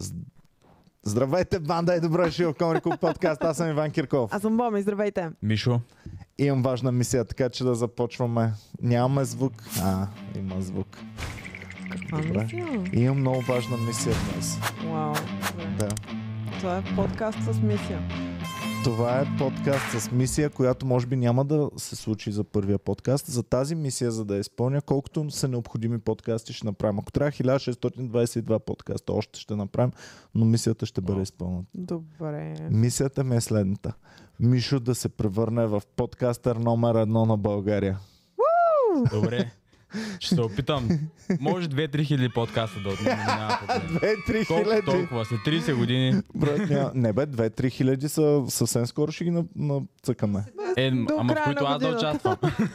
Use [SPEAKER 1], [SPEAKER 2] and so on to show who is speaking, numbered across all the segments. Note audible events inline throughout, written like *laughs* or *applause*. [SPEAKER 1] З- Здравейте, банда и добро дошли в Комри Клуб подкаст. Аз съм Иван Кирков.
[SPEAKER 2] Аз съм Боми, здравейте.
[SPEAKER 3] Мишо,
[SPEAKER 1] Имам важна мисия, така че да започваме. Нямаме звук. А, има звук.
[SPEAKER 2] Каква
[SPEAKER 1] Добре.
[SPEAKER 2] мисия?
[SPEAKER 1] Имам много важна мисия днес.
[SPEAKER 2] Вау.
[SPEAKER 1] Да.
[SPEAKER 2] Това е подкаст с мисия.
[SPEAKER 1] Това е подкаст с мисия, която може би няма да се случи за първия подкаст. За тази мисия, за да я изпълня, колкото са необходими подкасти, ще направим. Ако трябва 1622 подкаста, още ще направим, но мисията ще бъде изпълнена.
[SPEAKER 2] Добре.
[SPEAKER 1] Мисията ми е следната. Мишо да се превърне в подкастър номер едно на България.
[SPEAKER 3] добре. Ще се опитам. Може 2-3 хиляди подкаста да отнеме. няма проблем.
[SPEAKER 1] Две-три
[SPEAKER 3] Колко
[SPEAKER 1] хиляди.
[SPEAKER 3] толкова, след 30 години.
[SPEAKER 1] Брат, ня- Не бе, две-три хиляди са съвсем скоро ще ги на- нацъкаме.
[SPEAKER 3] Е, м-
[SPEAKER 2] До
[SPEAKER 3] ама в
[SPEAKER 2] края
[SPEAKER 3] които
[SPEAKER 2] на
[SPEAKER 3] аз да
[SPEAKER 2] годината.
[SPEAKER 3] участвам.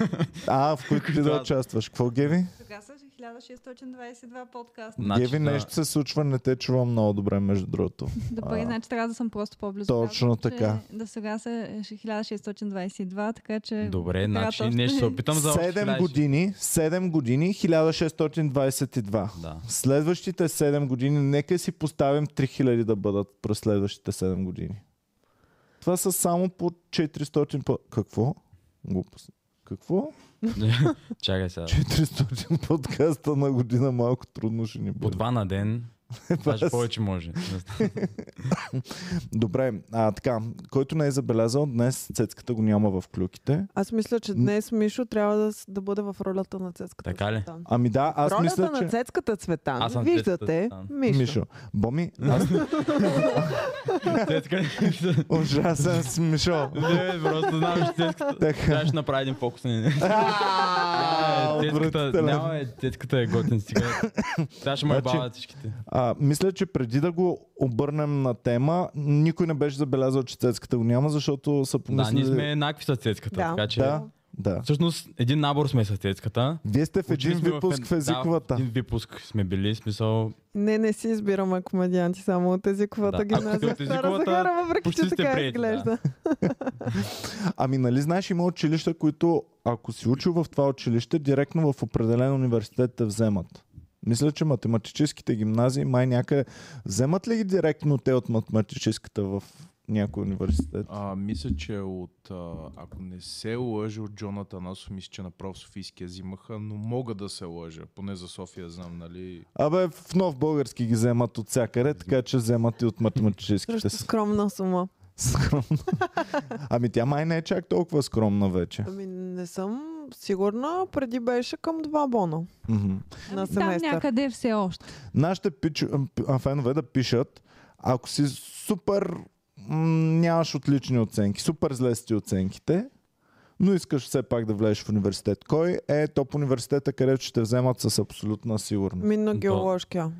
[SPEAKER 1] А, в които ти да
[SPEAKER 3] аз-
[SPEAKER 1] участваш. Какво, Геви?
[SPEAKER 4] Сега са 1622 подкаста.
[SPEAKER 3] Значи,
[SPEAKER 1] Геви,
[SPEAKER 3] да.
[SPEAKER 1] нещо се случва, не те чувам много добре, между другото.
[SPEAKER 4] Добре,
[SPEAKER 1] А,
[SPEAKER 4] значи трябва да съм просто по-близо.
[SPEAKER 1] точно
[SPEAKER 4] Казвам, че
[SPEAKER 1] така.
[SPEAKER 4] До сега са 1622, така че...
[SPEAKER 3] Добре, значи
[SPEAKER 4] още.
[SPEAKER 3] не ще се опитам за още
[SPEAKER 1] 7
[SPEAKER 3] 1000.
[SPEAKER 1] години, 7 години, 1622.
[SPEAKER 3] Да.
[SPEAKER 1] Следващите 7 години, нека си поставим 3000 да бъдат през следващите 7 години. Това са само по 400 по... Какво? Глупост. Какво?
[SPEAKER 3] Чакай сега.
[SPEAKER 1] 400 подкаста на година малко трудно ще ни
[SPEAKER 3] По
[SPEAKER 1] бъде.
[SPEAKER 3] два на
[SPEAKER 1] *laughs*
[SPEAKER 3] ден.
[SPEAKER 1] е
[SPEAKER 3] Даже повече може.
[SPEAKER 1] Добре, а така, който не е забелязал, днес цецката го няма в клюките.
[SPEAKER 2] Аз мисля, че днес Мишо трябва да, с- да бъде в ролята на цецката.
[SPEAKER 3] Така ли?
[SPEAKER 2] Цветан.
[SPEAKER 1] Ами да, аз
[SPEAKER 2] ролята
[SPEAKER 1] мисля, че...
[SPEAKER 2] на цецката Цветан.
[SPEAKER 3] Аз съм
[SPEAKER 2] Виждате,
[SPEAKER 3] цецката
[SPEAKER 2] Мишо.
[SPEAKER 1] Мишо. Боми,
[SPEAKER 3] *laughs*
[SPEAKER 1] аз
[SPEAKER 3] Те така ли?
[SPEAKER 1] ужасен с Мишо.
[SPEAKER 3] Не, просто знам, че тецката...
[SPEAKER 1] *laughs* Така.
[SPEAKER 3] Трябва ще направи един фокус на нея.
[SPEAKER 1] А,
[SPEAKER 3] Е, Тецката,
[SPEAKER 1] отвратителен.
[SPEAKER 3] няма е, тецката е готин сега. Сега ще ме
[SPEAKER 1] Значи-
[SPEAKER 3] бавят всичките.
[SPEAKER 1] А, мисля, че преди да го обърнем на тема, никой не беше забелязал, че цецката го няма, защото са
[SPEAKER 3] Да,
[SPEAKER 1] помислили...
[SPEAKER 3] ние сме еднакви с тецката,
[SPEAKER 2] Да.
[SPEAKER 3] така че...
[SPEAKER 1] Да, да.
[SPEAKER 3] Всъщност, един набор сме с тецката.
[SPEAKER 1] Вие сте в един
[SPEAKER 3] Учили сме
[SPEAKER 1] випуск
[SPEAKER 3] ед-
[SPEAKER 1] в езиковата.
[SPEAKER 3] Да, в един випуск сме били, смисъл.
[SPEAKER 2] Не, не си избираме комедианти, само от езиковата
[SPEAKER 3] Да.
[SPEAKER 2] да.
[SPEAKER 3] Ако сте
[SPEAKER 2] гимназия.
[SPEAKER 3] от
[SPEAKER 2] в Стара
[SPEAKER 3] езиковата,
[SPEAKER 2] Загора, въпреки
[SPEAKER 3] почти
[SPEAKER 2] че
[SPEAKER 3] сте
[SPEAKER 2] така
[SPEAKER 3] приети, да.
[SPEAKER 2] изглежда.
[SPEAKER 1] Ами нали знаеш, има училища, които ако си учил в това училище, директно в определен университет те вземат. Мисля, че математическите гимназии май някъде... Вземат ли ги директно те от математическата в някой университет?
[SPEAKER 5] А, мисля, че от, а, ако не се лъжа от Джоната Насов, мисля, че направо Софийския взимаха, но мога да се лъжа, поне за София знам, нали?
[SPEAKER 1] Абе, в нов български ги вземат от всякъде, така че вземат и от математическите.
[SPEAKER 2] Срещу скромна сума.
[SPEAKER 1] Скромна. *laughs* Ами тя май не е чак толкова скромна вече.
[SPEAKER 2] Ами не съм сигурна, преди беше към два бона
[SPEAKER 1] Мгм.
[SPEAKER 2] на
[SPEAKER 4] Там
[SPEAKER 2] семестър.
[SPEAKER 4] някъде все още.
[SPEAKER 1] Нашите пич... а, фенове да пишат, ако си супер м, нямаш отлични оценки, супер зле си ти оценките, но искаш все пак да влезеш в университет. Кой е топ университета, където ще те вземат с абсолютна сигурност?
[SPEAKER 2] Минно геоложкия.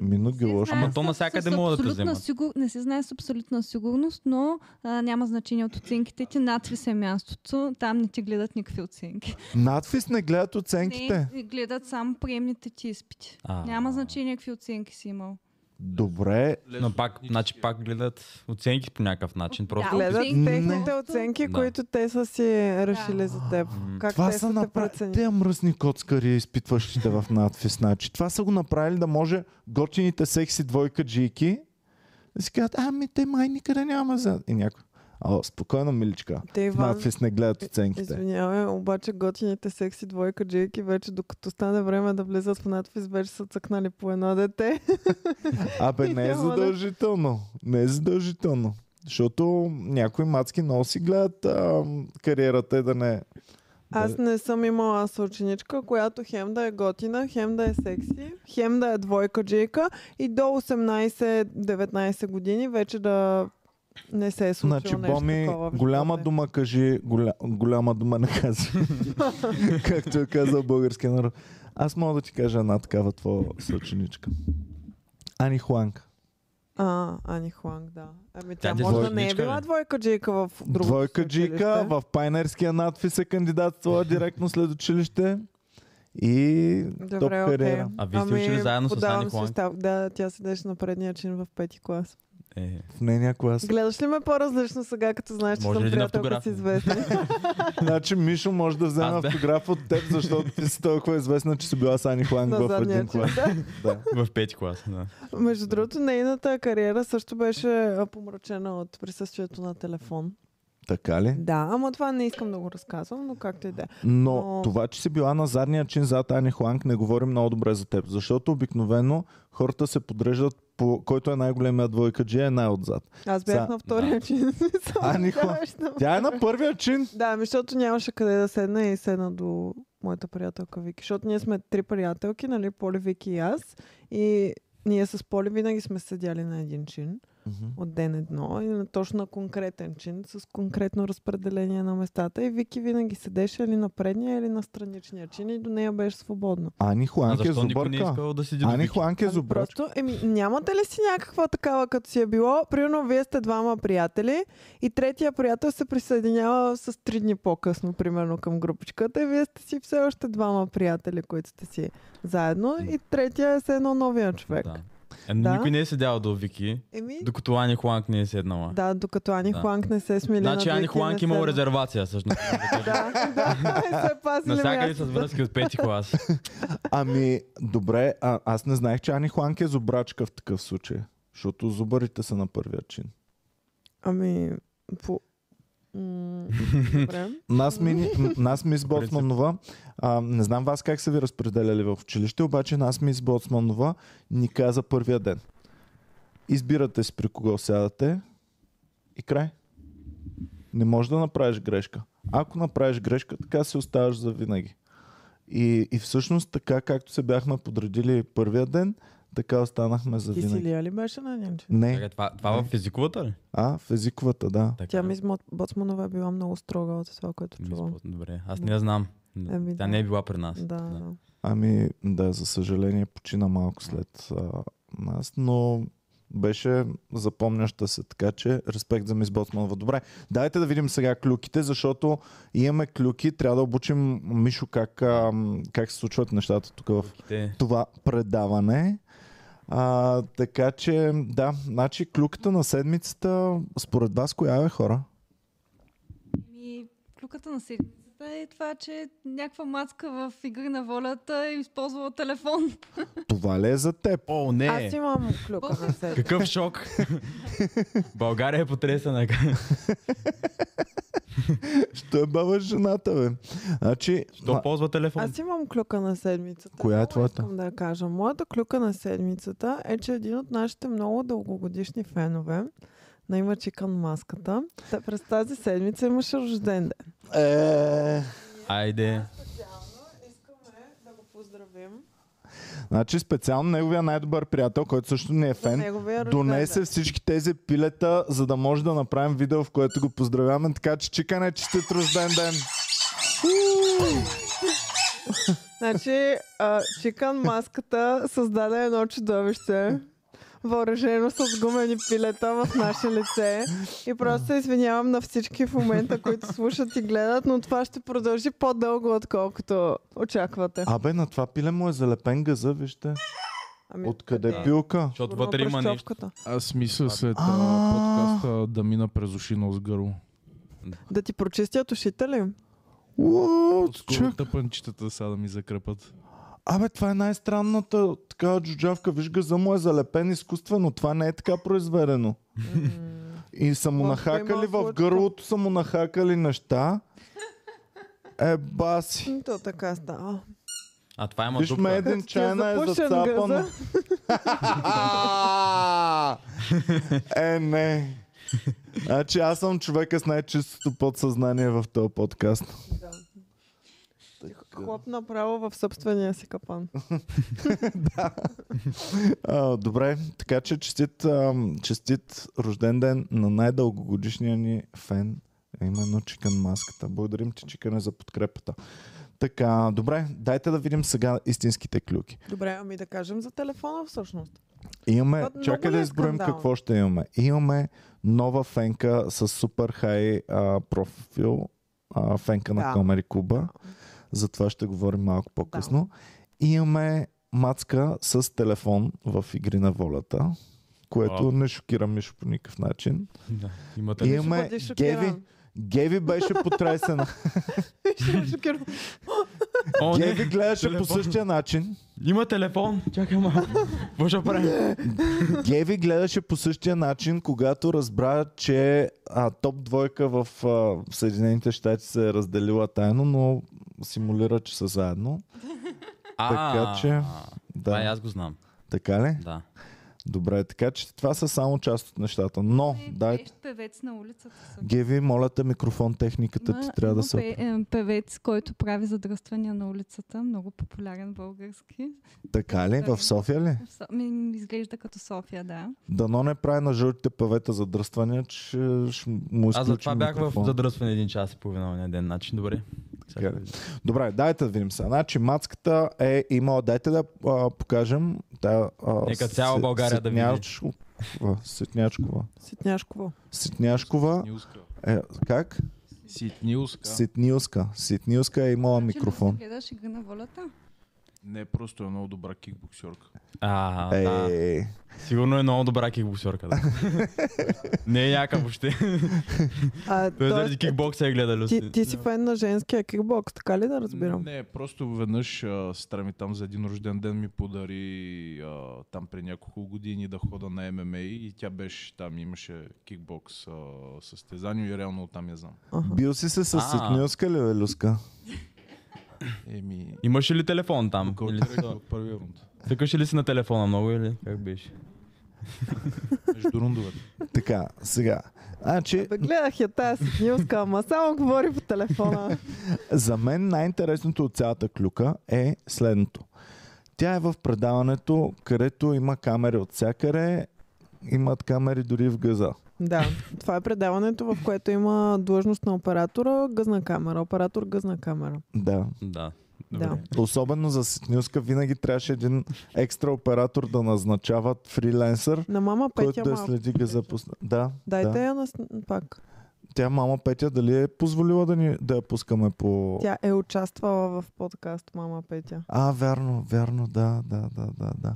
[SPEAKER 1] Мино Гилош.
[SPEAKER 3] Ама то навсякъде могат да те вземат.
[SPEAKER 4] Сигур... Не се знае с абсолютна сигурност, но а, няма значение от оценките ти. Надви се мястото, там не ти гледат никакви оценки.
[SPEAKER 1] Надфис не гледат оценките.
[SPEAKER 4] Не, гледат само приемните ти изпити.
[SPEAKER 3] А.
[SPEAKER 4] Няма значение какви оценки си имал.
[SPEAKER 1] Добре,
[SPEAKER 3] Но пак, значи пак гледат оценки по някакъв начин. Просто
[SPEAKER 4] Да,
[SPEAKER 2] Гледат
[SPEAKER 4] оценки.
[SPEAKER 2] техните
[SPEAKER 4] Не.
[SPEAKER 2] оценки,
[SPEAKER 3] Да.
[SPEAKER 2] които те са си решили за теб. Как
[SPEAKER 1] Това
[SPEAKER 2] те са,
[SPEAKER 1] са
[SPEAKER 2] те
[SPEAKER 1] направили.
[SPEAKER 2] преценили?
[SPEAKER 1] Те мръсни коцкари, изпитващите в надфис. Значи, това са го направили да може готините секси двойка джийки да си казват, ами те май никъде няма за... И някой. А, спокойно, миличка.
[SPEAKER 2] Те,
[SPEAKER 1] В
[SPEAKER 2] Иван,
[SPEAKER 1] надфис не гледат оценките.
[SPEAKER 2] извинявай, обаче готините секси двойка джейки вече докато стане време да влизат в надпис, вече са цъкнали по едно дете.
[SPEAKER 1] Абе, не е
[SPEAKER 2] Няма да-
[SPEAKER 1] задължително. Не е задължително. Защото някои мацки много си гледат а, кариерата и да не...
[SPEAKER 2] Аз не съм имала съученичка, която хем да е готина, хем да е секси, хем да е двойка джейка и до 18-19 години вече да не се е случило
[SPEAKER 1] Значи,
[SPEAKER 2] нещо
[SPEAKER 1] Боми,
[SPEAKER 2] такова в
[SPEAKER 1] голяма
[SPEAKER 2] живота й.
[SPEAKER 1] дума кажи, голя, голяма дума не
[SPEAKER 2] *laughs*
[SPEAKER 1] казвай. Както е казал българския народ. Аз мога да ти кажа една такава твоя съученичка. Ани Хуанка.
[SPEAKER 2] А, Ани Хуанг, да. Ами тя,
[SPEAKER 3] Тя ти
[SPEAKER 2] може да
[SPEAKER 3] двойка
[SPEAKER 2] не е
[SPEAKER 3] джийка,
[SPEAKER 2] била
[SPEAKER 3] бе.
[SPEAKER 2] двойка джейка в другото си
[SPEAKER 1] Двойка джика,
[SPEAKER 2] училище.
[SPEAKER 1] в пайнерския надпис е кандидатствала директно след училище. И топ
[SPEAKER 2] Добре, окей.
[SPEAKER 1] кариера.
[SPEAKER 3] А вие сте учили заедно с
[SPEAKER 2] Ами, подавам си
[SPEAKER 3] Ани Хуанг?
[SPEAKER 2] остав- Да, тя седеше на предния чин в пети клас.
[SPEAKER 3] Е,
[SPEAKER 1] В нейния клас.
[SPEAKER 2] Гледаш ли ме по-различно сега, като знаеш, че
[SPEAKER 3] Може
[SPEAKER 2] съм
[SPEAKER 3] ли един
[SPEAKER 2] приятелка
[SPEAKER 3] автограф?
[SPEAKER 2] с известни?
[SPEAKER 1] *laughs* Значи Мишо може да вземе
[SPEAKER 3] Аз бях-
[SPEAKER 1] автограф от теб, защото ти си толкова известна, че си била с Ани Хуанг
[SPEAKER 2] На
[SPEAKER 1] в
[SPEAKER 2] задния
[SPEAKER 1] един клас.
[SPEAKER 2] чек, да.
[SPEAKER 1] Да.
[SPEAKER 3] в пети клас, да.
[SPEAKER 2] Между другото, нейната кариера също беше а, помрачена от присъствието на телефон.
[SPEAKER 1] Така ли?
[SPEAKER 2] Да, ама това не искам да го разказвам, но както и да е.
[SPEAKER 1] Но,
[SPEAKER 2] Но-
[SPEAKER 1] това, че си била на задния чин зад Ани Хуанг, не говори много добре за теб. Защото обикновено хората се подреждат по който е най-големия двойка G е най-отзад.
[SPEAKER 2] Аз бях
[SPEAKER 1] Са-
[SPEAKER 2] на втория чин. *laughs*
[SPEAKER 1] А, Нихо,
[SPEAKER 2] Ужасяващо.
[SPEAKER 1] Тя е на първия чин.
[SPEAKER 2] Да, ми, защото нямаше къде да седна и седна до моята приятелка Вики. Защото ние сме три приятелки, нали, Поли, Вики и аз. И ние с Поли винаги сме седяли на един чин от ден едно и на точно на конкретен чин с конкретно разпределение на местата. И Вики винаги седеше или на предния, или на страничния чин и до нея беше свободно.
[SPEAKER 1] Ани
[SPEAKER 3] А
[SPEAKER 1] Хуанг е
[SPEAKER 3] защо никой не е
[SPEAKER 1] зубърка.
[SPEAKER 3] искал да седи до
[SPEAKER 1] Ани
[SPEAKER 3] Вики?
[SPEAKER 1] Хуанг е
[SPEAKER 2] Ами
[SPEAKER 1] зубрачка.
[SPEAKER 2] Просто, еми, нямате ли си някаква такава, като си е било? Примерно, вие сте двама приятели и третия приятел се присъединява с три дни по-късно, примерно, към групичката и вие сте си все още двама приятели, които сте си заедно и третия е все едно новия човек.
[SPEAKER 3] Да. Ами
[SPEAKER 2] Да.
[SPEAKER 3] Никой не е седял до Вики,
[SPEAKER 2] Еми,
[SPEAKER 3] докато Ани Хуанг не е седнала.
[SPEAKER 2] да, докато Ани
[SPEAKER 3] Да.
[SPEAKER 2] Хуанг не се е смили
[SPEAKER 3] Значи
[SPEAKER 2] на
[SPEAKER 3] Ани
[SPEAKER 2] двете, не
[SPEAKER 3] Хуанг
[SPEAKER 2] се- е
[SPEAKER 3] имал резервация, всъщност.
[SPEAKER 2] *laughs* Да, да, и се е пазили
[SPEAKER 3] Насякъде с
[SPEAKER 2] мястото.
[SPEAKER 3] връзки от пети клас.
[SPEAKER 1] Е. Ами, добре, а, аз не знаех, че Ани Хуанг е зубрачка в такъв случай. Защото зубарите са на първия чин.
[SPEAKER 2] Ами,
[SPEAKER 3] *laughs*
[SPEAKER 2] по... М, Добре.
[SPEAKER 1] Нас, ми, м- нас мис
[SPEAKER 3] принцип.
[SPEAKER 1] Боцманова, а, не знам вас как са ви разпределяли в училище, обаче нас мис Боцманова ни каза първия ден. Избирате си при кого сядате и край. Не можеш да направиш грешка. Ако направиш грешка, така се оставаш за винаги. И, и всъщност така, както се бяхме подредили първия ден, така останахме за
[SPEAKER 2] Ти си
[SPEAKER 1] винаги.
[SPEAKER 2] ли ли беше на Ненче?
[SPEAKER 1] Не,
[SPEAKER 3] Чакай, това, това
[SPEAKER 1] Е.
[SPEAKER 3] в езиковата ли?
[SPEAKER 1] а в езиковата, да.
[SPEAKER 3] Така.
[SPEAKER 2] Тя мис Мо- Боцманова е била много строга от това, което
[SPEAKER 3] Мис
[SPEAKER 2] чувам.
[SPEAKER 3] Бот- Добре, аз не я знам.
[SPEAKER 2] Ами
[SPEAKER 3] Тя
[SPEAKER 2] да.
[SPEAKER 3] не е била при нас.
[SPEAKER 2] Да, да.
[SPEAKER 1] Ами да, за съжаление почина малко след а, нас, но беше запомняща се, така че респект за мис Боцманова. Добре, дайте да видим сега клюките, защото имаме клюки, трябва да обучим Мишо как, а, как се случват нещата тук в
[SPEAKER 3] Те-
[SPEAKER 1] това предаване. А, така че, да, значи клюката на седмицата, според вас, коя е хора?
[SPEAKER 4] И клюката на седмицата е това, че някаква мацка в игри на волята е използвала телефон.
[SPEAKER 1] Това ли е за теб?
[SPEAKER 3] О,
[SPEAKER 2] Аз
[SPEAKER 3] не!
[SPEAKER 2] имам клюка на себе. *laughs*
[SPEAKER 3] Какъв шок! България е потресена.
[SPEAKER 1] Що е баба жената, бе? Значи,
[SPEAKER 3] Що
[SPEAKER 1] на-
[SPEAKER 3] ползва телефон?
[SPEAKER 2] Аз имам клюка на седмицата.
[SPEAKER 1] Коя е
[SPEAKER 2] Много
[SPEAKER 1] твоята?
[SPEAKER 2] Искам да я кажа. Моята клюка на седмицата е, че един от нашите много дългогодишни фенове на има Чикан маската. та- През тази седмица имаше рожден ден.
[SPEAKER 1] е...
[SPEAKER 3] Айде.
[SPEAKER 2] Искаме да го поздравим.
[SPEAKER 1] Значи специално неговия най-добър приятел, който също не е
[SPEAKER 2] Фен,
[SPEAKER 1] фен,
[SPEAKER 2] неговия рожден
[SPEAKER 1] донесе
[SPEAKER 2] ден.
[SPEAKER 1] всички тези пилета, за да може да направим видео, в което го поздравяваме. Така че чикане, честит рожден ден!
[SPEAKER 2] Значи, а, Чикан маската създаде едно чудовище, въоръжено с гумени пилета в наше лице. И просто се извинявам на всички в момента, които слушат и гледат, но това ще продължи по-дълго, отколкото очаквате.
[SPEAKER 1] Абе, на това пиле му е залепен газа, вижте.
[SPEAKER 2] Ами,
[SPEAKER 1] Откъде
[SPEAKER 2] къде?
[SPEAKER 1] пилка?
[SPEAKER 3] Защото
[SPEAKER 2] Сигурно
[SPEAKER 3] вътре има нещо.
[SPEAKER 2] пръщовката.
[SPEAKER 5] Аз мисля след а...
[SPEAKER 1] А.
[SPEAKER 5] подкаста да мина през ушино с гърло.
[SPEAKER 2] Да ти прочистят ушите ли?
[SPEAKER 1] Уау,
[SPEAKER 5] Скоро
[SPEAKER 1] чак.
[SPEAKER 5] тъпанчетата са да ми закрепат.
[SPEAKER 1] Абе, това е най-странната такава джуджавка. Виж, газа му е залепен изкуствено. Това не е така произведено. И са му
[SPEAKER 2] Може би
[SPEAKER 1] нахакали
[SPEAKER 2] има
[SPEAKER 1] в
[SPEAKER 2] случка.
[SPEAKER 1] гърлото, са му нахакали неща. Е, баси.
[SPEAKER 2] М, То така става.
[SPEAKER 3] А това има
[SPEAKER 1] Виж ме,
[SPEAKER 3] дупка.
[SPEAKER 1] един
[SPEAKER 2] Като ти е
[SPEAKER 1] чайна е
[SPEAKER 2] запушен
[SPEAKER 1] зацапана.
[SPEAKER 2] газа.
[SPEAKER 1] *laughs* е, не. Значи аз съм човека с най-чистото подсъзнание в този подкаст.
[SPEAKER 2] Хлоп направо в собствения си капан.
[SPEAKER 1] А, добре, така че честит, ам, честит рожден ден на най-дългогодишния ни фен, а именно Чикан Маската. Благодарим ти, Чикане, за подкрепата. Така, добре, дайте да видим сега истинските клюки.
[SPEAKER 2] Добре, ами да кажем за телефона всъщност.
[SPEAKER 1] Имаме,
[SPEAKER 2] Това много
[SPEAKER 1] чакай
[SPEAKER 2] ли
[SPEAKER 1] да
[SPEAKER 2] е
[SPEAKER 1] изброим
[SPEAKER 2] скандално?
[SPEAKER 1] какво ще имаме. Имаме нова фенка с супер хай а, профил, а, фенка на
[SPEAKER 2] Да.
[SPEAKER 1] Комери Куба. За това ще говорим малко по-късно. И Имаме мацка с телефон в Игри на волята. което
[SPEAKER 3] Вау.
[SPEAKER 1] не шокира Мишо по никакъв начин.
[SPEAKER 3] Да. Имате
[SPEAKER 1] И
[SPEAKER 3] ли?
[SPEAKER 1] имаме
[SPEAKER 2] Бъди е шокиран.
[SPEAKER 1] Геви. Геви беше потресена.
[SPEAKER 2] Ще е шокиран.
[SPEAKER 3] *laughs*
[SPEAKER 2] *laughs*
[SPEAKER 3] О,
[SPEAKER 1] Геви
[SPEAKER 3] не.
[SPEAKER 1] гледаше по
[SPEAKER 3] Телефон.
[SPEAKER 1] същия начин.
[SPEAKER 3] Има телефон. Чакай малко. Какво ще правим?
[SPEAKER 1] Геви гледаше по същия начин, когато разбра, че а, топ двойка в а, Съединените щати се е разделила тайно, но симулира, че са заедно.
[SPEAKER 3] А,
[SPEAKER 1] че,
[SPEAKER 3] Това и
[SPEAKER 1] Да,
[SPEAKER 3] аз го знам.
[SPEAKER 1] така ли?
[SPEAKER 3] Да.
[SPEAKER 1] Добре, така че това са само част от нещата. Но,
[SPEAKER 4] И
[SPEAKER 1] дай,
[SPEAKER 4] пеещ Е, певец на улицата. също.
[SPEAKER 1] Геви, моля те, микрофон техниката
[SPEAKER 4] Има-
[SPEAKER 1] ти трябва да
[SPEAKER 4] има
[SPEAKER 1] се...
[SPEAKER 4] пе- е, Певец, който прави задръствания на улицата, много популярен български.
[SPEAKER 1] Така ли? В София ли?
[SPEAKER 4] В Со- ми- Изглежда като София, да.
[SPEAKER 1] Дано не прави на жълтите павета за дръствания, че ще му
[SPEAKER 3] Аз затова
[SPEAKER 1] изключим
[SPEAKER 3] бях в
[SPEAKER 1] микрофона.
[SPEAKER 3] задръстване един час и половина на ден начин. Добре. Сега.
[SPEAKER 1] Така ли? Добре, дайте да видим сега. Значи мацката е имала, дайте да а, покажем. Та, а,
[SPEAKER 3] Нека цяла
[SPEAKER 1] Се-
[SPEAKER 3] България да види.
[SPEAKER 1] Ситняшкова, Ситняшкова.
[SPEAKER 2] Ситняшково.
[SPEAKER 1] Ситняшкова
[SPEAKER 5] Ситнилска.
[SPEAKER 1] е, как?
[SPEAKER 5] Ситнилска.
[SPEAKER 1] Ситнилска. Ситнилска е имала
[SPEAKER 4] Значи,
[SPEAKER 1] микрофон.
[SPEAKER 4] Люси, Гледаш игра на волята?
[SPEAKER 5] Не, просто е много добра кикбоксерка.
[SPEAKER 3] А, да.
[SPEAKER 1] Е,
[SPEAKER 3] Сигурно е много добра кикбоксерка. Да. Не е яка въобще.
[SPEAKER 2] А,
[SPEAKER 3] Той е
[SPEAKER 2] тоест,
[SPEAKER 3] заради кикбокса е я гледа
[SPEAKER 2] е ти,
[SPEAKER 3] Люси.
[SPEAKER 2] ти си фен на женския кикбокс, така ли да разбирам?
[SPEAKER 5] Не, просто веднъж а, сестра ми там за един рожден ден ми подари а, там при няколко години да хода на ММА и тя беше там, имаше кикбокс а, състезание и реално оттам я знам.
[SPEAKER 2] Аха.
[SPEAKER 1] бил си се с
[SPEAKER 3] А.
[SPEAKER 1] Ситнилска ли, бе, Люска?
[SPEAKER 5] Еми,
[SPEAKER 3] Имаше ли телефон там? Или
[SPEAKER 5] калтирах
[SPEAKER 3] защо?
[SPEAKER 5] от първия рунд.
[SPEAKER 3] Тъкаше ли си на телефона много или как беше?
[SPEAKER 5] Между рундовете.
[SPEAKER 1] Така, сега. Значи,
[SPEAKER 2] Бе, гледах я тази ситнилска, ама само говори по телефона.
[SPEAKER 1] За мен най-интересното от цялата клюка е следното. Тя е в предаването, където има камери от всякъде, имат камери дори в газа.
[SPEAKER 2] да, това е предаването, в което има длъжност на оператора, гъзна камера, оператор, гъзна камера.
[SPEAKER 1] Да.
[SPEAKER 3] Да.
[SPEAKER 2] Да. *laughs*
[SPEAKER 3] Добре.
[SPEAKER 1] Особено за Ситнюска винаги трябваше един екстра оператор да назначават фриленсър,
[SPEAKER 2] На мама
[SPEAKER 1] който
[SPEAKER 2] Петя
[SPEAKER 1] да
[SPEAKER 2] малко.
[SPEAKER 1] следи газа. По... Да,
[SPEAKER 2] Дайте
[SPEAKER 1] да.
[SPEAKER 2] я на... сн- пак.
[SPEAKER 1] Тя мама Петя дали е позволила да, ни, да я пускаме по...
[SPEAKER 2] Тя е участвала в подкаст Мама Петя.
[SPEAKER 1] А, вярно, вярно, да, да, да, да, да.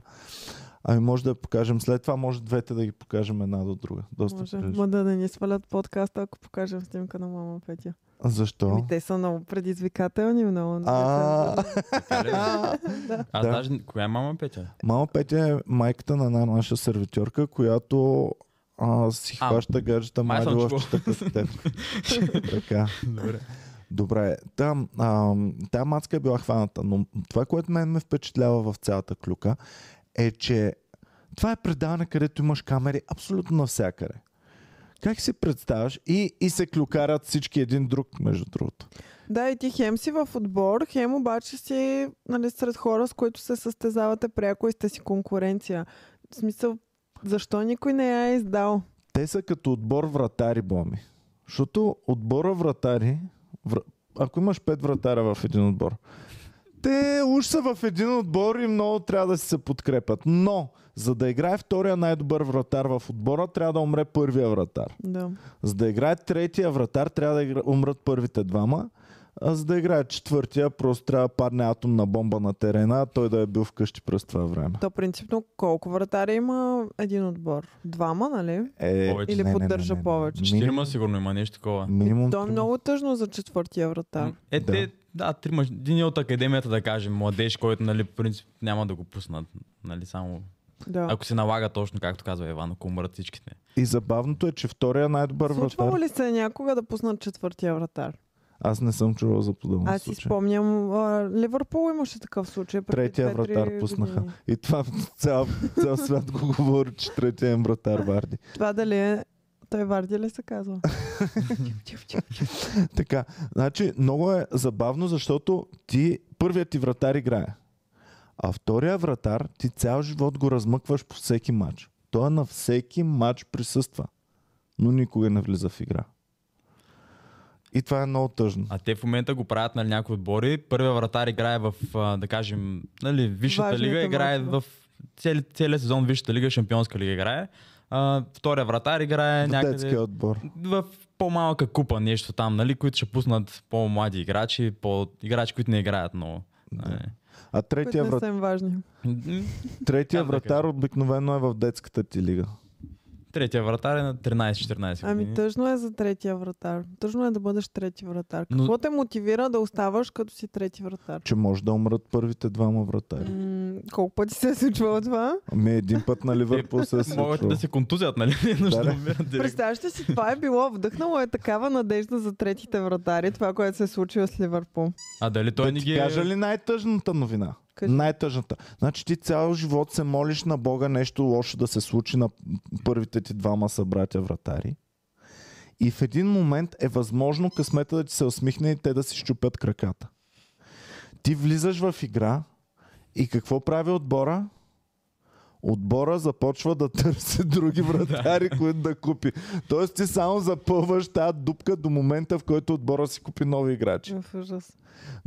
[SPEAKER 1] Ами може да я покажем. След това може двете да ги покажем една до друга. Доста
[SPEAKER 2] Може.
[SPEAKER 1] прилично.
[SPEAKER 2] Ма да не ни свалят подкаста, ако покажем снимка на Мама Петя.
[SPEAKER 1] А Защо?
[SPEAKER 2] Ами те са много предизвикателни, много.
[SPEAKER 1] А,
[SPEAKER 3] Така ли? Аз
[SPEAKER 1] Да.
[SPEAKER 3] даже... Коя е мама Петя?
[SPEAKER 1] мама Петя е майката на една наша сервитьорка, която а, си
[SPEAKER 3] А,
[SPEAKER 1] хваща гаджета
[SPEAKER 3] май
[SPEAKER 1] млади
[SPEAKER 3] съм чувал.
[SPEAKER 1] лъвчета като
[SPEAKER 3] *laughs*
[SPEAKER 1] теб. така.
[SPEAKER 3] Добре.
[SPEAKER 1] Добре, там, а, тая мацка е била хваната, но това, което мен ме впечатлява в цялата клюка, е, че това е предаване, където имаш камери абсолютно навсякъде. Как си представяш? И, и се клюкарят всички един друг, между другото.
[SPEAKER 2] Да, и ти хем си в отбор, хем обаче си нали, сред хора, с които се състезавате пряко и сте си конкуренция. В смисъл, защо никой не я е издал?
[SPEAKER 1] Те са като отбор вратари, Боми. Защото отбора вратари, вра... ако имаш пет вратара в един отбор, те уж са в един отбор и много трябва да си се подкрепят. Но, за да играе втория най-добър вратар в отбора, трябва да умре първия вратар.
[SPEAKER 2] Да.
[SPEAKER 1] За да играе третия вратар, трябва да игра... умрат първите двама. А за да играе четвъртия, просто трябва да падне атомна бомба на терена, а той да е бил вкъщи през това време.
[SPEAKER 2] То принципно колко вратари има един отбор? Двама, нали?
[SPEAKER 1] Е,
[SPEAKER 3] Повече.
[SPEAKER 2] Или поддържа повече.
[SPEAKER 3] Четирима сигурно има нещо такова.
[SPEAKER 1] Минимум.
[SPEAKER 2] То е
[SPEAKER 1] три-
[SPEAKER 2] много тъжно за четвъртия вратар.
[SPEAKER 3] Е,
[SPEAKER 1] Да.
[SPEAKER 3] да. те, да, трима, един е от академията, да кажем, младеж, който, нали, по принцип няма да го пуснат, нали, само...
[SPEAKER 2] Да.
[SPEAKER 3] Ако се налага точно, както казва Иван, ако умрат всичките.
[SPEAKER 1] И забавното е, че втория най-добър
[SPEAKER 2] Случвало
[SPEAKER 1] вратар.
[SPEAKER 2] ли се някога да пуснат четвъртия вратар?
[SPEAKER 1] Аз не съм чувал за подобно
[SPEAKER 2] Аз си
[SPEAKER 1] случай.
[SPEAKER 2] спомням, а, Ливърпул имаше такъв случай. преди
[SPEAKER 1] Третия
[SPEAKER 2] две-три
[SPEAKER 1] вратар пуснаха.
[SPEAKER 2] години.
[SPEAKER 1] И това цял, цял свят го говори, че третия им вратар Варди.
[SPEAKER 2] Това дали е... Той Варди ли
[SPEAKER 1] *laughs*
[SPEAKER 2] се казва?
[SPEAKER 1] Така, значи много е забавно, защото ти първият ти вратар играе. А втория вратар ти цял живот го размъкваш по всеки матч. Той е на всеки матч присъства, но никога не влиза в игра. И това е много тъжно.
[SPEAKER 3] А те в момента го правят на нали, някои отбори. Първия вратар играе в, а, да кажем, нали, Висшата
[SPEAKER 2] Важните
[SPEAKER 3] лига, играе
[SPEAKER 2] мачове.
[SPEAKER 3] в цели, целия сезон Висшата лига, Шампионска лига играе. А, втория вратар играе
[SPEAKER 1] В
[SPEAKER 3] някъде
[SPEAKER 1] детския отбор.
[SPEAKER 3] в по-малка купа нещо там, нали, които ще пуснат по-млади играчи, по играчи, които не играят много.
[SPEAKER 1] Да.
[SPEAKER 3] Да.
[SPEAKER 1] А
[SPEAKER 2] които
[SPEAKER 1] третия,
[SPEAKER 2] не
[SPEAKER 1] врат...
[SPEAKER 2] са им важни.
[SPEAKER 3] М,
[SPEAKER 1] третия
[SPEAKER 3] Как да
[SPEAKER 1] вратар
[SPEAKER 3] кажа?
[SPEAKER 1] обикновено е в детската ти лига.
[SPEAKER 3] Третия вратар е на 13-14 години.
[SPEAKER 2] Ами тъжно е за третия вратар. Тъжно е да бъдеш трети вратар.
[SPEAKER 3] Но-
[SPEAKER 2] Какво те мотивира да оставаш като си трети вратар?
[SPEAKER 1] Че може да умрат първите двама вратари.
[SPEAKER 2] М- колко пъти се е случвало това?
[SPEAKER 1] Ами един път на Ливърпул се е
[SPEAKER 3] Могат
[SPEAKER 1] случило.
[SPEAKER 3] да се контузят, нали? *laughs* Не е нужно
[SPEAKER 1] Да, да.
[SPEAKER 3] да умират директно.
[SPEAKER 2] Представяш ли си, това е било, вдъхнало е такава надежда за третите вратари, това, което се е случило с Ливърпул.
[SPEAKER 3] А дали той
[SPEAKER 1] Да
[SPEAKER 3] не
[SPEAKER 1] ти
[SPEAKER 3] ги е...
[SPEAKER 1] кажа ли най-тъжната новина?
[SPEAKER 2] Кажи.
[SPEAKER 1] Най-тъжната. Значи ти цял живот се молиш на Бога нещо лошо да се случи на първите ти двама събратя вратари. И в един момент е възможно късмета да ти се усмихне и те да си щупят краката. Ти влизаш в игра и какво прави отбора? Отбора започва да търси *laughs* други вратари, които да купи. Тоест ти само запълваш тази дупка до момента, в който отбора си купи нови играчи.
[SPEAKER 2] Е, В ужас.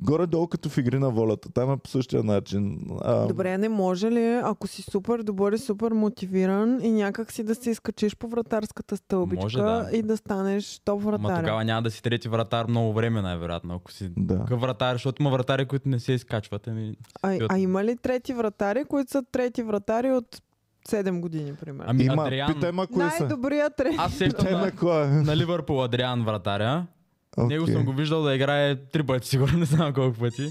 [SPEAKER 1] Горе-долу като в игри на волята. Там е по същия начин. А,
[SPEAKER 2] Добре, не може ли, ако си супер добър и супер мотивиран и някак си да се изкачиш по вратарската стълбичка
[SPEAKER 3] Може, да.
[SPEAKER 2] и да станеш топ
[SPEAKER 3] Ма
[SPEAKER 2] вратар?
[SPEAKER 3] тогава няма да си трети вратар много време, най-вероятно, ако си
[SPEAKER 1] Да.
[SPEAKER 3] такъв вратар, защото има вратари, които не се изкачват. Ами,
[SPEAKER 2] А,
[SPEAKER 3] Идиот.
[SPEAKER 2] а има ли трети вратари, които са трети вратари от 7 години, примерно?
[SPEAKER 3] ами
[SPEAKER 1] Има,
[SPEAKER 3] Адриан...
[SPEAKER 1] питай ма кои са.
[SPEAKER 2] Най-добрият трети.
[SPEAKER 3] Аз сещам
[SPEAKER 1] Питай ма
[SPEAKER 3] на,
[SPEAKER 1] кой е.
[SPEAKER 3] на Ливърпул Адриан вратаря.
[SPEAKER 1] Okay.
[SPEAKER 3] Него съм го виждал да играе три пъти, *laughs* сигурно не знам колко пъти.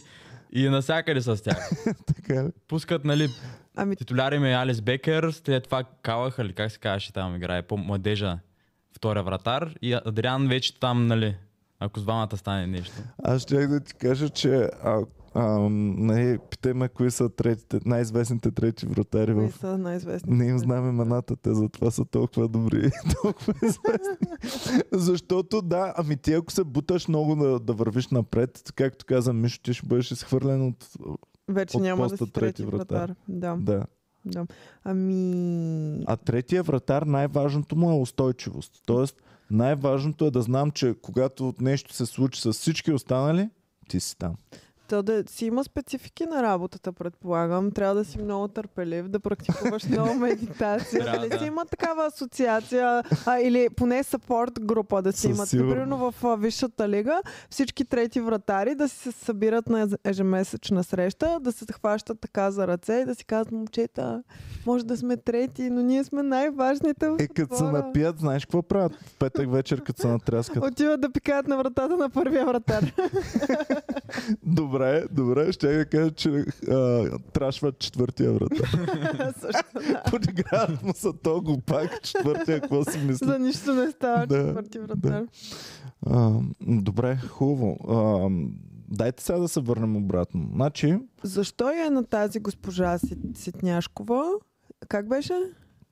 [SPEAKER 3] И е насякъде с тях.
[SPEAKER 1] Така е. ли?
[SPEAKER 3] Пускат, нали,
[SPEAKER 2] Ами,
[SPEAKER 3] титуляр им е Алис Бекер, след това Калах, или как се казваше там играе, по-младежа, втория вратар. И Адриан вече там, нали, ако с двамата стане нещо.
[SPEAKER 1] Аз ще да ти кажа, че а, а, не, питай ме кои са третите, най-известните трети вратари в
[SPEAKER 2] кои са най-известни?
[SPEAKER 1] не им знам имената, те затова са толкова добри и *laughs* толкова известни. Защото да, ами ти ако се буташ много да, да вървиш напред, както каза Мишо, ти ще бъдеш изхвърлен от...
[SPEAKER 2] Вече
[SPEAKER 1] От
[SPEAKER 2] няма да
[SPEAKER 1] поста
[SPEAKER 2] си трети
[SPEAKER 1] трети вратар.
[SPEAKER 2] вратар. Да,
[SPEAKER 1] Да.
[SPEAKER 2] да. Ами...
[SPEAKER 1] А третия вратар най-важното му е устойчивост. Тоест, най-важното е да знам, че когато нещо се случи с всички останали, ти си там.
[SPEAKER 2] То да си има специфики на работата, предполагам. Трябва да си много търпелив, да практикуваш
[SPEAKER 3] *laughs*
[SPEAKER 2] много медитация.
[SPEAKER 3] Трябва,
[SPEAKER 2] Дали
[SPEAKER 3] да.
[SPEAKER 2] си има такава асоциация а, или поне сапорт група да си
[SPEAKER 1] Със
[SPEAKER 2] имат.
[SPEAKER 1] сигурност.
[SPEAKER 2] Примерно в а, Висшата лига всички трети вратари да си се събират на ез- ежемесечна среща, да се хващат така за ръце и да си казват, момчета, може да сме трети, но ние сме най-важните в
[SPEAKER 1] Е, като се
[SPEAKER 2] отбора."
[SPEAKER 1] напият, знаеш какво правят? В петък вечер, като се натряскат.
[SPEAKER 2] Отиват да пикаят на вратата на първия вратар.
[SPEAKER 1] *laughs*
[SPEAKER 2] *laughs*
[SPEAKER 1] Добре, добре, ще да кажа, че а, трашват четвъртия врата.
[SPEAKER 2] Също.
[SPEAKER 1] Подиграват му са толкова пак, четвъртия, какво си мисли?
[SPEAKER 2] За нищо не става
[SPEAKER 1] Да,
[SPEAKER 2] четвърти вратар.
[SPEAKER 1] А, добре, хубаво. А, дайте сега да се върнем обратно. Значи,
[SPEAKER 2] Защо я е на тази госпожа Сит- Ситняшкова? Как беше?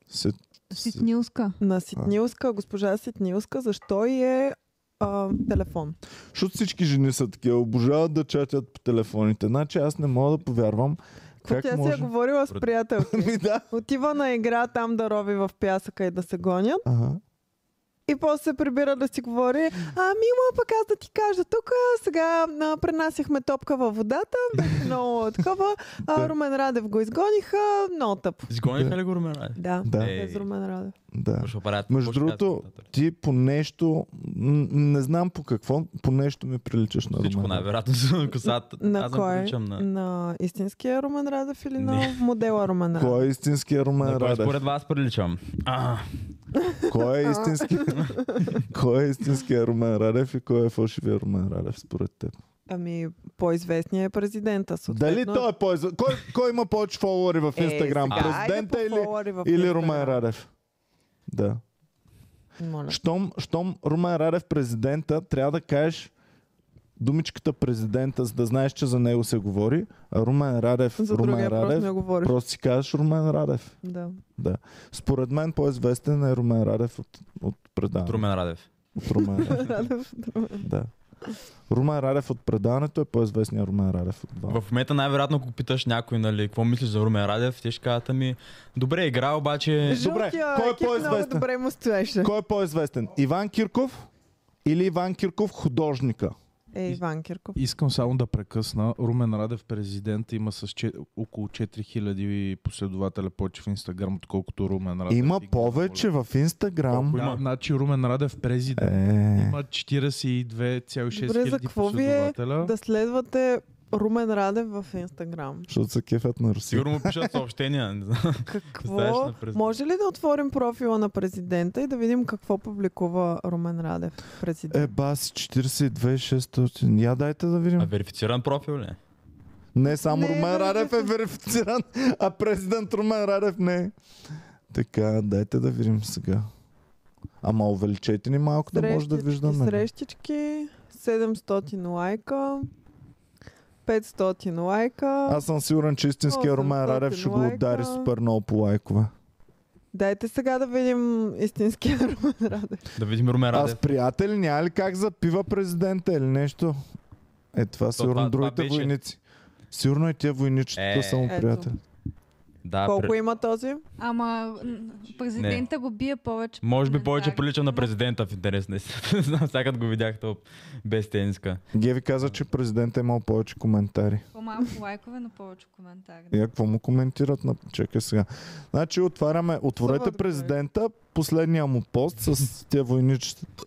[SPEAKER 1] се...
[SPEAKER 4] Ситнилска.
[SPEAKER 2] На Ситнилска, госпожа Ситнилска, защо й е а, телефон?
[SPEAKER 1] Защото всички жени са такива, обожават да чатят по телефоните. Значи аз не мога да повярвам
[SPEAKER 2] Какво
[SPEAKER 1] как
[SPEAKER 2] тя
[SPEAKER 1] може...
[SPEAKER 2] си е говорила с
[SPEAKER 1] *laughs*
[SPEAKER 3] Пред-
[SPEAKER 2] приятелки?
[SPEAKER 1] Ми да.
[SPEAKER 2] Отива на игра там да рови в пясъка и да се гонят.
[SPEAKER 1] Ага.
[SPEAKER 2] И после се прибира да си говори. А, мила, пък аз да ти кажа, тук сега а, пренасяхме топка във водата. Беше много такова. А,
[SPEAKER 1] Да.
[SPEAKER 2] Румен Радев го изгониха. Много тъпо.
[SPEAKER 3] Изгониха ли го Румен?
[SPEAKER 2] Да,
[SPEAKER 1] Да.
[SPEAKER 3] Ей.
[SPEAKER 2] без Румен Радев.
[SPEAKER 1] Да.
[SPEAKER 3] Ще правят-
[SPEAKER 1] Между
[SPEAKER 3] какво ще
[SPEAKER 1] другото,
[SPEAKER 3] правят?
[SPEAKER 1] ти по нещо, м, не знам по какво, по нещо ми приличаш на
[SPEAKER 3] Всичко
[SPEAKER 1] Румен.
[SPEAKER 3] най-вероятно *laughs* са косата.
[SPEAKER 2] На
[SPEAKER 3] Аз не
[SPEAKER 2] кой?
[SPEAKER 3] приличам на...
[SPEAKER 2] На истинския Румен Радев или
[SPEAKER 3] Не.
[SPEAKER 2] на модела Румен Радев?
[SPEAKER 1] Кой е истинския Румен
[SPEAKER 3] На кой
[SPEAKER 1] Радев?
[SPEAKER 3] според вас приличам? А,
[SPEAKER 1] Кой е истински... кой е истинския Румен Радев и кой е фалшивия Румен Радев според теб?
[SPEAKER 2] Ами, по-известният е президента.
[SPEAKER 1] Дали
[SPEAKER 2] съответно.
[SPEAKER 1] той е по кой, кой има повече фолуари в
[SPEAKER 2] Е,
[SPEAKER 1] Инстаграм?
[SPEAKER 2] сега,
[SPEAKER 1] Президента
[SPEAKER 2] айде по
[SPEAKER 1] или,
[SPEAKER 2] фолуари в
[SPEAKER 1] или
[SPEAKER 2] Инстаграм.
[SPEAKER 1] Румен Радев? Да.
[SPEAKER 2] Моля.
[SPEAKER 1] Щом, щом Румен Радев президента, трябва да кажеш думичката президента, за да знаеш, че за него се говори. А Румен Радев,
[SPEAKER 2] За
[SPEAKER 1] Румен
[SPEAKER 2] другия просто
[SPEAKER 1] Радев,
[SPEAKER 2] не говориш.
[SPEAKER 1] Просто си казваш Румен Радев.
[SPEAKER 2] Да.
[SPEAKER 1] Според мен по-известен е Румен Радев от, от
[SPEAKER 3] от
[SPEAKER 1] предаването.
[SPEAKER 3] Румен Радев.
[SPEAKER 1] От Румен Радев.
[SPEAKER 2] *laughs* Радев,
[SPEAKER 1] да. Румен Радев от предаването е по-известният Румен Радев от два.
[SPEAKER 3] В момента най-вероятно, ако питаш някой, нали, какво мислиш за Румен Радев, те ще кажат ми, добре, игра, обаче...
[SPEAKER 1] Добре,
[SPEAKER 2] Жълтия
[SPEAKER 1] кой е
[SPEAKER 2] екип много
[SPEAKER 1] по-известен?
[SPEAKER 2] добре му стоеше.
[SPEAKER 1] Кой е по-известен? Иван Кирков или Иван Кирков художника?
[SPEAKER 2] Е, Иван Кирков.
[SPEAKER 5] Искам само да прекъсна. Румен Радев президент има с че... около 4000 последователя повече в Инстаграм, отколкото Румен Радев.
[SPEAKER 1] Има
[SPEAKER 5] И ги
[SPEAKER 1] повече в Инстаграм.
[SPEAKER 5] моля. Да,
[SPEAKER 3] Има.
[SPEAKER 5] значи Румен Радев президент
[SPEAKER 1] Е,
[SPEAKER 5] има 42,6
[SPEAKER 2] Добре, за
[SPEAKER 5] хиляди
[SPEAKER 2] какво ви е
[SPEAKER 5] последователя.
[SPEAKER 2] Да следвате Румен Радев в Инстаграм.
[SPEAKER 3] *laughs*
[SPEAKER 1] Защото се кефят на Русия.
[SPEAKER 3] Сигурно му пишат съобщения. Не знам. Представяш
[SPEAKER 2] Какво?
[SPEAKER 3] на през-
[SPEAKER 2] Може ли да отворим профила на президента и да видим какво публикува Румен Радев, президент?
[SPEAKER 1] Е, бас, 42600. Я дайте да видим.
[SPEAKER 3] А верифициран профил ли? е?
[SPEAKER 1] Не, само
[SPEAKER 2] Не,
[SPEAKER 1] Румен
[SPEAKER 2] не,
[SPEAKER 1] Радев е
[SPEAKER 2] не.
[SPEAKER 1] верифициран, а президент Румен Радев не е. Така, дайте да видим сега. Ама увеличете ни малко да може да
[SPEAKER 2] Срещички,
[SPEAKER 1] виждаме. бе.
[SPEAKER 2] Срещички, 700 лайка, 500 лайка.
[SPEAKER 1] Аз съм сигурен, че истинския Румен
[SPEAKER 2] 800
[SPEAKER 1] Радев ще го
[SPEAKER 2] лайка.
[SPEAKER 1] удари супер много по лайкове.
[SPEAKER 2] Дайте сега да видим истинския *laughs* Румен Радев.
[SPEAKER 3] Да видим Румен
[SPEAKER 1] Аз
[SPEAKER 3] Радев.
[SPEAKER 1] приятели няма ли как запива президента или нещо? Е, това сигурно
[SPEAKER 3] това- това
[SPEAKER 1] другите
[SPEAKER 3] беше.
[SPEAKER 1] войници. Сигурно и тия войничета
[SPEAKER 3] Е.
[SPEAKER 1] са му
[SPEAKER 2] Ето.
[SPEAKER 1] приятели.
[SPEAKER 3] Да,
[SPEAKER 2] Колко е-
[SPEAKER 3] при-
[SPEAKER 2] има този?
[SPEAKER 4] Ама м, президента го бие повече.
[SPEAKER 3] Може би
[SPEAKER 4] Не
[SPEAKER 3] повече
[SPEAKER 4] знам.
[SPEAKER 3] прилича на президента в интерес на истината. *laughs* Не знам, всякът го видях то без тениска.
[SPEAKER 1] Геви каза, че президентът е имал повече коментари.
[SPEAKER 4] По-малко лайкове, но повече коментари.
[SPEAKER 1] Я е, какво му коментират? На... Чакай сега. Значи отваряме, отворете
[SPEAKER 2] Само да
[SPEAKER 1] президента, последния му пост с тия войничетата.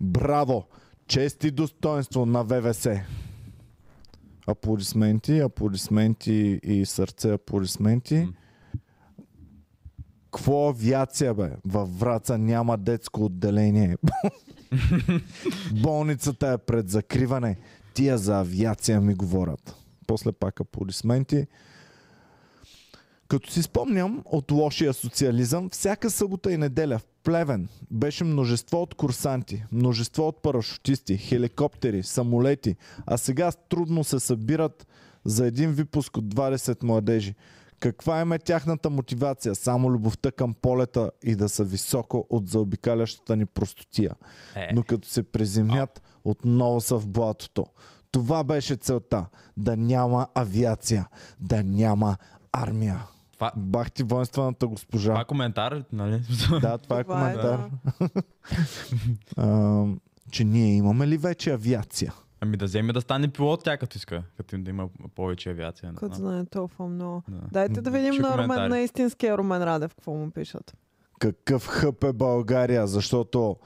[SPEAKER 1] Браво! Чест и достоинство на ВВС! Аплодисменти, аплодисменти и сърце, аплодисменти.
[SPEAKER 3] М.
[SPEAKER 1] Кво авиация, бе? Във Враца няма детско отделение. Болницата е пред закриване. Тия за авиация ми говорят. После пак аплодисменти. Като си спомням от лошия социализъм, всяка събота и неделя в Плевен беше множество от курсанти, множество от парашутисти, хеликоптери, самолети, а сега трудно се събират за един випуск от 20 младежи. Каква им е тяхната мотивация? Само любовта към полета и да са високо от заобикалящата ни простотия.
[SPEAKER 3] Е.
[SPEAKER 1] Но като се приземят, отново са в блатото. Това беше целта. Да няма авиация. Да няма армия.
[SPEAKER 3] Това,
[SPEAKER 1] Бах ти воинствената госпожа.
[SPEAKER 3] това е коментар, нали? *laughs*
[SPEAKER 1] Да, това е
[SPEAKER 2] Това е,
[SPEAKER 1] коментар. А, че ние имаме ли вече авиация?
[SPEAKER 3] Ами да вземе да стане пилот, тя като иска, като им да има повече авиация. не
[SPEAKER 2] Като
[SPEAKER 3] знам.
[SPEAKER 2] знае толкова много.
[SPEAKER 3] Да.
[SPEAKER 2] Дайте да видим
[SPEAKER 3] Ще
[SPEAKER 2] на, Румен,
[SPEAKER 3] коментари.
[SPEAKER 2] на истинския Румен Радев какво му пишат.
[SPEAKER 1] Какъв хъп е България, защото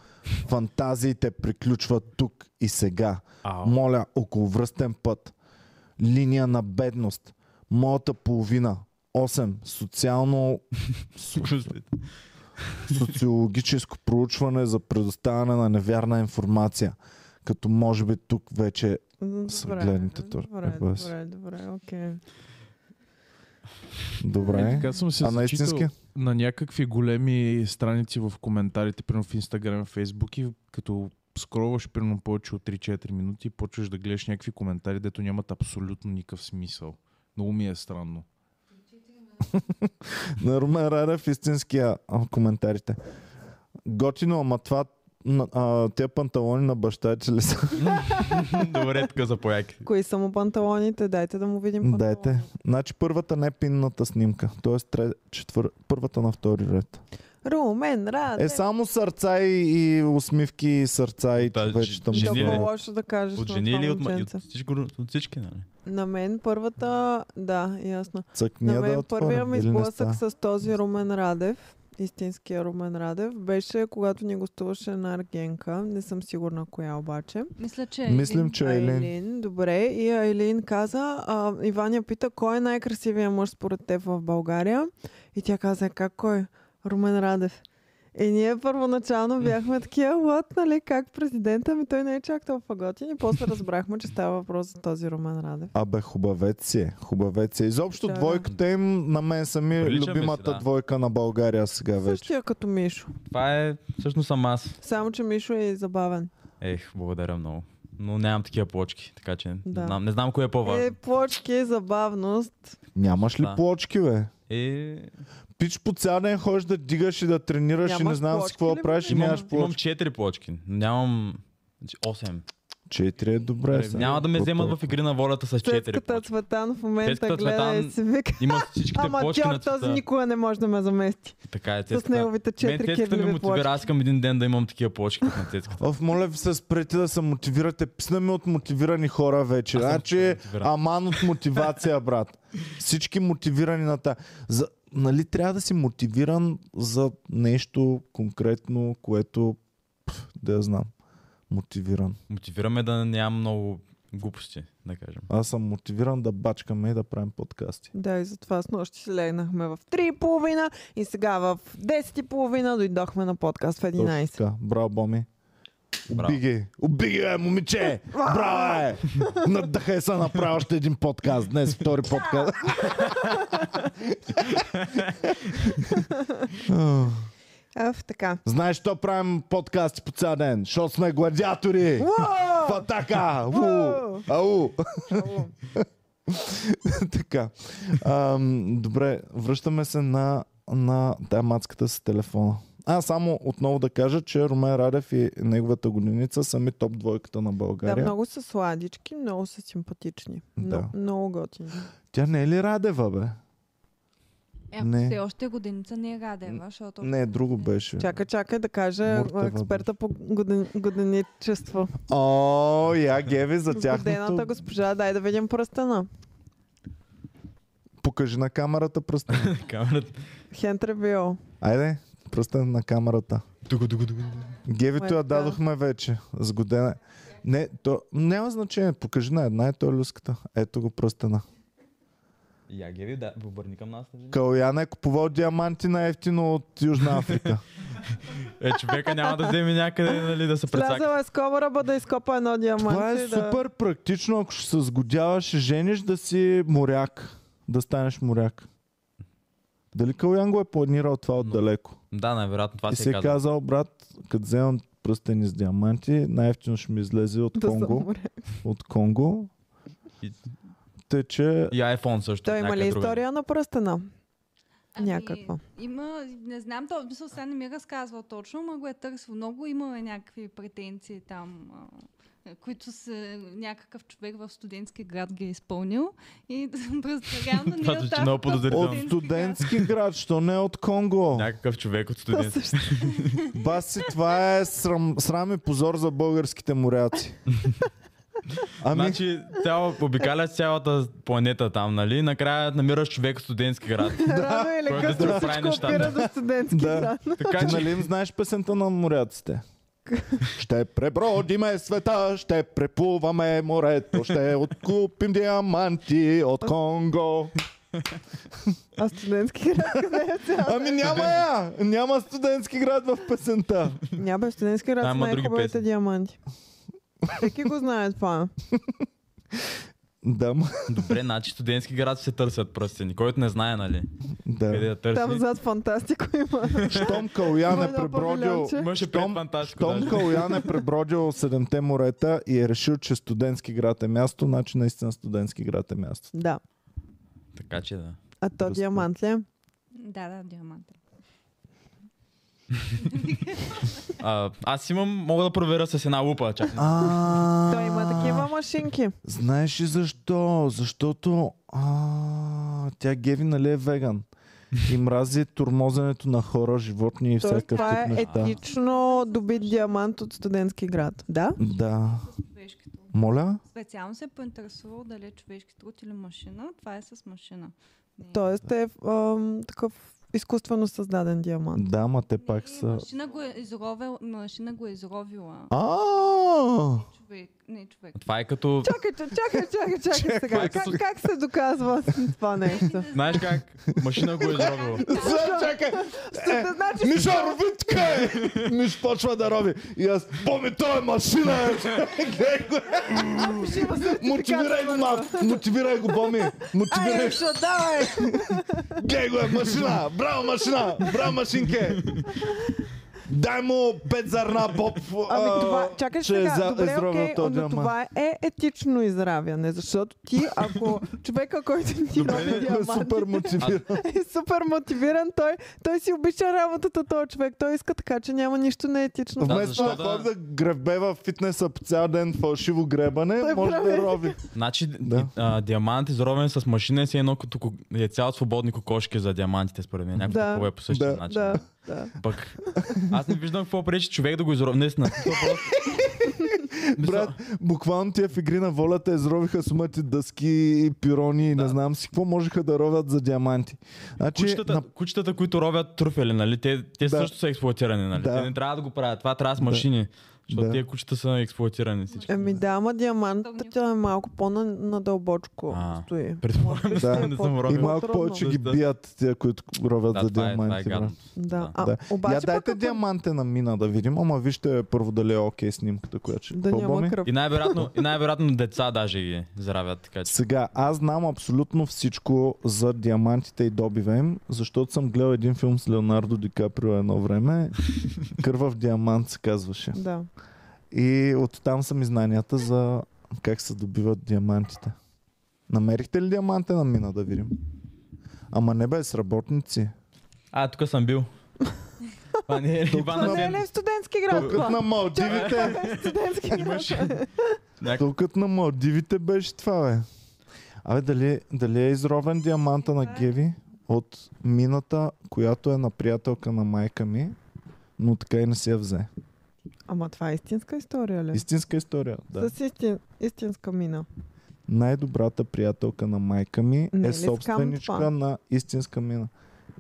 [SPEAKER 1] фантазиите приключват тук и сега.
[SPEAKER 3] Ау. *laughs*
[SPEAKER 1] Моля, околовръстен път. Линия на бедност. Моята половина. 8. Социално социологическо проучване за предоставяне на невярна информация. Като може би тук вече
[SPEAKER 2] М,
[SPEAKER 1] С
[SPEAKER 2] Добре,
[SPEAKER 1] гледните тор-
[SPEAKER 2] добре,
[SPEAKER 1] е, бас.
[SPEAKER 2] добре, добре, окей.
[SPEAKER 3] Е,
[SPEAKER 1] добре.
[SPEAKER 5] Така съм се
[SPEAKER 1] А на
[SPEAKER 5] зачитал
[SPEAKER 1] истински?
[SPEAKER 5] на някакви големи страници в коментарите, примерно в Instagram, Facebook и като скроваш примерно повече от 3-4 минути и почваш да гледаш някакви коментари, дето нямат абсолютно никакъв смисъл. Много ми е странно.
[SPEAKER 1] На Румен Радев истинския а, в коментарите. Готино, ама това на- а, тия панталони на баща ти ли са? *laughs*
[SPEAKER 3] Добре, така за пояки.
[SPEAKER 2] Кои са му панталоните? Дайте да му видим панталоните.
[SPEAKER 1] Дайте. Значи първата не е пинната снимка. Тоест тре, четвър... първата на втори ред.
[SPEAKER 2] Румен Радев.
[SPEAKER 1] Е само сърца и, и усмивки и сърца и
[SPEAKER 3] Та,
[SPEAKER 1] вече
[SPEAKER 3] ж- жени
[SPEAKER 2] Толкова
[SPEAKER 3] ли?
[SPEAKER 1] там.
[SPEAKER 2] лошо да кажеш
[SPEAKER 3] От
[SPEAKER 2] на
[SPEAKER 3] жени
[SPEAKER 2] това
[SPEAKER 3] или от, ма- и
[SPEAKER 2] момченце.
[SPEAKER 3] от, всичко, от всички, нали?
[SPEAKER 2] На мен първата, да, ясно.
[SPEAKER 1] Цъкния
[SPEAKER 2] на
[SPEAKER 1] да
[SPEAKER 2] мен първия
[SPEAKER 1] отворим,
[SPEAKER 2] ми
[SPEAKER 1] или не
[SPEAKER 2] сблъсък
[SPEAKER 1] става?
[SPEAKER 2] с този Румен Радев, истинския Румен Радев, беше когато ни гостуваше на Аргенка. Не съм сигурна коя обаче.
[SPEAKER 4] Мисля, че...
[SPEAKER 1] Мислим, че е Елен.
[SPEAKER 2] Айлин, добре. И Айлин каза, а, Иваня пита, кой е най-красивия мъж според теб в България? И тя каза, как кой? Румен Радев. И ние първоначално бяхме такива, лът, нали, как президента ми, той не е чак толкова готин. И после разбрахме, че става въпрос за този Румен Радев.
[SPEAKER 1] Абе, хубавец си е. Хубавец си е. Изобщо
[SPEAKER 2] Да, да.
[SPEAKER 1] двойката им на мен сами е
[SPEAKER 3] Приличаме си,
[SPEAKER 1] любимата
[SPEAKER 3] да.
[SPEAKER 1] двойка на България сега вече.
[SPEAKER 2] Същия като Мишо.
[SPEAKER 3] Това е, всъщност съм аз.
[SPEAKER 2] Само, че Мишо е забавен.
[SPEAKER 3] Ех, благодаря много. Но нямам такива плочки, така че
[SPEAKER 2] Да.
[SPEAKER 3] не, знам, не знам кое е
[SPEAKER 2] Е,
[SPEAKER 3] по-важно.
[SPEAKER 2] плочки, забавност.
[SPEAKER 1] Нямаш ли
[SPEAKER 3] Да.
[SPEAKER 1] плочки, бе?
[SPEAKER 3] Е,
[SPEAKER 1] Пич по цял ден ходиш да дигаш и да тренираш и
[SPEAKER 2] Нямаш
[SPEAKER 1] не знам с
[SPEAKER 2] плочки
[SPEAKER 1] какво
[SPEAKER 2] ли,
[SPEAKER 1] да правиш и
[SPEAKER 2] бе?
[SPEAKER 1] нямаш
[SPEAKER 3] имам, имам
[SPEAKER 1] плочки.
[SPEAKER 3] 4 плочки, но нямам 8.
[SPEAKER 1] Четири е добре. сега.
[SPEAKER 3] Нали, Няма да ме вземат в игри на волята с 4
[SPEAKER 2] Цецката
[SPEAKER 3] плочки.
[SPEAKER 2] Цветан в момента
[SPEAKER 3] Цецката
[SPEAKER 2] гледа
[SPEAKER 3] Цветан
[SPEAKER 2] и си вика.
[SPEAKER 3] Има всичките
[SPEAKER 2] Ама
[SPEAKER 3] плочки на
[SPEAKER 2] Джордж този
[SPEAKER 3] цвета.
[SPEAKER 2] никога не може да ме замести.
[SPEAKER 3] Така е,
[SPEAKER 2] С
[SPEAKER 3] цецката.
[SPEAKER 2] неговите
[SPEAKER 3] Мен
[SPEAKER 2] четири
[SPEAKER 3] цецката ми
[SPEAKER 2] кирливи плочки.
[SPEAKER 3] мотивира, аз искам един ден да имам такива плочки като на цецката.
[SPEAKER 1] Оф, моля ви се, спрете да се мотивирате. Писна ми от мотивирани хора вече.
[SPEAKER 3] Аз съм
[SPEAKER 1] Значи,
[SPEAKER 3] мотивиран.
[SPEAKER 1] аман от мотивация, брат. Всички мотивирани на та. За, нали трябва да си мотивиран за нещо конкретно, което пф, да я знам. Мотивиран.
[SPEAKER 3] Мотивираме да нямам много глупости, да кажем. *laughs*
[SPEAKER 1] Аз съм мотивиран да бачкаме и да правим подкасти.
[SPEAKER 2] Да, и затова с нощи си легнахме в 3.30 и сега в 10.30 дойдохме на подкаст в 11.
[SPEAKER 1] Точно така. Браво, Боми.
[SPEAKER 3] Браво.
[SPEAKER 1] Убиги! Убиги, бе, момиче! Браво, е! Надъхай се направи още един подкаст. Днес втори подкаст.
[SPEAKER 2] Аф, така.
[SPEAKER 1] Знаеш, що правим подкасти по цял ден? Що сме гладиатори!
[SPEAKER 3] Е,
[SPEAKER 1] В
[SPEAKER 2] Уау!
[SPEAKER 1] атака! У!
[SPEAKER 2] Уу!
[SPEAKER 1] Ау! *laughs* така. Ам, добре, връщаме се на, на тая мацката с телефона. А, само отново да кажа, че Румен Радев и неговата годиница са ми топ двойката на
[SPEAKER 2] Да,
[SPEAKER 1] България.
[SPEAKER 2] много са сладички, много са симпатични.
[SPEAKER 1] Да.
[SPEAKER 2] Да. Много готини.
[SPEAKER 1] Тя не е ли Радева, бе?
[SPEAKER 4] Е,
[SPEAKER 1] Не.
[SPEAKER 4] не. все още годиница не е Радева, защото...
[SPEAKER 1] Не, друго беше.
[SPEAKER 2] Чакай, чакай да каже
[SPEAKER 1] Муртева
[SPEAKER 2] експерта по годен, годеничество.
[SPEAKER 1] О, я геви за
[SPEAKER 2] Годената
[SPEAKER 1] тяхното...
[SPEAKER 2] госпожа, дай да видим пръстена.
[SPEAKER 1] Покажи на камерата пръстен.
[SPEAKER 3] Камерата.
[SPEAKER 2] Хентре Био.
[SPEAKER 1] Айде, пръстен на камерата. Гевито я
[SPEAKER 2] Ето.
[SPEAKER 1] дадохме вече. С годена. е. Не, то няма значение. Покажи на една, ето е люската. Ето го пръстена.
[SPEAKER 3] Я Геви, да, обърни към нас. нали?
[SPEAKER 1] Калян е купувал диаманти на ефтино от Южна Африка.
[SPEAKER 3] Е, човека няма да вземе някъде, нали, да се прецака.
[SPEAKER 2] Слязала е с кобъра, да изкопа едно диамант.
[SPEAKER 1] Това е супер практично, ако ще се сгодяваш и жениш да си моряк. Да станеш моряк. Дали Калян го е планирал това отдалеко?
[SPEAKER 3] Да, най-вероятно това
[SPEAKER 1] и
[SPEAKER 3] се
[SPEAKER 1] се е
[SPEAKER 3] казва.
[SPEAKER 1] казал, брат, като вземам пръстени с диаманти, най-ефтино ще ми излезе от
[SPEAKER 2] Да, да се
[SPEAKER 1] Конго.
[SPEAKER 2] умре.
[SPEAKER 1] От Конго.
[SPEAKER 3] И-
[SPEAKER 1] Тъй, че
[SPEAKER 3] И iPhone също.
[SPEAKER 2] Той има ли
[SPEAKER 3] някъде другаде.
[SPEAKER 2] история на пръстена?
[SPEAKER 4] Ами,
[SPEAKER 2] Някаква.
[SPEAKER 4] Има, не знам, то, в смисъл сега не ми е разказвал точно, но го е търсил много. Имаме някакви претенции там, а, които се, някакъв човек в студентски град ги е изпълнил. И *laughs* през реално
[SPEAKER 3] Това
[SPEAKER 4] не е
[SPEAKER 3] звучи
[SPEAKER 4] тази-
[SPEAKER 3] много подозрително.
[SPEAKER 1] от студентски град, що не от Конго.
[SPEAKER 3] Някакъв
[SPEAKER 2] *laughs*
[SPEAKER 3] човек от
[SPEAKER 2] То
[SPEAKER 3] студент.
[SPEAKER 2] също.
[SPEAKER 1] Баси, това е срам, срам и позор за българските
[SPEAKER 3] *laughs*
[SPEAKER 1] моряци. Ами,
[SPEAKER 3] Значи, цяло, обикаляш цялата планета там, нали? Накрая намираш човек в
[SPEAKER 2] *laughs*
[SPEAKER 3] студентски град.
[SPEAKER 2] Рано или
[SPEAKER 3] Който *laughs* да
[SPEAKER 2] късно
[SPEAKER 3] си оправи
[SPEAKER 2] всичко
[SPEAKER 3] нещата.
[SPEAKER 2] опира до студентски
[SPEAKER 1] Да.
[SPEAKER 2] град.
[SPEAKER 3] Така
[SPEAKER 1] ти
[SPEAKER 3] че,
[SPEAKER 1] нали им знаеш песента на моряците? Ще пребродиме света, ще преплуваме морето, ще откупим диаманти от Конго.
[SPEAKER 2] А студентски град
[SPEAKER 3] *laughs*
[SPEAKER 2] къде е цял?
[SPEAKER 1] Ами няма я! Няма студентски град в песента.
[SPEAKER 2] Няма бе, в студентски град
[SPEAKER 3] Там
[SPEAKER 2] са
[SPEAKER 3] има други
[SPEAKER 2] най-хубавите
[SPEAKER 3] песни.
[SPEAKER 2] диаманти. Всеки го знае това.
[SPEAKER 1] Да, ма-
[SPEAKER 3] добре, значи студентски град се търсят пръстени. Който не знае, нали? Къде
[SPEAKER 1] да.
[SPEAKER 3] да търси.
[SPEAKER 2] Там зад фантастико има.
[SPEAKER 1] Щом Калян
[SPEAKER 2] Има
[SPEAKER 1] е
[SPEAKER 2] едно
[SPEAKER 1] пребродил...
[SPEAKER 2] павилионче.
[SPEAKER 3] Имаше
[SPEAKER 1] Щом-
[SPEAKER 3] пред фантастико.
[SPEAKER 1] Том
[SPEAKER 3] даже.
[SPEAKER 1] Калян е пребродил седемте морета и е решил, че студентски град е място, значи наистина студентски град е място.
[SPEAKER 2] Да.
[SPEAKER 3] Така че да.
[SPEAKER 2] А то
[SPEAKER 1] Просто.
[SPEAKER 2] диамант ли е?
[SPEAKER 4] Да, да, диамант.
[SPEAKER 3] А, аз имам, мога да проверя с една лупа. Чак.
[SPEAKER 1] А,
[SPEAKER 2] Той има такива машинки.
[SPEAKER 1] Знаеш ли защо? Защото а, тя Геви нали е веган и мрази турмозенето на хора, животни и
[SPEAKER 2] Тоест,
[SPEAKER 1] всякакъв
[SPEAKER 2] това е
[SPEAKER 1] тип неща.
[SPEAKER 2] етично добит диамант от студентски град. Да?
[SPEAKER 1] Да.
[SPEAKER 4] Човешки труд.
[SPEAKER 1] Моля?
[SPEAKER 4] Специално се е поинтересувал дали е човешки труд или машина. Това е с машина. Не е-
[SPEAKER 2] Тоест е ам, такъв изкуствено създаден диамант.
[SPEAKER 1] Да, ма те
[SPEAKER 4] не,
[SPEAKER 1] пак са...
[SPEAKER 4] Машина го е, изровел, машина го е изровила.
[SPEAKER 1] А,
[SPEAKER 4] Човек, не човек.
[SPEAKER 3] Това е като...
[SPEAKER 2] Чакай, ча- чакай, чакай, чакай сега.
[SPEAKER 3] Чакай.
[SPEAKER 2] Как, как се доказва това нещо?
[SPEAKER 3] Знаеш как? Машина го е изробила.
[SPEAKER 1] За- Чакай! Е,
[SPEAKER 2] Значи,
[SPEAKER 1] Мишо, роби тук! е! Миш почва да роби. И аз, поми, той е *laughs* машина! е! Гледай го.
[SPEAKER 2] значи,
[SPEAKER 1] Мотивирай го, мам! Мотивирай го, Боми! Мотивирай!
[SPEAKER 2] Айде, шо, давай!
[SPEAKER 1] Гледай го, е машина! Браво, машина! Браво, машинке! Дай му пет зърна, Боб! а,
[SPEAKER 2] Ами това, чакай
[SPEAKER 1] че е
[SPEAKER 2] сега,
[SPEAKER 1] за- е
[SPEAKER 2] добре,
[SPEAKER 1] здраве
[SPEAKER 2] окей,
[SPEAKER 1] от този
[SPEAKER 2] но
[SPEAKER 1] диамант.
[SPEAKER 2] това е етично изравяне, защото ти, ако човека, който ти роби диамант,
[SPEAKER 1] е, Супер мотивиран.
[SPEAKER 2] е супер мотивиран, той, той си обича работата, този човек, той иска така, че няма нищо неетично.
[SPEAKER 3] Да,
[SPEAKER 1] Вместо
[SPEAKER 3] защо
[SPEAKER 1] да
[SPEAKER 3] да-
[SPEAKER 1] ходи да гребе в фитнеса по цял ден фалшиво гребане,
[SPEAKER 2] Той
[SPEAKER 1] може да
[SPEAKER 2] прави.
[SPEAKER 1] роби.
[SPEAKER 3] Значи
[SPEAKER 1] Да.
[SPEAKER 3] да. а, диамант изровен с машина е си едно като ко- е цял свободни кокошки за диамантите, според мен. Някакво
[SPEAKER 2] Да.
[SPEAKER 3] такова е по същия
[SPEAKER 1] Да.
[SPEAKER 3] начин.
[SPEAKER 2] Да, да.
[SPEAKER 3] Пък аз не виждам какво пречи човек да го
[SPEAKER 1] *laughs*
[SPEAKER 3] изрови. Наистина. то просто-
[SPEAKER 1] Брат, буквално тия в игри на волята изровиха сумати дъски и пирони и не знам си какво можеха да ровят за диаманти. Значи,
[SPEAKER 3] Кучетата,
[SPEAKER 1] на...
[SPEAKER 3] кучетата, които ровят труфели, нали? Те, те
[SPEAKER 1] Да.
[SPEAKER 3] също са експлуатирани, нали?
[SPEAKER 1] Да.
[SPEAKER 3] Те не трябва да го правят. Това трябва с машини. Защото
[SPEAKER 1] Да.
[SPEAKER 3] тия кучета са експлуатирани всички.
[SPEAKER 2] Еми Ами да, ама диамантът е малко по-надълбочко
[SPEAKER 3] А.
[SPEAKER 2] стои.
[SPEAKER 3] Предполагам,
[SPEAKER 1] Да.
[SPEAKER 3] да, не съм
[SPEAKER 1] И
[SPEAKER 2] Много
[SPEAKER 3] робил.
[SPEAKER 1] малко
[SPEAKER 2] трудно.
[SPEAKER 1] повече ги
[SPEAKER 3] Да.
[SPEAKER 1] бият тия, които ровят
[SPEAKER 3] Да,
[SPEAKER 1] за
[SPEAKER 3] това е, това е
[SPEAKER 1] диаманти.
[SPEAKER 3] гадно.
[SPEAKER 1] брат.
[SPEAKER 2] Да. А,
[SPEAKER 1] Да.
[SPEAKER 2] Обаче
[SPEAKER 1] Я дайте
[SPEAKER 2] пък, ако-
[SPEAKER 1] диаманте на мина да видим, ама вижте първодаля окей снимката, която ще
[SPEAKER 2] Да
[SPEAKER 1] какво, Боми?
[SPEAKER 2] няма кръв.
[SPEAKER 3] И най-вероятно, и най-вероятно деца даже ги заравят, така че.
[SPEAKER 1] Сега, аз знам абсолютно всичко за диамантите и добива им, защото съм гледал един филм с Леонардо Ди Каприо едно
[SPEAKER 2] *laughs*
[SPEAKER 1] време. Кървав диамант се казваше.
[SPEAKER 2] Да.
[SPEAKER 1] И оттам са ми знанията за как се добиват диамантите. Намерихте ли диаманте на мина да видим? Ама не бе, с работници.
[SPEAKER 3] А, тук съм бил. Това не е ли Иван
[SPEAKER 2] Това не е
[SPEAKER 3] Асен?
[SPEAKER 2] ли в студентски град?
[SPEAKER 1] Токът
[SPEAKER 2] това?
[SPEAKER 1] на Малдивите!
[SPEAKER 2] Това е в студентски град.
[SPEAKER 3] Някак-
[SPEAKER 1] Токът на Малдивите беше това, бе. Абе, дали, дали е изровен диаманта
[SPEAKER 2] е.
[SPEAKER 1] на Геви от мината, която е на приятелка на майка ми, но така и не си я взе.
[SPEAKER 2] Ама това е истинска история ли?
[SPEAKER 1] Истинска история, да.
[SPEAKER 2] С истин, истинска мина.
[SPEAKER 1] Най-добрата приятелка на майка ми
[SPEAKER 2] Не
[SPEAKER 1] е
[SPEAKER 2] е ли скам
[SPEAKER 1] собственичка
[SPEAKER 2] това?
[SPEAKER 1] на истинска мина.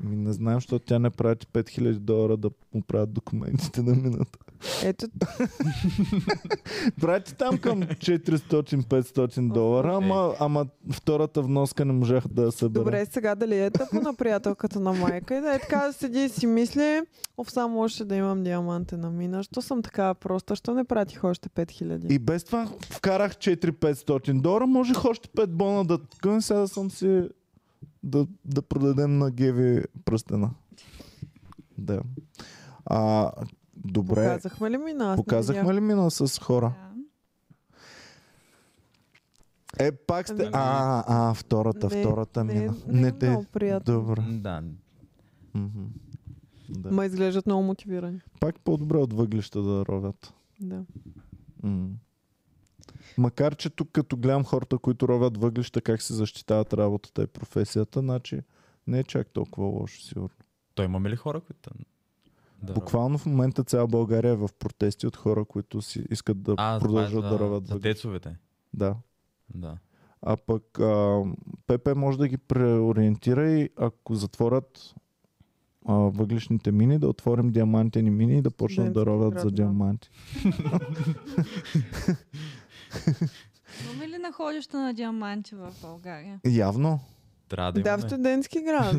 [SPEAKER 1] Ми не знам, защото тя не прати 5000 долара да му правят документите на
[SPEAKER 2] *laughs*
[SPEAKER 1] мината.
[SPEAKER 2] Ето,
[SPEAKER 1] Прати там към 400-500 долара, ама, ама втората вноска не можах да я събера.
[SPEAKER 2] добре, сега дали е тъпо на приятелката на майка и да е така да седи и си мисли, ов, само още да имам диаманте на мина. Що съм така проста? Що не пратих още 5000?
[SPEAKER 1] И без това вкарах 4-500 долара, можех още 5 бона да ткъм, сега да съм си да, да продадем на Геви пръстена. Да. А, добре,
[SPEAKER 2] Показахме ли мина? Аз не видях.
[SPEAKER 1] показахме ли мина с хора?
[SPEAKER 4] Да.
[SPEAKER 1] Е, пак сте...
[SPEAKER 2] Ами-
[SPEAKER 1] А, а, втората,
[SPEAKER 2] Не,
[SPEAKER 1] втората
[SPEAKER 2] не,
[SPEAKER 1] мина.
[SPEAKER 2] Не, не, е
[SPEAKER 1] те...
[SPEAKER 2] много приятно.
[SPEAKER 1] Добре.
[SPEAKER 3] Да.
[SPEAKER 1] Мгм. Да.
[SPEAKER 2] Ма изглеждат много мотивирани.
[SPEAKER 1] Пак по-добре от въглища да ровят.
[SPEAKER 2] Да.
[SPEAKER 1] М. Макар, че тук като гледам хората, които ровят въглища, как се защитават работата и професията, значи не е чак толкова лошо, сигурно.
[SPEAKER 3] Той имаме ли хора, които... Да,
[SPEAKER 1] Буквално в момента цяла България е в протести от хора, които си искат да
[SPEAKER 3] а, това е
[SPEAKER 1] продължат
[SPEAKER 3] за-
[SPEAKER 1] да ровят
[SPEAKER 3] За
[SPEAKER 1] въглища.
[SPEAKER 3] тецовете.
[SPEAKER 1] Да.
[SPEAKER 3] Да.
[SPEAKER 1] А пък а, ПП може да ги преориентира и ако затворят а, въглишните мини, да отворим диамантени мини и да почнат да
[SPEAKER 2] Студентски
[SPEAKER 1] ровят
[SPEAKER 2] град,
[SPEAKER 1] за
[SPEAKER 2] да.
[SPEAKER 1] диаманти.
[SPEAKER 4] Имаме ли находища на диаманти в България?
[SPEAKER 1] Явно.
[SPEAKER 3] Трябва да
[SPEAKER 2] Да,
[SPEAKER 3] имаме.
[SPEAKER 2] в студентски
[SPEAKER 1] *laughs*
[SPEAKER 2] град.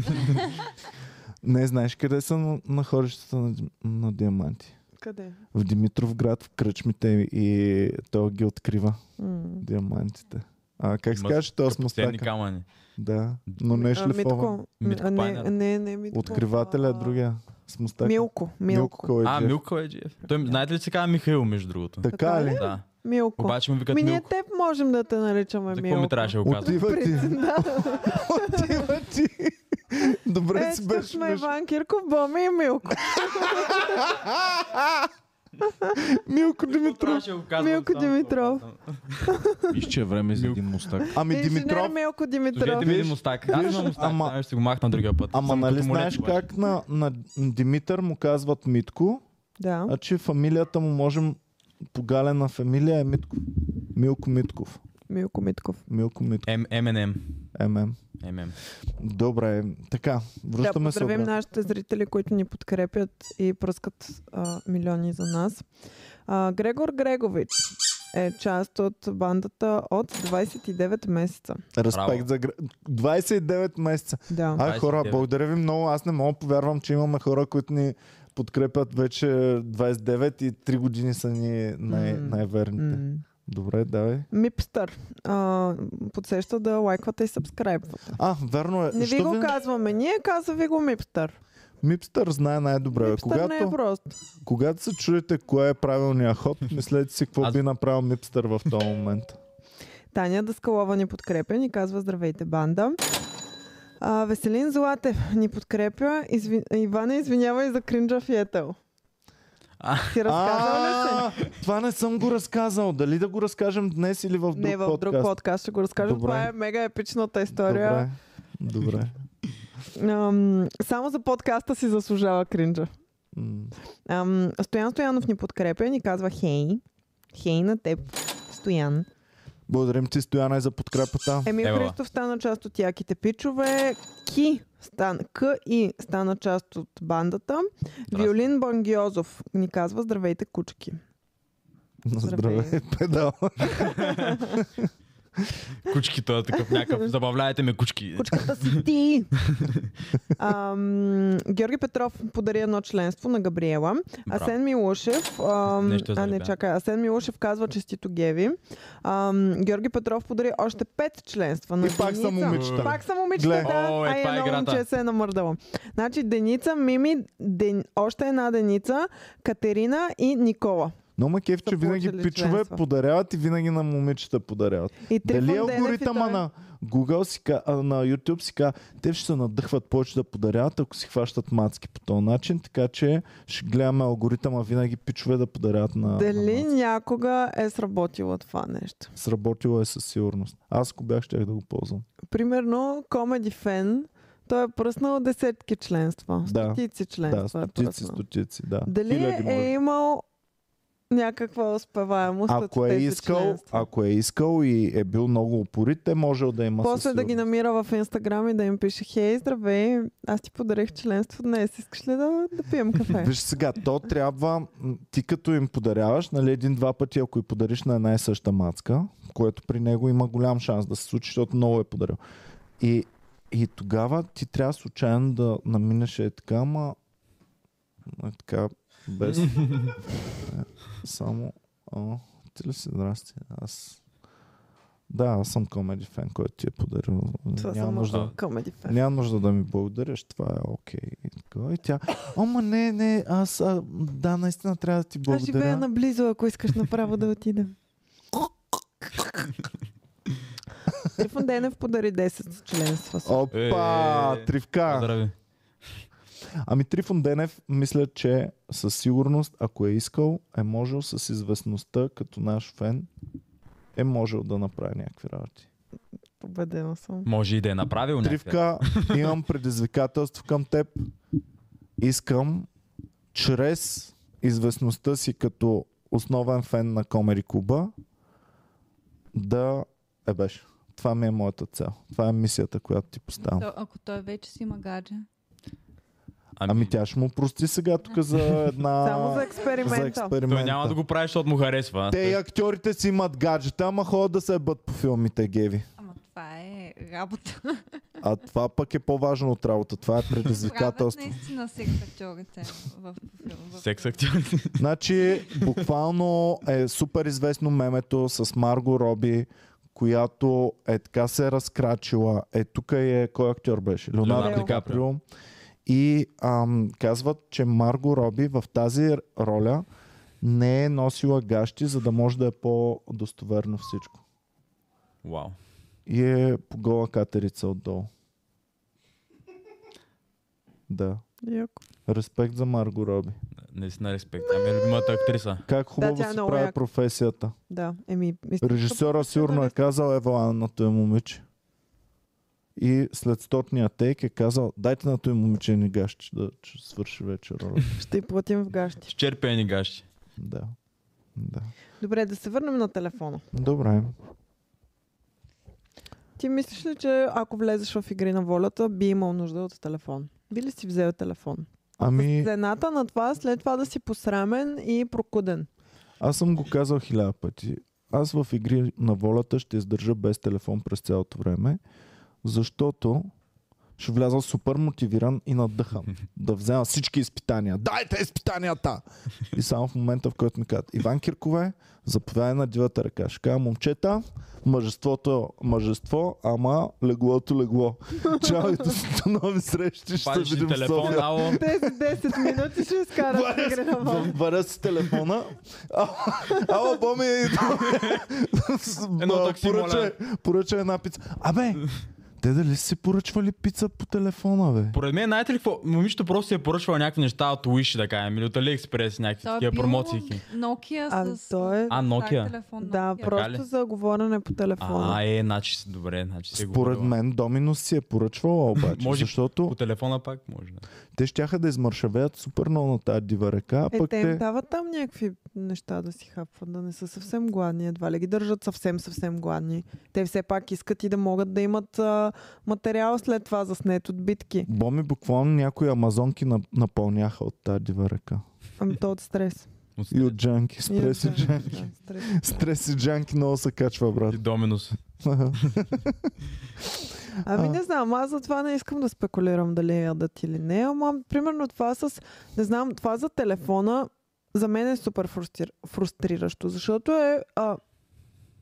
[SPEAKER 1] Не знаеш къде са на- находищата на, ди- на диаманти.
[SPEAKER 2] Къде?
[SPEAKER 1] В Димитров град, в кръчмите и той ги открива
[SPEAKER 2] М.
[SPEAKER 1] диамантите. А, как се
[SPEAKER 3] Има
[SPEAKER 1] каже, то с
[SPEAKER 3] Последни
[SPEAKER 1] мустака?
[SPEAKER 3] камъни.
[SPEAKER 1] Да, но не е
[SPEAKER 2] А,
[SPEAKER 1] шлифован.
[SPEAKER 2] Митко.
[SPEAKER 3] Митко
[SPEAKER 2] А, не,
[SPEAKER 3] Панев.
[SPEAKER 2] не, не, Митко.
[SPEAKER 1] Откривателя е
[SPEAKER 2] А,
[SPEAKER 1] другия. С мустака.
[SPEAKER 2] Милко, Милко.
[SPEAKER 1] Милко
[SPEAKER 3] А,
[SPEAKER 1] Койджиев.
[SPEAKER 3] Милко е джиев. Той, знаете ли, се казва Михаил, между другото.
[SPEAKER 1] Така ли?
[SPEAKER 3] Да.
[SPEAKER 2] Милко.
[SPEAKER 3] Обаче му викат
[SPEAKER 2] Ми ние
[SPEAKER 3] Милко.
[SPEAKER 2] теб можем да те наричаме
[SPEAKER 3] За какво
[SPEAKER 2] Милко.
[SPEAKER 3] ми трябваше да го казвам?
[SPEAKER 1] Отива ти.
[SPEAKER 2] Да.
[SPEAKER 1] *laughs* Отива ти. Добре
[SPEAKER 2] Ето
[SPEAKER 1] си
[SPEAKER 2] Е, тук
[SPEAKER 1] беше.
[SPEAKER 2] сме
[SPEAKER 1] беше.
[SPEAKER 2] Иван Кирков, Боми и Милко.
[SPEAKER 1] *laughs* Милко Димитров.
[SPEAKER 3] Трябваше да го казвам
[SPEAKER 2] Милко
[SPEAKER 3] само това.
[SPEAKER 2] Димитров.
[SPEAKER 5] Виж, че е време за един мустак.
[SPEAKER 1] Ами
[SPEAKER 2] Инженер
[SPEAKER 1] Димитров,
[SPEAKER 2] Милко
[SPEAKER 3] Служете
[SPEAKER 2] Димитров.
[SPEAKER 3] ми един мустак. Аз имам мустак,
[SPEAKER 1] Ама-
[SPEAKER 3] ама... ще го махна другия път.
[SPEAKER 1] ама
[SPEAKER 3] Само като
[SPEAKER 1] нали
[SPEAKER 3] молец
[SPEAKER 1] знаеш
[SPEAKER 3] обаче.
[SPEAKER 1] как на, на Димитър му казват Митко,
[SPEAKER 2] Да.
[SPEAKER 1] а че фамилията му можем погалена фамилия е Митков. Милко Митков.
[SPEAKER 2] Милко Митков.
[SPEAKER 1] Милко Митков.
[SPEAKER 3] М- МНМ.
[SPEAKER 1] ММ.
[SPEAKER 3] ММ.
[SPEAKER 1] Добре, така,
[SPEAKER 2] Да,
[SPEAKER 1] връщаме се
[SPEAKER 2] поздравим
[SPEAKER 1] обратно.
[SPEAKER 2] нашите зрители, които ни подкрепят и пръскат а, милиони за нас. А, Грегор Грегович е част от бандата от 29 месеца.
[SPEAKER 1] Респект за... Гр- 29 месеца.
[SPEAKER 2] Да.
[SPEAKER 1] Ай хора,
[SPEAKER 3] 29.
[SPEAKER 1] благодаря ви много. Аз не мога да повярвам, че имаме хора, които ни подкрепят вече 29 и 3 години са ни най-
[SPEAKER 2] М.
[SPEAKER 1] най-верните.
[SPEAKER 2] М.
[SPEAKER 1] Добре, давай.
[SPEAKER 2] Мипстър. А, подсеща да лайквате и сабскрайбвате.
[SPEAKER 1] А, верно е.
[SPEAKER 2] Не
[SPEAKER 1] Що
[SPEAKER 2] ви го казваме ние, казва ви го Мипстър.
[SPEAKER 1] Мипстър знае най-добре. бе.
[SPEAKER 2] Мипстър не е
[SPEAKER 1] Когато,
[SPEAKER 2] прост.
[SPEAKER 1] когато се чуете кое е правилният
[SPEAKER 2] *laughs*
[SPEAKER 1] ход, мислете си какво
[SPEAKER 3] Аз-
[SPEAKER 1] би направил Мипстър в този момент.
[SPEAKER 2] Таня Даскалова ни подкрепя, ни казва здравейте банда. А, Веселин Златев ни подкрепя. Изви... Ивана, извинявай за кринджа фиетъл.
[SPEAKER 3] А.
[SPEAKER 2] Ти *laughs* разказал ли се?
[SPEAKER 1] А, това не съм го разказал. Дали да го разкажем днес или в друг
[SPEAKER 2] Не, в друг
[SPEAKER 1] подкаст?
[SPEAKER 2] подкаст ще го разкажем.
[SPEAKER 1] Добре.
[SPEAKER 2] Това е мега епичната
[SPEAKER 1] Добре.
[SPEAKER 2] история.
[SPEAKER 1] Добре.
[SPEAKER 2] Ам, само за подкаста си заслужава кринджа.
[SPEAKER 1] М.
[SPEAKER 2] Ам, Стоян Стоянов ни подкрепя и ни казва хей. Хей на теб, Стоян.
[SPEAKER 1] Благодарим ти, Стояна, и за подкрепата.
[SPEAKER 2] Емил
[SPEAKER 3] Ева.
[SPEAKER 2] Христов стана част от яките пичове. Ки стан, К и стана част от бандата. Виолин Бангиозов ни казва здравейте кучки.
[SPEAKER 1] На
[SPEAKER 2] Здравей.
[SPEAKER 1] здраве, педал.
[SPEAKER 3] Кучки, той е такъв някакъв. Забавляйте ме, кучки.
[SPEAKER 2] Кучката си ти! Ам, Георги Петров подари едно членство на Габриела.
[SPEAKER 3] Браво.
[SPEAKER 2] Асен Милушев. Ам,
[SPEAKER 3] Нещо е
[SPEAKER 2] а, не,
[SPEAKER 3] залепя.
[SPEAKER 2] чакай. Асен Милушев казва честито Геви. Ам, Георги Петров подари още пет членства на
[SPEAKER 1] И пак са
[SPEAKER 2] Деница.
[SPEAKER 1] момичета.
[SPEAKER 2] Пак са момичета,
[SPEAKER 1] Гле.
[SPEAKER 2] да.
[SPEAKER 3] О, е,
[SPEAKER 2] а и
[SPEAKER 3] това е
[SPEAKER 2] едно
[SPEAKER 3] играта.
[SPEAKER 2] момче се е намърдало. Значи Деница, Мими, Ден... още една Деница, Катерина и Никола.
[SPEAKER 1] Но ма кеф, че
[SPEAKER 2] Са
[SPEAKER 1] винаги
[SPEAKER 2] получили
[SPEAKER 1] пичове
[SPEAKER 2] членства. е
[SPEAKER 1] подаряват и винаги на момичета подаряват.
[SPEAKER 2] И Трифон
[SPEAKER 1] Дали е
[SPEAKER 2] Денев и
[SPEAKER 1] алгоритъма
[SPEAKER 2] той-
[SPEAKER 1] на Google си, ка- а, на YouTube си ка, те ще се надъхват повече да подаряват, ако си хващат мацки по този начин, така че ще гледаме алгоритъма винаги пичове да подаряват на, на
[SPEAKER 2] Дали
[SPEAKER 1] мацки.
[SPEAKER 2] някога е сработило това нещо?
[SPEAKER 1] Сработило е със сигурност. Аз ако бях, щях да го ползвам.
[SPEAKER 2] Примерно, Comedy Fan, той е пръснал десетки членства.
[SPEAKER 1] Да.
[SPEAKER 2] Стотици членства.
[SPEAKER 1] да,
[SPEAKER 2] е
[SPEAKER 1] стотици,
[SPEAKER 2] пръснал.
[SPEAKER 1] стотици, да. Хиляди,
[SPEAKER 2] Дали
[SPEAKER 1] може би.
[SPEAKER 2] е имал някаква успеваемост от
[SPEAKER 1] ако е,
[SPEAKER 2] тези
[SPEAKER 1] искал,
[SPEAKER 2] членства?
[SPEAKER 1] ако е искал и е бил много упорит, е можел да има
[SPEAKER 2] После
[SPEAKER 1] със
[SPEAKER 2] да ги
[SPEAKER 1] сигурност.
[SPEAKER 2] намира в Инстаграм и да им пише Хей, здравей, аз ти подарих членство днес, искаш ли да, да пием кафе?
[SPEAKER 1] Виж сега, то трябва, м, ти като им подаряваш, нали един-два пъти, ако й подариш на една и съща мацка, което при него има голям шанс да се случи, защото много е подарил. И, и тогава ти трябва случайно да наминеш е така, ама е така,
[SPEAKER 2] *laughs*
[SPEAKER 1] без... е, само... О, ти ли си? Здрасти. Аз... Да, аз съм комеди фен, който ти е подарил.
[SPEAKER 2] Това
[SPEAKER 1] Няма
[SPEAKER 2] съм
[SPEAKER 1] нужда.
[SPEAKER 2] нужда. Comedy Fan.
[SPEAKER 1] Няма нужда да ми благодариш, това е окей. И така. И тя, ама не, не, аз, а, да, наистина трябва да ти
[SPEAKER 2] Аз живея
[SPEAKER 1] благодаря.
[SPEAKER 2] наблизо, ако искаш направо да отидем. Трифон Денев подари 10 членства. също.
[SPEAKER 1] Опа,
[SPEAKER 3] Е.
[SPEAKER 1] тривка.
[SPEAKER 3] Здрави.
[SPEAKER 1] Ами Трифон Денев, мисля, че със сигурност, ако е искал, е можел с известността, като наш фен, е можел да направи някакви работи.
[SPEAKER 2] Победена съм.
[SPEAKER 3] Може и да е направил някакъв.
[SPEAKER 1] Тривка, имам предизвикателство към теб. Искам чрез известността си като основен фен на Комери Куба да е беше. Това ми е моята цел. Това е мисията, която ти поставям.
[SPEAKER 4] То, ако той вече си има гадже.
[SPEAKER 1] Ами тя ще му прости сега тук за една...
[SPEAKER 2] Само за
[SPEAKER 1] за
[SPEAKER 2] експеримента.
[SPEAKER 1] експеримента.
[SPEAKER 3] Той няма да го прави, защото му харесва.
[SPEAKER 1] Те и
[SPEAKER 3] Той-
[SPEAKER 1] актьорите си имат гаджета, ама ходят да се ебат по филмите, Геви.
[SPEAKER 4] Ама това е
[SPEAKER 2] *laughs*
[SPEAKER 4] работа.
[SPEAKER 1] А това пък е по-важно от работа. Това е
[SPEAKER 4] Правят
[SPEAKER 1] предизвикателство.
[SPEAKER 4] наистина секс актьорите в, в, в,
[SPEAKER 3] Секс актьор.
[SPEAKER 1] Значи, буквално е супер известно мемето с Марго Роби, която е така се е разкрачила. Е, тук е кой актьор беше?
[SPEAKER 3] Леонардо
[SPEAKER 1] Леонардо
[SPEAKER 3] Ди Каприо.
[SPEAKER 1] Каприо. И ам, казват, че Марго Роби в тази роля не е носила гащи, за да може да е по-достоверно всичко.
[SPEAKER 3] Вау.
[SPEAKER 1] И е по гола катерица отдолу. Да.
[SPEAKER 2] Яко.
[SPEAKER 1] Респект за Марго Роби.
[SPEAKER 3] Не си на респект. Ами е любимата актриса.
[SPEAKER 1] Как хубаво
[SPEAKER 2] тя е
[SPEAKER 1] се
[SPEAKER 2] много
[SPEAKER 1] прави
[SPEAKER 2] яка.
[SPEAKER 1] професията.
[SPEAKER 2] Да, еми, мисля,
[SPEAKER 1] Режисьора сигурно е казал Ева на той момиче. И след стотния тейк е казал, дайте на той момиче ни гащи да че свърши вече роля.
[SPEAKER 2] ще й платим в гащи.
[SPEAKER 3] Щерпени гащи.
[SPEAKER 1] да. да.
[SPEAKER 2] Добре, да се върнем на телефона.
[SPEAKER 1] Добре.
[SPEAKER 2] Ти мислиш ли, че ако влезеш в игри на волята, би имал нужда от телефон? Би ли си взел телефон?
[SPEAKER 1] Ами,
[SPEAKER 2] Цената на това, след това да си посрамен и прокуден.
[SPEAKER 1] аз съм го казал хиляда пъти. Аз в игри на волята ще издържа без телефон през цялото време, защото ще вляза супер мотивиран и надъхан. да взема всички изпитания. Дайте изпитанията! И само в момента, в който ми казват Иван Киркове, заповядай на дивата ръка. Ще кажа, момчета, мъжеството е мъжество, ама леглото легло. Чао и до нови срещи, ще
[SPEAKER 3] Пазиш
[SPEAKER 1] се
[SPEAKER 3] ли
[SPEAKER 1] видим в
[SPEAKER 3] телефон,
[SPEAKER 1] София.
[SPEAKER 3] ало.
[SPEAKER 1] *laughs*
[SPEAKER 2] Тези 10 минути ще изкараш в игри на волята.
[SPEAKER 1] Варя- Варя си телефона. А- Ало, Боми!
[SPEAKER 3] Едно такси, моля.
[SPEAKER 1] поръча, поръча една пица. Абе, те дали си поръчвали пица по телефона, бе?
[SPEAKER 3] Поред мен, знаете ли какво? Момичето просто си е поръчвало някакви неща от Wish, да кажем, или от AliExpress, някакви
[SPEAKER 4] Той е
[SPEAKER 3] такива
[SPEAKER 4] бил
[SPEAKER 3] промоции.
[SPEAKER 4] Nokia
[SPEAKER 2] А,
[SPEAKER 4] с...
[SPEAKER 2] то е...
[SPEAKER 3] А,
[SPEAKER 4] стар
[SPEAKER 3] Nokia.
[SPEAKER 4] Телефон,
[SPEAKER 2] Да,
[SPEAKER 4] Nokia.
[SPEAKER 3] ли?
[SPEAKER 2] просто за говорене по телефона.
[SPEAKER 3] А, е, значи си- добре, значи си
[SPEAKER 1] Според мен Доминус си е поръчвала обаче,
[SPEAKER 3] *laughs* Може-
[SPEAKER 1] защото
[SPEAKER 3] По телефона пак може. да.
[SPEAKER 1] те щяха да измършавеят супер много на тази дива река, а
[SPEAKER 2] Е,
[SPEAKER 1] пък
[SPEAKER 2] те им
[SPEAKER 1] те...
[SPEAKER 2] дават там някакви неща да си хапват, да не са съвсем гладни. Едва ли ги държат съвсем, съвсем гладни. Те все пак искат и да могат да имат а, материал след това за снет от битки.
[SPEAKER 1] Боми буквално някои амазонки нап- напълняха от тази дива река.
[SPEAKER 2] Ами то от стрес.
[SPEAKER 3] От
[SPEAKER 1] И от джанки. Стрес и
[SPEAKER 2] Иначе-
[SPEAKER 1] джанки.
[SPEAKER 2] да, стрес.
[SPEAKER 1] *laughs* Стрес и джанки много се качва, брат.
[SPEAKER 3] и Доминус.
[SPEAKER 1] Аха.
[SPEAKER 2] Ами
[SPEAKER 1] А.
[SPEAKER 2] не знам, аз за това не искам да спекулирам дали ядат или не, ама примерно това с, не знам, това за телефона за мен е супер фрустри... фрустриращо, защото е, а,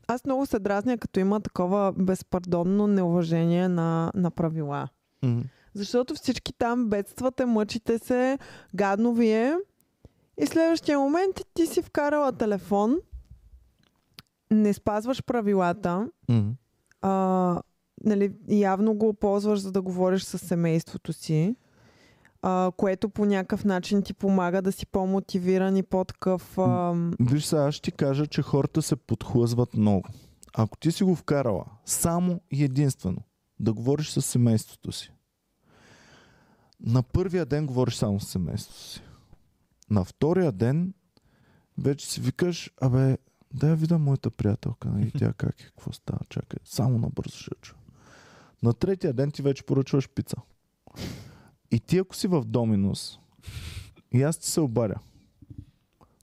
[SPEAKER 2] аз много се дразня, като има такова безпардонно неуважение на, на правила.
[SPEAKER 1] Мгм.
[SPEAKER 2] Защото всички там бедствате, мъчите се, гадно ви е. И следващия момент ти си вкарала телефон, не спазваш правилата,
[SPEAKER 1] Мгм.
[SPEAKER 2] а, нали, явно го ползваш за да говориш с семейството си, а, което по някакъв начин ти помага да си по-мотивиран и по-такъв... А,
[SPEAKER 1] Виж сега, аз ще ти кажа, че хората се подхлъзват много. Ако ти си го вкарала само и единствено да говориш с семейството си, на първия ден говориш само с семейството си. На втория ден вече си викаш, абе, да я видя моята приятелка, нали, тя как е, какво става, чакай, само набързо ще я чуя. На третия ден ти вече поръчваш пица. И ти ако си в Доминус, и аз ти се обаря.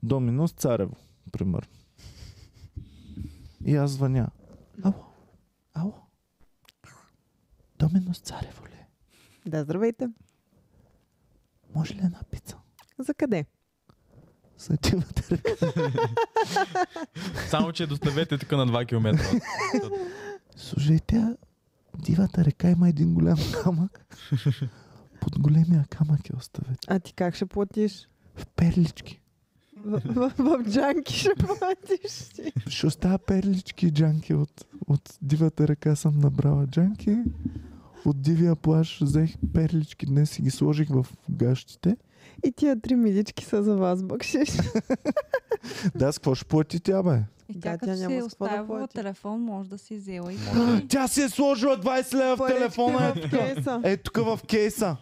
[SPEAKER 1] Доминус Царево, примерно. И аз звъня. Ало, ало. Доминус Царево ли? е?
[SPEAKER 2] да, здравейте.
[SPEAKER 1] Може ли една пица?
[SPEAKER 2] За къде?
[SPEAKER 1] Са ти вътре.
[SPEAKER 3] Само, че доставете тук на 2 км.
[SPEAKER 1] Слушай, тя дивата река има един голям камък. Под големия камък я оставете.
[SPEAKER 2] А ти как ще платиш?
[SPEAKER 1] В перлички.
[SPEAKER 2] В, в, в джанки ще платиш ти.
[SPEAKER 1] Ще оставя перлички и джанки от, от дивата река съм набрала джанки. От дивия плаж взех перлички днес и ги сложих в гащите.
[SPEAKER 2] И тия три милички са за вас, бъкшиш.
[SPEAKER 1] Да, с какво ще плати тя, бе?
[SPEAKER 4] И
[SPEAKER 2] Да,
[SPEAKER 4] тя като
[SPEAKER 2] тя
[SPEAKER 4] си
[SPEAKER 2] няма
[SPEAKER 4] е
[SPEAKER 2] с какво да
[SPEAKER 4] оставила
[SPEAKER 2] плати.
[SPEAKER 4] телефон, може да си взела и
[SPEAKER 1] Тя си е сложила 20 лева в телефона.
[SPEAKER 2] в кейса.
[SPEAKER 1] Е, тук в кейса.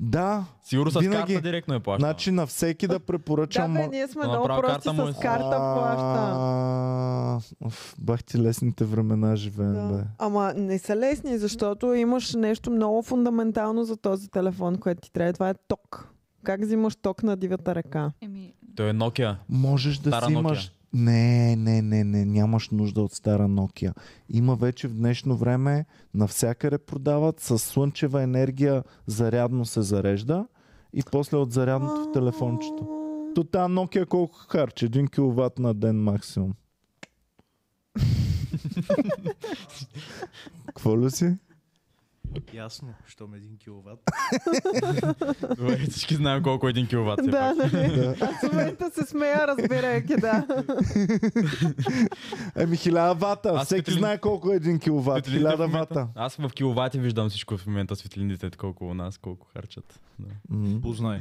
[SPEAKER 1] Да,
[SPEAKER 3] Сигурно с
[SPEAKER 1] Винаги.
[SPEAKER 3] карта директно е плащала.
[SPEAKER 1] значи на всеки да
[SPEAKER 2] Да,
[SPEAKER 1] препоръчам...
[SPEAKER 2] бе,
[SPEAKER 1] мо-
[SPEAKER 2] ние сме
[SPEAKER 3] Да,
[SPEAKER 2] много
[SPEAKER 3] направо
[SPEAKER 2] прости
[SPEAKER 3] карта му е
[SPEAKER 2] с карта плаща.
[SPEAKER 1] А, уф, Бах ти лесните времена живеем, бе.
[SPEAKER 2] Да. Ама не са лесни, защото имаш нещо много фундаментално за този телефон, което ти трябва. Това е ток. Как взимаш ток на дивата река?
[SPEAKER 4] Еми,
[SPEAKER 3] Той е Nokia.
[SPEAKER 1] Можеш да
[SPEAKER 3] Стара
[SPEAKER 1] си
[SPEAKER 3] Nokia.
[SPEAKER 1] имаш... Не, не, не, не, нямаш нужда от стара Nokia. Има вече в днешно време, навсякъде продават, с слънчева енергия зарядно се зарежда и после от зарядното в телефончето. То тази Nokia колко харчи? 1 кВт на ден максимум. Какво ли си?
[SPEAKER 5] Ясно, щом един киловатт.
[SPEAKER 3] Добре, Всички знаем колко е 1 киловатт. все
[SPEAKER 2] Да,
[SPEAKER 3] пак.
[SPEAKER 2] нали? Аз в момента се смея, разбирайки, да.
[SPEAKER 1] Еми 1000 вата.
[SPEAKER 3] Аз
[SPEAKER 1] Всеки
[SPEAKER 3] светлин-
[SPEAKER 1] знае колко е 1 кВт.
[SPEAKER 3] Светлините в
[SPEAKER 1] 1000
[SPEAKER 3] момента-
[SPEAKER 1] вата.
[SPEAKER 3] Аз в киловати виждам всичко в момента, светлините, колко у нас, колко харчат. Да.
[SPEAKER 1] М.
[SPEAKER 5] Познай.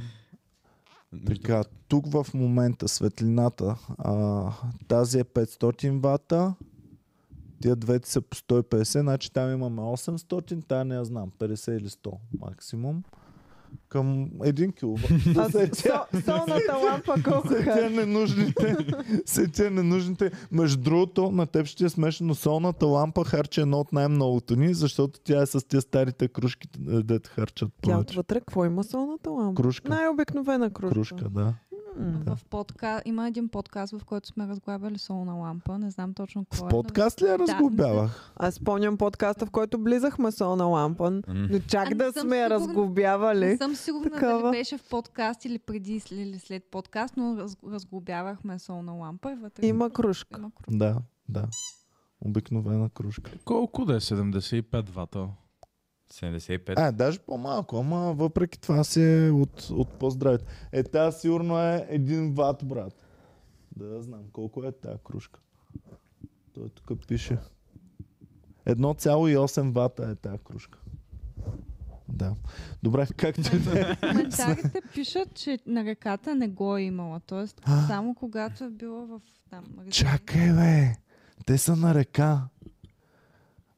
[SPEAKER 3] Между-
[SPEAKER 1] Така, тук в момента светлината, а, тази е 500 вата, тия двете са по 150, значи там имаме 800, тая не я знам, 50 или 100 максимум. Към 1
[SPEAKER 2] А
[SPEAKER 1] киловатт.
[SPEAKER 2] с- со- солната лампа колко
[SPEAKER 1] Се тя *laughs*
[SPEAKER 2] е?
[SPEAKER 1] ненужните. Се тя ненужните. Между другото, на теб ще ти е смешно, но солната лампа харчи едно от най-многото ни, защото тя е с тия старите кружки, е, дет харчат
[SPEAKER 2] Тя
[SPEAKER 1] повече.
[SPEAKER 2] отвътре, какво има солната лампа?
[SPEAKER 1] Кружка.
[SPEAKER 2] Най-обикновена кружка.
[SPEAKER 1] Кружка, да.
[SPEAKER 2] М.
[SPEAKER 1] Да.
[SPEAKER 4] в подка... има един подкаст, в който сме разглабяли солна лампа. Не знам точно кой
[SPEAKER 1] В
[SPEAKER 4] е, но-
[SPEAKER 1] подкаст ли я разглобявах?
[SPEAKER 2] Аз спомням подкаста, в който близахме солна лампа,
[SPEAKER 3] М.
[SPEAKER 2] но чак
[SPEAKER 4] А, Ами не
[SPEAKER 2] да
[SPEAKER 4] съм
[SPEAKER 2] сме я
[SPEAKER 4] сигурна. Не
[SPEAKER 2] разглобявали.
[SPEAKER 4] съм сигурна
[SPEAKER 2] Такава.
[SPEAKER 4] дали беше в подкаст или преди или след подкаст, но раз, разглобявахме солна лампа и вътре
[SPEAKER 2] Има кружка.
[SPEAKER 4] има кружка.
[SPEAKER 1] Да, да. Обикновена кружка.
[SPEAKER 5] Колко да е 75 вата?
[SPEAKER 3] 75.
[SPEAKER 1] А, даже по-малко, ама въпреки това си е от, от по-здравите. Е, тази сигурно е един ват, брат. Да, знам колко е тази кружка. Той тук пише. 1,8 вата е тази кружка. Да. Добре, както и да е.
[SPEAKER 4] *laughs* Коментарите пишат, че на реката не го е имала. Тоест, само когато е била в там. резерв.
[SPEAKER 1] Чакай, бе! Те са на река.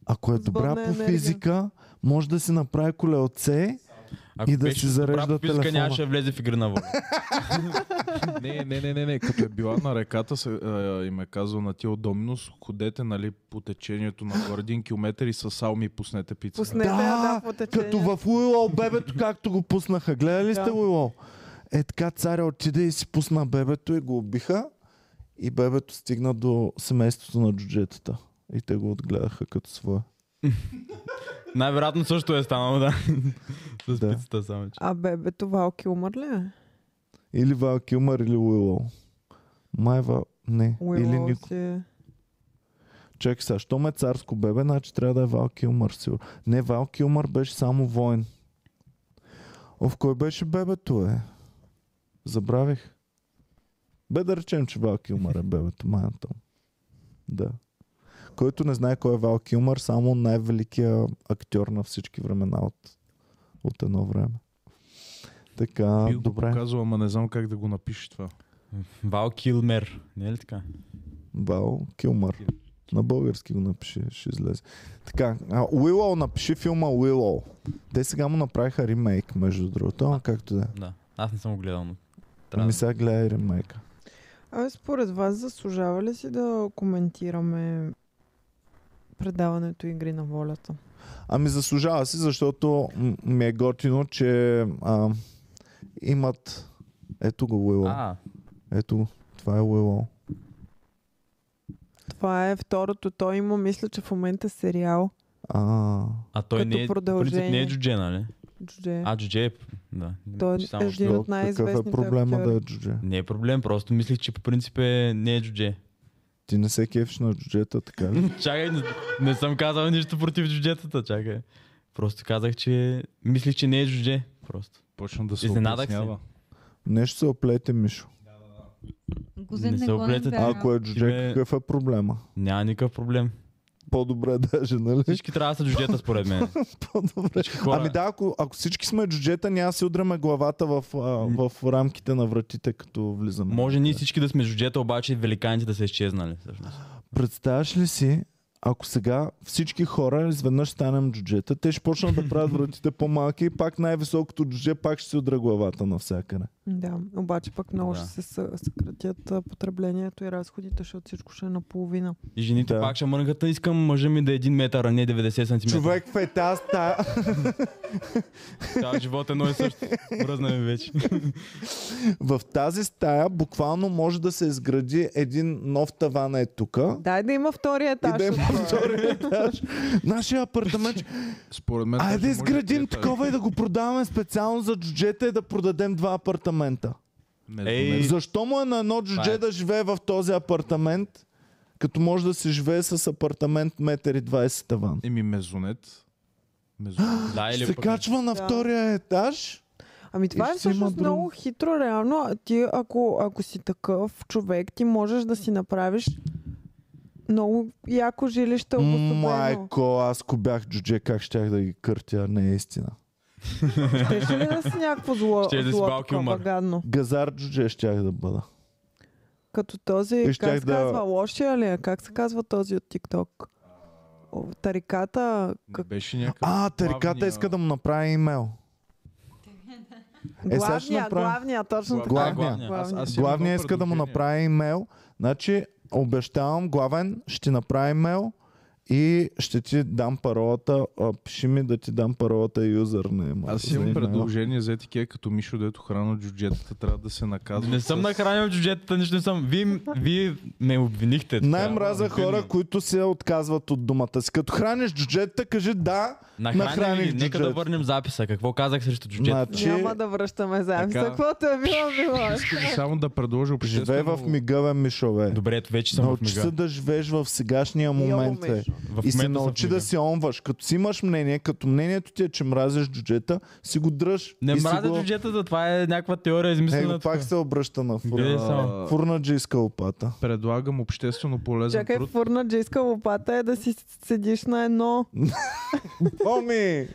[SPEAKER 1] Ако е добра
[SPEAKER 2] Свободна
[SPEAKER 1] по
[SPEAKER 2] енергия.
[SPEAKER 1] физика, може да си направи колелце.
[SPEAKER 3] Ако
[SPEAKER 1] и да
[SPEAKER 3] беше
[SPEAKER 1] си
[SPEAKER 3] добра
[SPEAKER 1] зарежда
[SPEAKER 3] по физика,
[SPEAKER 1] телефона.
[SPEAKER 3] нямаше да влезе в игри
[SPEAKER 1] *laughs*
[SPEAKER 3] на вода.
[SPEAKER 5] Не, не, не, не, не. Като е била на реката, се, а, им е казал на тия от Доминус, ходете нали, по течението на един километър и със салми пуснете пица.
[SPEAKER 2] Пуснете я, да, по течение.
[SPEAKER 1] като в Уило бебето, както го пуснаха. Гледали сте
[SPEAKER 2] Да.
[SPEAKER 1] Уило? Е така царя отиде и си пусна бебето и го убиха. И бебето стигна до семейството на джуджетата. И те го отгледаха като свое.
[SPEAKER 3] Най-вероятно също е станало, да. *laughs* С
[SPEAKER 1] Да.
[SPEAKER 3] пицата само, че.
[SPEAKER 2] А бебето Валки умър ли е?
[SPEAKER 1] Или Вал Килмър, или Уилоу. Майва, не. или
[SPEAKER 2] Уилоу
[SPEAKER 1] Нико.
[SPEAKER 2] си е.
[SPEAKER 1] Чакай сега, що ме царско бебе, значи трябва да е Вал Килмър, сигурно. Не, Вал Килмър беше само воин. О, в кой беше бебето, е? Забравих. Бе да речем, че Вал Килмър е бебето, майната му. Да. Който не знае кой е Вал Килмър, само най-великия актьор на всички времена от, от едно време. Така,
[SPEAKER 5] Би го
[SPEAKER 1] добре.
[SPEAKER 5] показвал, ама не знам как да го напише това.
[SPEAKER 3] Вал Килмер, не е ли така?
[SPEAKER 1] Вал Килмър. На български го напиши, ще излезе. Така, а, Уилоу напиши филма Уилоу. Те сега му направиха ремейк, между другото, ама както да. е.
[SPEAKER 3] Да. Аз не съм го гледал, но трябва
[SPEAKER 1] Ами
[SPEAKER 3] да.
[SPEAKER 1] сега гледай ремейка.
[SPEAKER 2] А според вас заслужава ли си да коментираме предаването Игри на волята?
[SPEAKER 1] Ами заслужава си, защото м- ми е готино, че а, имат... Ето го Уилоу.
[SPEAKER 3] А,
[SPEAKER 1] Ето го. Това е Уилоу.
[SPEAKER 2] Това е второто. Той има, мисля, че в момента сериал.
[SPEAKER 1] А,
[SPEAKER 3] а той
[SPEAKER 2] Като
[SPEAKER 3] не е, по принцип не е
[SPEAKER 2] продължение.
[SPEAKER 3] джудже, нали?
[SPEAKER 2] Джудже.
[SPEAKER 3] А, джудже е, да.
[SPEAKER 2] Той
[SPEAKER 3] Че
[SPEAKER 2] е
[SPEAKER 3] ще-
[SPEAKER 2] един
[SPEAKER 1] то
[SPEAKER 2] от
[SPEAKER 1] какъв е
[SPEAKER 2] най-известните
[SPEAKER 1] проблема
[SPEAKER 2] актьори.
[SPEAKER 1] да е джудже?
[SPEAKER 3] Не е проблем, просто мислих, че по принцип е, не е джудже.
[SPEAKER 1] Ти не се кефиш на джуджета, така
[SPEAKER 3] *laughs*
[SPEAKER 1] ли?
[SPEAKER 3] чакай, не, не съм казал нищо против джуджетата, чакай. Просто казах, че мислих, че не е джудже. Просто.
[SPEAKER 5] Почна да се
[SPEAKER 3] Изненадах се.
[SPEAKER 5] обяснява.
[SPEAKER 1] Нещо се оплете, Мишо.
[SPEAKER 4] Гузен
[SPEAKER 3] Не
[SPEAKER 4] не,
[SPEAKER 3] се
[SPEAKER 4] го
[SPEAKER 3] облетят.
[SPEAKER 4] набяга.
[SPEAKER 1] А ако е
[SPEAKER 3] Ти
[SPEAKER 1] джудже,
[SPEAKER 3] ме-
[SPEAKER 1] какъв е проблема?
[SPEAKER 3] Няма никакъв проблем.
[SPEAKER 1] По-добре даже, нали?
[SPEAKER 3] Всички трябва да са джуджета, според мен.
[SPEAKER 1] *laughs* По-добре.
[SPEAKER 3] Всички хора.
[SPEAKER 1] Ами да, ако, ако всички сме джуджета, няма да си удряме главата в, а, в рамките на вратите, като влизаме. Е.
[SPEAKER 3] Може ние всички да сме джуджета, обаче великаните да са изчезнали. Всъщност.
[SPEAKER 1] Представяш ли си, ако сега всички хора изведнъж станем джуджета, те ще почнат да правят вратите по-малки и пак най-високото джудже пак ще си удря главата навсякъде.
[SPEAKER 2] Да, обаче пък много
[SPEAKER 3] Да.
[SPEAKER 2] ще се съ- съкратят а, потреблението и разходите, защото всичко ще е наполовина.
[SPEAKER 3] И жените
[SPEAKER 1] Да.
[SPEAKER 3] пак ще мъргат, «А, искам мъжа ми да е 1 метър, а не 90 см.
[SPEAKER 1] Човек в етаз стая.
[SPEAKER 3] Цял живот е едно и също. Мръзна
[SPEAKER 1] *laughs*
[SPEAKER 3] ми вече.
[SPEAKER 1] *laughs* В тази стая буквално може да се изгради един нов таван е тука.
[SPEAKER 2] Дай да има втория етаж.
[SPEAKER 1] И да има
[SPEAKER 2] отгоре.
[SPEAKER 1] втори етаж. Нашия апартамент
[SPEAKER 5] Според мен...
[SPEAKER 1] Айде
[SPEAKER 5] даже
[SPEAKER 1] да
[SPEAKER 5] може е
[SPEAKER 1] изградим
[SPEAKER 5] трети.
[SPEAKER 1] такова и да го продаваме специално за джуджета и да продадем два апартамента.
[SPEAKER 5] Не,
[SPEAKER 3] Ей,
[SPEAKER 5] не,
[SPEAKER 1] Защо му е на едно
[SPEAKER 3] Това е.
[SPEAKER 1] джудже да живее в този апартамент, като може да се живее с апартамент метър и 20 таван?
[SPEAKER 5] Еми мезонет.
[SPEAKER 1] *gasps*
[SPEAKER 5] Мезонет.
[SPEAKER 3] Да,
[SPEAKER 1] Ще
[SPEAKER 3] или
[SPEAKER 1] се
[SPEAKER 3] пък-
[SPEAKER 1] качва на
[SPEAKER 2] Да.
[SPEAKER 1] втория етаж.
[SPEAKER 2] Ами това е
[SPEAKER 1] ще си има
[SPEAKER 2] всъщност
[SPEAKER 1] друго.
[SPEAKER 2] много хитро, реално. А Ти, ако, ако си такъв човек, ти можеш да си направиш много яко жилище обособено.
[SPEAKER 1] Майко, аз ако бях джудже, как щях да ги къртя? Не е истина.
[SPEAKER 2] Ще ли да си някакво зло,
[SPEAKER 3] Щеш да си
[SPEAKER 2] зло
[SPEAKER 3] Бал
[SPEAKER 2] такова
[SPEAKER 3] Килмър.
[SPEAKER 2] гадно?
[SPEAKER 1] Газар джудже щях да бъда.
[SPEAKER 2] Като този,
[SPEAKER 1] И
[SPEAKER 2] как се
[SPEAKER 1] щях да-
[SPEAKER 2] казва, лошия ли е? Как се казва този от ТикТок? О, Тариката,
[SPEAKER 5] Как...
[SPEAKER 2] как...
[SPEAKER 5] Беше някакъв...
[SPEAKER 1] А, тариката
[SPEAKER 5] главния-
[SPEAKER 1] иска да му направи имейл. сега ще
[SPEAKER 2] главния,
[SPEAKER 1] направим-
[SPEAKER 2] главния, точно така.
[SPEAKER 1] Главния.
[SPEAKER 5] Аз, аз имам
[SPEAKER 1] Главния
[SPEAKER 5] едно
[SPEAKER 1] иска да му
[SPEAKER 5] предложение.
[SPEAKER 1] направи имейл. Значи, обещавам, главен, ще направи имейл и ще ти дам паролата. А, пиши ми да ти дам паролата юзернейм.
[SPEAKER 5] Аз
[SPEAKER 1] за
[SPEAKER 5] имам
[SPEAKER 1] имейла.
[SPEAKER 5] предложение за етикет, като Мишо, дето храна джуджетата, трябва да се наказва.
[SPEAKER 3] Не съм нахранил джуджетата, нищо не съм. Вие, вие ме обвинихте. така.
[SPEAKER 1] Най-мраза хора, които се отказват от думата си. Като храниш джуджетата, кажи да.
[SPEAKER 3] Нахранили,
[SPEAKER 1] нахраних
[SPEAKER 3] ги. нека да
[SPEAKER 1] джуджетата.
[SPEAKER 3] върнем записа. Какво казах срещу джуджетата?
[SPEAKER 1] Значи,
[SPEAKER 2] Няма да връщаме заем.
[SPEAKER 5] Така.
[SPEAKER 2] За каквото е било, било. е.
[SPEAKER 5] Искам само да предложа обществено...
[SPEAKER 1] живей в мига, бе, Мишове.
[SPEAKER 3] Добре, ето вече съм в
[SPEAKER 1] Научи
[SPEAKER 3] мига.
[SPEAKER 1] се да живееш в сегашния момент.
[SPEAKER 2] Йо,
[SPEAKER 1] Е.
[SPEAKER 2] Мишо.
[SPEAKER 3] В
[SPEAKER 1] И
[SPEAKER 3] момента
[SPEAKER 1] се
[SPEAKER 3] съм в
[SPEAKER 1] научи
[SPEAKER 3] мига.
[SPEAKER 1] да си онваш. Като си имаш мнение, като мнението ти е, че мразиш джуджета, си го дръж.
[SPEAKER 3] Не
[SPEAKER 1] и си
[SPEAKER 3] мразя
[SPEAKER 1] го...
[SPEAKER 3] джуджетата, това е някаква теория, измислена.
[SPEAKER 1] Его, пак
[SPEAKER 3] тук.
[SPEAKER 1] се обръща на
[SPEAKER 3] Къде е
[SPEAKER 1] фурна.
[SPEAKER 3] само?
[SPEAKER 1] Фурнаджийска опата.
[SPEAKER 5] Предлагам обществено полезен
[SPEAKER 2] Чакай,
[SPEAKER 5] труд.
[SPEAKER 2] фурнаджийска лопата е да си седиш на едно.
[SPEAKER 1] Оми!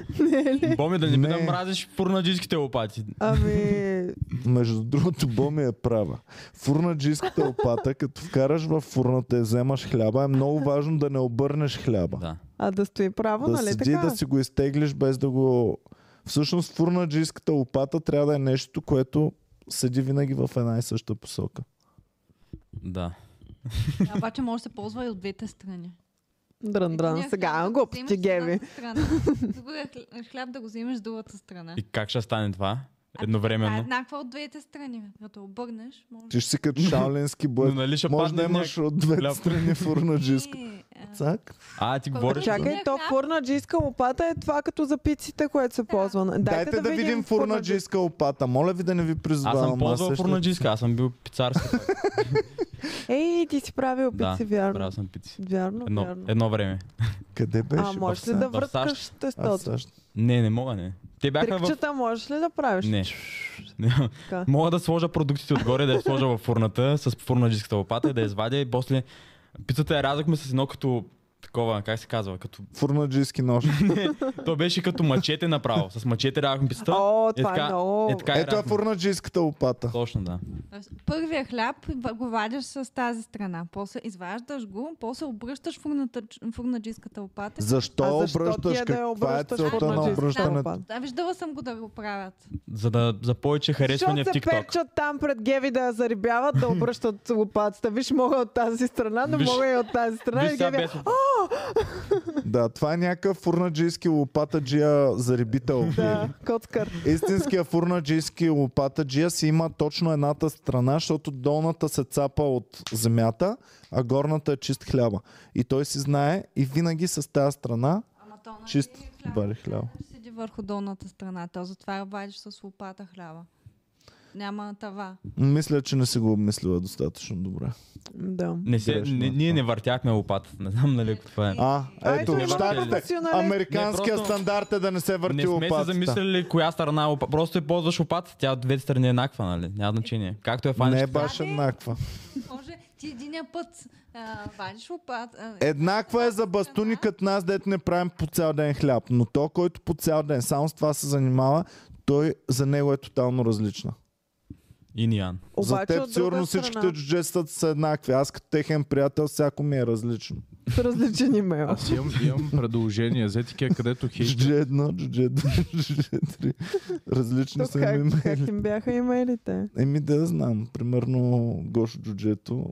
[SPEAKER 3] Боми, да не
[SPEAKER 1] Не.
[SPEAKER 3] би да мразиш фурнаджийските лопати.
[SPEAKER 2] Ами,
[SPEAKER 1] Между другото, Боми е права. Фурнаджийската опата, като вкараш в фурната и вземаш хляба, е много важно да не обърнеш хляба.
[SPEAKER 3] Да.
[SPEAKER 2] а да стои право,
[SPEAKER 1] да
[SPEAKER 2] нали
[SPEAKER 1] седи,
[SPEAKER 2] така?
[SPEAKER 1] да си го изтеглиш без да го... Всъщност фурнаджийската опата трябва да е нещо, което седи винаги в една и съща посока.
[SPEAKER 3] Да.
[SPEAKER 4] А, Обаче може да се ползва и от двете страни.
[SPEAKER 2] Дрън, дрън,
[SPEAKER 4] Единия
[SPEAKER 2] сега
[SPEAKER 4] хляб Ами, да го
[SPEAKER 2] глупости
[SPEAKER 4] вземеш от
[SPEAKER 2] геви.
[SPEAKER 4] е едната страна, Другия хл- хляб да го вземеш с другата страна.
[SPEAKER 3] И как ще стане това?
[SPEAKER 4] А,
[SPEAKER 3] едновременно.
[SPEAKER 4] еднаква от двете страни. Като обърнеш, може
[SPEAKER 1] Ти ще си
[SPEAKER 3] *laughs*
[SPEAKER 1] като шаулински бой.
[SPEAKER 3] Но нали ще
[SPEAKER 1] Може да
[SPEAKER 3] падне
[SPEAKER 1] имаш от двете
[SPEAKER 3] хляб.
[SPEAKER 1] страни фурнаджиска.
[SPEAKER 4] Не, а,
[SPEAKER 1] Цак.
[SPEAKER 3] А, ти
[SPEAKER 4] Кой
[SPEAKER 3] говориш.
[SPEAKER 4] Чак-
[SPEAKER 2] Чакай,
[SPEAKER 4] Да.
[SPEAKER 2] то фурнаджийска лопата е това като за пиците, което се ползва. Дайте,
[SPEAKER 1] Дайте да видим фурнаджийска опата. Моля ви да не ви
[SPEAKER 3] Аз
[SPEAKER 1] призвавам.
[SPEAKER 3] съм ползвал
[SPEAKER 1] също-
[SPEAKER 3] фурнаджиска, аз съм бил пицарски. пак.
[SPEAKER 2] Ей, ти си правил
[SPEAKER 3] Да,
[SPEAKER 2] пици, вярно.
[SPEAKER 3] Правил съм пици.
[SPEAKER 2] Вярно,
[SPEAKER 3] Едно, е-
[SPEAKER 2] вярно.
[SPEAKER 3] едно време.
[SPEAKER 1] Къде беше?
[SPEAKER 2] а, можеш ли
[SPEAKER 1] В
[SPEAKER 2] да
[SPEAKER 1] САЩ?
[SPEAKER 3] В САЩ.
[SPEAKER 2] връткаш
[SPEAKER 1] А, в
[SPEAKER 2] тестото?
[SPEAKER 1] САЩ.
[SPEAKER 3] Не, не мога, не. Те бяха в...
[SPEAKER 2] Трикчета можеш ли да правиш?
[SPEAKER 3] Не. Не.
[SPEAKER 2] Така.
[SPEAKER 3] Мога да сложа продуктите отгоре, да я сложа във фурната с фурнаджиската лопата и да я извадя и после пицата я рязахме с едно като такова, как се казва, като...
[SPEAKER 1] Фурнаджийски нож.
[SPEAKER 3] То беше като мачете направо. С мачете рязахме пицата.
[SPEAKER 2] О, това е
[SPEAKER 3] така-
[SPEAKER 2] много.
[SPEAKER 3] Е, така я
[SPEAKER 1] Ето е
[SPEAKER 3] рязахме.
[SPEAKER 1] фурнаджийската опата.
[SPEAKER 3] Точно, да.
[SPEAKER 4] тоест, Първия хляб ба- го вадиш с тази страна, после изваждаш го, после обръщаш фурната- фурнаджийската лопата.
[SPEAKER 1] Защо,
[SPEAKER 2] А защо ти
[SPEAKER 1] обръщаш?
[SPEAKER 2] я да я
[SPEAKER 1] Каква е
[SPEAKER 2] обръщаш
[SPEAKER 1] целта на
[SPEAKER 4] фурнаджийската
[SPEAKER 1] обръщането?
[SPEAKER 2] опата?
[SPEAKER 4] Да, виждала съм го да го правят.
[SPEAKER 3] За да за повече харесване в
[SPEAKER 2] Защото се
[SPEAKER 3] TikTok.
[SPEAKER 2] перчат там пред Геви да я зарибяват, да обръщат лопатата. Виж, мога от тази страна, но
[SPEAKER 3] Виж-
[SPEAKER 2] мога и от тази страна.
[SPEAKER 3] Виж
[SPEAKER 2] и
[SPEAKER 3] сега
[SPEAKER 2] Геви,
[SPEAKER 3] без...
[SPEAKER 1] Да, това е някакъв фурнаджийски лопатаджия зарибител.
[SPEAKER 2] *laughs* да, коткър.
[SPEAKER 1] Истинския фурнаджийски лопатаджия си има точно едната страна, защото долната се цапа от земята, а горната е чист хляба. И той си знае и винаги с тази страна
[SPEAKER 4] Ама то нали
[SPEAKER 1] чист
[SPEAKER 4] хляба
[SPEAKER 1] вари хляба.
[SPEAKER 4] седи върху долната страна, то затова я вадиш с лопата хляба. Няма тава.
[SPEAKER 1] Мисля, че не си го обмислила достатъчно добре.
[SPEAKER 2] Да.
[SPEAKER 3] Не се,
[SPEAKER 1] Грешно.
[SPEAKER 3] не, ние не въртяхме лопатата. Не знам нали ако това е.
[SPEAKER 1] А,
[SPEAKER 2] Ай,
[SPEAKER 1] ето,
[SPEAKER 2] това е
[SPEAKER 1] щатите.
[SPEAKER 2] професионален.
[SPEAKER 1] Американския
[SPEAKER 3] Не, просто-
[SPEAKER 1] стандарт е да не се
[SPEAKER 3] Не
[SPEAKER 1] върти
[SPEAKER 3] сме се
[SPEAKER 1] лопатата.
[SPEAKER 3] замислили коя страна е лопа. Просто я ползваш лопатата. Тя от двете страни е еднаква, нали? Няма значение. Както е фаниш.
[SPEAKER 1] Не е баш
[SPEAKER 4] Да, бе.
[SPEAKER 1] еднаква.
[SPEAKER 4] Може ти единия път а, вадиш лопата. а,
[SPEAKER 1] Еднаква е за бастуни като нас, дето не правим по цял ден хляб. Но то, който по цял ден само с това се занимава, той за него е тотално различна.
[SPEAKER 3] Иниан.
[SPEAKER 1] за
[SPEAKER 2] Обаче,
[SPEAKER 1] теб
[SPEAKER 2] от
[SPEAKER 1] сигурно
[SPEAKER 2] друга
[SPEAKER 1] всичките
[SPEAKER 2] страна,
[SPEAKER 1] джуджетата са еднакви. Аз като техен приятел, всяко ми е различно.
[SPEAKER 2] с различен имейл.
[SPEAKER 5] Аз имам, имам предложение за етикия, където хейт.
[SPEAKER 1] Джудже едно, джудже две, *laughs* джудже три. Различни
[SPEAKER 2] Тук
[SPEAKER 1] са ми
[SPEAKER 2] как,
[SPEAKER 1] имейли.
[SPEAKER 2] как им бяха имейлите?
[SPEAKER 1] Еми да знам. Примерно Гошо Джуджето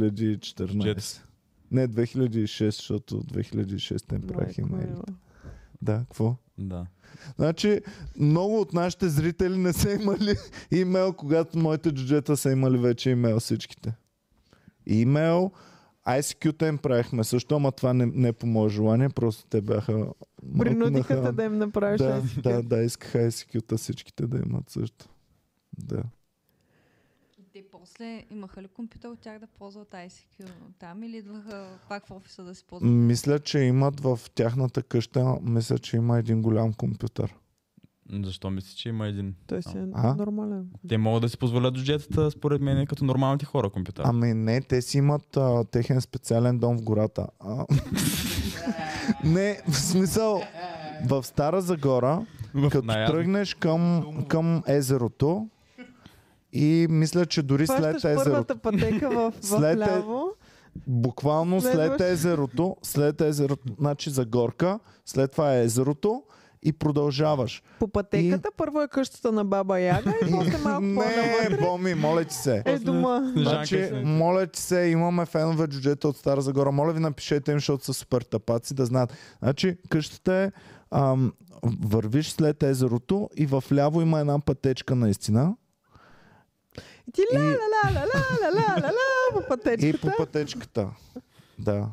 [SPEAKER 1] 2014. Не, 2006, защото 2006 не правих
[SPEAKER 2] Майко
[SPEAKER 1] имейли.
[SPEAKER 2] мила.
[SPEAKER 1] Да, какво?
[SPEAKER 3] Да.
[SPEAKER 1] Значи, много от нашите зрители не са имали *laughs* имейл, когато моите джуджета са имали вече имейл всичките. Имейл, ICQ-та им правихме също, ама това не, не е по мое желание, просто те бяха... малко
[SPEAKER 2] Принудиха те
[SPEAKER 1] нахал-
[SPEAKER 2] да им направиш
[SPEAKER 1] да,
[SPEAKER 2] ICQ.
[SPEAKER 1] да, да, искаха ICQ-та всичките да имат също. Да.
[SPEAKER 4] Те после имаха ли компютър от тях да ползват ICQ там или идваха пак в офиса да си ползват?
[SPEAKER 1] Мисля, че имат в тяхната къща, мисля, че има един голям компютър.
[SPEAKER 3] Защо мисля, че има един?
[SPEAKER 2] Той си е
[SPEAKER 1] А?
[SPEAKER 2] нормален.
[SPEAKER 3] Те могат да си позволят джетата, според мен, като нормалните хора компютър.
[SPEAKER 1] Ами не, те си имат а, техен специален дом в гората. А... *laughs* не, в смисъл, в Стара Загора,
[SPEAKER 3] В
[SPEAKER 1] като
[SPEAKER 3] наясно.
[SPEAKER 1] тръгнеш към, към езерото и мисля, че дори
[SPEAKER 2] Хващаш
[SPEAKER 1] след езерото,
[SPEAKER 2] първата
[SPEAKER 1] *laughs*
[SPEAKER 2] пътека в, в
[SPEAKER 1] След е-
[SPEAKER 2] ляво.
[SPEAKER 1] буквално след
[SPEAKER 2] следваш.
[SPEAKER 1] езерото, след езерото, значи за горка, след това е езерото и продължаваш.
[SPEAKER 2] По пътеката първо е къщата на баба Яга и после малко по-навътре
[SPEAKER 1] *laughs* не, Боми, моля ти се.
[SPEAKER 2] е дома.
[SPEAKER 3] Снежанка
[SPEAKER 1] Значи,
[SPEAKER 3] си.
[SPEAKER 1] моля ти се, имаме фенове джуджета от Стара Загора. Моля ви, напишете им, защото са супер тапаци, да знаят. Значи, къщата е, ам, вървиш след езерото и в ляво има една пътечка наистина.
[SPEAKER 2] И Ти ля ля ля ля ля ля ля ля по
[SPEAKER 1] И по
[SPEAKER 2] пътечката.
[SPEAKER 1] пътечката. Да.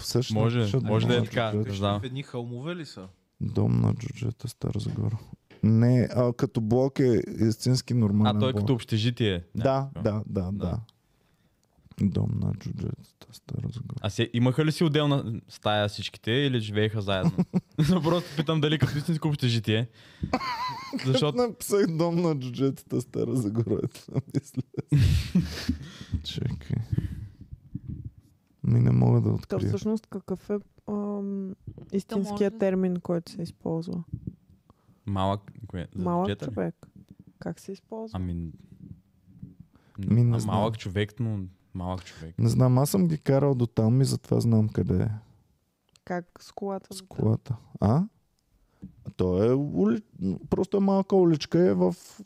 [SPEAKER 1] Всъщност,
[SPEAKER 3] Може,
[SPEAKER 1] защото
[SPEAKER 3] може да е
[SPEAKER 1] дом на
[SPEAKER 3] така.
[SPEAKER 1] джуджета-
[SPEAKER 3] Да.
[SPEAKER 5] В едни хълмове ли са?
[SPEAKER 1] Дом на джуджета, Стара Загора. Не, а, като блок е истински нормален
[SPEAKER 3] А той е
[SPEAKER 1] блок.
[SPEAKER 3] като общежитие.
[SPEAKER 1] Да,
[SPEAKER 3] Някакво.
[SPEAKER 1] да, да, да.
[SPEAKER 3] Да.
[SPEAKER 1] Дом на джуджетата, Стара Загора.
[SPEAKER 3] А се, имаха ли си отделна стая всичките или
[SPEAKER 1] *laughs*
[SPEAKER 3] живееха заедно? Просто питам дали като истинско общежитие. Защото
[SPEAKER 1] Написах дом на джуджетата Стара Загора. е това, *laughs* мисля. Чакай. Ми не мога да
[SPEAKER 2] Та
[SPEAKER 1] открия.
[SPEAKER 2] всъщност какъв е ам, истинския
[SPEAKER 4] да-
[SPEAKER 2] термин, който се използва?
[SPEAKER 3] малък... Кое? За
[SPEAKER 2] Малък
[SPEAKER 3] джета ли?
[SPEAKER 2] човек. Как се използва?
[SPEAKER 3] Ами...
[SPEAKER 1] Ми Ами, не
[SPEAKER 3] а,
[SPEAKER 1] знам.
[SPEAKER 3] малък човек, но малък човек.
[SPEAKER 1] Не знам, аз съм ги карал до там и затова знам къде е.
[SPEAKER 2] Как с колата?
[SPEAKER 1] С колата. А? То е ули... просто е малка уличка е в... в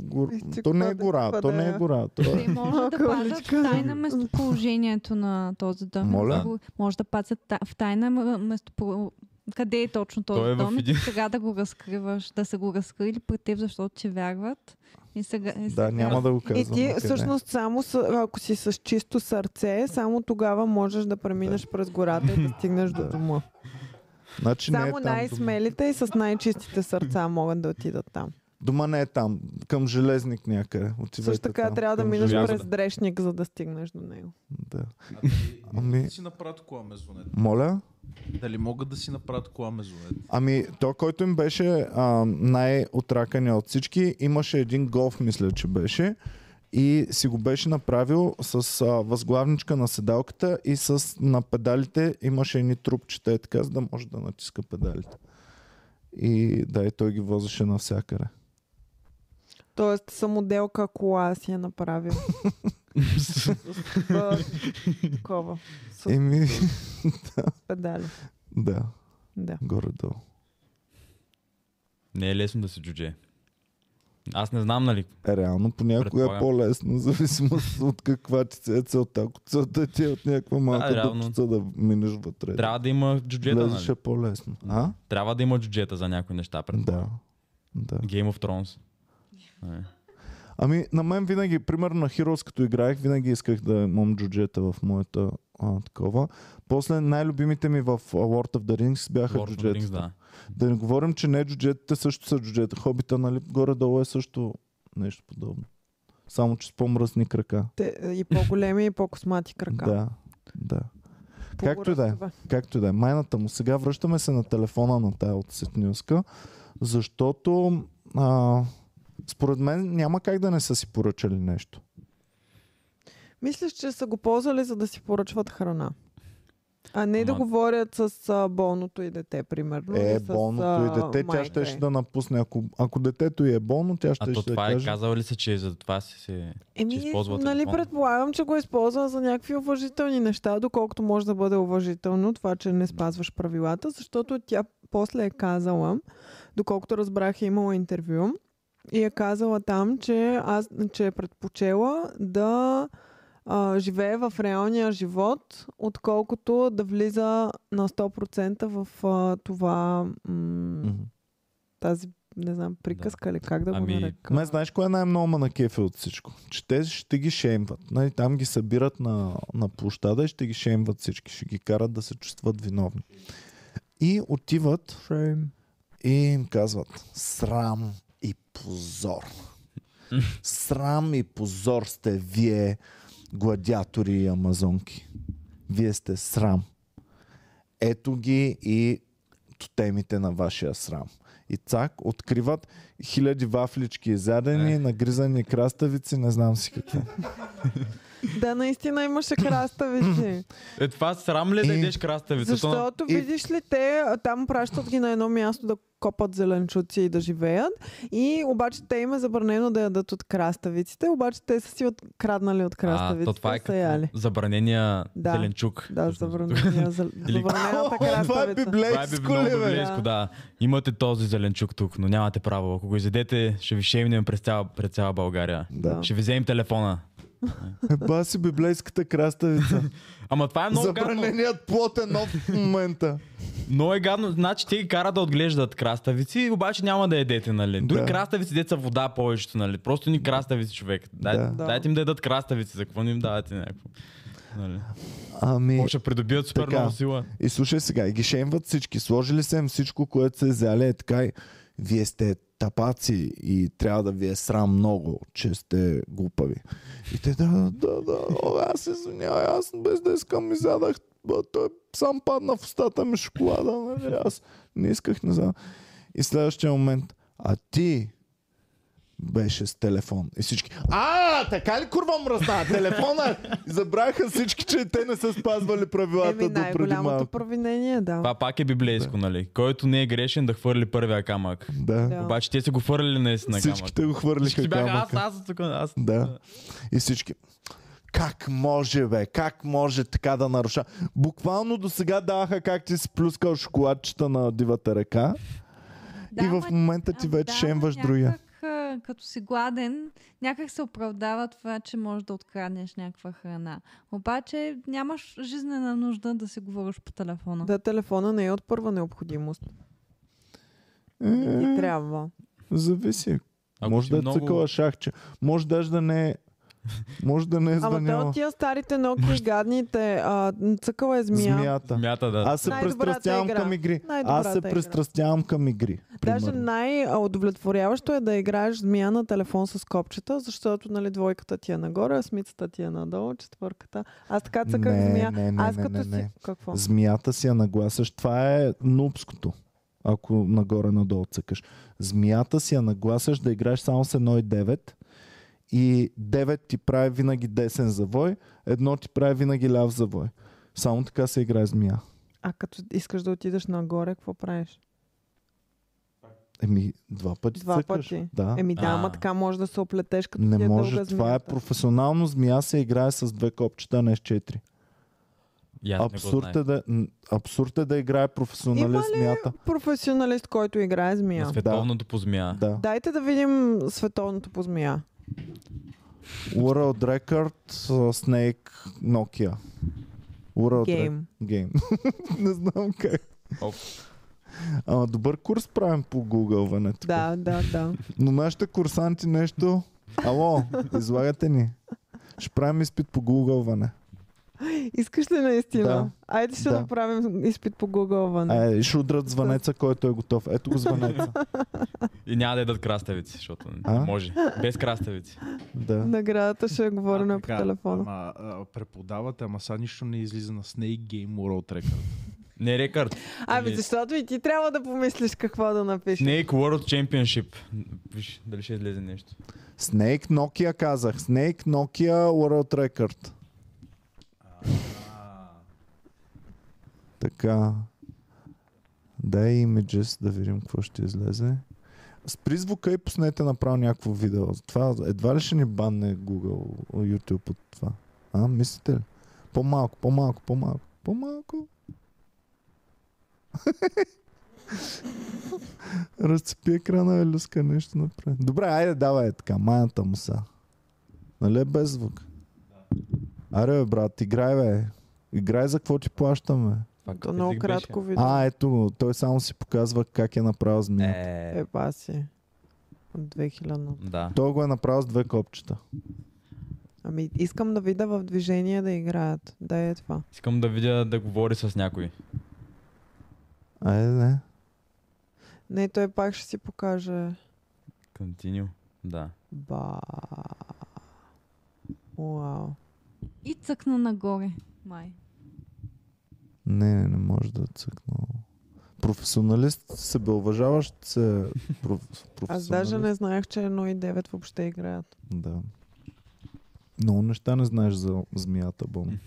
[SPEAKER 1] гор...
[SPEAKER 2] И ти
[SPEAKER 1] То не е
[SPEAKER 2] къде-
[SPEAKER 1] гора, то не е
[SPEAKER 2] къде е?
[SPEAKER 1] гора. То е...
[SPEAKER 4] Те Нали, може да
[SPEAKER 2] Малка
[SPEAKER 4] пазят
[SPEAKER 2] уличка.
[SPEAKER 4] в тайна местоположението на този дом.
[SPEAKER 1] Моля?
[SPEAKER 4] Може да пазят та- в тайна м- местопо- Къде е точно този
[SPEAKER 3] Той е в
[SPEAKER 4] дом? и
[SPEAKER 3] един-
[SPEAKER 4] Сега да го разкриваш, да са го разкрили при теб, защото ти вярват. И сега, и сега...
[SPEAKER 1] Да, няма да е. го
[SPEAKER 2] И
[SPEAKER 1] казвам.
[SPEAKER 2] ти
[SPEAKER 1] къде.
[SPEAKER 2] всъщност само с, ако си с чисто сърце, само тогава можеш да преминеш през гората
[SPEAKER 1] *laughs*
[SPEAKER 2] и да стигнеш до
[SPEAKER 1] Да.
[SPEAKER 2] дома.
[SPEAKER 1] Значи не е
[SPEAKER 2] Само
[SPEAKER 1] там,
[SPEAKER 2] най-смелите и с най-чистите сърца могат да отидат там.
[SPEAKER 1] Дома не е там, към железник някъде. Отивайте
[SPEAKER 2] Също така
[SPEAKER 1] там,
[SPEAKER 2] трябва да
[SPEAKER 1] към
[SPEAKER 2] минеш
[SPEAKER 1] Железник.
[SPEAKER 2] през дрешник, за да стигнеш до него.
[SPEAKER 1] Да.
[SPEAKER 5] Дали
[SPEAKER 1] Ами,
[SPEAKER 5] си направят кола мезонет?
[SPEAKER 1] моля?
[SPEAKER 5] Дали могат да си направят кола мезонет?
[SPEAKER 1] Ами, то, който им беше а, най-отракания от всички, имаше един голф, мисля, че беше. И си го беше направил с а, възглавничка на седалката и с, на педалите имаше едни трупчета, е така, за да може да натиска педалите. И да, и той ги возеше навсякъде.
[SPEAKER 2] Тоест самоделка кола си
[SPEAKER 1] *laughs*
[SPEAKER 2] е направил. С- Такова. С
[SPEAKER 1] Еми, *laughs*
[SPEAKER 2] педали.
[SPEAKER 1] да,
[SPEAKER 2] Да.
[SPEAKER 1] горе-долу.
[SPEAKER 3] Не е лесно да се джудже. Аз не знам, нали?
[SPEAKER 1] Е, Реално понякога е
[SPEAKER 3] Предполагам.
[SPEAKER 1] по-лесно, *laughs* в зависимост от каква ти се е целта. Ако целта ти е от някаква малка
[SPEAKER 3] реално.
[SPEAKER 1] дупчица да минеш вътре.
[SPEAKER 3] Трябва да има джуджета,
[SPEAKER 1] Влезеш е
[SPEAKER 3] нали?
[SPEAKER 1] по-лесно. А?
[SPEAKER 3] Трябва да има джуджета за някои неща. Пред...
[SPEAKER 1] Да. да.
[SPEAKER 3] Game of Thrones. Нали?
[SPEAKER 1] Ами, на мен винаги, примерно на Heroes, като играех, винаги исках да имам джуджета в моята а, такова. После най-любимите ми в а, Lord of the Rings бяха
[SPEAKER 3] Lord of the
[SPEAKER 1] джуджетата.
[SPEAKER 3] Rings, да.
[SPEAKER 1] Да не говорим, че не джуджетите също са джуджета. Хобита, нали, горе-долу е също нещо подобно. Само, че с по-мръсни крака.
[SPEAKER 2] Те, и по-големи, и по-космати крака.
[SPEAKER 1] Да, да.
[SPEAKER 2] По-
[SPEAKER 1] Както и да е.
[SPEAKER 2] ръкава.
[SPEAKER 1] Както и да е, майната му. Сега връщаме се на телефона на тая от Сетнюска, защото а, според мен няма как да не са си поръчали нещо.
[SPEAKER 2] Мислиш, че са го ползвали, за да си поръчват храна. А не да
[SPEAKER 3] Ама-
[SPEAKER 2] говорят с а, болното и дете, примерно.
[SPEAKER 1] Е,
[SPEAKER 2] и Ами с,
[SPEAKER 1] болното
[SPEAKER 2] а,
[SPEAKER 1] и дете, тя
[SPEAKER 2] майка е.
[SPEAKER 1] ще,
[SPEAKER 2] й.
[SPEAKER 1] да напусне. Ако, ако детето й е болно, тя ще,
[SPEAKER 3] А то
[SPEAKER 1] ще
[SPEAKER 3] това е
[SPEAKER 1] каже.
[SPEAKER 3] казала ли се, че за това си се...
[SPEAKER 2] Еми,
[SPEAKER 3] че използва
[SPEAKER 2] нали,
[SPEAKER 3] телефон.
[SPEAKER 2] предполагам, че го използва за някакви уважителни неща, доколкото може да бъде уважително това, че не спазваш правилата, защото тя после е казала, доколкото разбрах, е имала интервю и е казала там, че, аз, че е предпочела да а, живее в реалния живот, отколкото да влиза на 100% в а, това, м-
[SPEAKER 1] Мгм.
[SPEAKER 2] тази, не знам, приказка да. или как да го
[SPEAKER 3] Ами,
[SPEAKER 2] нарека.
[SPEAKER 1] Ме знаеш кое е най-много ма на кефи от всичко? Че те ще ги шеймват. Нали, там ги събират на, на площада и ще ги шеймват всички. Ще ги карат да се чувстват виновни. И отиват
[SPEAKER 2] Шейм.
[SPEAKER 1] И им казват срам и позор. Срам и позор сте вие, гладиатори и амазонки. Вие сте срам. Ето ги и тотемите на вашия срам. И цак, откриват хиляди вафлички изядени,
[SPEAKER 3] Е.
[SPEAKER 1] нагризани краставици, не знам си какво.
[SPEAKER 2] Да, наистина имаше краставици.
[SPEAKER 3] Е, това срам ли е да
[SPEAKER 1] И-
[SPEAKER 3] идеш краставица? То-
[SPEAKER 2] Защото
[SPEAKER 1] И-
[SPEAKER 2] видиш ли, те а, там пращат ги на едно място да копат зеленчуци и да живеят. И обаче те им е забранено да ядат от краставиците, обаче те са си от... краднали от краставиците.
[SPEAKER 3] А, то това е
[SPEAKER 2] и са яли.
[SPEAKER 3] като забранения
[SPEAKER 2] Да.
[SPEAKER 3] зеленчук.
[SPEAKER 2] Да,
[SPEAKER 3] Всъщност. *laughs*
[SPEAKER 2] забранения, за-
[SPEAKER 3] Или- *laughs*
[SPEAKER 2] забранената
[SPEAKER 1] Това е
[SPEAKER 2] краставица.
[SPEAKER 3] Това е
[SPEAKER 1] библейско
[SPEAKER 3] много
[SPEAKER 1] ли, бе?
[SPEAKER 3] библейско, да. Имате този зеленчук тук, но нямате право. Ако го изедете, ще ви шеймнем през цяла, през цяла България.
[SPEAKER 1] Да.
[SPEAKER 3] Ще ви вземем телефона.
[SPEAKER 1] Еба си библейската краставица.
[SPEAKER 3] Ама това е *laughs* много гадно.
[SPEAKER 1] Забраненият плод е нов в момента.
[SPEAKER 3] Много е гадно. Значи те ги карат да отглеждат краставици, обаче няма да ядете, нали? Дори
[SPEAKER 1] Да.
[SPEAKER 3] краставици деца вода повечето, нали? Просто ни краставици човек. Дай,
[SPEAKER 1] Да.
[SPEAKER 3] Дайте им да ядат краставици, за какво ни им давате някакво? Нали?
[SPEAKER 1] Ами...
[SPEAKER 3] Може да придобият супер
[SPEAKER 1] Така.
[SPEAKER 3] много сила.
[SPEAKER 1] И слушай сега, и ги шемват всички. Сложили са им всичко, което са взели. Е така, и вие сте тапаци и трябва да ви е срам много, че сте глупави. И те, да, да, да, о, аз се извинявай, аз без да искам изядах. Ба, Той сам падна в устата ми шоколада, нали? Аз не исках, не знам. И следващия момент, а ти беше с телефон. И всички, а, така ли курва мръсна? Телефона! *laughs* И Забравиха всички, че те не са спазвали правилата
[SPEAKER 2] Еми,
[SPEAKER 1] до е преди
[SPEAKER 2] най-голямото
[SPEAKER 1] малко.
[SPEAKER 2] провинение, да.
[SPEAKER 3] Това пак е библейско, нали? Който не е грешен да хвърли първия камък.
[SPEAKER 1] Да.
[SPEAKER 2] Да.
[SPEAKER 3] е Обаче те са го хвърлили наистина камък.
[SPEAKER 1] Всичките го хвърлиха
[SPEAKER 3] Всички бяха, аз,
[SPEAKER 1] камъка.
[SPEAKER 3] аз, тук, аз.
[SPEAKER 1] Да. И всички. Как може, бе? Как може така да наруша? Буквално до сега даваха как ти си плюскал шоколадчета на дивата ръка.
[SPEAKER 4] Да,
[SPEAKER 1] и в
[SPEAKER 4] ма-
[SPEAKER 1] момента ти
[SPEAKER 4] а,
[SPEAKER 1] вече
[SPEAKER 4] да,
[SPEAKER 2] ами
[SPEAKER 1] шемваш
[SPEAKER 4] ма
[SPEAKER 1] другия.
[SPEAKER 4] Някак, а, хора, като си гладен, някак се оправдава това, че можеш да откраднеш някаква храна. Обаче нямаш жизнена нужда да си говориш по телефона.
[SPEAKER 2] Да, телефона не е от първа необходимост. Не ти
[SPEAKER 1] Е,
[SPEAKER 2] трябва.
[SPEAKER 1] зависи.
[SPEAKER 3] Ако
[SPEAKER 1] може
[SPEAKER 3] си
[SPEAKER 1] да е
[SPEAKER 3] много-
[SPEAKER 1] цъкала шахче. Може даже да не
[SPEAKER 3] *laughs*
[SPEAKER 1] е... Може да не е
[SPEAKER 2] Ама те
[SPEAKER 1] звъняла.
[SPEAKER 2] от тия старите Nokia и гадните, а, цъкала е змия.
[SPEAKER 1] Змията.
[SPEAKER 3] Мята да.
[SPEAKER 1] Аз се
[SPEAKER 2] Най-добрата
[SPEAKER 1] пристрастявам
[SPEAKER 2] игра.
[SPEAKER 1] към игри. Аз
[SPEAKER 2] Най-добрата
[SPEAKER 1] се
[SPEAKER 2] игра.
[SPEAKER 1] пристрастявам към игри.
[SPEAKER 2] Даже
[SPEAKER 1] примерно.
[SPEAKER 2] най-удовлетворяващо е да играеш змия на телефон с копчета, защото нали, двойката ти е нагоре, а смицата ти е надолу, четвърката. Аз така цъках
[SPEAKER 1] Не,
[SPEAKER 2] змия.
[SPEAKER 1] не, не,
[SPEAKER 2] Аз
[SPEAKER 1] не,
[SPEAKER 2] като
[SPEAKER 1] не, не.
[SPEAKER 2] си... Какво?
[SPEAKER 1] Змията си я нагласяш. Това е нубското. Ако нагоре-надолу цъкаш. Змията си я нагласяш да играеш само с 1 и 9. И 9 ти прави винаги десен завой, едно ти прави винаги ляв завой. Само така се играе змия.
[SPEAKER 2] А като искаш да отидеш нагоре, какво правиш?
[SPEAKER 1] Еми, два пъти
[SPEAKER 2] Два
[SPEAKER 1] цъкаш.
[SPEAKER 2] пъти.
[SPEAKER 1] Да.
[SPEAKER 2] Еми да, ама
[SPEAKER 3] А.
[SPEAKER 2] така може да се оплетеш като ти
[SPEAKER 1] не
[SPEAKER 2] е
[SPEAKER 1] може.
[SPEAKER 2] дълга
[SPEAKER 1] Това е
[SPEAKER 2] змията.
[SPEAKER 1] професионално змия се играе с две копчета, а не с четири.
[SPEAKER 3] И аз не го
[SPEAKER 1] Абсурд
[SPEAKER 3] знаех.
[SPEAKER 1] е, да, м, абсурд е да играе
[SPEAKER 2] Има
[SPEAKER 1] професионалист змията.
[SPEAKER 2] Професионалист, който играе змия.
[SPEAKER 3] На световното по змия.
[SPEAKER 1] Да.
[SPEAKER 2] Дайте да видим световното по змия.
[SPEAKER 1] World Record, uh, Snake, Nokia. World Re-
[SPEAKER 2] Гейм.
[SPEAKER 1] Game. *laughs* Не знам как.
[SPEAKER 3] Оп.
[SPEAKER 1] А, добър курс правим по гугълването.
[SPEAKER 2] Да, да,
[SPEAKER 1] *laughs*
[SPEAKER 2] да.
[SPEAKER 1] Но нашите курсанти нещо... Ало, излагате ни. Ще правим изпит по гугълване.
[SPEAKER 2] Искаш ли наистина?
[SPEAKER 1] Да.
[SPEAKER 2] Айде ще
[SPEAKER 1] Да.
[SPEAKER 2] направим изпит по гугълване.
[SPEAKER 1] Е, ще удрат звънеца, който е готов. Ето го звънеца.
[SPEAKER 3] И няма да ядат краставици, защото
[SPEAKER 1] А?
[SPEAKER 3] не може. Без краставици.
[SPEAKER 1] Да.
[SPEAKER 2] Наградата ще говорим
[SPEAKER 5] А,
[SPEAKER 2] по
[SPEAKER 5] така,
[SPEAKER 2] телефона.
[SPEAKER 5] Ама, а, преподавате, ама сега нищо не излиза на Snake Game World Record.
[SPEAKER 3] Не е рекърд.
[SPEAKER 2] Ами
[SPEAKER 3] Или
[SPEAKER 2] защото и ти трябва да помислиш какво да напишеш.
[SPEAKER 3] Snake е World Championship. Виж дали ще излезе нещо.
[SPEAKER 1] Snake, Nokia казах. Snake, Nokia, World Record. Така. Дай images да видим какво ще излезе. Спри звука и пуснете направо някакво видео. Това едва ли ще ни банне Google, YouTube от това? А, мислите ли? По-малко, по-малко, по-малко, по-малко. Разцепи екрана, е люска нещо направи. Добре, айде, давай е така, майната му са. Нали е без звук? Аре, бе, брат, играй, бе. Играй за какво ти плащаме.
[SPEAKER 2] То много кратко видео.
[SPEAKER 1] А, е. ето го. Той само си показва как е направил змия.
[SPEAKER 3] Е,
[SPEAKER 2] Е, баси. От 2000.
[SPEAKER 3] да.
[SPEAKER 1] Той го е направил с две копчета.
[SPEAKER 2] Ами искам да видя в движение да играят. Да е това.
[SPEAKER 3] Искам да видя да говори с някой.
[SPEAKER 1] Айде, не.
[SPEAKER 2] Не, той пак ще си покаже.
[SPEAKER 3] Continue. Да.
[SPEAKER 2] Ба. Уау.
[SPEAKER 4] И цъкна нагоре, май.
[SPEAKER 1] Не, не, не може да е цъкнал. Професионалист се уважаващ
[SPEAKER 2] *laughs*
[SPEAKER 1] се проф, професионалист.
[SPEAKER 2] Аз даже не знаех, че 1 и 9 въобще играят.
[SPEAKER 1] Да. Много неща не знаеш за змията, Бом.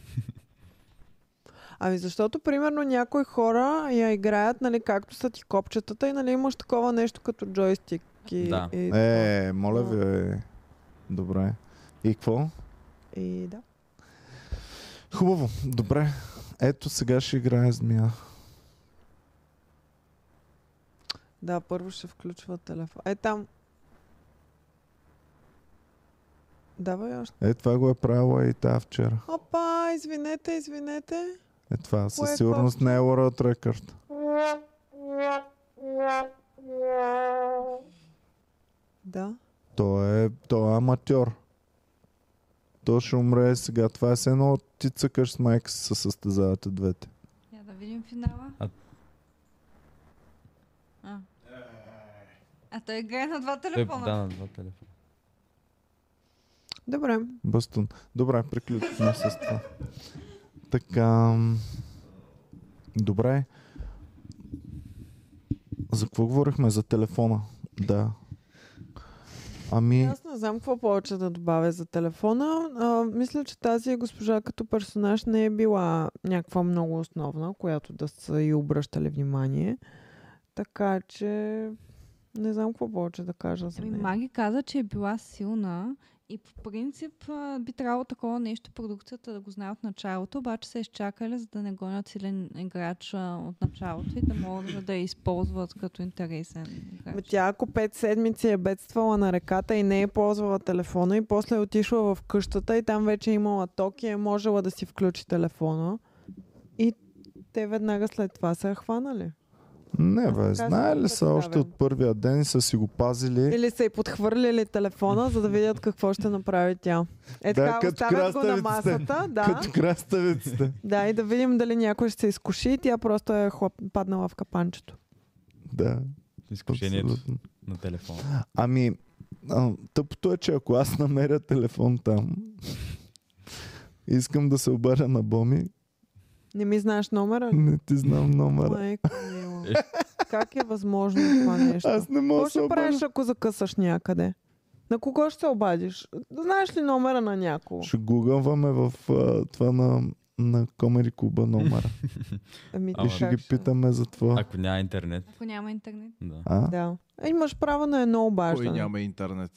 [SPEAKER 2] Ами защото, примерно, някои хора я играят, нали, както са ти копчетата и, нали, имаш такова нещо като джойстик. И,
[SPEAKER 3] Да.
[SPEAKER 2] и,
[SPEAKER 1] Е, моля ви. Е. Добре. И какво?
[SPEAKER 2] и да.
[SPEAKER 1] Хубаво. Добре. Ето сега ще играе змия.
[SPEAKER 2] Да, първо ще включва телефон. Е, там. Давай още.
[SPEAKER 1] Е, това го е правила и та вчера.
[SPEAKER 2] Опа, извинете, извинете.
[SPEAKER 1] Е, това
[SPEAKER 2] Кое
[SPEAKER 1] със
[SPEAKER 2] е
[SPEAKER 1] сигурност не е World Record.
[SPEAKER 2] Да.
[SPEAKER 1] Той е, той е аматьор. Той ще умре сега. Това е все едно ти цъкаш с майка си се състезавате двете.
[SPEAKER 4] Я да видим финала.
[SPEAKER 3] А-
[SPEAKER 4] А. А той играе на два
[SPEAKER 3] Той
[SPEAKER 4] телефона.
[SPEAKER 3] да на два телефона.
[SPEAKER 2] Добре.
[SPEAKER 1] Бастун. Добре, приключихме с това. Така. м, Добре. За какво говорихме? За телефона. Да. Ами,
[SPEAKER 2] Аз не знам какво повече да добавя за телефона. А, мисля, че тази госпожа като персонаж не е била някаква много основна, която да са и обръщали внимание. Така че не знам какво повече да кажа за
[SPEAKER 4] Ами,
[SPEAKER 2] нея.
[SPEAKER 4] Маги каза, че е била силна И по принцип а, би трябвало такова нещо продукцията да го знае от началото, обаче са изчакали, за да не гонят силен играч а, от началото и да могат да я използват като интересен
[SPEAKER 2] Ме
[SPEAKER 4] играч.
[SPEAKER 2] тя ако пет седмици е бедствала на реката и не е ползвала телефона и после е отишла в къщата и там вече е имала ток и е можела да си включи телефона. И те веднага след това са я хванали.
[SPEAKER 1] Е. Не, бе,
[SPEAKER 2] Така си
[SPEAKER 1] знае
[SPEAKER 2] го
[SPEAKER 1] ли са още
[SPEAKER 2] представям.
[SPEAKER 1] от първия ден и са си го пазили?
[SPEAKER 2] Или са й подхвърлили телефона, за да видят какво ще направи тя. Е
[SPEAKER 1] Да,
[SPEAKER 2] така,
[SPEAKER 1] като
[SPEAKER 2] оставят го на
[SPEAKER 1] краставиците.
[SPEAKER 2] масата, да,
[SPEAKER 1] Като краставиците.
[SPEAKER 2] да, и да видим дали някой ще се изкуши и тя просто е хлоп, паднала в капанчето.
[SPEAKER 1] Да.
[SPEAKER 3] Изкушението
[SPEAKER 1] абсолютно.
[SPEAKER 3] на телефона.
[SPEAKER 1] Ами, а, тъпото е, че ако аз намеря телефон там, *laughs* искам да се обаря на Боми,
[SPEAKER 2] Не ми знаеш номера? ли?
[SPEAKER 1] не ти знам номера.
[SPEAKER 2] Майко мила. Как е възможно това нещо?
[SPEAKER 1] Аз не мога
[SPEAKER 2] Какво
[SPEAKER 1] да се
[SPEAKER 2] ще
[SPEAKER 1] обадя.
[SPEAKER 2] правиш, ако закъсаш някъде? На кого ще се обадиш? Знаеш ли номера на някого?
[SPEAKER 1] Ще гугълваме в а, това на, на Комери Куба *laughs* номера.
[SPEAKER 2] Ами,
[SPEAKER 3] Ама.
[SPEAKER 1] И ще
[SPEAKER 2] как
[SPEAKER 1] ги питаме за това.
[SPEAKER 3] Ако няма интернет,
[SPEAKER 4] Ако няма интернет.
[SPEAKER 3] да.
[SPEAKER 1] А?
[SPEAKER 2] Да. Е, Имаш право на едно
[SPEAKER 5] Кой
[SPEAKER 2] обаждане.
[SPEAKER 5] няма интернет?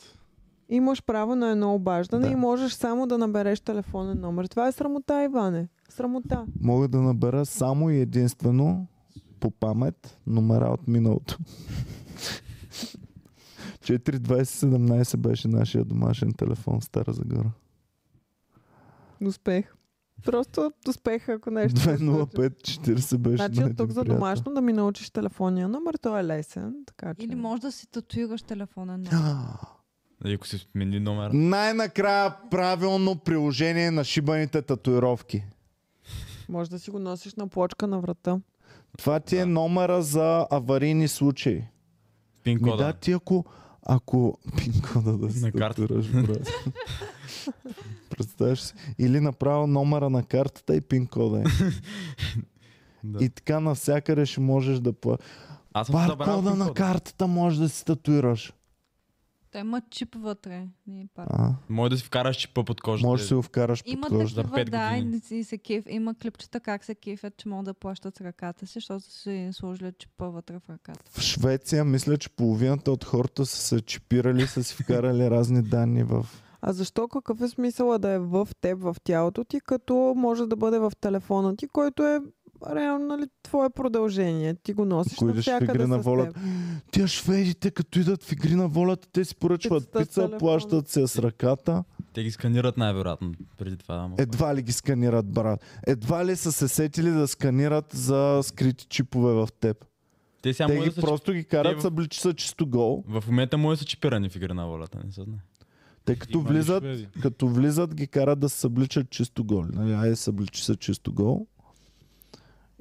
[SPEAKER 2] Имаш право на едно обаждане
[SPEAKER 1] Да.
[SPEAKER 2] и можеш само да набереш телефонен номер. Това е срамота, Иване. Срамота.
[SPEAKER 1] Мога да набера само и единствено по памет номера от миналото. *laughs* 42017 беше нашия домашен телефон в Стара Загора.
[SPEAKER 2] Успех. Просто успех, ако нещо. се случи.
[SPEAKER 1] 20540 беше
[SPEAKER 2] Значи
[SPEAKER 1] на
[SPEAKER 2] от тук
[SPEAKER 1] един
[SPEAKER 2] за
[SPEAKER 1] приятел.
[SPEAKER 2] домашно да ми научиш телефонния номер, той е лесен. Така, че...
[SPEAKER 4] Или може да си татуираш телефона на
[SPEAKER 3] И ако си смени номера,
[SPEAKER 1] Най-накрая правилно приложение на шибаните татуировки.
[SPEAKER 2] може да си го носиш на плочка на врата.
[SPEAKER 1] Това ти е
[SPEAKER 3] Да.
[SPEAKER 1] номера за аварийни случаи.
[SPEAKER 3] пин
[SPEAKER 1] Ми да,
[SPEAKER 3] кода.
[SPEAKER 1] ти ако... Ако пин-кода да си
[SPEAKER 3] На карта.
[SPEAKER 1] татуираш, брат. Представяш си? Или направо номера на картата и пин-кода. е.
[SPEAKER 3] *laughs* Да.
[SPEAKER 1] И така навсякъде ще можеш да... Пла...
[SPEAKER 3] Аз съм забрал
[SPEAKER 1] Баркода
[SPEAKER 3] пин
[SPEAKER 1] на
[SPEAKER 3] кода.
[SPEAKER 1] картата може да си татуираш.
[SPEAKER 4] Той има чип вътре. Не е пар.
[SPEAKER 1] А,
[SPEAKER 3] Може да си вкараш чипа под кожата.
[SPEAKER 1] може да си го вкараш под
[SPEAKER 4] Има
[SPEAKER 1] кожата.
[SPEAKER 4] такива,
[SPEAKER 3] пет
[SPEAKER 4] да,
[SPEAKER 3] години.
[SPEAKER 4] и, и се кеф, има клипчета как се кефят, че могат да плащат с ръката си, защото са си сложили чипа вътре в ръката.
[SPEAKER 1] В Швеция мисля, че половината от хората са се чипирали, са си вкарали разни данни в...
[SPEAKER 2] А защо какъв е смисъла да е в теб, в тялото ти, като може да бъде в телефона ти, който е реално нали, твое продължение. Ти го носиш
[SPEAKER 1] Ако идеш в
[SPEAKER 2] навсякъде
[SPEAKER 1] игри на
[SPEAKER 2] с
[SPEAKER 1] волята,
[SPEAKER 2] теб.
[SPEAKER 1] Тя шведите, като идат в игри на волята, те си поръчват
[SPEAKER 2] Пицата с
[SPEAKER 1] пица,
[SPEAKER 2] телефона.
[SPEAKER 1] плащат се с ръката.
[SPEAKER 3] Те ги сканират най-вероятно преди това. Ама.
[SPEAKER 1] Едва ли ги сканират, брат. Едва ли са се сетили да сканират за скрити чипове в теб.
[SPEAKER 3] Те сега
[SPEAKER 1] те
[SPEAKER 3] може
[SPEAKER 1] ги
[SPEAKER 3] да са
[SPEAKER 1] просто ги карат,
[SPEAKER 3] те-
[SPEAKER 1] са бличи са чисто гол.
[SPEAKER 3] В момента му е са чипирани в игра на волята, не се знае.
[SPEAKER 1] Те като
[SPEAKER 5] Има ли
[SPEAKER 1] влизат,
[SPEAKER 5] шведи?
[SPEAKER 1] като влизат, ги карат да се събличат чисто голи. Нали? Айде събличи се чисто гол.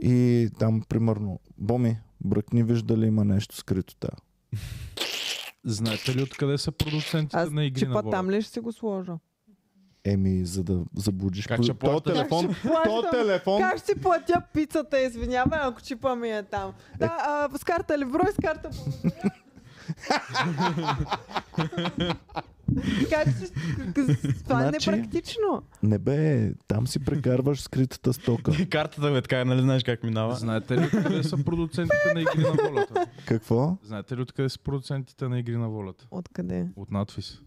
[SPEAKER 1] И там, примерно, Боми, бръкни, виж дали има нещо скрито там.
[SPEAKER 5] Знаете ли откъде са продуцентите
[SPEAKER 2] Аз
[SPEAKER 5] на игри на
[SPEAKER 2] чипа
[SPEAKER 5] воля?
[SPEAKER 2] там ли ще си го сложа?
[SPEAKER 1] Еми, за да заблудиш.
[SPEAKER 3] Как
[SPEAKER 1] по-
[SPEAKER 3] ще
[SPEAKER 1] то
[SPEAKER 3] плащаш?
[SPEAKER 1] телефон, то
[SPEAKER 2] Плащам.
[SPEAKER 1] телефон
[SPEAKER 2] Как ще си платя пицата, извинявай, ако чипа ми е там. Да, а, с карта ли брой, с карта благодаря. Как *laughs* ще... Това е
[SPEAKER 1] Значи-
[SPEAKER 2] непрактично.
[SPEAKER 1] Не бе, там си прекарваш скритата
[SPEAKER 3] *laughs*
[SPEAKER 1] стока.
[SPEAKER 3] Картата бе, така, нали знаеш как минава?
[SPEAKER 5] Знаете ли откъде са продуцентите на игри на волята?
[SPEAKER 1] Какво?
[SPEAKER 5] Знаете ли откъде са продуцентите на игри на волята?
[SPEAKER 2] Откъде?
[SPEAKER 5] От надвис.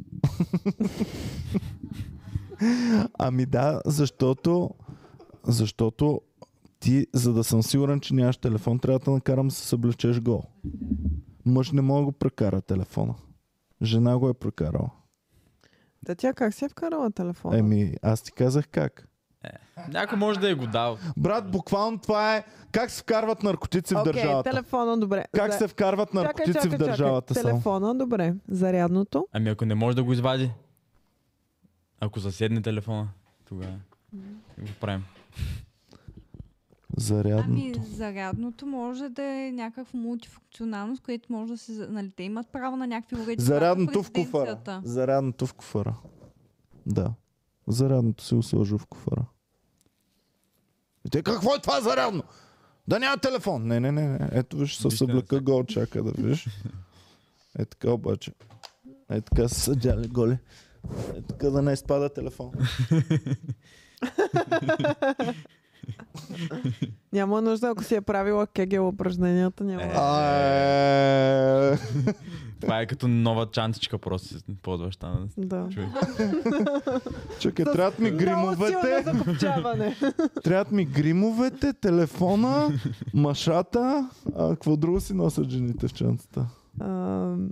[SPEAKER 1] Ами да, защото, защото ти, за да съм сигурен, че нямаш телефон, трябва да те накарам да се съблечеш гол. Мъж не мога да го прекара телефона. Жена го е прекарала.
[SPEAKER 2] Та тя как си е вкарала телефона?
[SPEAKER 1] Еми, аз ти казах как.
[SPEAKER 3] Някой може да е го дал.
[SPEAKER 1] Брат, буквално това е как се вкарват наркотици в
[SPEAKER 2] Окей,
[SPEAKER 1] държавата.
[SPEAKER 2] телефона, добре.
[SPEAKER 1] Как
[SPEAKER 2] За-
[SPEAKER 1] се вкарват наркотици в държавата
[SPEAKER 2] чакай.
[SPEAKER 1] само.
[SPEAKER 2] Телефона, добре. Зарядното.
[SPEAKER 3] Ами ако не може да го извади. Ако заседне телефона, тогава го правим.
[SPEAKER 1] Зарядното.
[SPEAKER 4] Ами зарядното може да е някаква мултифункционалност, което може да се... Нали, те имат право на някакви уреди. Това е
[SPEAKER 1] Зарядното в
[SPEAKER 4] президенцията.
[SPEAKER 1] куфара. Зарядното в куфара. Да. Зарядното се сложи в куфара. И те, какво е това зарядно? Да няма телефон. Не, не, не. не. Ето виж, със
[SPEAKER 3] Вижте,
[SPEAKER 1] съблека
[SPEAKER 3] сега.
[SPEAKER 1] гол чака да виж. Е така обаче. Е така са съдяли голи. Е така да не изпада телефон.
[SPEAKER 2] Няма нужда, ако си е правила кегел упражненията, няма.
[SPEAKER 3] Е.
[SPEAKER 2] Е.
[SPEAKER 1] Аее.
[SPEAKER 3] Това е като нова чантичка, просто си ползваш там.
[SPEAKER 2] Да.
[SPEAKER 3] Човек.
[SPEAKER 1] Чакай,
[SPEAKER 2] С
[SPEAKER 1] трябват ми
[SPEAKER 2] Много силно
[SPEAKER 1] гримовете, *laughs*
[SPEAKER 2] закопчаване.
[SPEAKER 1] трябват ми гримовете, телефона, машата, а какво друго си носят жените в чантата?
[SPEAKER 2] Ам,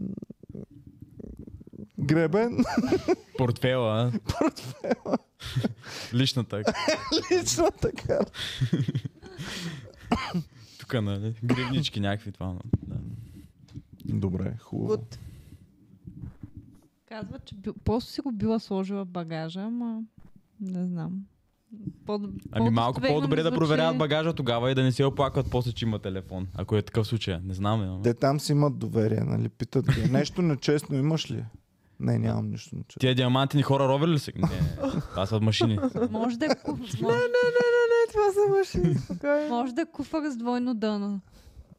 [SPEAKER 1] Гребен,
[SPEAKER 3] Портфела. Портфела. *laughs* Личната.
[SPEAKER 1] лична така.
[SPEAKER 3] Тук, нали? Гривнички някакви това. но, Да. Ами
[SPEAKER 1] Добре, хубаво.
[SPEAKER 2] good.
[SPEAKER 4] Казва, че бил, просто си го била сложила в багажа, ама не знам. По,
[SPEAKER 3] Ами малко
[SPEAKER 4] по-достоверно
[SPEAKER 3] по-добре
[SPEAKER 4] ми
[SPEAKER 3] да
[SPEAKER 4] звучи-
[SPEAKER 3] проверяват багажа тогава и да не се оплакват после, че има телефон. Ако е такъв случай. Не знам. Е,
[SPEAKER 1] Те там си имат доверие, нали? Питат ги. Нещо нечестно имаш ли? Не, нямам нищо нечестно.
[SPEAKER 3] Тия диамантини хора ровели ли си? Не, не, това са машини.
[SPEAKER 4] Може да, е
[SPEAKER 3] *laughs*
[SPEAKER 4] куф, може,
[SPEAKER 2] Не, не, не, не, това са машини. Спокойно.
[SPEAKER 4] може да е куфър с двойно дъно.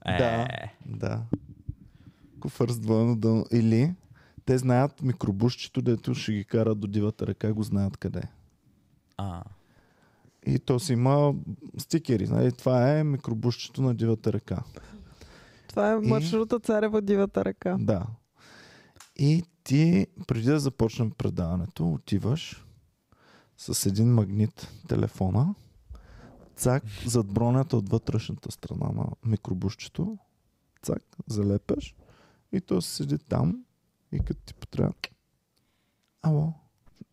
[SPEAKER 3] Е,
[SPEAKER 1] Да. Да. Куфър с двойно дъно. Или те знаят микробушчето, дето ще ги кара до дивата ръка, го знаят къде. е.
[SPEAKER 3] А,
[SPEAKER 1] И то си има стикери. Нали? Това е микробушчето на дивата ръка.
[SPEAKER 2] Това е маршрута Царева дивата ръка.
[SPEAKER 1] Да. И ти, преди да започнем предаването, отиваш с един магнит телефона, цак, зад бронята от вътрешната страна на микробушчето, цак, залепяш и то седи там и като ти потрябва. Ало,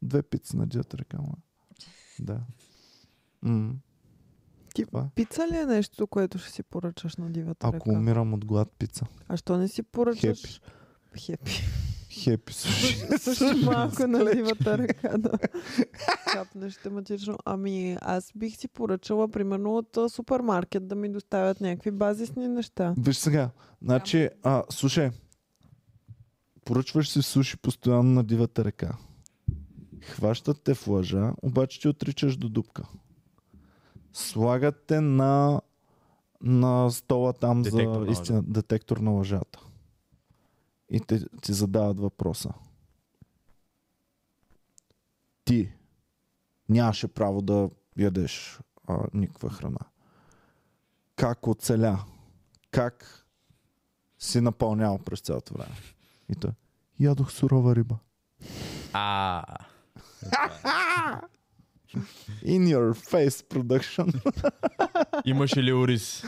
[SPEAKER 1] две пици на дията ръка, ма. Да. М.
[SPEAKER 2] Ти-
[SPEAKER 1] Това.
[SPEAKER 2] Пица ли е нещо, което ще си поръчаш на дивата
[SPEAKER 1] Ако
[SPEAKER 2] ръка?
[SPEAKER 1] умирам от глад пица.
[SPEAKER 2] А що не си поръчаш? Хепи.
[SPEAKER 1] Хепи суши.
[SPEAKER 2] Също малко на дивата ръка, *laughs* да. Капнеш тематично. Ами аз бих си поръчала, примерно, от а, супермаркет да ми доставят някакви базисни неща.
[SPEAKER 1] Виж сега, значи, а, слушай, поръчваш си суши постоянно на дивата ръка. Хващат те в лъжа, обаче ти отричаш до дупка. Слагат те на, на стола там
[SPEAKER 3] Детектор на
[SPEAKER 1] за
[SPEAKER 3] лъжа.
[SPEAKER 1] истина, детектор на лъжата. И те ти задават въпроса. Ти нямаше право да ядеш а, никаква храна. Как оцеля? Как си напълнял през цялото време? И той, ядох сурова риба.
[SPEAKER 3] а,
[SPEAKER 1] In your face production.
[SPEAKER 3] имаше ли ориз?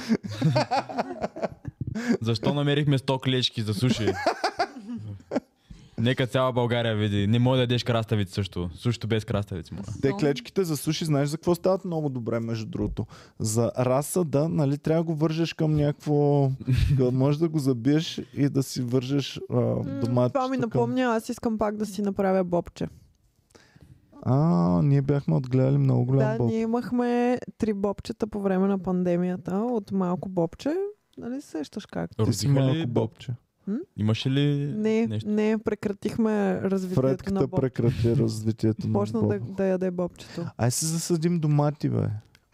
[SPEAKER 3] Защо намерихме 100 клечки за суши? Нека цяла България види. Не може да ядеш краставици също. Сушито без краставици, моля.
[SPEAKER 1] Те
[SPEAKER 4] Сон.
[SPEAKER 1] клечките за суши, знаеш за какво стават много добре, между другото. За раса, да, нали, трябва да го вържеш към някакво... към- Може да го забиеш и да си вържеш а,
[SPEAKER 2] М,
[SPEAKER 1] доматчето
[SPEAKER 2] Това ми
[SPEAKER 1] към-
[SPEAKER 2] напомня, аз искам пак да си направя бобче.
[SPEAKER 1] А, ние бяхме отгледали много голям
[SPEAKER 2] Да,
[SPEAKER 1] боб.
[SPEAKER 2] ние имахме три бобчета по време на пандемията от малко бобче. Нали сещаш как?
[SPEAKER 1] Ти си
[SPEAKER 3] Родиха ли
[SPEAKER 1] малко
[SPEAKER 3] боб?
[SPEAKER 1] бобче.
[SPEAKER 3] Имаше ли
[SPEAKER 2] Не,
[SPEAKER 3] нещо?
[SPEAKER 2] не, прекратихме развитието на
[SPEAKER 1] Фредката
[SPEAKER 2] бобче. *laughs*
[SPEAKER 1] прекрати развитието на
[SPEAKER 2] Почна да,
[SPEAKER 1] боба.
[SPEAKER 2] да яде бобчето.
[SPEAKER 1] Ай се засадим домати, бе.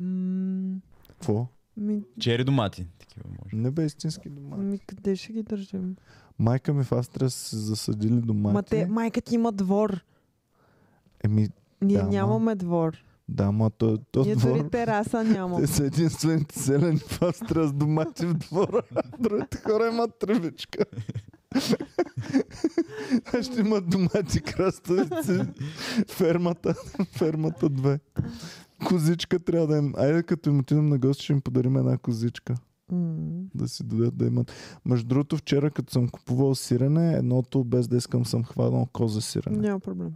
[SPEAKER 2] М,
[SPEAKER 1] Какво?
[SPEAKER 2] Ми,
[SPEAKER 3] Чери домати. Такива може.
[SPEAKER 1] Не бе истински домати.
[SPEAKER 2] ми къде ще ги държим?
[SPEAKER 1] Майка ми в Астрия са се засадили домати.
[SPEAKER 2] Ма те, майка ти има двор.
[SPEAKER 1] Еми,
[SPEAKER 2] Ние
[SPEAKER 1] Да, ма.
[SPEAKER 2] нямаме двор.
[SPEAKER 1] да, ма то, то
[SPEAKER 2] Ние
[SPEAKER 1] двор...
[SPEAKER 2] дори тераса нямаме.
[SPEAKER 1] Те са единствените селени в Австрия с домати в двора. *laughs* Другите хора имат тръбичка. *laughs* А Ще имат домати, краставици, фермата, фермата 2. Козичка трябва да им... Айде като им отидем на гости, ще им подарим една козичка.
[SPEAKER 2] М,
[SPEAKER 1] Да си дадат да имат. Между другото, вчера като съм купувал сирене, едното без да искам съм хванал коза сирене.
[SPEAKER 2] Няма проблем.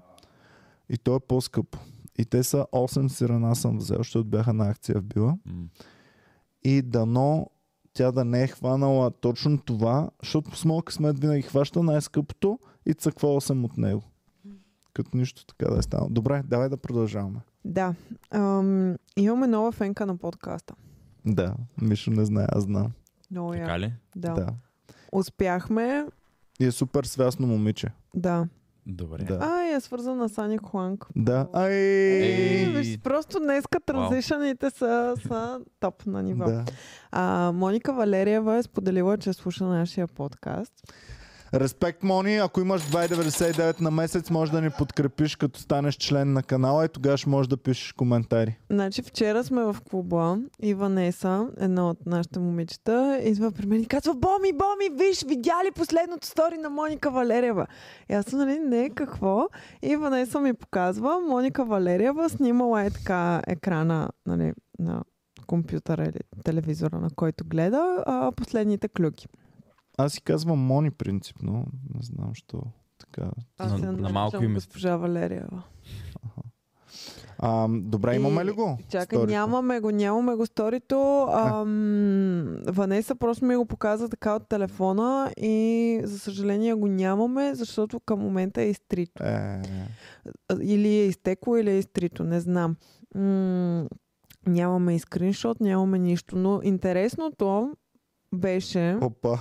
[SPEAKER 1] И то е по-скъпо. И те са 8 сирена съм взел, защото бяха на акция в Била.
[SPEAKER 3] М.
[SPEAKER 1] И дано тя да не е хванала точно това, защото с моят късмет винаги хваща най-скъпото и цъквала съм от него. Като нищо така да е станало. Добре, давай да продължаваме.
[SPEAKER 2] Да. Ам, имаме нова фенка на подкаста.
[SPEAKER 1] Да, Мишо не знае, аз знам.
[SPEAKER 2] Много я.
[SPEAKER 3] Така ли?
[SPEAKER 1] Да.
[SPEAKER 2] Да.
[SPEAKER 1] да.
[SPEAKER 2] Успяхме.
[SPEAKER 1] И е супер свясно момиче.
[SPEAKER 2] Да.
[SPEAKER 3] Добре.
[SPEAKER 1] Да.
[SPEAKER 2] А, и е свързана с Ани Хуанг.
[SPEAKER 1] Да. Ай!
[SPEAKER 2] Е,
[SPEAKER 3] Ей.
[SPEAKER 2] виж, просто днеска транзишъните са, са топ на ниво.
[SPEAKER 1] Да.
[SPEAKER 2] А, Моника Валериева е споделила, че слуша нашия подкаст.
[SPEAKER 1] Респект, Мони, ако имаш 2,99 на месец, може да ни подкрепиш, като станеш член на канала и тогава ще можеш да пишеш коментари.
[SPEAKER 2] Значи вчера сме в клуба и Ванеса, една от нашите момичета, идва при мен и казва Боми, Боми, виж, видя ли последното стори на Моника Валериева? И аз съм, нали, не, какво? И Ванеса ми показва, Моника Валериева снимала е така екрана, нали, на компютъра или телевизора, на който гледа, а, последните клюки.
[SPEAKER 1] Аз си казвам Мони принципно. Не знам, що така.
[SPEAKER 2] Аз
[SPEAKER 3] На-
[SPEAKER 2] я
[SPEAKER 3] на
[SPEAKER 2] наричам
[SPEAKER 3] малко име.
[SPEAKER 2] Госпожа Валериева.
[SPEAKER 1] А, добре,
[SPEAKER 2] И-
[SPEAKER 1] имаме ли го?
[SPEAKER 2] Чакай,
[SPEAKER 1] сторито?
[SPEAKER 2] нямаме го, нямаме го сторито. Ам, Ванеса просто ми го показа така от телефона и за съжаление го нямаме, защото към момента е изтрито.
[SPEAKER 1] Е,
[SPEAKER 2] А, Или е изтекло, или е изтрито, не знам. М- нямаме и скриншот, нямаме нищо, но интересното беше...
[SPEAKER 1] опа.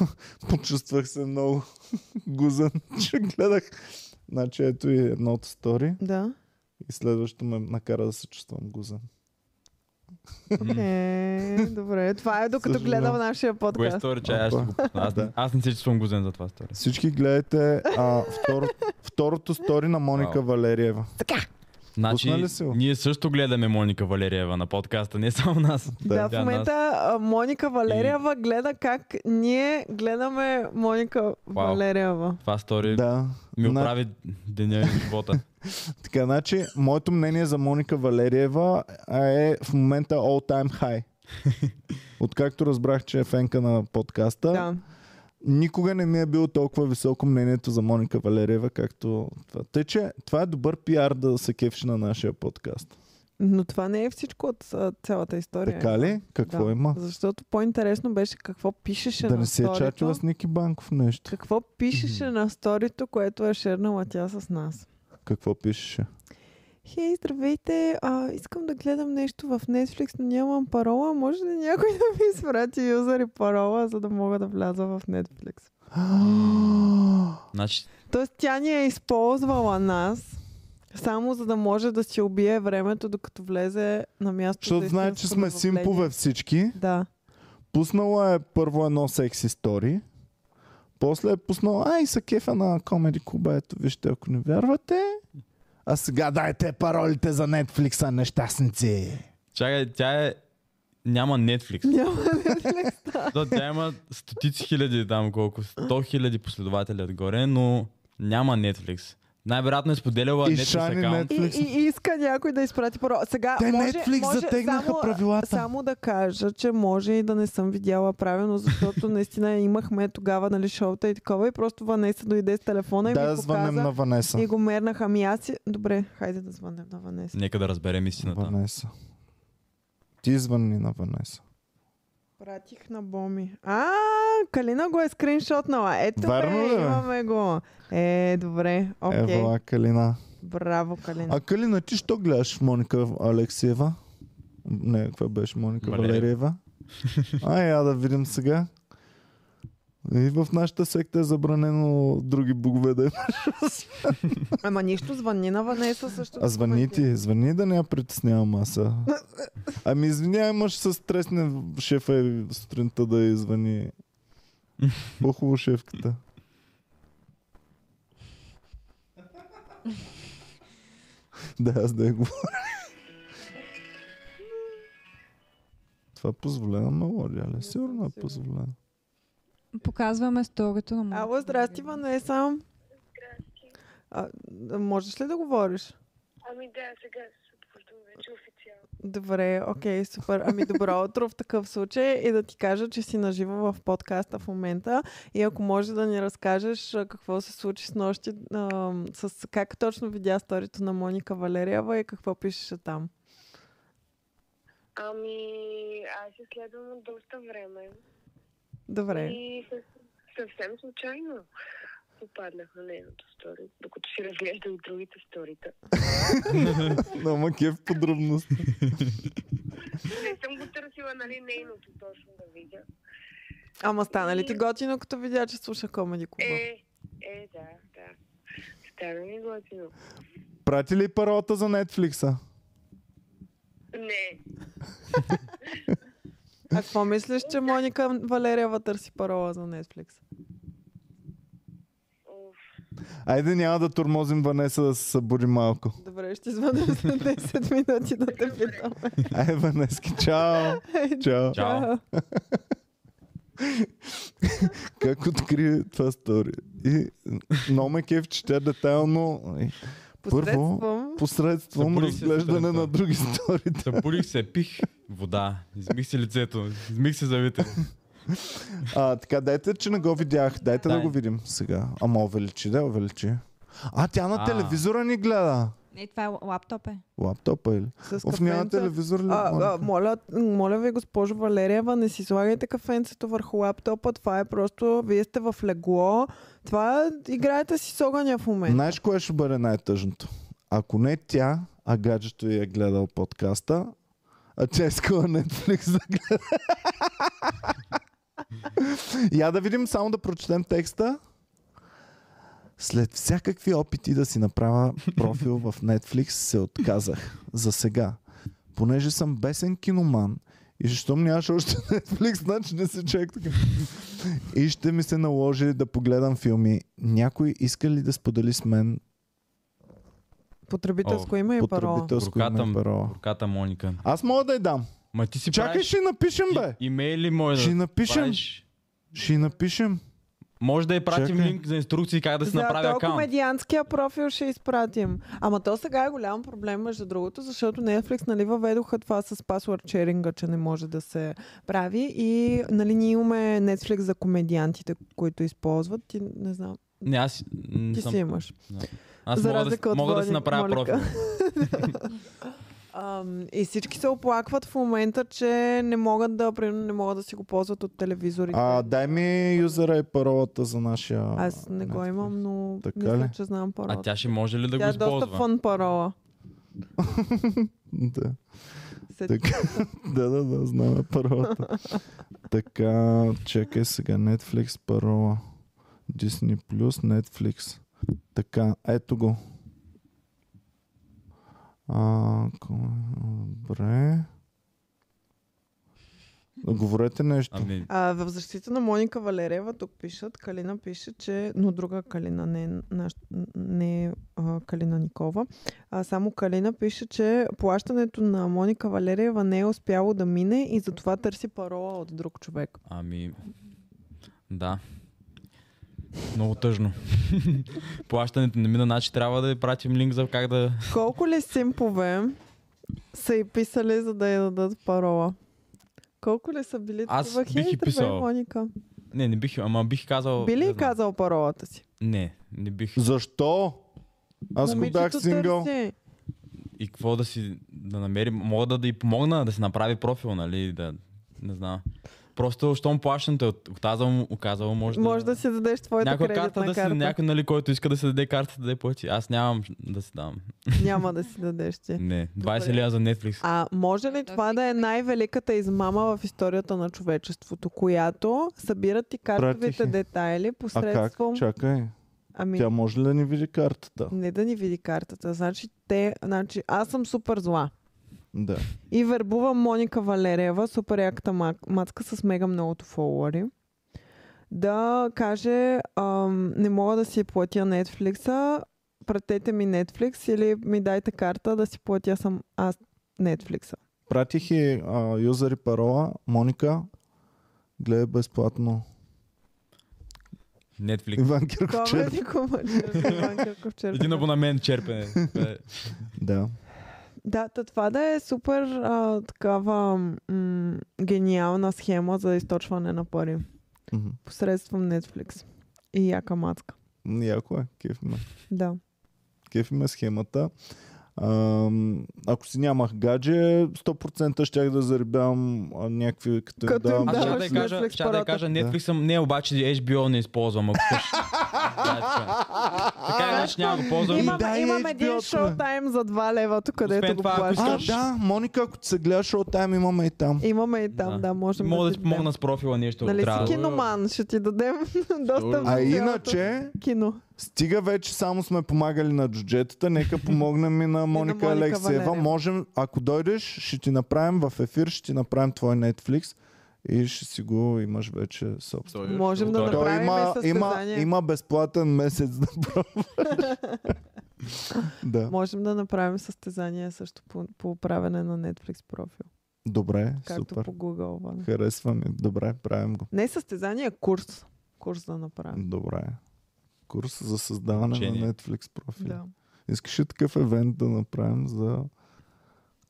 [SPEAKER 1] *laughs* Почувствах се много *laughs* гузен, *laughs* че гледах. Значи ето и едното стори.
[SPEAKER 2] Да.
[SPEAKER 1] И следващото ме накара да се чувствам гузен.
[SPEAKER 2] Е, добре. Това е докато
[SPEAKER 1] Съжалявам.
[SPEAKER 2] гледам нашия
[SPEAKER 3] Кое е
[SPEAKER 2] подкаст.
[SPEAKER 3] стори, че аз ще го пусна. Аз,
[SPEAKER 1] Да.
[SPEAKER 3] аз не си чувствам гузен за това стори.
[SPEAKER 1] Всички гледайте а, второ, второто стори на Моника
[SPEAKER 3] Вау.
[SPEAKER 1] Валериева.
[SPEAKER 3] Значи,
[SPEAKER 1] Пусна ли си го?
[SPEAKER 3] ние също гледаме Моника Валериева на подкаста, не само нас.
[SPEAKER 2] Да, в
[SPEAKER 3] Тя
[SPEAKER 2] момента а, Моника Валериева гледа как ние гледаме Моника Валериева.
[SPEAKER 3] Това стори
[SPEAKER 1] Да.
[SPEAKER 3] ми
[SPEAKER 1] На-
[SPEAKER 3] оправи деня и живота.
[SPEAKER 1] Така, значи, моето мнение за Моника Валериева е в момента all time high. Откакто разбрах, че е фенка на подкаста,
[SPEAKER 2] Да.
[SPEAKER 1] никога не ми е било толкова високо мнението за Моника Валериева, както това. Тъй, че това е добър пиар да се кефиш на нашия подкаст.
[SPEAKER 2] Но това не е всичко от а, цялата история.
[SPEAKER 1] Така ли? Какво
[SPEAKER 2] Е, Да.
[SPEAKER 1] има?
[SPEAKER 2] Защото по-интересно беше какво пишеше
[SPEAKER 1] Да
[SPEAKER 2] на
[SPEAKER 1] не си е
[SPEAKER 2] сторито.
[SPEAKER 1] чачила с Ники Банков нещо.
[SPEAKER 2] Какво пишеше на сторито, което е шернала тя с нас.
[SPEAKER 1] Какво пишеше?
[SPEAKER 2] Хей, здравейте, а, искам да гледам нещо в Netflix, но нямам парола. Може ли някой *laughs* да ми изпрати юзър и парола, за да мога да вляза в Netflix?
[SPEAKER 3] Значи,
[SPEAKER 2] Тоест тя ни е използвала нас, само за да може да си убие времето, докато влезе на място.
[SPEAKER 1] Защото
[SPEAKER 2] за
[SPEAKER 1] знае, че
[SPEAKER 2] истинско
[SPEAKER 1] сме
[SPEAKER 2] забавление.
[SPEAKER 1] симпове всички.
[SPEAKER 2] Да. *laughs*
[SPEAKER 1] Пуснала е първо едно секси стори. После е пуснала, ай, са кефа на Комеди Куба, ето вижте, ако не вярвате. А сега дайте паролите за Netflix, а нещастници.
[SPEAKER 3] чакай, тя е... Няма Netflix.
[SPEAKER 2] Няма Netflix.
[SPEAKER 3] Да, тя има стотици хиляди там, колко, сто хиляди последователи отгоре, но няма Netflix. Най-вероятно е споделяла
[SPEAKER 1] И
[SPEAKER 3] Netflix
[SPEAKER 1] Shiny
[SPEAKER 3] акаунт.
[SPEAKER 1] Net-
[SPEAKER 2] И,
[SPEAKER 1] Netflix.
[SPEAKER 2] и, и иска някой да изпрати парола. Сега,
[SPEAKER 1] Те
[SPEAKER 2] може,
[SPEAKER 1] Netflix
[SPEAKER 2] може,
[SPEAKER 1] затегнаха
[SPEAKER 2] само,
[SPEAKER 1] правилата.
[SPEAKER 2] Само да кажа, че може и да не съм видяла правилно, защото *laughs* наистина имахме тогава нали, шоута и такова и просто Ванеса дойде с телефона и
[SPEAKER 1] да,
[SPEAKER 2] ми
[SPEAKER 1] звънем
[SPEAKER 2] показа
[SPEAKER 1] на Ванеса.
[SPEAKER 2] и го мернаха. Ами аз си... Добре, хайде да звънем на Ванеса.
[SPEAKER 3] Нека да разберем истината.
[SPEAKER 1] Ванеса. Ти звънни на Ванеса.
[SPEAKER 2] Пратих на Боми. А, Калина го е скриншотнала. Ето
[SPEAKER 1] Вярно
[SPEAKER 2] бе,
[SPEAKER 1] ли, бе?
[SPEAKER 2] имаме го. Е, добре. Окей. Е.
[SPEAKER 1] Okay. Ева, Калина.
[SPEAKER 2] Браво, Калина.
[SPEAKER 1] А Калина, ти що гледаш Моника Алексиева? Не, каква беше Моника
[SPEAKER 3] Валериева.
[SPEAKER 1] Валериева? А, я да видим сега. И в нашата секта е забранено други богове да има.
[SPEAKER 2] Ама нищо, звънни на Ванеса също.
[SPEAKER 1] А звъни
[SPEAKER 2] коментира.
[SPEAKER 1] ти, звъни да не я притеснявам аз. а. Ами извинявай, имаш се стресне шефа и сутринта да я звъни. По-хубаво шефката. да, аз да я говоря. Това е позволена мелодия, ли? Сигурно е позволена.
[SPEAKER 4] Показваме сторито на Моника.
[SPEAKER 2] Ало, здрасти, Ванеса. А, да, можеш ли да говориш?
[SPEAKER 6] Ами да, сега се потвърдам вече официално.
[SPEAKER 2] Добре, окей, супер. Ами добро утро в такъв случай и да ти кажа, че си наживо в подкаста в момента и ако може да ни разкажеш а, какво се случи с нощи, а, с как точно видя сторито на Моника Валериева и какво пишеше там.
[SPEAKER 6] Ами, аз се следвам от доста време.
[SPEAKER 2] Добре.
[SPEAKER 6] И със- съвсем случайно попаднах на нейното стори, докато си разглеждах другите сторита.
[SPEAKER 1] Но макев подробност.
[SPEAKER 6] Не съм го търсила, нали, нейното точно да видя.
[SPEAKER 2] Ама стана ли ти готино, като видя, че слуша Комеди Клуба?
[SPEAKER 6] Е, е, да, да. Стана ми готино.
[SPEAKER 1] Прати ли паролата за Netflix?
[SPEAKER 6] Не,
[SPEAKER 2] А какво мислиш, че Моника Валериева търси парола за Netflix?
[SPEAKER 1] Айде няма да турмозим Ванеса да се събуди малко.
[SPEAKER 2] Добре, ще звъним след 10 минути да те питаме.
[SPEAKER 1] Айде, Ванески, чао! Чао!
[SPEAKER 3] Чао.
[SPEAKER 1] Как откри това стори? И много ме кеф, че тя детайлно и
[SPEAKER 2] Посредством.
[SPEAKER 1] посредством
[SPEAKER 3] Събуди се
[SPEAKER 1] разглеждане
[SPEAKER 3] сутринта.
[SPEAKER 1] на други сторите.
[SPEAKER 3] Събудих се, пих вода. Измих си лицето. Измих си зъбите.
[SPEAKER 1] А, така, дайте, че не го видях. Дайте да
[SPEAKER 3] Дай.
[SPEAKER 1] го видим сега. Ама увеличи, да, увеличи. А, тя на
[SPEAKER 3] А.
[SPEAKER 1] телевизора ни гледа.
[SPEAKER 4] Е, това е лаптоп е.
[SPEAKER 1] Лаптопа или?
[SPEAKER 2] С
[SPEAKER 1] Оф, няма
[SPEAKER 2] кафенца.
[SPEAKER 1] телевизор ли?
[SPEAKER 2] А, а,
[SPEAKER 1] Моника?
[SPEAKER 2] моля, моля ви, госпожо Валериева, не си слагайте кафенцето върху лаптопа. Това е просто, вие сте в легло. Това е- играете си с огъня в момента.
[SPEAKER 1] Знаеш кое ще бъде най-тъжното? Ако не тя, а гаджето й е гледал подкаста, а тя искала Netflix да гледа. *laughs* Я да видим, само да прочетем текста. След всякакви опити да си направя профил в Netflix, се отказах. За сега. Понеже съм бесен киноман и щом нямаш още *laughs* Netflix, значи не се чак така. И ще ми се наложи да погледам филми. Някой иска ли да сподели с мен
[SPEAKER 2] Потребителско име и парола.
[SPEAKER 1] потребителско име и
[SPEAKER 3] Прокатам.
[SPEAKER 1] парола?
[SPEAKER 3] Бурката Моника.
[SPEAKER 1] Аз мога да я дам.
[SPEAKER 3] Ма ти си
[SPEAKER 1] Чакай,
[SPEAKER 3] правиш...
[SPEAKER 1] ще напишем, бе.
[SPEAKER 3] и- Имейли мой да
[SPEAKER 1] Ще напишем.
[SPEAKER 3] правиш.
[SPEAKER 1] Ще напишем.
[SPEAKER 3] Може да я пратим
[SPEAKER 1] Чакай.
[SPEAKER 3] линк за инструкции как да си
[SPEAKER 2] За
[SPEAKER 3] направи
[SPEAKER 2] този
[SPEAKER 3] акаунт.
[SPEAKER 2] комедианския профил ще изпратим. Ама то сега е голям проблем, между другото, защото Netflix нали, въведоха това с пасворд шеринга, че не може да се прави. И нали, ние имаме Netflix за комедиантите, които използват. Ти не знам.
[SPEAKER 3] Не, аз не
[SPEAKER 2] Ти
[SPEAKER 3] съм...
[SPEAKER 2] си имаш.
[SPEAKER 3] Аз
[SPEAKER 2] За
[SPEAKER 3] мога, да, си-
[SPEAKER 2] разлика от
[SPEAKER 3] мога да си
[SPEAKER 2] Влади-
[SPEAKER 3] направя
[SPEAKER 2] Моника.
[SPEAKER 3] профил.
[SPEAKER 2] Ам, и всички се оплакват в момента, че не могат да, примерно, не могат да си го ползват от телевизорите.
[SPEAKER 1] А, дай ми юзера и паролата за нашия...
[SPEAKER 2] Аз не го
[SPEAKER 1] Netflix.
[SPEAKER 2] имам, но
[SPEAKER 1] Така
[SPEAKER 2] мисля,
[SPEAKER 1] ли?
[SPEAKER 2] че знам
[SPEAKER 3] А
[SPEAKER 2] паролата.
[SPEAKER 3] тя ще може ли да го
[SPEAKER 2] тя е доста
[SPEAKER 3] използва?
[SPEAKER 2] фън парола.
[SPEAKER 1] Да.
[SPEAKER 2] Се-
[SPEAKER 1] Така, да, да, да, знам паролата. така, чакай сега, Netflix парола. Disney Plus, Netflix. Така, ето го. А, ко- добре. Говорете нещо.
[SPEAKER 3] Ами,
[SPEAKER 2] А, в защита на Моника Валерева тук пишат, Калина пише, че, но друга Калина, не, е наш, не е, а, Калина Никова, а само Калина пише, че плащането на Моника Валерева не е успяло да мине и затова търси парола от друг човек.
[SPEAKER 3] ами... Да. Много тъжно. *laughs* Плащането не мина, значи трябва да й пратим линк за как да...
[SPEAKER 2] Колко ли симпове са и писали, за да й дадат парола? Колко ли са били
[SPEAKER 3] Аз
[SPEAKER 2] такива
[SPEAKER 3] бих и
[SPEAKER 2] хейтове,
[SPEAKER 3] писал.
[SPEAKER 2] Моника?
[SPEAKER 3] Не, не бих, ама бих казал...
[SPEAKER 2] Би
[SPEAKER 3] не
[SPEAKER 2] ли
[SPEAKER 3] знам.
[SPEAKER 2] казал паролата си?
[SPEAKER 3] Не, не бих.
[SPEAKER 1] Защо? Аз го
[SPEAKER 2] Момичето
[SPEAKER 1] бях сингъл.
[SPEAKER 2] Ами, търси.
[SPEAKER 3] И какво да си да намери? Мога да, да й помогна да си направи профил, нали? Да, не знам. Просто, щом плащането е от- оказало, оказало може,
[SPEAKER 2] Може да си дадеш твоята
[SPEAKER 3] някоя
[SPEAKER 2] кредитна
[SPEAKER 3] карта да си, някой, нали, който иска да се даде карта да я плати. Аз нямам да си дам.
[SPEAKER 2] Няма да си дадеш ти.
[SPEAKER 3] Не,
[SPEAKER 2] Добре.
[SPEAKER 3] 20 лева за Netflix.
[SPEAKER 2] А може ли това да е най-великата измама в историята на човечеството, която събират ти картовите
[SPEAKER 1] Пратих я.
[SPEAKER 2] детайли
[SPEAKER 1] А как?
[SPEAKER 2] посредством...
[SPEAKER 1] Чакай.
[SPEAKER 2] Ами,
[SPEAKER 1] Тя може ли да ни види картата?
[SPEAKER 2] не да ни види картата. Значи, те, значи, аз съм супер зла.
[SPEAKER 1] Да.
[SPEAKER 2] И вербувам Моника Валериева, супер яката мак- мацка с мега многото фолуари, да каже, ам, не мога да си платя Netflix, пратете ми Netflix или ми дайте карта да си платя сам аз Netflix.
[SPEAKER 1] Пратих и а, юзер и парола. Моника, гледай безплатно.
[SPEAKER 3] Netflix.
[SPEAKER 1] Иван Кирков
[SPEAKER 2] Това
[SPEAKER 1] черт.
[SPEAKER 2] ме коментира Иван Кирков Черков.
[SPEAKER 3] Един абонамент черпене.
[SPEAKER 2] *laughs*
[SPEAKER 3] Бе,
[SPEAKER 1] Да.
[SPEAKER 2] Да, та това да е супер а, такава м- гениална схема за източване на пари
[SPEAKER 1] Мгм.
[SPEAKER 2] посредством Netflix и яка мацка.
[SPEAKER 1] Яко е. Кеф ме.
[SPEAKER 2] Да.
[SPEAKER 1] Кеф ме схемата. Ам, ако си нямах гадже, 100% щях да заребявам а, някакви като,
[SPEAKER 2] Като им
[SPEAKER 1] давам
[SPEAKER 3] Аз
[SPEAKER 2] Да,
[SPEAKER 3] Ами ще
[SPEAKER 2] ще
[SPEAKER 3] да я кажа,
[SPEAKER 2] Netflix
[SPEAKER 3] ще да я
[SPEAKER 2] парата.
[SPEAKER 3] кажа Netflix съм, не, обаче HBO не
[SPEAKER 2] *laughs*
[SPEAKER 3] използвам, ако искаш. Да, е така. Така иначе няма да го ползвам.
[SPEAKER 1] Има-
[SPEAKER 2] Имам,
[SPEAKER 1] дай
[SPEAKER 2] имам
[SPEAKER 1] HBO,
[SPEAKER 2] един
[SPEAKER 1] бе.
[SPEAKER 2] шоутайм за 2 лева, тук където го
[SPEAKER 3] това, ако
[SPEAKER 1] е. А,
[SPEAKER 2] плащаш.
[SPEAKER 3] искаш-
[SPEAKER 1] да, Моника, ако ти се гледаш от там, имаме и там.
[SPEAKER 2] Имаме и там, да,
[SPEAKER 3] Да.
[SPEAKER 2] можем
[SPEAKER 3] Мога да
[SPEAKER 2] ти
[SPEAKER 3] ти
[SPEAKER 2] дадем.
[SPEAKER 3] помогна с профила нещо, ако
[SPEAKER 2] Нали
[SPEAKER 3] трябва.
[SPEAKER 2] си киноман, ще ти дадем *laughs* доста
[SPEAKER 1] А
[SPEAKER 2] материал
[SPEAKER 1] иначе,
[SPEAKER 2] от кино.
[SPEAKER 1] Стига вече само сме помагали на джуджетата, нека
[SPEAKER 2] *laughs*
[SPEAKER 1] помогнем и на Моника
[SPEAKER 2] Моника
[SPEAKER 1] Алексеева.
[SPEAKER 2] Валериева.
[SPEAKER 1] Можем, ако дойдеш, ще ти направим в ефир, ще ти направим твой Netflix и ще си го имаш вече собствено.
[SPEAKER 5] Той е
[SPEAKER 2] Можем да
[SPEAKER 5] ще удари.
[SPEAKER 1] Той
[SPEAKER 2] направим
[SPEAKER 1] има, има,
[SPEAKER 2] състезание.
[SPEAKER 1] има безплатен месец да
[SPEAKER 2] *laughs*
[SPEAKER 1] пробваш. да.
[SPEAKER 2] Можем да направим състезание също по, по правене на Netflix профил.
[SPEAKER 1] Добре,
[SPEAKER 2] Както
[SPEAKER 1] супер.
[SPEAKER 2] по Google. Ван.
[SPEAKER 1] Харесва ми. Добре, правим го.
[SPEAKER 2] Не състезание, а курс. Курс да направим.
[SPEAKER 1] Добре. Курс за създаване
[SPEAKER 3] Обучение.
[SPEAKER 1] на Netflix профил.
[SPEAKER 2] Да.
[SPEAKER 1] Искаш ли такъв евент да направим за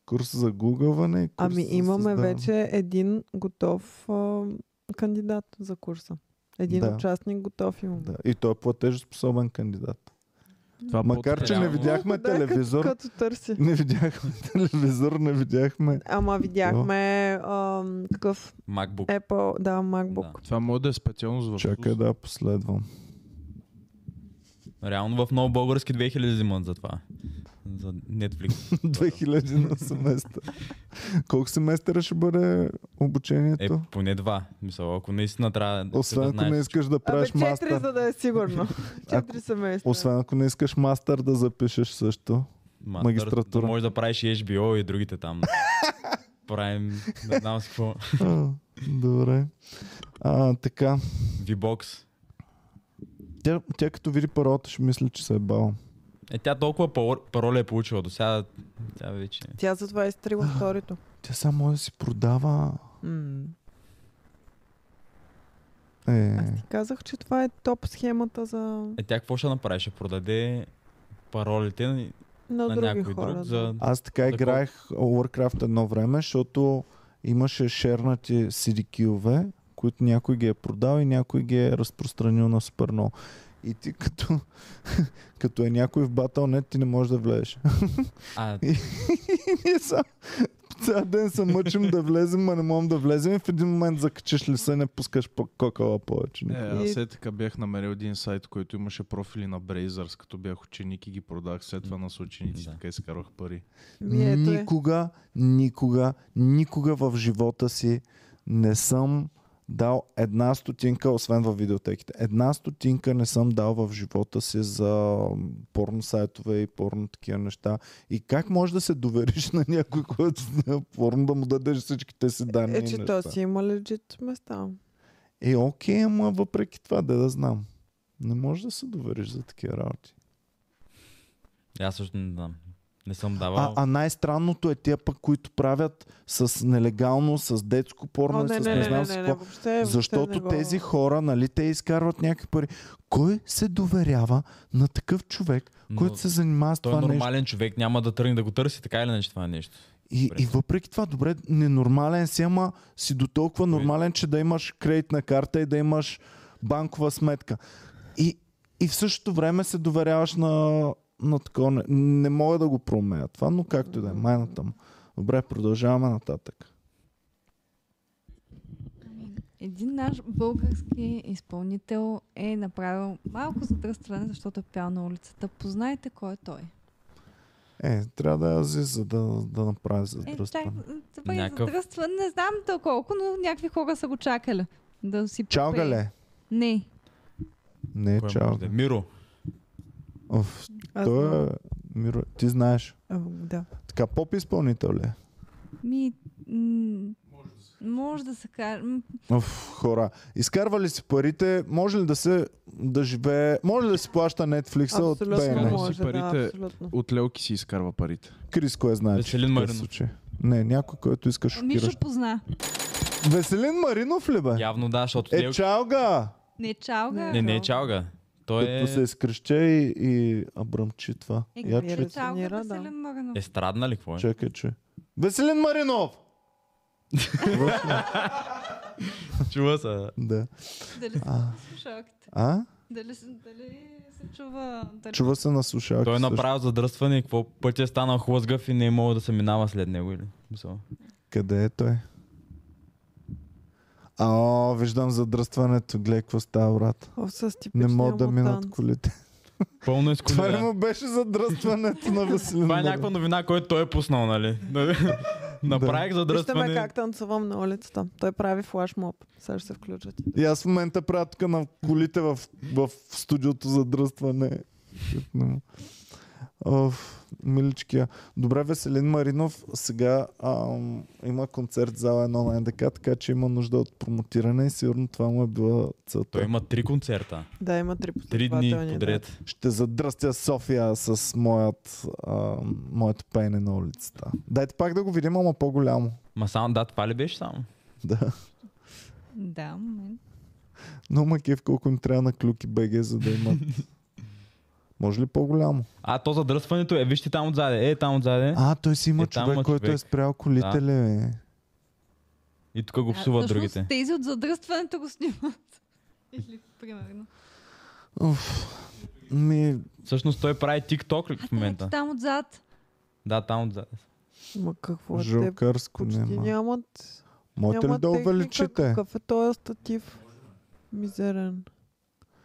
[SPEAKER 1] курс за гугълване? и Курс
[SPEAKER 2] Ами
[SPEAKER 1] за
[SPEAKER 2] имаме
[SPEAKER 1] създаване?
[SPEAKER 2] вече един готов а, кандидат за курса. Един
[SPEAKER 1] Да.
[SPEAKER 2] участник готов имаме.
[SPEAKER 1] Да. И той е платежоспособен кандидат.
[SPEAKER 5] Това
[SPEAKER 1] Макар, че не
[SPEAKER 3] Реално.
[SPEAKER 1] видяхме
[SPEAKER 2] Да, като-
[SPEAKER 1] телевизор,
[SPEAKER 2] Като търси.
[SPEAKER 1] *laughs* не видяхме телевизор, не видяхме.
[SPEAKER 2] Ама видяхме ам, такъв
[SPEAKER 3] MacBook.
[SPEAKER 2] Apple, да, MacBook.
[SPEAKER 3] Да.
[SPEAKER 5] Това може да е специално за
[SPEAKER 1] Чакай да я последвам. *laughs*
[SPEAKER 3] Реално в много български 2000 взимат за това. За Netflix.
[SPEAKER 1] 2000 на семестър. Колко семестъра ще бъде
[SPEAKER 3] Е,
[SPEAKER 1] обучението?
[SPEAKER 3] поне два. Мисъл, ако наистина трябва да
[SPEAKER 1] Освен ако
[SPEAKER 3] знаеш.
[SPEAKER 1] не искаш да
[SPEAKER 2] Абе,
[SPEAKER 1] правиш
[SPEAKER 2] четири,
[SPEAKER 1] мастър.
[SPEAKER 2] за да
[SPEAKER 1] *laughs*
[SPEAKER 2] е сигурно. четири семейства.
[SPEAKER 1] Освен ако не искаш мастър да запишеш също.
[SPEAKER 3] Ма,
[SPEAKER 1] е Магистратура.
[SPEAKER 3] да Може да правиш и HBO и
[SPEAKER 1] *laughs*
[SPEAKER 3] другите там. Правим, не знам с какво.
[SPEAKER 1] А, Добре. А, така.
[SPEAKER 3] V-Box.
[SPEAKER 1] Тя, тя като види паролата ще мисли, че се е бал.
[SPEAKER 3] Е, тя толкова парол- пароли е получила до сега. Тя вече.
[SPEAKER 2] Тя затова е изтрила вторито.
[SPEAKER 1] Тя само може да си продава.
[SPEAKER 2] М.
[SPEAKER 1] Е,
[SPEAKER 2] Аз ти казах, че това е топ схемата за...
[SPEAKER 3] Е, тя какво ще направи? Ще продаде паролите на,
[SPEAKER 2] на,
[SPEAKER 3] на
[SPEAKER 2] други
[SPEAKER 3] някой
[SPEAKER 2] хора.
[SPEAKER 3] друг
[SPEAKER 2] да.
[SPEAKER 3] за...
[SPEAKER 1] аз така
[SPEAKER 3] За
[SPEAKER 1] играех Warcraft едно време, защото имаше шернати CDQ-ове, които някой ги е продал и някой ги е разпространил на супер много. И ти като, *laughs* като е някой в Battle.net, ти не можеш да влезеш. *laughs*
[SPEAKER 3] А,
[SPEAKER 1] Ние са- Цял ден се мъчим да влезем, а не можем да влезем. И в един момент закачиш ли се, не пускаш по кокала повече.
[SPEAKER 5] Е,
[SPEAKER 1] никога.
[SPEAKER 5] аз
[SPEAKER 2] И-
[SPEAKER 5] все така бях намерил един сайт, който имаше профили на Brazers, като бях ученик и ги продах след това на съученици,
[SPEAKER 3] Да.
[SPEAKER 5] така изкарвах пари.
[SPEAKER 2] Ми, ето е.
[SPEAKER 1] никога, никога, никога в живота си не съм дал една стотинка, освен във видеотеките. Една стотинка не съм дал в живота си за м, порно сайтове и порно такива неща. И как може да се довериш на някой, който знае порно, да му дадеш всичките си данни
[SPEAKER 2] Е,
[SPEAKER 1] и
[SPEAKER 2] че
[SPEAKER 1] неща?
[SPEAKER 2] то си има лежит места.
[SPEAKER 1] Е, окей, ама въпреки това, да да знам. Не можеш да се довериш за такива работи.
[SPEAKER 3] аз също не знам. Не съм давал.
[SPEAKER 1] А, а най-странното е тия пък, които правят с нелегално, с детско порно,
[SPEAKER 2] О,
[SPEAKER 1] и с
[SPEAKER 2] не,
[SPEAKER 1] не,
[SPEAKER 2] не, не,
[SPEAKER 1] знам
[SPEAKER 2] не,
[SPEAKER 1] с
[SPEAKER 2] не,
[SPEAKER 1] какво.
[SPEAKER 2] не, въобще, въобще не
[SPEAKER 1] Защото
[SPEAKER 2] го-
[SPEAKER 1] тези хора, нали, те изкарват някакви пари. Кой се доверява на такъв човек,
[SPEAKER 3] Но
[SPEAKER 1] който се занимава с
[SPEAKER 3] Той е
[SPEAKER 1] това нещо?
[SPEAKER 3] нормален човек, няма да тръгне да го търси, така или иначе това е нещо.
[SPEAKER 1] И, и
[SPEAKER 3] Добре.
[SPEAKER 1] въпреки това, добре, ненормален си, ама си до толкова
[SPEAKER 3] Добре.
[SPEAKER 1] нормален, че да имаш кредитна карта и да имаш банкова сметка. И, и в същото време се доверяваш на, на такова. Не, не мога да го променя това, но както и да е, майната му. Добре, продължаваме нататък.
[SPEAKER 4] Един наш български изпълнител е направил малко задръстване, защото е пял на улицата. Познайте кой е той.
[SPEAKER 1] Е, трябва да я Азис, за да, да направи
[SPEAKER 4] Е, чак,
[SPEAKER 1] задръстване.
[SPEAKER 4] добре,
[SPEAKER 3] Някакъв-
[SPEAKER 4] задръстване, не знам то колко, но някакви хора са го чакали. Да си
[SPEAKER 1] Чао,
[SPEAKER 4] попее.
[SPEAKER 1] гале!
[SPEAKER 4] Не,
[SPEAKER 1] Не,
[SPEAKER 3] Кой
[SPEAKER 1] чао.
[SPEAKER 3] може да е? Миро.
[SPEAKER 1] Оф,
[SPEAKER 2] Аз
[SPEAKER 1] той
[SPEAKER 2] знам.
[SPEAKER 1] е... Миро, ти знаеш.
[SPEAKER 2] А, Да.
[SPEAKER 1] Така, поп изпълнител ли е?
[SPEAKER 4] ми... м, Може да се каже. м,
[SPEAKER 1] Оф, хора. Изкарва ли си парите? Може ли да се да живее? Може ли да си плаща Netflix от
[SPEAKER 2] Абсолютно
[SPEAKER 5] Бейна.
[SPEAKER 1] BNS?
[SPEAKER 2] може,
[SPEAKER 5] Парите-
[SPEAKER 2] да, абсолютно.
[SPEAKER 5] От Лелки си изкарва парите.
[SPEAKER 1] Крис, кое знае?
[SPEAKER 3] Веселин Маринов.
[SPEAKER 1] Случай? Не, някой, който иска
[SPEAKER 4] Мишо
[SPEAKER 2] Ами,
[SPEAKER 1] шокиращ.
[SPEAKER 4] позна.
[SPEAKER 1] Веселин Маринов ли бе?
[SPEAKER 3] Явно да, защото
[SPEAKER 1] Е,
[SPEAKER 3] е, ча...
[SPEAKER 1] чалга!
[SPEAKER 4] Не, чалга.
[SPEAKER 3] не, не е чалга. Той е
[SPEAKER 1] Като се изкръща и, и абръмчи това.
[SPEAKER 4] Е,
[SPEAKER 1] Я
[SPEAKER 2] ми е
[SPEAKER 1] чуй.
[SPEAKER 2] раз-
[SPEAKER 4] Чалга
[SPEAKER 2] Цунира,
[SPEAKER 4] да.
[SPEAKER 2] да.
[SPEAKER 4] Веселин Мърнов.
[SPEAKER 3] естрадна ли какво е?
[SPEAKER 1] Чакай, чуй. Веселин Маринов!
[SPEAKER 3] Чува се.
[SPEAKER 1] Да.
[SPEAKER 4] Дали се чува слушалките?
[SPEAKER 1] А?
[SPEAKER 4] Дали, се- дали се чува? Дали...
[SPEAKER 1] Чува се на слушалки.
[SPEAKER 3] Той е
[SPEAKER 1] също.
[SPEAKER 3] направил задръстване и какво пътя е станал хлъзгав и не е мога да се минава след него или? Мисъл.
[SPEAKER 1] Къде е той? А, виждам задръстването. Гледай какво става, брат.
[SPEAKER 2] О, с типичния
[SPEAKER 1] Не могат да минат
[SPEAKER 2] мутант.
[SPEAKER 1] колите. *laughs*
[SPEAKER 3] Пълно е
[SPEAKER 1] Това ли
[SPEAKER 3] изколиран.
[SPEAKER 1] му беше задръстването на Веселин
[SPEAKER 3] Това е
[SPEAKER 1] Маринов?
[SPEAKER 3] някаква новина, която той е пуснал, нали? *laughs* Направих
[SPEAKER 2] Вижте ме
[SPEAKER 3] задръстване.
[SPEAKER 2] как танцувам на улицата. Той прави флашмоб. Сега ще се включат.
[SPEAKER 1] И аз в момента правя тук на колите в, в студиото за дръстване. Оф, миличкия. Добре, Веселин Маринов сега ам, има концерт в зала 1 на НДК, така че има нужда от промотиране и сигурно това му е била целта.
[SPEAKER 3] Той има три концерта.
[SPEAKER 2] Да, има три
[SPEAKER 3] Три дни
[SPEAKER 2] последователни. Да.
[SPEAKER 3] подред.
[SPEAKER 1] Ще задръстя София с моят, а, моето пеене на улицата. Дайте пак да го видим, ама по-голямо.
[SPEAKER 3] Ма само, да, това ли беше само?
[SPEAKER 1] Да.
[SPEAKER 4] Да, момент.
[SPEAKER 1] Но макив колко им трябва на клюки БГ, за да
[SPEAKER 3] *laughs*
[SPEAKER 1] имат. Може ли по-голямо?
[SPEAKER 3] А, то задръстването е, вижте там отзаде, е, там отзаде.
[SPEAKER 1] А, той си има
[SPEAKER 3] Е, там
[SPEAKER 1] човек,
[SPEAKER 3] има
[SPEAKER 1] който е
[SPEAKER 3] човек.
[SPEAKER 1] спрял колите,
[SPEAKER 3] Да.
[SPEAKER 1] ле.
[SPEAKER 3] И тук го
[SPEAKER 4] А,
[SPEAKER 3] псуват
[SPEAKER 4] всъщност
[SPEAKER 3] другите.
[SPEAKER 4] Тези от задръстването го снимат. Или, примерно.
[SPEAKER 1] Уф. Ми,
[SPEAKER 3] Всъщност той прави TikTok ли в
[SPEAKER 4] Ето
[SPEAKER 3] момента.
[SPEAKER 4] там отзад.
[SPEAKER 3] Да, там отзад.
[SPEAKER 2] Ма какво е те?
[SPEAKER 1] жълкарско
[SPEAKER 2] Почти
[SPEAKER 1] няма.
[SPEAKER 2] нямат.
[SPEAKER 1] Можете ли
[SPEAKER 2] нямат
[SPEAKER 1] да
[SPEAKER 2] техника,
[SPEAKER 1] увеличите?
[SPEAKER 2] Какъв е този статив? Мизерен.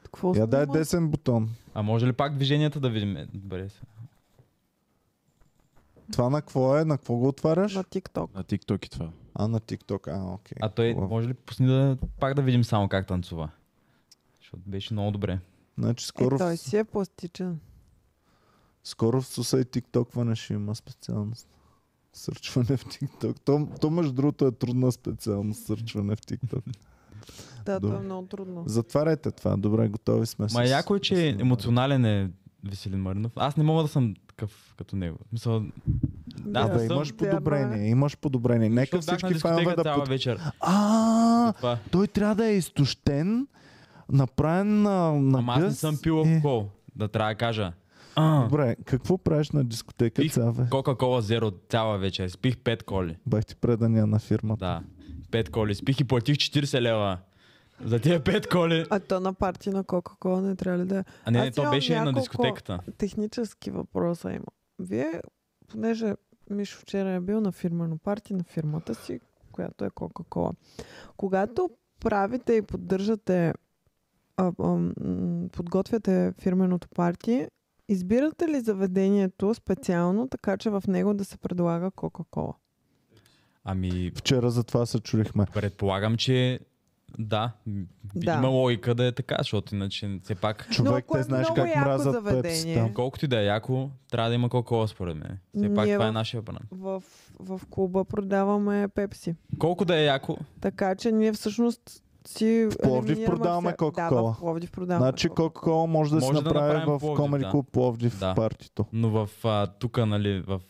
[SPEAKER 2] Какво
[SPEAKER 1] Я дай
[SPEAKER 2] снима?
[SPEAKER 1] десен бутон.
[SPEAKER 3] А може ли пак движенията да видим? Е, Добре. сега.
[SPEAKER 1] Това на какво е? На какво го отваряш?
[SPEAKER 2] На TikTok.
[SPEAKER 5] На TikTok и това.
[SPEAKER 1] А, на TikTok. А, окей.
[SPEAKER 3] А той
[SPEAKER 1] Хубаво.
[SPEAKER 3] може ли пусни да пак да видим само как танцува? Защото беше много добре.
[SPEAKER 1] Значи
[SPEAKER 2] Е,
[SPEAKER 1] скоро,
[SPEAKER 2] той
[SPEAKER 1] в,
[SPEAKER 2] си е пластичен.
[SPEAKER 1] скоро в Суса и TikTok ще има специалност. Сърчване в TikTok. То, то между другото е трудна специалност. Сърчване в
[SPEAKER 3] *laughs*
[SPEAKER 1] TikTok.
[SPEAKER 2] Да, това
[SPEAKER 1] Добре.
[SPEAKER 2] е много трудно.
[SPEAKER 1] Затваряйте това. Добре, готови сме.
[SPEAKER 3] Ма
[SPEAKER 1] с-
[SPEAKER 3] яко е,
[SPEAKER 1] с-
[SPEAKER 3] че емоционален е Веселин Маринов. Аз не мога да съм такъв като него. Мисъл, да,
[SPEAKER 1] Да,
[SPEAKER 3] аз
[SPEAKER 1] бе,
[SPEAKER 3] съм,
[SPEAKER 1] имаш
[SPEAKER 2] Вярно е.
[SPEAKER 1] подобрение. Имаш подобрение. Нека
[SPEAKER 3] защото бях на
[SPEAKER 1] всички
[SPEAKER 3] дискотека
[SPEAKER 1] фенове да
[SPEAKER 3] цяла
[SPEAKER 1] под...
[SPEAKER 3] вечер.
[SPEAKER 1] А,
[SPEAKER 3] Това.
[SPEAKER 1] той трябва да е изтощен, направен на, на
[SPEAKER 3] Ама аз не
[SPEAKER 1] гъс Е.
[SPEAKER 3] съм пил
[SPEAKER 1] и-
[SPEAKER 3] алкохол, да трябва да кажа. А,
[SPEAKER 1] Добре, какво правиш на дискотека
[SPEAKER 3] Пих
[SPEAKER 1] ця, бе?
[SPEAKER 3] Кока-кола Зеро цяла вечер. Спих 5 коли.
[SPEAKER 1] Бах ти предания на фирмата.
[SPEAKER 3] Да. 5 коли. Спих и платих 40 лева. За тия 5 коли.
[SPEAKER 2] А то на парти на Кока-Кола не трябва ли да е?
[SPEAKER 3] А не,
[SPEAKER 2] аз
[SPEAKER 3] не, то
[SPEAKER 2] имам
[SPEAKER 3] беше на
[SPEAKER 2] няколко-
[SPEAKER 3] дискотеката.
[SPEAKER 2] Технически въпроса има. Вие, понеже Мишо вчера е бил на фирмено парти на фирмата си, която е Кока-Кола. Когато правите и поддържате, а, а, м, подготвяте фирменото парти, избирате ли заведението специално, така че в него да се предлага Кока-Кола?
[SPEAKER 3] Ами,
[SPEAKER 1] Вчера за това се чурихме.
[SPEAKER 3] предполагам, че да, м,
[SPEAKER 2] Да.
[SPEAKER 3] има логика да е така, защото иначе все пак,
[SPEAKER 1] Човек,
[SPEAKER 2] ако
[SPEAKER 1] те
[SPEAKER 2] е
[SPEAKER 1] знаеш
[SPEAKER 2] много
[SPEAKER 1] как
[SPEAKER 2] яко
[SPEAKER 1] мразят
[SPEAKER 2] заведение.
[SPEAKER 1] пепсита.
[SPEAKER 3] колкото и да е яко, трябва да има кока според мен. Все пак
[SPEAKER 2] Ние
[SPEAKER 3] това е
[SPEAKER 2] в-
[SPEAKER 3] нашия бранд.
[SPEAKER 2] В, в клуба продаваме пепси.
[SPEAKER 3] Колко да е яко,
[SPEAKER 2] Така че ние всъщност си. ами,
[SPEAKER 1] В Пловдив
[SPEAKER 2] елиминираме
[SPEAKER 1] продаваме
[SPEAKER 2] вся- Да,
[SPEAKER 1] Coca-Cola.
[SPEAKER 2] в Пловдив продаваме.
[SPEAKER 1] Значи
[SPEAKER 2] Coca-Cola.
[SPEAKER 1] Кока-Кола може да
[SPEAKER 3] Може
[SPEAKER 1] си
[SPEAKER 3] да
[SPEAKER 1] направи
[SPEAKER 3] направим
[SPEAKER 1] в
[SPEAKER 3] Пловдив,
[SPEAKER 1] Комери
[SPEAKER 3] да.
[SPEAKER 1] Клуб Пловдив
[SPEAKER 3] Да.
[SPEAKER 1] партито.
[SPEAKER 3] но в а, тука, нали, в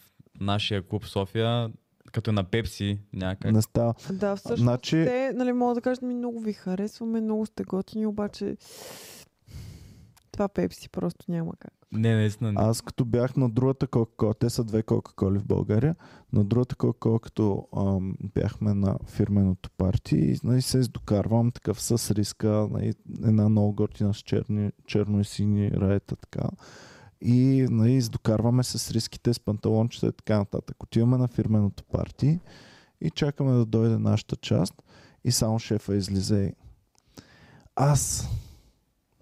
[SPEAKER 3] нашия клуб София, като е на Пепси някак.
[SPEAKER 1] Не става.
[SPEAKER 2] Да,
[SPEAKER 1] Значи-
[SPEAKER 2] всъщност значи... те, нали, могат да кажат, ми много ви харесваме, много сте готини, обаче това пепси просто няма как.
[SPEAKER 3] Не, наистина. не.
[SPEAKER 1] Аз като бях на другата Кока-Кола, те са две Кока-Коли в България, на другата Кока-Кола, като ам, бяхме на фирменото парти и нали, се издокарвам такъв с риска, нали, една много готина с черни, черно и сини раета така. И нали, издокарваме се с риските, с панталончета и така нататък. Отиваме на фирменото парти и чакаме да дойде нашата част и само шефа излезе. и, Аз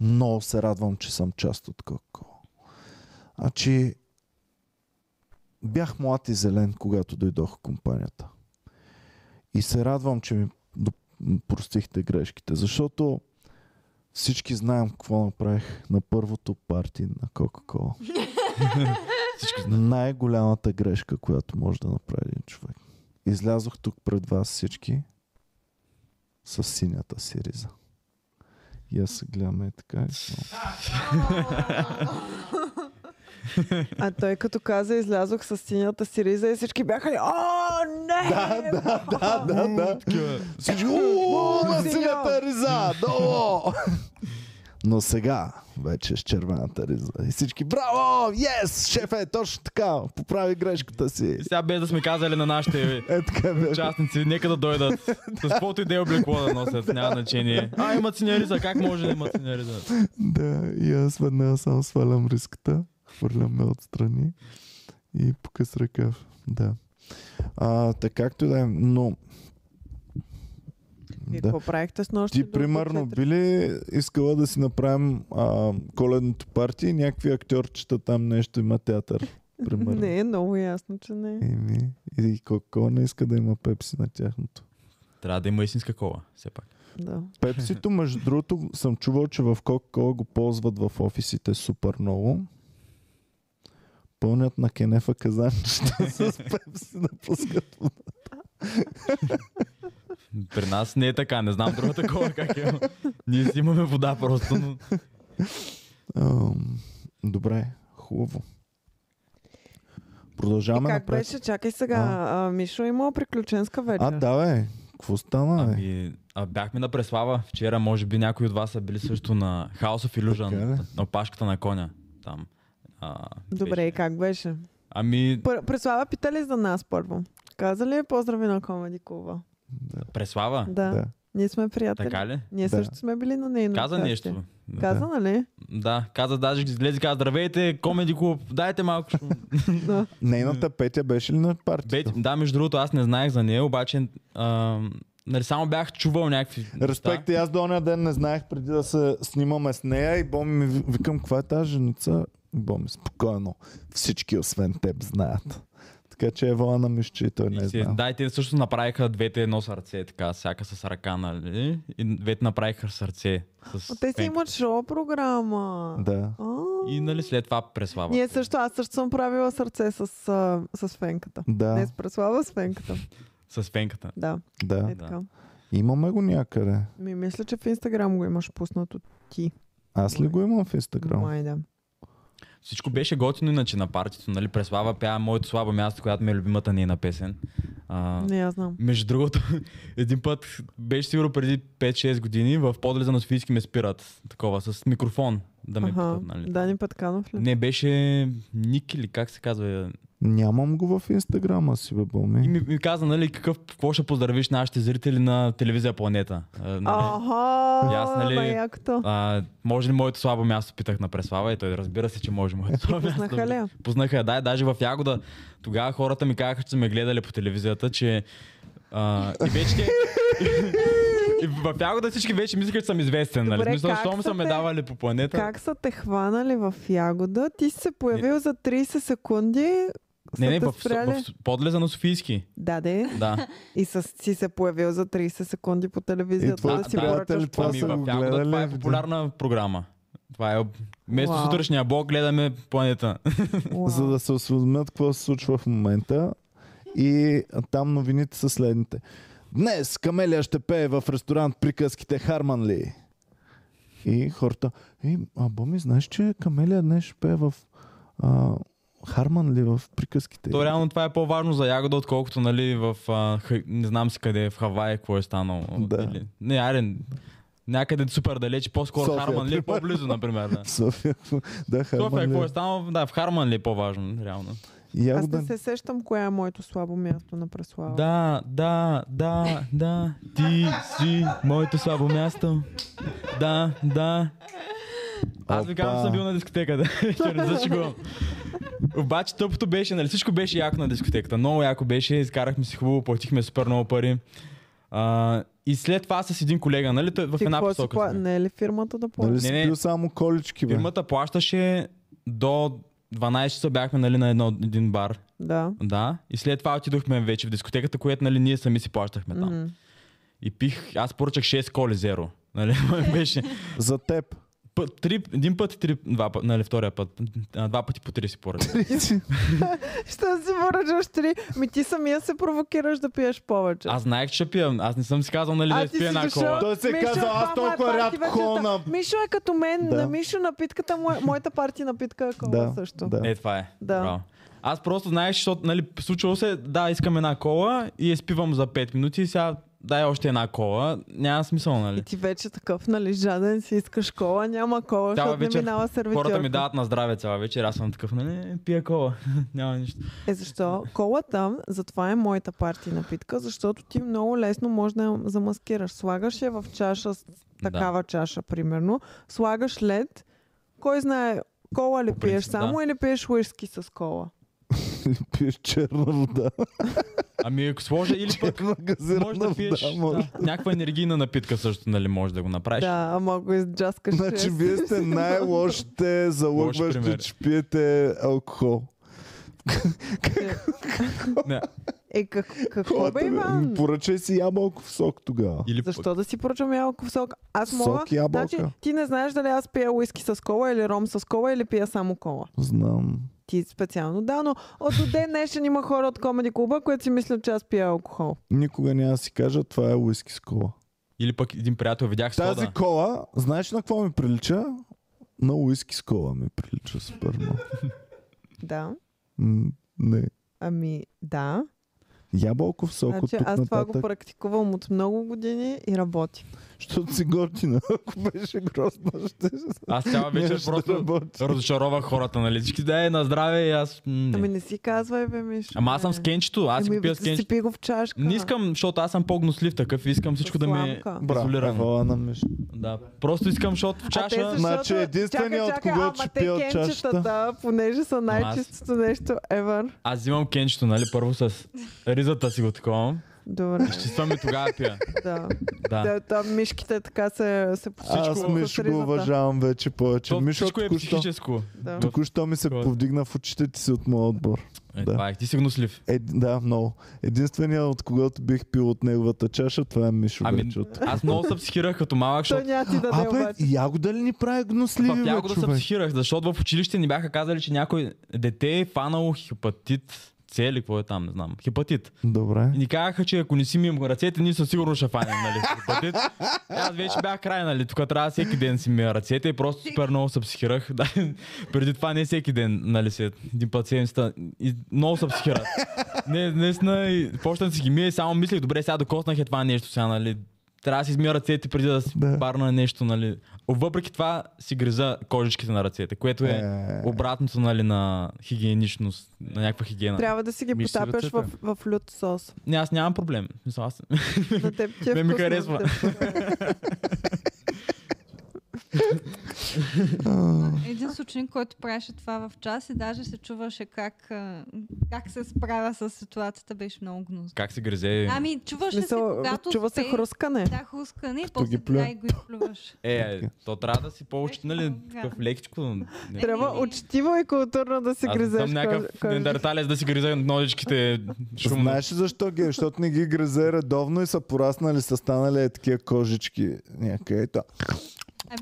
[SPEAKER 1] много се радвам, че съм част от Кока-Кола. Значи, бях млад и зелен, когато дойдох в компанията. И се радвам, че ми доп- простихте грешките, защото всички знаем какво направих на първото парти на Кока-Кола.
[SPEAKER 3] Всички
[SPEAKER 1] Най-голямата грешка, която може да направи един човек. Излязох тук пред вас всички с синята си риза. И аз се гледаме така. И само.
[SPEAKER 2] А той като каза, излязох с синята си риза и всички бяха ли, о, не! Да, да, да,
[SPEAKER 1] да, да. Всички «Уу, на синята риза, долу! *laughs* Но сега вече с червената риза. И всички браво, ес, шефе, точно така, поправи грешката си.
[SPEAKER 3] Сега без да сме казали на нашите
[SPEAKER 1] Е така бе.
[SPEAKER 3] участници, нека да дойдат с каквото и да е облекло да носят, няма значение. А, имат синериза, как може да имат синериза?
[SPEAKER 1] Да, и аз веднага само свалям риската, хвърлям ме отстрани и покъс ръкав. Да. А, така както и да е, но...
[SPEAKER 2] И какво правихте с нощи?
[SPEAKER 1] Ти примерно би ли искала да си направим а, коледното парти и някакви актьорчета там нещо има театър?
[SPEAKER 2] *laughs*
[SPEAKER 1] Примерно.
[SPEAKER 2] Не, е много ясно, че не.
[SPEAKER 1] Еми, и Кока-Кола не иска да има пепси на тяхното.
[SPEAKER 3] Трябва да има истинска кола, все пак.
[SPEAKER 2] Да.
[SPEAKER 1] Пепсито, между другото, съм чувал, че в Кока-Кола го ползват в офисите супер много. пълнят на кенефа казанчета *laughs* с пепси да пускат вода.
[SPEAKER 3] При нас не е така, не знам друго такова как е. Ние си имаме вода просто, но...
[SPEAKER 1] Ам, Добре, хубаво.
[SPEAKER 2] И
[SPEAKER 1] Продължаваме
[SPEAKER 2] как
[SPEAKER 1] напред.
[SPEAKER 2] беше? Чакай сега. А, Мишо имал приключенска вечер.
[SPEAKER 1] А, да, бе. Какво стана, бе?
[SPEAKER 3] Ами, а бяхме на Преслава вчера, може би някои от вас са били също на House of
[SPEAKER 1] Така
[SPEAKER 3] Illusion,
[SPEAKER 1] ли?
[SPEAKER 3] на опашката на коня. Там. А,
[SPEAKER 2] Добре,
[SPEAKER 3] беше.
[SPEAKER 2] и как беше?
[SPEAKER 3] Ами,
[SPEAKER 2] Пр- Преслава пита ли за нас първо? Каза ли е поздрави на Комеди Клуба?
[SPEAKER 3] Преслава,
[SPEAKER 2] Да.
[SPEAKER 1] Да.
[SPEAKER 2] Ние сме приятели.
[SPEAKER 3] така ли?
[SPEAKER 2] Ние
[SPEAKER 1] Да.
[SPEAKER 2] също сме били на нейно.
[SPEAKER 3] Каза
[SPEAKER 2] участие.
[SPEAKER 3] нещо.
[SPEAKER 2] Каза, нали?
[SPEAKER 3] Да, каза даже, излезе и каза, здравейте, комеди клуб, дайте малко. шум».
[SPEAKER 1] Нейната Петя беше ли на партията?
[SPEAKER 3] Бет, да, между другото, аз не знаех за нея, обаче а, нали, само бях чувал някакви
[SPEAKER 1] Респект, и аз до ония ден не знаех преди да се снимаме с нея и Боми ми ви- викам, каква е тази женица? И Боми, спокойно, всички освен теб знаят. Така че е вълна на мишче и той не
[SPEAKER 3] И
[SPEAKER 1] е
[SPEAKER 3] си,
[SPEAKER 1] знал.
[SPEAKER 3] да, и те също направиха двете едно сърце, така, всяка с ръка, нали? И двете направиха сърце. С
[SPEAKER 2] О, Те си
[SPEAKER 3] пенка.
[SPEAKER 2] имат шоу програма.
[SPEAKER 1] Да.
[SPEAKER 2] А,
[SPEAKER 3] И нали след това преслава.
[SPEAKER 2] Ние също, аз също съм правила сърце с, а, с фенката. Не
[SPEAKER 1] Да,
[SPEAKER 2] с Преслава, с фенката.
[SPEAKER 3] С фенката.
[SPEAKER 2] Да,
[SPEAKER 1] да.
[SPEAKER 2] е така.
[SPEAKER 1] Имаме го някъде.
[SPEAKER 2] Ми, мисля, че в Инстаграм го имаш пуснато ти.
[SPEAKER 1] Аз ли го имам в Инстаграм?
[SPEAKER 2] Май да.
[SPEAKER 3] Всичко беше готино иначе на партито, нали? Преслава пя моето слабо място, която ми е любимата ни на песен. А,
[SPEAKER 2] Не, аз знам.
[SPEAKER 3] Между другото, *laughs* един път беше сигурно преди 5-6 години в подлеза на Софийски ме спират такова с микрофон да ме
[SPEAKER 2] Аха,
[SPEAKER 3] питат, нали?
[SPEAKER 2] Дани Петканов ли?
[SPEAKER 3] Не, беше Ник или как се казва.
[SPEAKER 1] Нямам го в Инстаграма си, бе,
[SPEAKER 3] И
[SPEAKER 1] Боми.
[SPEAKER 3] ми, ми каза, нали, какъв, какво ще поздравиш нашите зрители на телевизия Планета. А, нали, И аз,
[SPEAKER 2] Аха,
[SPEAKER 3] нали,
[SPEAKER 2] най-якото.
[SPEAKER 3] а, може ли моето слабо място, питах на Преслава и той разбира се, че може моето слабо място.
[SPEAKER 2] Пуснаха ли я?
[SPEAKER 3] Познаха я, да, и даже в Ягода. Тогава хората ми казаха, че са ме гледали по телевизията, че... А, и вече те... *laughs* и в Ягода всички вече мислиха, че съм известен, нали?
[SPEAKER 2] Добре,
[SPEAKER 3] Смисъл,
[SPEAKER 2] как
[SPEAKER 3] щом
[SPEAKER 2] са
[SPEAKER 3] са ме
[SPEAKER 2] те?
[SPEAKER 3] давали по планета.
[SPEAKER 2] Как са те хванали в ягода? Ти си се появил за 30 секунди. са
[SPEAKER 3] Не, не,
[SPEAKER 2] те
[SPEAKER 3] в,
[SPEAKER 2] спряли.
[SPEAKER 3] в, подлеза на Софийски.
[SPEAKER 2] Да, де.
[SPEAKER 3] Да.
[SPEAKER 2] И с, си се появил за 30 секунди по
[SPEAKER 1] И
[SPEAKER 2] телевизията.
[SPEAKER 1] това-
[SPEAKER 2] да си
[SPEAKER 1] да,
[SPEAKER 2] поръчаш
[SPEAKER 1] приятели, Нали, това
[SPEAKER 2] по-
[SPEAKER 1] са го
[SPEAKER 3] в Ягода
[SPEAKER 1] гледали,
[SPEAKER 3] това е
[SPEAKER 1] видя.
[SPEAKER 3] популярна програма. Това е... Вместо
[SPEAKER 2] Уау.
[SPEAKER 3] сутрешния блок гледаме планета. *laughs*
[SPEAKER 2] Уау.
[SPEAKER 1] За да се осведомят какво се случва в момента. И там новините са следните. Днес Камелия ще пее в ресторант приказките Харман ли? И хората, е, а Боми, знаеш, че Камелия днес ще пее в а, Харман ли в приказките?
[SPEAKER 3] То реално това е по-важно за ягода, отколкото нали в... А, ха, не знам си къде, в Хавай, какво е станало.
[SPEAKER 1] Да.
[SPEAKER 3] Или, не, арен, някъде супер далеч, по-скоро
[SPEAKER 1] София,
[SPEAKER 3] Харман ли е
[SPEAKER 1] примерно.
[SPEAKER 3] по-близо, например. Да.
[SPEAKER 1] В София. какво- Да, *laughs*
[SPEAKER 3] София,
[SPEAKER 1] Харман
[SPEAKER 3] какво е
[SPEAKER 1] ли?
[SPEAKER 3] станало? Да, в Харман ли е по-важно, реално.
[SPEAKER 2] Аз не
[SPEAKER 1] Ягода.
[SPEAKER 2] се сещам кое е моето слабо място на Преслава.
[SPEAKER 3] Да, да, да, да, ти си моето слабо място. Да, да. Аз ви казвам, че
[SPEAKER 1] Опа.
[SPEAKER 3] съм бил на дискотека, да. *laughs* Ще не зашегувам. Обаче тъпото беше, нали, всичко беше яко на дискотеката. Много яко беше, изкарахме си хубаво, платихме супер много пари. А, и след това с един колега, нали, той в
[SPEAKER 2] Ти
[SPEAKER 3] една
[SPEAKER 2] какво си
[SPEAKER 3] посока.
[SPEAKER 2] пла...
[SPEAKER 3] сме.
[SPEAKER 2] Не е ли фирмата да плаща?
[SPEAKER 1] Нали си
[SPEAKER 3] Не, не.
[SPEAKER 1] пил само колички, бе?
[SPEAKER 3] Фирмата плащаше до 12 часа бяхме нали, на едно, един бар.
[SPEAKER 2] Да.
[SPEAKER 3] Да. И след това отидохме вече в дискотеката, която нали, ние сами си плащахме там.
[SPEAKER 2] Мгм.
[SPEAKER 3] И пих, аз поръчах 6 коли зеро. Нали, *laughs* беше.
[SPEAKER 1] За
[SPEAKER 3] *laughs*
[SPEAKER 1] теб.
[SPEAKER 3] Път, три, един път и три, два пъти, нали, втория път. А, два пъти по три си поръчах.
[SPEAKER 2] Ще си поръчаш три. Ми ти самия се провокираш да пиеш повече.
[SPEAKER 3] Аз знаех, че пия. Аз не съм си казал, нали,
[SPEAKER 2] А,
[SPEAKER 3] да
[SPEAKER 2] ти
[SPEAKER 3] изпия
[SPEAKER 2] си
[SPEAKER 3] една
[SPEAKER 2] дошъл.
[SPEAKER 3] кола.
[SPEAKER 1] Той се
[SPEAKER 2] Мишо,
[SPEAKER 1] казва, аз
[SPEAKER 2] това му е
[SPEAKER 1] толкова
[SPEAKER 2] парти
[SPEAKER 1] рядко ходя
[SPEAKER 2] вечерта.
[SPEAKER 1] на...
[SPEAKER 2] Мишо е като мен.
[SPEAKER 1] Да.
[SPEAKER 2] На Мишо напитката му е... Моята партия напитка е кола
[SPEAKER 1] Да,
[SPEAKER 2] също.
[SPEAKER 1] да.
[SPEAKER 3] Е, това е.
[SPEAKER 2] Да.
[SPEAKER 3] Браво. Аз просто знаех, защото, нали, случило се, да, искам една кола и я спивам за 5 минути и сега дай още една кола. Няма смисъл,
[SPEAKER 2] И
[SPEAKER 3] нали?
[SPEAKER 2] ти вече такъв, нали, жаден си, искаш кола, няма кола,
[SPEAKER 3] Цяла
[SPEAKER 2] защото не
[SPEAKER 3] вечер
[SPEAKER 2] минава сервитьорка.
[SPEAKER 3] Хората ми дават на здраве цяла вечер, аз съм такъв, нали, пия кола. *laughs* Няма нищо.
[SPEAKER 2] Е, защо? Колата, затова е моята партия напитка, защото ти много лесно може да я замаскираш. Слагаш я в чаша, с такава чаша, примерно, слагаш лед, кой знае кола ли
[SPEAKER 3] По
[SPEAKER 2] пиеш
[SPEAKER 3] принцип,
[SPEAKER 2] само
[SPEAKER 3] да.
[SPEAKER 2] или пиеш уиски с кола.
[SPEAKER 1] Пиеш черна вода.
[SPEAKER 3] Ами ако сложа или пък
[SPEAKER 1] Черна
[SPEAKER 3] Може
[SPEAKER 1] газирана
[SPEAKER 3] да пиеш
[SPEAKER 1] вода. може.
[SPEAKER 3] да, някаква енергийна напитка също, нали, може да го направиш.
[SPEAKER 2] Да, ама го изджаскаш.
[SPEAKER 1] Значи
[SPEAKER 2] чрез-
[SPEAKER 1] вие сте най-лошите залъгващи,
[SPEAKER 3] пример.
[SPEAKER 1] че пиете алкохол.
[SPEAKER 3] Не.
[SPEAKER 2] Е, как, какво
[SPEAKER 1] Хората
[SPEAKER 2] бе,
[SPEAKER 1] ви-
[SPEAKER 2] Иван?
[SPEAKER 1] Ми е. Поръчай си ябълков сок тогава.
[SPEAKER 3] Или пък-
[SPEAKER 2] Защо да си поръчам ябълков сок? Аз
[SPEAKER 1] Сок,
[SPEAKER 2] мога...
[SPEAKER 1] ябълка.
[SPEAKER 2] Значи, ти не знаеш дали аз пия уиски с кола или ром с кола или пия само кола.
[SPEAKER 1] Знам.
[SPEAKER 2] ти специално, да, но от до ден днешен има хора от комеди клуба, които си мислят, че аз пия алкохол.
[SPEAKER 1] Никога няма да си кажа, това е уиски с кола.
[SPEAKER 3] Или пък един приятел видях сода.
[SPEAKER 1] Тази кола, знаеш на какво ми прилича? На уиски с кола ми прилича супер много.
[SPEAKER 2] Да,
[SPEAKER 1] М, Не.
[SPEAKER 2] ами да.
[SPEAKER 1] Ябълков сок от
[SPEAKER 2] Значи
[SPEAKER 1] тук
[SPEAKER 2] аз това го
[SPEAKER 1] нататък.
[SPEAKER 2] практикувам от много години и работи.
[SPEAKER 1] Защото си готина. *laughs* Ако беше грозна, ще
[SPEAKER 3] Аз цяла вечер
[SPEAKER 1] ще
[SPEAKER 3] просто
[SPEAKER 1] работи.
[SPEAKER 3] разочаровах хората, нали? Всички да е на здраве и аз... м, не.
[SPEAKER 2] Ами не си казвай, бе, Мишо.
[SPEAKER 3] Ама аз съм
[SPEAKER 2] бе.
[SPEAKER 3] с кенчето, аз си
[SPEAKER 2] Ами,
[SPEAKER 3] го пия с
[SPEAKER 2] си
[SPEAKER 3] кенчето.
[SPEAKER 2] пи го в чашка.
[SPEAKER 3] Не искам, защото аз съм по-гнослив такъв и искам всичко да ми е
[SPEAKER 2] Сламка.
[SPEAKER 3] изолирано.
[SPEAKER 1] Браво, на Миш.
[SPEAKER 3] Да. Просто искам, защото в
[SPEAKER 2] А те
[SPEAKER 3] чаша...
[SPEAKER 2] защото-
[SPEAKER 1] Значи единственият, от
[SPEAKER 2] чакай,
[SPEAKER 1] когото
[SPEAKER 2] ама
[SPEAKER 1] ще
[SPEAKER 2] те
[SPEAKER 1] пия от
[SPEAKER 2] кенчетата,
[SPEAKER 1] чашата.
[SPEAKER 2] понеже са
[SPEAKER 3] аз-
[SPEAKER 2] най-чистото нещо ever.
[SPEAKER 3] Аз взимам кенчето, нали? Първо с ризата си го таковам.
[SPEAKER 2] Добре,
[SPEAKER 3] Чиствам и тогава пия.
[SPEAKER 2] да.
[SPEAKER 3] Да.
[SPEAKER 2] да. Там мишките така се, се
[SPEAKER 1] Аз
[SPEAKER 2] с
[SPEAKER 1] Мишо го
[SPEAKER 2] ризата.
[SPEAKER 1] уважавам вече повече.
[SPEAKER 3] То,
[SPEAKER 1] Мишо
[SPEAKER 3] всичко е
[SPEAKER 1] току-що,
[SPEAKER 3] психическо.
[SPEAKER 2] Да.
[SPEAKER 1] току-що ми се
[SPEAKER 3] Такова.
[SPEAKER 1] повдигна в очите ти си от моя отбор.
[SPEAKER 3] Е,
[SPEAKER 1] Да.
[SPEAKER 3] това е. Ти си гнослив.
[SPEAKER 1] Е, да, много. Единственият, от когото бих пил от неговата чаша, това е Мишо
[SPEAKER 3] Ами,
[SPEAKER 1] вече. От...
[SPEAKER 3] аз много се психирах като малък,
[SPEAKER 2] Той
[SPEAKER 3] защото
[SPEAKER 2] няма ти даде
[SPEAKER 1] Абе,
[SPEAKER 2] обаче.
[SPEAKER 1] ягода ли ни прави гносливи,
[SPEAKER 3] в
[SPEAKER 1] бе,
[SPEAKER 3] тялото се
[SPEAKER 1] човек?
[SPEAKER 3] психирах, защото в училище ни бяха казали, че някой дете е фанало хепатит. Цели, какво е там, не знам. Хепатит.
[SPEAKER 1] Добре.
[SPEAKER 3] И ни казаха, че ако не си мием ръцете, ние със сигурност ще фанем, нали? Хепатит. Е, Аз вече бях край, нали? Тук трябва всеки ден си мия ръцете и просто супер много се психирах. *laughs* Да, преди това не всеки ден, нали? Се, един път седмицата. И много се психирах. Не, наистина, и почнах да си ги мия и само мислех, добре, сега докоснах е това нещо сега, нали? Трябва да си измия ръцете преди да си
[SPEAKER 1] Да.
[SPEAKER 3] барна нещо, нали? Въпреки това си гриза кожичките на ръцете, което е
[SPEAKER 1] Е.
[SPEAKER 3] обратното, нали, на хигиеничност, на някаква хигиена.
[SPEAKER 2] Трябва да си ги
[SPEAKER 5] Миш си
[SPEAKER 2] потапяш в,
[SPEAKER 5] ръцете.
[SPEAKER 2] в лют сос.
[SPEAKER 3] Не, аз нямам проблем. В смисъл, Аз
[SPEAKER 2] На теб ти е
[SPEAKER 3] Не ми
[SPEAKER 2] вкусно,
[SPEAKER 3] харесва.
[SPEAKER 2] на теб ти е.
[SPEAKER 4] Един сутрин, който правеше това в час и даже се чуваше как, а, как се справя с ситуацията, беше много гнусно.
[SPEAKER 3] Как се гръзе?
[SPEAKER 4] Ами, чуваше се,
[SPEAKER 2] Мисъл,
[SPEAKER 4] когато
[SPEAKER 2] чува се
[SPEAKER 4] успее-
[SPEAKER 2] хрускане.
[SPEAKER 4] Да, хрускане и
[SPEAKER 1] Като
[SPEAKER 4] после
[SPEAKER 1] ги плюе.
[SPEAKER 4] тя и го изплюваш.
[SPEAKER 3] Е, то трябва да си по-учти, нали,
[SPEAKER 4] Е, Да.
[SPEAKER 3] такъв лекичко. Не.
[SPEAKER 2] Трябва учтиво и културно да си
[SPEAKER 3] Аз не
[SPEAKER 2] гризеш
[SPEAKER 3] съм
[SPEAKER 2] кож-
[SPEAKER 3] някакъв
[SPEAKER 2] кожичката.
[SPEAKER 3] нендерталец да си гриза ножичките шумно.
[SPEAKER 1] Знаеш ли защо ги? е? Защото не ги грезе редовно и са пораснали, са станали е такива кожички някъде. Та.
[SPEAKER 3] Е.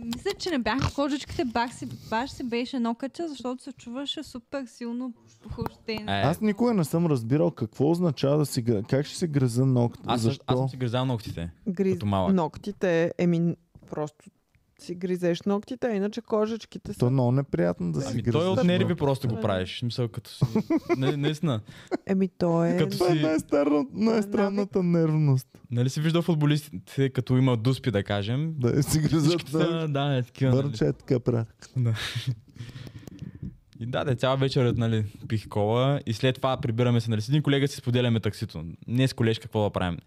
[SPEAKER 4] Ами, мисля, че не бяха кожичките, бах си, баш си беше нокътя, защото се чуваше супер силно похождение.
[SPEAKER 3] Е,
[SPEAKER 1] Аз
[SPEAKER 3] аз,
[SPEAKER 1] никога не съм разбирал какво означава да си гре- Как ще си греза ногти?
[SPEAKER 3] аз, също- аз
[SPEAKER 1] Защо?
[SPEAKER 3] съм си гризал ногтите.
[SPEAKER 2] Гриз...
[SPEAKER 3] като малък.
[SPEAKER 2] Ногтите, еми, просто си гризеш ногтите, а иначе кожичките
[SPEAKER 1] То е
[SPEAKER 2] са...
[SPEAKER 1] много неприятно да си
[SPEAKER 3] Ами,
[SPEAKER 1] грезеш.
[SPEAKER 3] той от нерви
[SPEAKER 1] ногти.
[SPEAKER 3] просто го правиш. Мисъл, като си... Не, наистина.
[SPEAKER 2] Еми, то е...
[SPEAKER 3] Като
[SPEAKER 1] Това е
[SPEAKER 3] си...
[SPEAKER 1] най-старна- най-странната нервност.
[SPEAKER 3] Нали си виждал футболистите, като има дуспи, да кажем?
[SPEAKER 1] Да е си грезат
[SPEAKER 3] Всичките са, да, е такива. нали.
[SPEAKER 1] бърче е така правят.
[SPEAKER 3] И да, да, цяла вечер нали, пих кола и след това прибираме се. Нали, с един колега си споделяме таксито. Не с колежка какво да правим.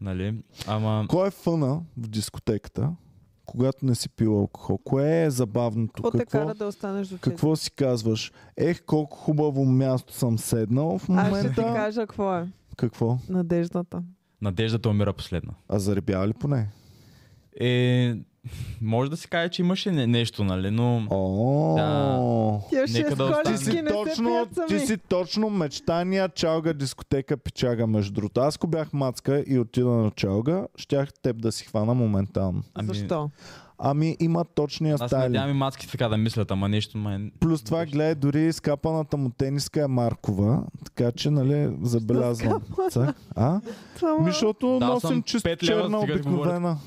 [SPEAKER 3] Нали? Ама...
[SPEAKER 1] Кой е фъна в дискотеката, когато не си пил алкохол? Кое е забавното?
[SPEAKER 2] Какво те кара да останеш до тези?
[SPEAKER 1] какво си казваш? Ех, колко хубаво място съм седнал в
[SPEAKER 2] Аз ще ти
[SPEAKER 1] момента.
[SPEAKER 2] кажа какво е.
[SPEAKER 1] Какво?
[SPEAKER 2] Надеждата.
[SPEAKER 3] Надеждата умира последна.
[SPEAKER 1] А заребява ли поне?
[SPEAKER 3] Е, може да се каже, че имаше не- нещо, нали, но...
[SPEAKER 1] О,
[SPEAKER 3] Да.
[SPEAKER 2] Тия
[SPEAKER 3] Нека
[SPEAKER 2] шест
[SPEAKER 3] да остане.
[SPEAKER 1] Ти
[SPEAKER 2] кожички
[SPEAKER 3] Ти
[SPEAKER 1] си,
[SPEAKER 2] не се
[SPEAKER 1] точно,
[SPEAKER 2] пият сами.
[SPEAKER 1] ти си точно мечтания чалга дискотека пичага между другото. Аз ако бях мацка и отида на чалга, щях теб да си хвана моментално.
[SPEAKER 3] Ами,
[SPEAKER 2] Защо?
[SPEAKER 1] Ами има точния
[SPEAKER 3] Аз се надявам
[SPEAKER 1] стайл.
[SPEAKER 3] и мацки така да мислят, ама нещо май...
[SPEAKER 1] Плюс това, гледай, дори скапаната му тениска е Маркова, така че, нали, забелязвам. Цак. А?
[SPEAKER 2] Това
[SPEAKER 1] Ми, защото
[SPEAKER 3] Да, аз
[SPEAKER 1] носим
[SPEAKER 3] съм
[SPEAKER 1] чисто
[SPEAKER 3] пет лева,
[SPEAKER 1] черна,
[SPEAKER 3] стига да
[SPEAKER 1] обикновена.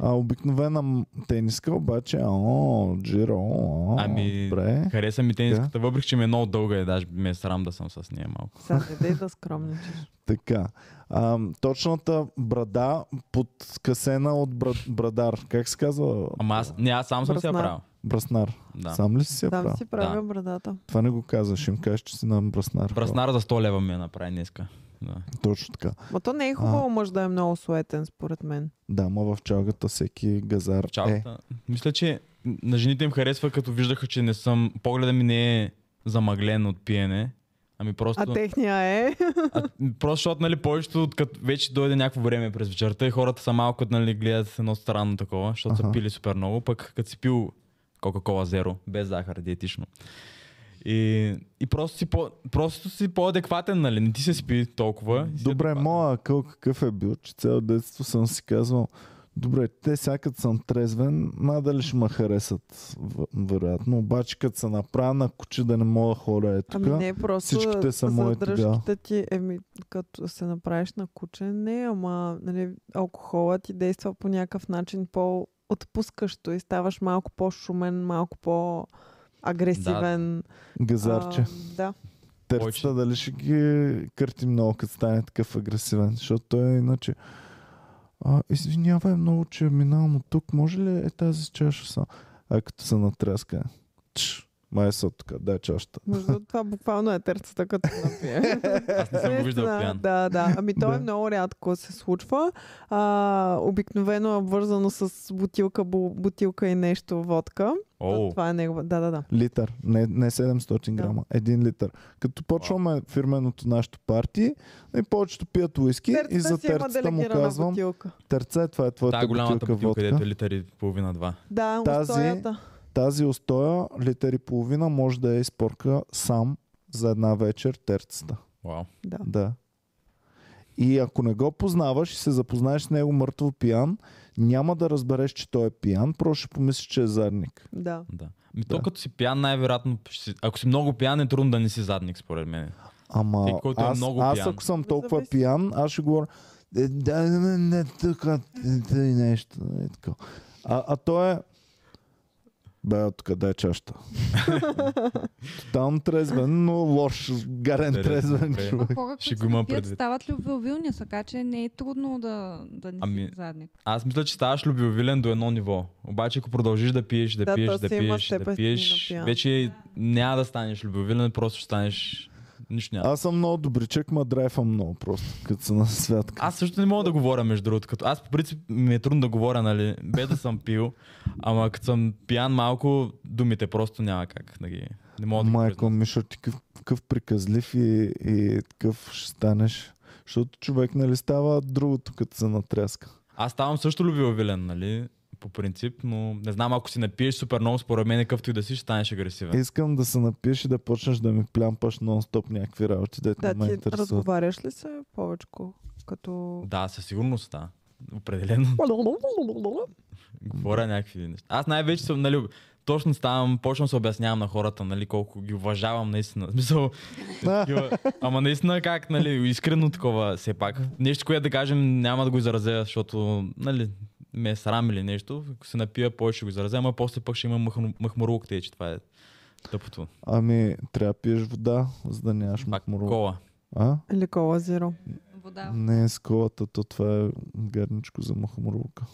[SPEAKER 1] А обикновена м- тениска, обаче, о, джиро, о,
[SPEAKER 3] Ами,
[SPEAKER 1] добре.
[SPEAKER 3] Хареса ми тениската, въпреки че ми е много дълга и даже ме е срам да съм с нея малко.
[SPEAKER 2] Сега не дей да
[SPEAKER 1] Е,
[SPEAKER 2] скромничиш.
[SPEAKER 1] Така. А, точната брада, подкасена от бра, брадар. Как се казва?
[SPEAKER 3] Ама аз, не, аз сам съм се я
[SPEAKER 2] Бръсна.
[SPEAKER 3] правил.
[SPEAKER 1] Браснар.
[SPEAKER 3] Да.
[SPEAKER 1] Сам ли си се
[SPEAKER 2] Там
[SPEAKER 1] правил?
[SPEAKER 2] си правя брадата.
[SPEAKER 1] Това не го казваш. Им кажеш, че си на браснар.
[SPEAKER 3] Браснара за 100 лева ми я направи днеска. Да.
[SPEAKER 1] Точно така.
[SPEAKER 2] Ма то не е хубаво мъж да е много суетен, според мен.
[SPEAKER 1] Да, ма в чалгата всеки газар е.
[SPEAKER 3] Чалката. Мисля, че на жените им харесва, като виждаха, че не съм... Погледа ми не е замъглен от пиене. Ами просто...
[SPEAKER 2] А техния е...
[SPEAKER 3] А, просто защото, нали, повечето, от като вече дойде някакво време през вечерта и хората са малко, нали, гледат с едно странно такова, защото
[SPEAKER 1] Аха.
[SPEAKER 3] са пили супер много, пък като си пил Coca-Cola Zero, без захар, диетично. И, и просто, си по, просто си по-адекватен, нали, не ти се спи толкова. и си е
[SPEAKER 1] Добре,
[SPEAKER 3] адекватен.
[SPEAKER 1] моя акъл какъв е бил, че цяло детство съм си казвал, Добре, те сега като съм трезвен, надали ще ме харесат, в- вероятно. Обаче като се направя на куче да не мога да ходя е тук.
[SPEAKER 2] Ами не, просто
[SPEAKER 1] всичките са мои
[SPEAKER 2] задръжките ти, еми, като се направиш на куче, не, ама нали, алкохолът ти действа по някакъв начин по-отпускащо и ставаш малко по-шумен, малко по-агресивен.
[SPEAKER 1] Газарче.
[SPEAKER 2] А, да.
[SPEAKER 3] Повече.
[SPEAKER 1] Търцата дали ще ги кърти много, като стане такъв агресивен, защото той е иначе... А, извинявай много, че минавам от тук. Може ли е тази чаша са? А като се натряска. Чш, май са тук, дай чашата.
[SPEAKER 2] Между другото, това буквално е търцата, като
[SPEAKER 1] *laughs*
[SPEAKER 2] напие.
[SPEAKER 3] Аз не съм го виждал
[SPEAKER 2] Наистина,
[SPEAKER 3] пиян.
[SPEAKER 2] Да, да. Ами то е
[SPEAKER 1] Да.
[SPEAKER 2] много рядко се случва. А, обикновено е обвързано с бутилка, бу- бутилка и нещо водка.
[SPEAKER 3] Оу,
[SPEAKER 2] Това е негова. Да, да, да.
[SPEAKER 1] Литър, не, не 700
[SPEAKER 2] Да.
[SPEAKER 1] грама, един литър. Като почваме фирменото нашето парти, и повечето пият уиски и за
[SPEAKER 2] си има
[SPEAKER 1] терцата му
[SPEAKER 2] делегирана
[SPEAKER 1] казвам,
[SPEAKER 2] бутилка.
[SPEAKER 1] търце, това е
[SPEAKER 3] тази
[SPEAKER 1] твоята
[SPEAKER 3] голямата
[SPEAKER 1] бутилка
[SPEAKER 3] бутилка, където е
[SPEAKER 1] водка.
[SPEAKER 3] литър и половина-два.
[SPEAKER 2] Да,
[SPEAKER 1] Тази-
[SPEAKER 2] устоята.
[SPEAKER 1] Тази устоя, литър и половина, може да я изпорка сам за една вечер терцата.
[SPEAKER 3] Вау.
[SPEAKER 2] Да.
[SPEAKER 1] Да. И ако не го познаваш и се запознаеш с него мъртво пиян, няма да разбереш, че той е пиян, просто ще помислиш, че е задник.
[SPEAKER 2] Да.
[SPEAKER 3] Да. Ми то
[SPEAKER 1] Да.
[SPEAKER 3] като си пиян, най-вероятно, ще си- ако си много пиян, е трудно да не си задник, според мен.
[SPEAKER 1] Ама
[SPEAKER 3] Ти, който е
[SPEAKER 1] аз,
[SPEAKER 3] много
[SPEAKER 1] аз
[SPEAKER 3] пиян.
[SPEAKER 1] ако съм толкова
[SPEAKER 2] Зависи.
[SPEAKER 1] пиян, аз ще говоря «Е, да, не, не, не, тук, и нещо. Е, така. А, а той е бе, тук, дай чашата. Тотално трезвен, но лош, гарен
[SPEAKER 3] Интересно,
[SPEAKER 1] трезвен
[SPEAKER 3] добре.
[SPEAKER 1] човек.
[SPEAKER 4] А хора,
[SPEAKER 3] Ще
[SPEAKER 4] които
[SPEAKER 3] го имам
[SPEAKER 4] се пият,
[SPEAKER 3] предвид.
[SPEAKER 4] стават любвеобилни, така че не е трудно да, да не си
[SPEAKER 3] Ами,
[SPEAKER 4] задник.
[SPEAKER 3] Аз мисля, че ставаш любвеобилен до едно ниво. Обаче, ако продължиш да пиеш, да,
[SPEAKER 2] Да,
[SPEAKER 3] пиеш,
[SPEAKER 2] то
[SPEAKER 3] да
[SPEAKER 2] си има
[SPEAKER 3] пиеш, да
[SPEAKER 2] степен
[SPEAKER 3] пиеш,
[SPEAKER 2] на пиян.
[SPEAKER 3] вече няма да станеш любвеобилен, просто ще станеш нищо няма.
[SPEAKER 1] Аз съм много добричък, ма драйфам много просто, като съм на святка.
[SPEAKER 3] Аз също не мога да говоря, между другото. Като аз по принцип ми е трудно да говоря, нали, без да съм пил, ама като съм пиян малко, думите просто няма как да ги... Не мога да ги
[SPEAKER 1] Майко,
[SPEAKER 3] произнася.
[SPEAKER 1] Мишо, ти какъв, какъв приказлив и, и такъв ще станеш. Защото човек нали става другото, като се натряска.
[SPEAKER 3] Аз ставам също любвеобилен, нали, по принцип, но не знам, ако си напиеш супер много, според мен, какъвто и да си, ще станеш агресивен.
[SPEAKER 1] Искам да се напиеш и да почнеш да ми плямпаш нон-стоп някакви работи, дето
[SPEAKER 2] Да,
[SPEAKER 1] не ме
[SPEAKER 2] ти
[SPEAKER 1] интересуват.
[SPEAKER 2] разговаряш ли се повече като...
[SPEAKER 3] Да, със сигурност, да. Определено. Говоря някакви неща. Аз най-вече съм, нали, точно ставам, почвам да се обяснявам на хората, нали, колко ги уважавам наистина. *laughs* В смисъл, такива- ама наистина как, нали, искрено такова, все пак. Нещо, което да кажем, няма да го изразя, защото, нали, ме е срам или нещо. Ако се напия, повече ще го изразя, ама после пък ще има махмурлук, махмурлук те, че това е тъпото.
[SPEAKER 1] Ами, трябва да пиеш вода, за да нямаш
[SPEAKER 3] Пак
[SPEAKER 1] махмурло.
[SPEAKER 3] кола.
[SPEAKER 1] А?
[SPEAKER 2] Или кола зиро.
[SPEAKER 4] Вода.
[SPEAKER 1] Не, с колата, то това е гадничко за махмурлука.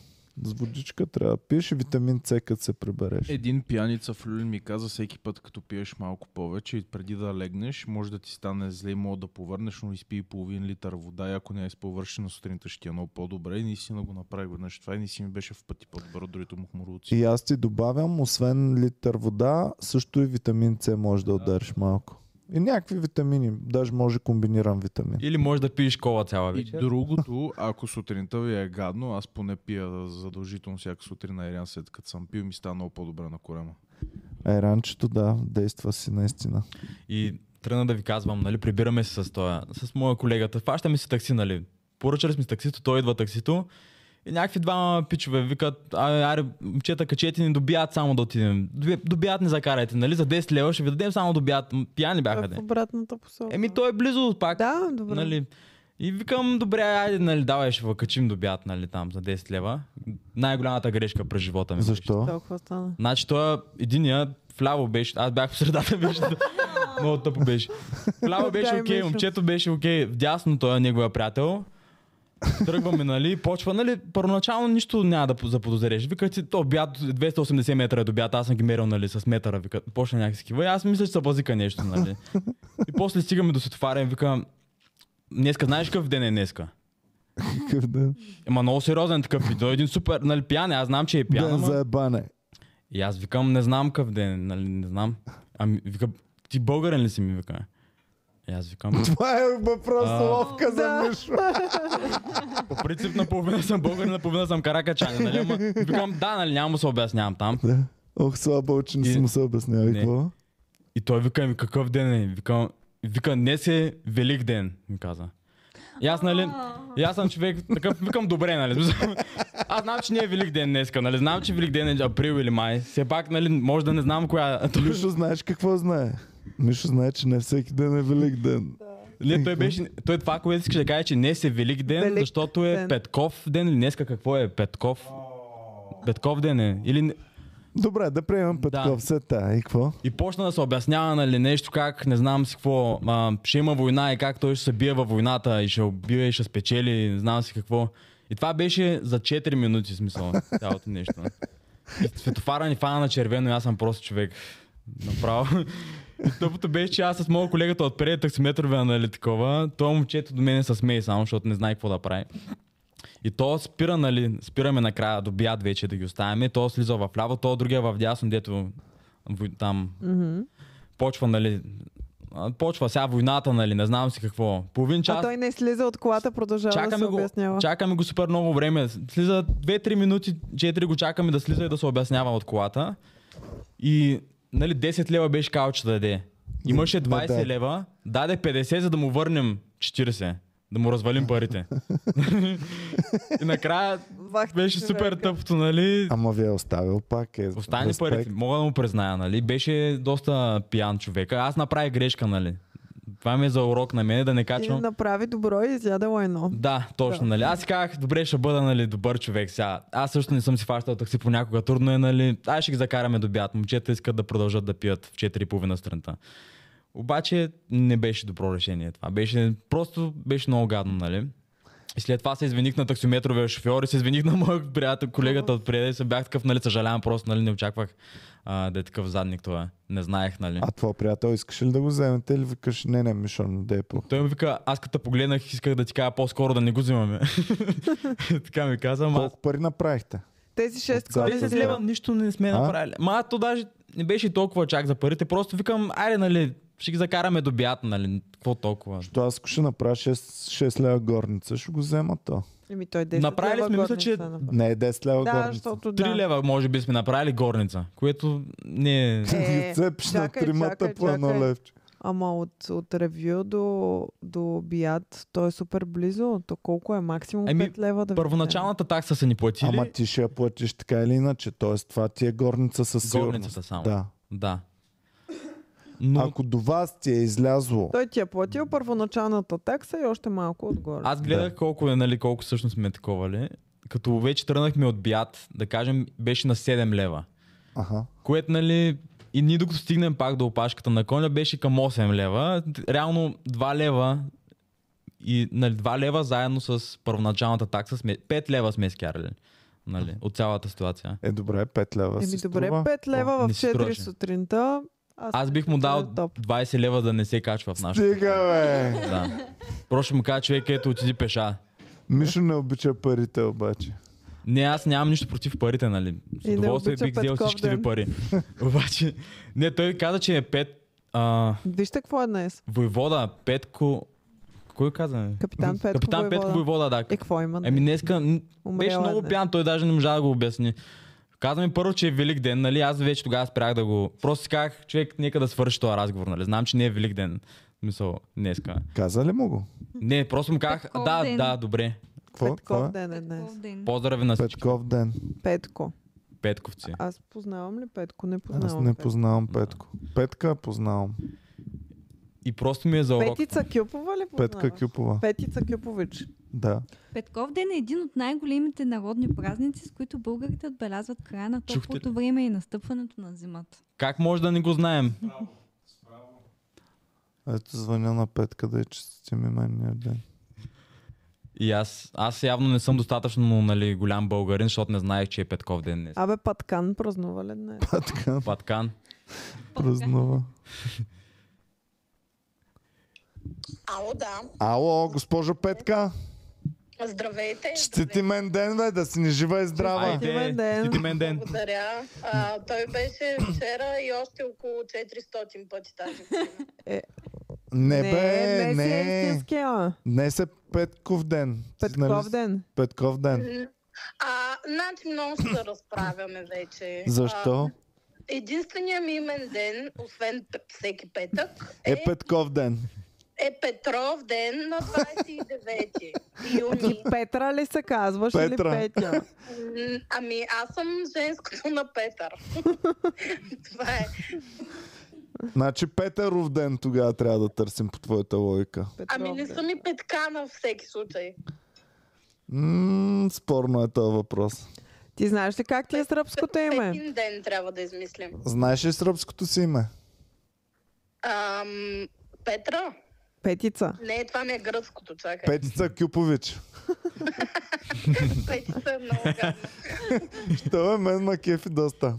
[SPEAKER 1] С водичка трябва да пиеш и витамин С, като се прибереш.
[SPEAKER 5] Един пияница в Люлин ми каза всеки път, като пиеш малко повече и преди да легнеш, може да ти стане зле и мога да повърнеш, но изпи и половин литър вода и ако не е изповършена сутринта ще ти е много по-добре и наистина го направи веднъж. Това и наистина ми беше в пъти по-добър от другите му хмуруци.
[SPEAKER 1] И аз ти добавям, освен литър вода, също и витамин С може да удариш малко. И някакви витамини, даже може комбиниран витамин.
[SPEAKER 3] Или можеш да пиеш кола цяла
[SPEAKER 5] И
[SPEAKER 3] вечер.
[SPEAKER 5] другото, ако сутринта ви е гадно, аз поне пия задължително всяка сутрин на Ириан след като съм пил ми става много по-добре на корема.
[SPEAKER 1] Айранчето, Е, да, действа си наистина.
[SPEAKER 3] И тръгна да ви казвам, нали, прибираме се с този, с моя колегата. Фащаме си такси, нали. Поръчали сме си таксито, той идва таксито. И някакви двама пичове викат, аре, аре момчета, качете ни, добият само да отидем. Доби- Добият ни закарайте, нали, за 10 лева ще ви дадем само добият. М, Пияни бяха,
[SPEAKER 2] В
[SPEAKER 3] де.
[SPEAKER 2] обратната посока.
[SPEAKER 3] Еми, той е близо пак.
[SPEAKER 2] Да, добре.
[SPEAKER 3] Нали, и викам, добре, айде, нали, давай, ще въкачим добият, нали, там, за 10 лева. Най-голямата грешка през живота ми. беше.
[SPEAKER 1] Защо?
[SPEAKER 2] Толкова стана.
[SPEAKER 3] Значи той единия вляво беше, аз бях по средата *laughs* беше. Много тъпо беше. Вляво беше
[SPEAKER 2] Дай,
[SPEAKER 3] окей,
[SPEAKER 2] Мишо.
[SPEAKER 3] момчето беше окей, вдясно той е неговия приятел. Тръгваме, нали, почва, нали, първоначално нищо няма да заподозреш. Вика ти, то бят 280 метра е до бят, аз съм ги мерил, нали, с метъра, вика, почна някакси кива. И аз мисля, че се базика нещо, нали. И после стигаме до светофара и викам, днеска, знаеш какъв ден е днеска?
[SPEAKER 1] Какъв *laughs* да?
[SPEAKER 3] Ема много сериозен такъв и той е един супер, нали, пиян, е, аз знам, че е пиян.
[SPEAKER 1] Ден
[SPEAKER 3] ама-
[SPEAKER 1] за ебане.
[SPEAKER 3] и аз викам, не знам къв ден, нали, не знам. Ами, вика, ти българен ли си ми, вика. И аз викам,
[SPEAKER 1] Това е въпрос
[SPEAKER 3] А.
[SPEAKER 1] ловка за Мишо.
[SPEAKER 3] по принцип наполовина съм българин, наполовина съм каракачанин, нали? Ама, викам, да, нали, няма да се обяснявам там.
[SPEAKER 1] Да. Ох, слабо, че не
[SPEAKER 3] И-
[SPEAKER 1] съм се обяснявал. И
[SPEAKER 3] Не.
[SPEAKER 1] какво?
[SPEAKER 3] ами, И той вика, ми какъв ден е? Викам, вика, днес е Велик ден, ми каза. И аз, нали,
[SPEAKER 4] А.
[SPEAKER 3] и аз съм човек, такъв викам добре, нали? в смисъл. Аз знам, че не е Велик ден днеска, нали? Знам, че Велик ден е април или май. Все пак, нали, може да не знам коя. Той,
[SPEAKER 1] Мишо, знаеш какво знае? Мишо знае, че не всеки ден е велик ден.
[SPEAKER 3] не, той, беше, той това, което искаше да каже, че днес е Велик ден,
[SPEAKER 2] Велик
[SPEAKER 3] защото е
[SPEAKER 2] ден.
[SPEAKER 3] Петков ден или днеска какво е? Петков. Петков ден е. Или
[SPEAKER 1] Добре, да приемем Петков да. сета. И какво?
[SPEAKER 3] И почна да се обяснява, нали, нещо как, не знам си какво, а, ще има война и как той ще се бие във войната и ще убива и ще спечели, не знам си какво. И това беше за 4 минути, смисъл, цялото нещо. И светофара ни фана на червено и аз съм просто човек. Направо. И тъпото беше, че аз с моят колегата отпред таксиметрове, нали, такова, то момчето до мене се смее само, защото не знае какво да прави. И то спира, нали, спираме накрая, до бяд вече да ги оставяме. То слиза в ляво, то другия в дясно, дето вой- там почва, нали, а, почва сега войната, нали, не знам си какво. Половин час.
[SPEAKER 2] А той не слиза от колата, продължава да се
[SPEAKER 3] Чакаме го,
[SPEAKER 2] обяснява.
[SPEAKER 3] чакаме го супер много време. Слиза 2-3 минути, 4 го чакаме да слиза и да се обяснява от колата. И нали, 10 лева беше казал, че да даде. Имаше
[SPEAKER 1] Не
[SPEAKER 3] 20
[SPEAKER 1] даде.
[SPEAKER 3] лева, даде 50, за да му върнем 40. Да му развалим парите. *laughs* и накрая
[SPEAKER 2] Вахте
[SPEAKER 3] беше
[SPEAKER 2] човека.
[SPEAKER 3] супер тъпто, нали?
[SPEAKER 1] Ама ви е оставил пак. Е,
[SPEAKER 3] Остани
[SPEAKER 1] респект.
[SPEAKER 3] парите, мога да му призная, нали? Беше доста пиян човек. Аз направих грешка, нали? Това ми е за урок на мене да не
[SPEAKER 2] И
[SPEAKER 3] качвам.
[SPEAKER 2] направи добро и изяде лайно.
[SPEAKER 3] Да, точно,
[SPEAKER 2] Да.
[SPEAKER 3] нали? Аз си казах, добре, ще бъда, нали, добър човек сега. Аз също не съм си фащал такси понякога. Трудно е, нали? Аз ще ги закараме до бяд. Момчета искат да продължат да пият в 4,5 сутринта. Обаче не беше добро решение това. Беше, просто беше много гадно, нали? И след това се извиних на таксиметровия шофьор и се извиних на моят приятел, колегата от преди. Се бях такъв, нали, съжалявам, просто нали, не очаквах а, да е такъв задник това. Не знаех, нали?
[SPEAKER 1] А твой приятел искаш ли да го вземете или викаш, не, не, Мишо, не дей по.
[SPEAKER 3] Той ми вика, аз като те погледнах, исках да ти кажа по-скоро да не го взимаме. *laughs* така ми каза, ама аз
[SPEAKER 1] Колко пари направихте?
[SPEAKER 2] Тези шест
[SPEAKER 1] Отзад
[SPEAKER 2] коли
[SPEAKER 1] с
[SPEAKER 2] са
[SPEAKER 1] лева.
[SPEAKER 2] лева.
[SPEAKER 3] нищо не сме
[SPEAKER 1] А?
[SPEAKER 3] направили. Ма то даже не беше и толкова чак за парите, просто викам, айде, нали, ще ги закараме до бят, нали, какво толкова.
[SPEAKER 1] То аз ако ще направя 6, 6 лева горница, ще го взема то.
[SPEAKER 2] Еми той 10
[SPEAKER 3] Направили
[SPEAKER 2] лева
[SPEAKER 3] сме, мисля,
[SPEAKER 2] горница
[SPEAKER 3] че-
[SPEAKER 2] направи.
[SPEAKER 1] Не е 10 лева
[SPEAKER 2] Да,
[SPEAKER 1] горница.
[SPEAKER 2] защото
[SPEAKER 3] Три
[SPEAKER 2] да.
[SPEAKER 3] лева, може би, сме направили горница, което не
[SPEAKER 1] *laughs*
[SPEAKER 3] е...
[SPEAKER 1] Ти
[SPEAKER 2] Е,
[SPEAKER 1] ги цепиш на
[SPEAKER 2] чакай,
[SPEAKER 1] тримата
[SPEAKER 2] чакай,
[SPEAKER 1] по едно
[SPEAKER 2] чакай.
[SPEAKER 1] левче.
[SPEAKER 2] Ама от, от ревю до, до бият, то е супер близо. То колко е максимум
[SPEAKER 3] Еми,
[SPEAKER 2] 5 лева да
[SPEAKER 3] Първоначалната такса са ни платили,
[SPEAKER 1] Ама ти ще я платиш така или иначе. Тоест това ти е горница със сигурност.
[SPEAKER 3] горницата само.
[SPEAKER 1] Да.
[SPEAKER 3] да. Но
[SPEAKER 1] Ако до вас ти е излязло
[SPEAKER 2] Той ти е платил първоначалната такса и още малко отгоре.
[SPEAKER 3] Аз гледах да. колко е, нали, колко всъщност сме таковали. Като вече тръгнахме от бят, да кажем, беше на 7 лева.
[SPEAKER 1] Аха.
[SPEAKER 3] Което, нали, и ние докато стигнем пак до опашката на коня, беше към 8 лева. Реално 2 лева и нали, 2 лева заедно с първоначалната такса, сме, 5 лева сме скарали. Нали, от цялата ситуация.
[SPEAKER 1] Е, добре, 5 лева
[SPEAKER 2] Еми
[SPEAKER 1] си
[SPEAKER 2] добре,
[SPEAKER 1] струва.
[SPEAKER 2] 5 лева в
[SPEAKER 3] не си
[SPEAKER 2] 4
[SPEAKER 3] струваше.
[SPEAKER 2] сутринта.
[SPEAKER 3] Аз бих му дал
[SPEAKER 2] Топ.
[SPEAKER 3] 20 лева да не се качва в нашата.
[SPEAKER 1] Стига, бе!
[SPEAKER 3] Да. Просто ще му кажа човек, ето отиди пеша.
[SPEAKER 1] Мишо не обича парите обаче.
[SPEAKER 3] Не, аз нямам нищо против парите, нали? С
[SPEAKER 2] И да
[SPEAKER 3] удоволствие
[SPEAKER 2] обича
[SPEAKER 3] бих взел
[SPEAKER 2] Петков
[SPEAKER 3] всичките ви
[SPEAKER 2] ден. *laughs*
[SPEAKER 3] пари. Обаче, не, той каза, че е пет... А,
[SPEAKER 2] Вижте какво е днес.
[SPEAKER 3] войвода, Петко... Кой каза? бе?
[SPEAKER 2] Капитан Петко
[SPEAKER 3] Капитан Петко
[SPEAKER 2] Войвода.
[SPEAKER 3] Войвода, да.
[SPEAKER 2] Е, какво има?
[SPEAKER 3] Еми днеска н-
[SPEAKER 2] Умрял
[SPEAKER 3] беше
[SPEAKER 2] е
[SPEAKER 3] много
[SPEAKER 2] днес.
[SPEAKER 3] пиян, той даже не можа да го обясни. Каза ми първо, че е велик ден, нали? Аз вече тогава спрях да го... Просто си казах, човек, нека да свърши този разговор, нали? Знам, че не е велик ден. Мисъл, днеска.
[SPEAKER 1] Каза ли му го?
[SPEAKER 3] Не, просто му казах,
[SPEAKER 4] Петков
[SPEAKER 3] да,
[SPEAKER 4] ден.
[SPEAKER 3] да, добре.
[SPEAKER 1] Какво? Това
[SPEAKER 2] Петков
[SPEAKER 1] е?
[SPEAKER 2] ден е днес.
[SPEAKER 4] Такъв ден.
[SPEAKER 3] Поздрави на всички
[SPEAKER 1] Петков ден.
[SPEAKER 2] Петко.
[SPEAKER 3] петковци.
[SPEAKER 2] Аз познавам ли Петко? Не познавам.
[SPEAKER 1] Аз не
[SPEAKER 2] Петко.
[SPEAKER 1] познавам Петко. Петка познавам.
[SPEAKER 3] И просто ми е за урок.
[SPEAKER 2] Петица Кюпова ли познаваш?
[SPEAKER 1] Петка Кюпова.
[SPEAKER 2] Петица Кюпович.
[SPEAKER 1] Да.
[SPEAKER 4] Петков ден е един от най-големите народни празници, с които българите отбелязват края на
[SPEAKER 3] Чухте ли?
[SPEAKER 4] топлото време и настъпването на зимата.
[SPEAKER 3] Как може да не го знаем?
[SPEAKER 1] Ето звъня на Петка да е честити ми именния ден.
[SPEAKER 3] И аз, аз явно не съм достатъчно нали, голям българин, защото не знаех, че е Петков ден днес.
[SPEAKER 2] Абе, Паткан празнува ли днес?
[SPEAKER 1] Петка
[SPEAKER 3] Паткан.
[SPEAKER 1] празнува.
[SPEAKER 7] Ало, да.
[SPEAKER 1] Ало, госпожо Петка,
[SPEAKER 7] Здравейте.
[SPEAKER 1] честити мен ден, бе, да си ни жива и здрава.
[SPEAKER 2] е Ти мен ден.
[SPEAKER 3] ти мен ден.
[SPEAKER 7] Благодаря. А, той беше вчера и още около 400 пъти тази година.
[SPEAKER 1] Не, бе,
[SPEAKER 2] не, не. си е
[SPEAKER 1] не.
[SPEAKER 2] истинския.
[SPEAKER 1] Днес е Петков ден. Ти нали
[SPEAKER 2] Петков
[SPEAKER 1] си?
[SPEAKER 2] ден.
[SPEAKER 1] Петков ден.
[SPEAKER 7] А, значи много ще се разправяме вече.
[SPEAKER 1] Защо?
[SPEAKER 7] А, единственият ми имен ден, освен п- всеки петък, е,
[SPEAKER 1] Е Петков ден.
[SPEAKER 7] е Петров ден на 29
[SPEAKER 2] *laughs*
[SPEAKER 7] юни.
[SPEAKER 2] Петра ли се казваш
[SPEAKER 1] Петра. *laughs*
[SPEAKER 2] или Петя?
[SPEAKER 7] М, Ами аз съм женското на Петър. Това е.
[SPEAKER 1] Значи Петеров ден тогава трябва да търсим по твоята логика.
[SPEAKER 7] Ами не
[SPEAKER 2] Петров,
[SPEAKER 7] съм и петка на всеки случай.
[SPEAKER 1] М, спорно е този въпрос.
[SPEAKER 2] Ти знаеш ли как ти е сръбското име?
[SPEAKER 7] Петин ден трябва да измислим.
[SPEAKER 1] Знаеш ли сръбското си име?
[SPEAKER 7] Ам, Петра?
[SPEAKER 2] Петица.
[SPEAKER 7] Не, това ми е гръцкото, чакай.
[SPEAKER 1] Петица Кюпович. *laughs*
[SPEAKER 7] *laughs* Петица е много гадно.
[SPEAKER 1] Що е мен ма кефи доста.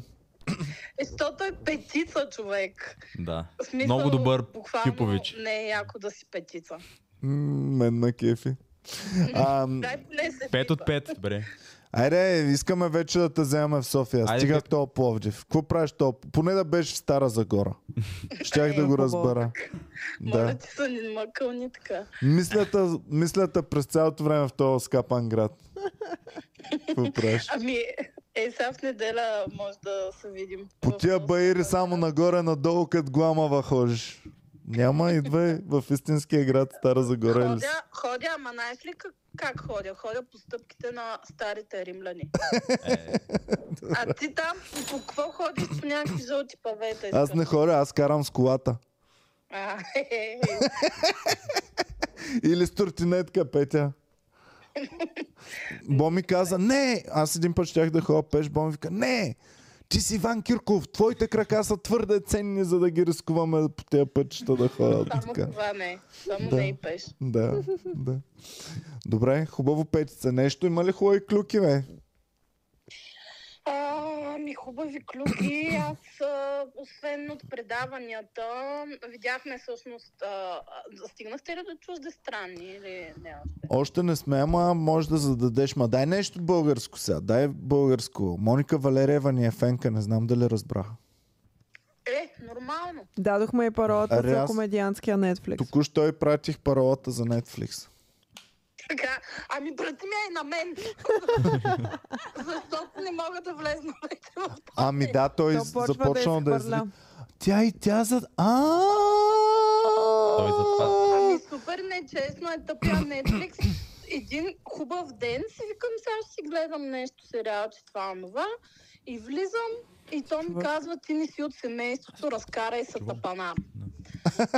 [SPEAKER 7] Е, Защото е петица, човек.
[SPEAKER 3] Да.
[SPEAKER 7] В смисъл,
[SPEAKER 3] Много добър
[SPEAKER 7] буквално
[SPEAKER 3] Кюпович.
[SPEAKER 7] Не е яко да си петица.
[SPEAKER 1] М, Мен ма кефи. А,
[SPEAKER 7] Дай поне се
[SPEAKER 3] Пет от
[SPEAKER 7] пипа.
[SPEAKER 3] пет, добре.
[SPEAKER 1] айде, искаме вече да те вземем в София.
[SPEAKER 3] Айде,
[SPEAKER 1] Стига
[SPEAKER 3] Пет.
[SPEAKER 1] в този Пловдив. Какво правиш то? Поне да беше в Стара Загора. Щях да го разбера.
[SPEAKER 7] Моля
[SPEAKER 1] Да.
[SPEAKER 7] ти са ни мъкълни така.
[SPEAKER 1] Мислята, мислята през цялото време в този скапан град. Какво правиш?
[SPEAKER 7] Ами, е, сега в неделя може да се видим.
[SPEAKER 1] По
[SPEAKER 7] В
[SPEAKER 1] тия
[SPEAKER 7] Русия.
[SPEAKER 1] баири само нагоре-надолу, като гламава ходиш. Няма, идвай в истинския град Стара Загора. или с-
[SPEAKER 7] Ходя, ходя, ама знаеш ли как, как ходя? Ходя по стъпките на
[SPEAKER 1] *laughs*
[SPEAKER 7] старите римляни.
[SPEAKER 1] Е.
[SPEAKER 7] а ти там по какво ходиш по някакви жълти павета?
[SPEAKER 1] Аз не
[SPEAKER 7] искам.
[SPEAKER 1] ходя, аз карам с колата.
[SPEAKER 7] А, е, е, е.
[SPEAKER 1] Или с туртинетка, Петя.
[SPEAKER 7] *laughs*
[SPEAKER 1] Боми каза, не, аз един път щях да ходя пеш, Боми вика, не, ти си Иван Кирков, твоите крака са твърде ценни, за да ги рискуваме по тези пътища да ходят.
[SPEAKER 7] Само
[SPEAKER 1] Така.
[SPEAKER 7] това не.
[SPEAKER 1] Да.
[SPEAKER 7] Само да. не и пеш.
[SPEAKER 1] Да, да. Добре, хубаво петица. Нещо има ли хубави клюки, бе?
[SPEAKER 7] А, ми хубави клюки. Аз, а, освен от предаванията, видяхме всъщност... А, а, стигнахте ли до чужди страни или не още?
[SPEAKER 1] Още не сме, ама може да зададеш. Ма дай нещо българско сега. Дай българско. Моника Валерева ни е фенка, не знам дали разбра.
[SPEAKER 7] Е, нормално.
[SPEAKER 2] Дадохме и паролата
[SPEAKER 1] Аре,
[SPEAKER 2] за
[SPEAKER 1] аз-
[SPEAKER 2] комедианския Netflix.
[SPEAKER 1] Току-що и пратих паролата за Netflix.
[SPEAKER 7] Така, ами брати ми е и на
[SPEAKER 1] *laughs*
[SPEAKER 7] мен. Защото не мога да влезна вече в
[SPEAKER 1] Ами да, той
[SPEAKER 2] То почва
[SPEAKER 1] започна да,
[SPEAKER 2] да
[SPEAKER 1] да
[SPEAKER 2] изхвърля.
[SPEAKER 1] Тя и тя за... А!
[SPEAKER 3] Той затова.
[SPEAKER 7] Ами супер нечестно е тъпия Netflix. Един хубав ден си викам, сега ще си гледам нещо сериалче, това нова. И влизам и то ми казва, ти не си от семейството, разкарай се тапана.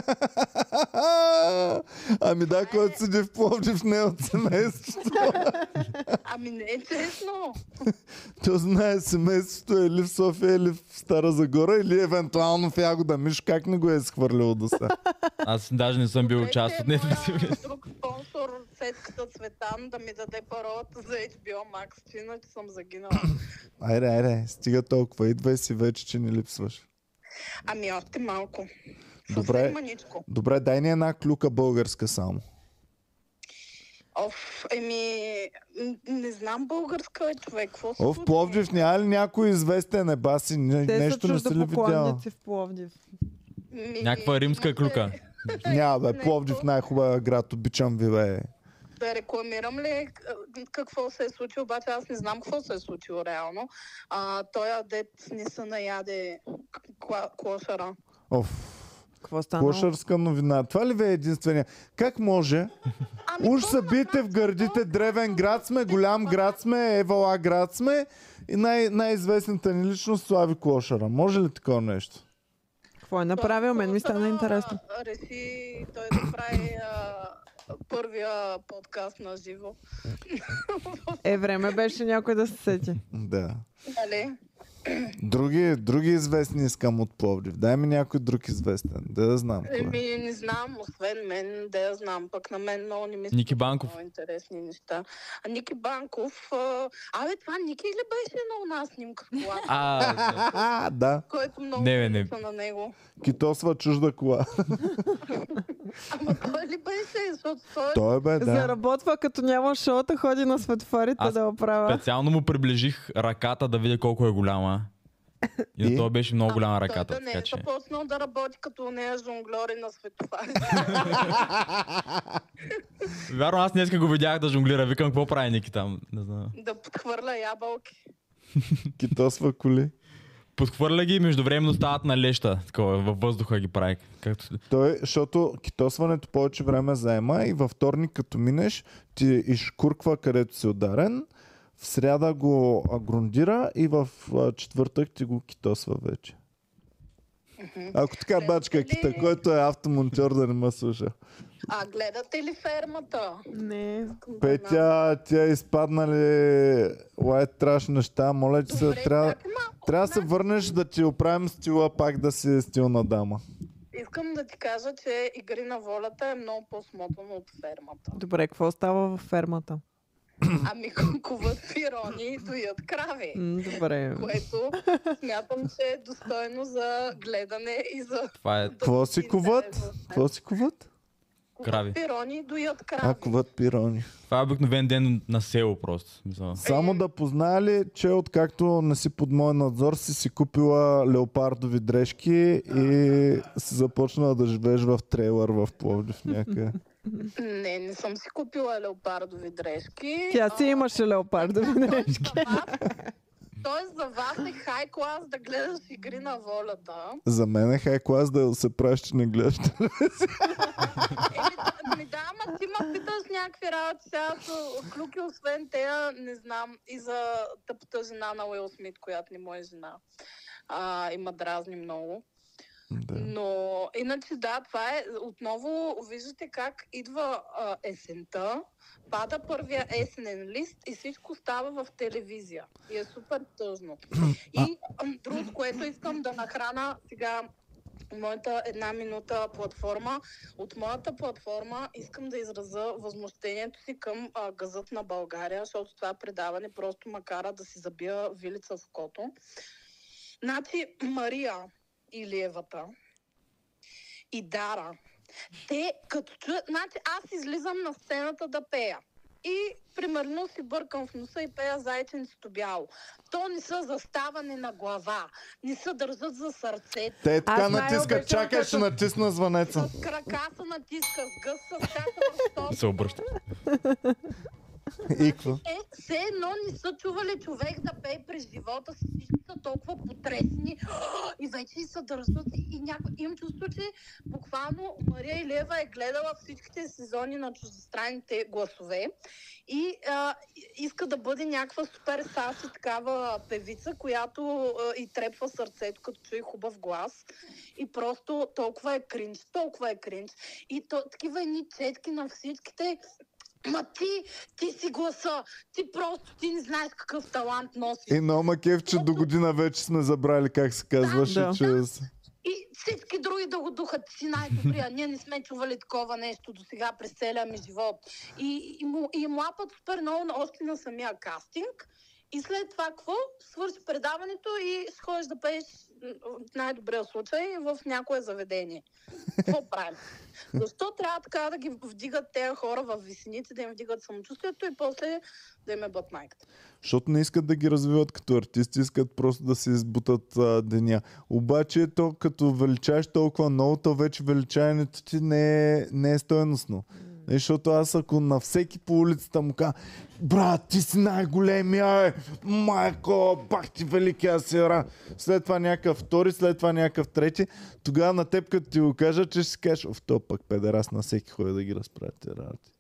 [SPEAKER 1] *laughs* Ами да, който седи в Пловдив не е от семейството.
[SPEAKER 2] *laughs*
[SPEAKER 7] Ами не е честно.
[SPEAKER 1] То знае семейството е или в София, или в Стара Загора, или евентуално в Ягода Миш, как не го е изхвърлил до
[SPEAKER 2] *laughs*
[SPEAKER 1] сега.
[SPEAKER 3] Аз даже не съм бил
[SPEAKER 7] Дайте
[SPEAKER 3] част от
[SPEAKER 7] е моя
[SPEAKER 3] Netflix.
[SPEAKER 7] Друг спонсор, сетката Цветан, да ми даде паролата за HBO Max, че иначе съм загинала.
[SPEAKER 1] Айде, айде, стига толкова. Идвай си вече, че не липсваш.
[SPEAKER 7] Ами още малко.
[SPEAKER 1] Добре.
[SPEAKER 7] Съвсем маничко.
[SPEAKER 1] Добре, дай ни една клюка българска само.
[SPEAKER 7] Оф, еми, м, не знам българска е човек. Какво се
[SPEAKER 1] О, в
[SPEAKER 7] случва?
[SPEAKER 1] Пловдив няма ли някой известен еба си? Не,
[SPEAKER 2] Те
[SPEAKER 1] нещо
[SPEAKER 2] са
[SPEAKER 1] не си ли видял?
[SPEAKER 2] чуждопоклонници в Пловдив.
[SPEAKER 7] Ми,
[SPEAKER 3] Някаква римска
[SPEAKER 7] може
[SPEAKER 3] клюка.
[SPEAKER 1] Няма, бе,
[SPEAKER 7] Не,
[SPEAKER 1] Пловдив
[SPEAKER 7] то-
[SPEAKER 1] най-хубавия град, обичам ви, бе.
[SPEAKER 7] Да рекламирам ли к- какво се е случило, обаче аз не знам какво се е случило реално. А, той дет не се наяде кла- клошара.
[SPEAKER 1] Оф,
[SPEAKER 2] Какво е стана?
[SPEAKER 1] лошарска новина. Това ли ви е единствения? Как може?
[SPEAKER 7] Ами,
[SPEAKER 1] Уж
[SPEAKER 7] то
[SPEAKER 1] са бите в
[SPEAKER 7] направи
[SPEAKER 1] гърдите,
[SPEAKER 7] толкова-
[SPEAKER 1] древен град сме, голям град сме, евала град сме и най- най-известната ни личност Слави Клошара. Може ли такова нещо?
[SPEAKER 2] Какво е направил? Мен ми стана
[SPEAKER 7] Клошара
[SPEAKER 2] интересно.
[SPEAKER 7] Реши той да прави а, първия подкаст на живо.
[SPEAKER 2] Е, време беше някой да се сети.
[SPEAKER 1] Да.
[SPEAKER 7] Нали?
[SPEAKER 1] Други, други известни искам от Пловдив. Дай ми някой друг известен, да да знам кой. е.
[SPEAKER 7] Еми, не знам, освен мен, да я знам. Пък на мен много не ми се
[SPEAKER 3] Ники
[SPEAKER 7] случват
[SPEAKER 3] Банков.
[SPEAKER 7] Много интересни неща. А Ники Банков... а, Абе, това Ники ли беше на една снимка в колата?
[SPEAKER 3] А, да.
[SPEAKER 1] *laughs* А, да.
[SPEAKER 7] Който много
[SPEAKER 3] Не, бе, не.
[SPEAKER 7] прилича на него.
[SPEAKER 1] Китосва чужда кола. *laughs*
[SPEAKER 7] Ама той ли беше? Защото той... е
[SPEAKER 3] е
[SPEAKER 1] Той е, бе, да.
[SPEAKER 2] Заработва, като няма шоута, ходи на светофарите
[SPEAKER 3] Аз
[SPEAKER 2] да оправя.
[SPEAKER 3] специално му приближих ръката да видя колко е голяма. И,
[SPEAKER 1] И?
[SPEAKER 3] на това беше много голяма ръката.
[SPEAKER 7] Той да не
[SPEAKER 3] Така
[SPEAKER 7] е
[SPEAKER 3] че.
[SPEAKER 7] започнал да работи като нея жонглери на
[SPEAKER 3] *laughs*
[SPEAKER 7] светофари.
[SPEAKER 3] Вярно, аз днеска го видях да жонглира. Викам, какво прави Ники там? Не знам.
[SPEAKER 7] да подхвърля ябълки.
[SPEAKER 1] Китосва коли.
[SPEAKER 3] подхвърля ги и междувременно стават на леща. Такова, във въздуха ги прави. Както...
[SPEAKER 1] Той, защото китосването повече време заема и във вторник като минеш, ти изкурква където си ударен, в сряда го а, грундира и в а, четвъртък ти го китосва вече. Ако така
[SPEAKER 7] Гледате
[SPEAKER 1] бачка
[SPEAKER 7] ли?
[SPEAKER 1] кита, който е автомонтьор да не ме слуша.
[SPEAKER 7] А гледате ли фермата?
[SPEAKER 2] Не.
[SPEAKER 1] Петя, тя е изпаднали лайт траш неща, моля ти се,
[SPEAKER 7] Добре,
[SPEAKER 1] трябва,
[SPEAKER 7] как, ма,
[SPEAKER 1] трябва да се
[SPEAKER 7] отнася-
[SPEAKER 1] върнеш да ти оправим стила пак да си стилна дама.
[SPEAKER 7] Искам да ти кажа, че Игри на волята е много по-смотано от фермата.
[SPEAKER 2] Добре, какво става във фермата?
[SPEAKER 7] Ами *laughs* кукуват пирони и доят крави.
[SPEAKER 2] М, Добре.
[SPEAKER 7] Което смятам, че е достойно за гледане и за...
[SPEAKER 3] Това е
[SPEAKER 1] Какво си куват?
[SPEAKER 7] Куват
[SPEAKER 1] Какво си куват?
[SPEAKER 3] Крави.
[SPEAKER 7] пирони и доят крави.
[SPEAKER 1] А, куват пирони.
[SPEAKER 3] Това е обикновен ден на село просто. В смисъл.
[SPEAKER 1] Само да познае ли, че откакто не си под мой надзор, си си купила леопардови дрежки и си започнала да живееш в трейлър в Пловдив *laughs* някъде.
[SPEAKER 7] Не, не съм си купила леопардови дрежки.
[SPEAKER 2] Тя си
[SPEAKER 7] А,
[SPEAKER 1] *laughs*
[SPEAKER 2] имаше леопардови дрежки.
[SPEAKER 7] за вас- Тоест за вас е хай клас да гледаш игри на волята.
[SPEAKER 1] За мен е хай клас да се правиш, че не гледаш.
[SPEAKER 7] Еми, да, ми да, ама ти ма питаш някакви работи сега с клюки, освен тея, не знам, и за тъпата жена на Уил Смит, която не моя жена. А, има дразни много.
[SPEAKER 1] да.
[SPEAKER 7] Но иначе да, това е отново, виждате как идва а, есента, пада първия есенен лист и всичко става в телевизия. И е супер тъжно. И ам, другото, което искам да нахрана сега моята една минута платформа. От моята платформа искам да израза възмущението си към а, газът на България, защото това предаване просто ме кара да си забия вилица в кото. Значи Мария, Илиевата и Дара. Те като чуят, значи аз излизам на сцената да пея. И примерно си бъркам в носа и пея зайченцето бяло. То не са заставане на глава, не са държат за сърцето.
[SPEAKER 1] Те така
[SPEAKER 2] Аз
[SPEAKER 1] натискат.
[SPEAKER 2] най-обичам,
[SPEAKER 1] Чакай, ще
[SPEAKER 2] като-
[SPEAKER 1] натисна *laughs* звънеца.
[SPEAKER 7] С крака се натиска, с гъс с
[SPEAKER 3] Не се обръща.
[SPEAKER 1] И какво?
[SPEAKER 7] Е, все едно не са чували човек да пее през живота си, всички са толкова потресени *gasps* и вече се държат и- и някой. Имам чувство, че буквално Мария Илева е гледала всичките сезони на чуждестранните гласове и а, и- иска да бъде някаква супер саси такава певица, която а, и трепва сърцето, като чуе хубав глас. И просто толкова е кринч, толкова е кринч. И то, такива едни четки на всичките. Ма ти, ти си гласа, ти просто ти не знаеш какъв талант носиш.
[SPEAKER 1] И но макев, че до година вече сме забрали как се казваше,
[SPEAKER 2] Да.
[SPEAKER 1] че...
[SPEAKER 7] И всички други да го духат, ти си най-добрия. Ние не сме чували такова нещо до сега през целия ми живот. И, и, му, и им лапат супер много на- още на самия кастинг. И след това какво? Свърши предаването и ще ходиш да пееш м, в най-добрия случай в някое заведение. Какво правим? Защо трябва така да ги вдигат тези хора в висеници, да им вдигат самочувствието и после да им е бат майката?
[SPEAKER 1] Защото не искат да ги развиват като артисти, искат просто да се избутат а, деня. Обаче то като величаеш толкова много, то вече величаенето ти не е, не е стоеностно. Е, Защото аз ако на всеки по улицата му кажа, брат, ти си най-големия, е! майко, пак ти великия сера. След това някакъв втори, след това някакъв трети. Тогава на теб, като ти го кажа, че ще си кажеш, в то пък педерас на всеки ходи да ги разправя тези работи.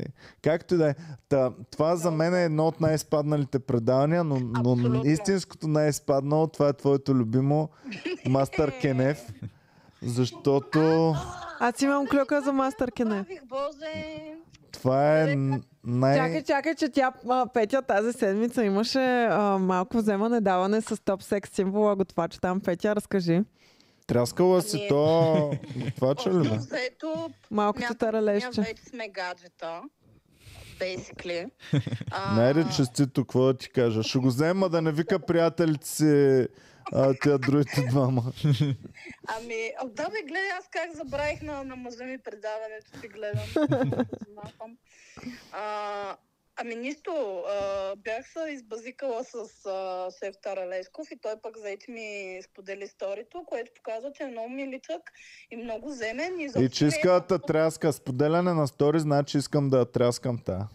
[SPEAKER 1] Е, Както и да е. Та, това за мен е едно от най-спадналите предавания, но, но
[SPEAKER 7] Абсолютно.
[SPEAKER 1] истинското най-спаднало, това е твоето любимо Мастър Кенев. Защото
[SPEAKER 2] Аз имам клюка за мастър кене.
[SPEAKER 7] Правих, Боже!
[SPEAKER 1] това е н-
[SPEAKER 2] Чакай,
[SPEAKER 1] най...
[SPEAKER 2] чакай, че тя, а, Петя, тази седмица имаше а, малко вземане-даване с топ секс символа готвач. Там, Петя, разкажи.
[SPEAKER 1] Тряскала си
[SPEAKER 7] Ами-
[SPEAKER 1] то... Това че ли бе?
[SPEAKER 7] Общо взето,
[SPEAKER 2] Малкото
[SPEAKER 7] Няколко
[SPEAKER 2] таралещче.
[SPEAKER 7] дни Вече сме гаджета.
[SPEAKER 1] *laughs*
[SPEAKER 7] Basically. А,
[SPEAKER 1] Найде честито, какво да ти кажа? Ще го взема да не вика приятелите си а, тя другите двама.
[SPEAKER 7] Ами, а, да бе, гледай, аз как забравих на, на мъжа ми предаването,
[SPEAKER 1] *laughs*
[SPEAKER 7] ти гледам. Знахам. а, ами нищо, а, бях се избазикала с а, шеф Таралешков и той пък заети ми сподели сторито, което показва, че е много миличък и много земен. И, изобщо
[SPEAKER 1] И
[SPEAKER 7] не
[SPEAKER 1] че
[SPEAKER 7] е
[SPEAKER 1] иска да
[SPEAKER 7] толкова
[SPEAKER 1] тряска. Споделяне на стори, значи искам да я тряскам та.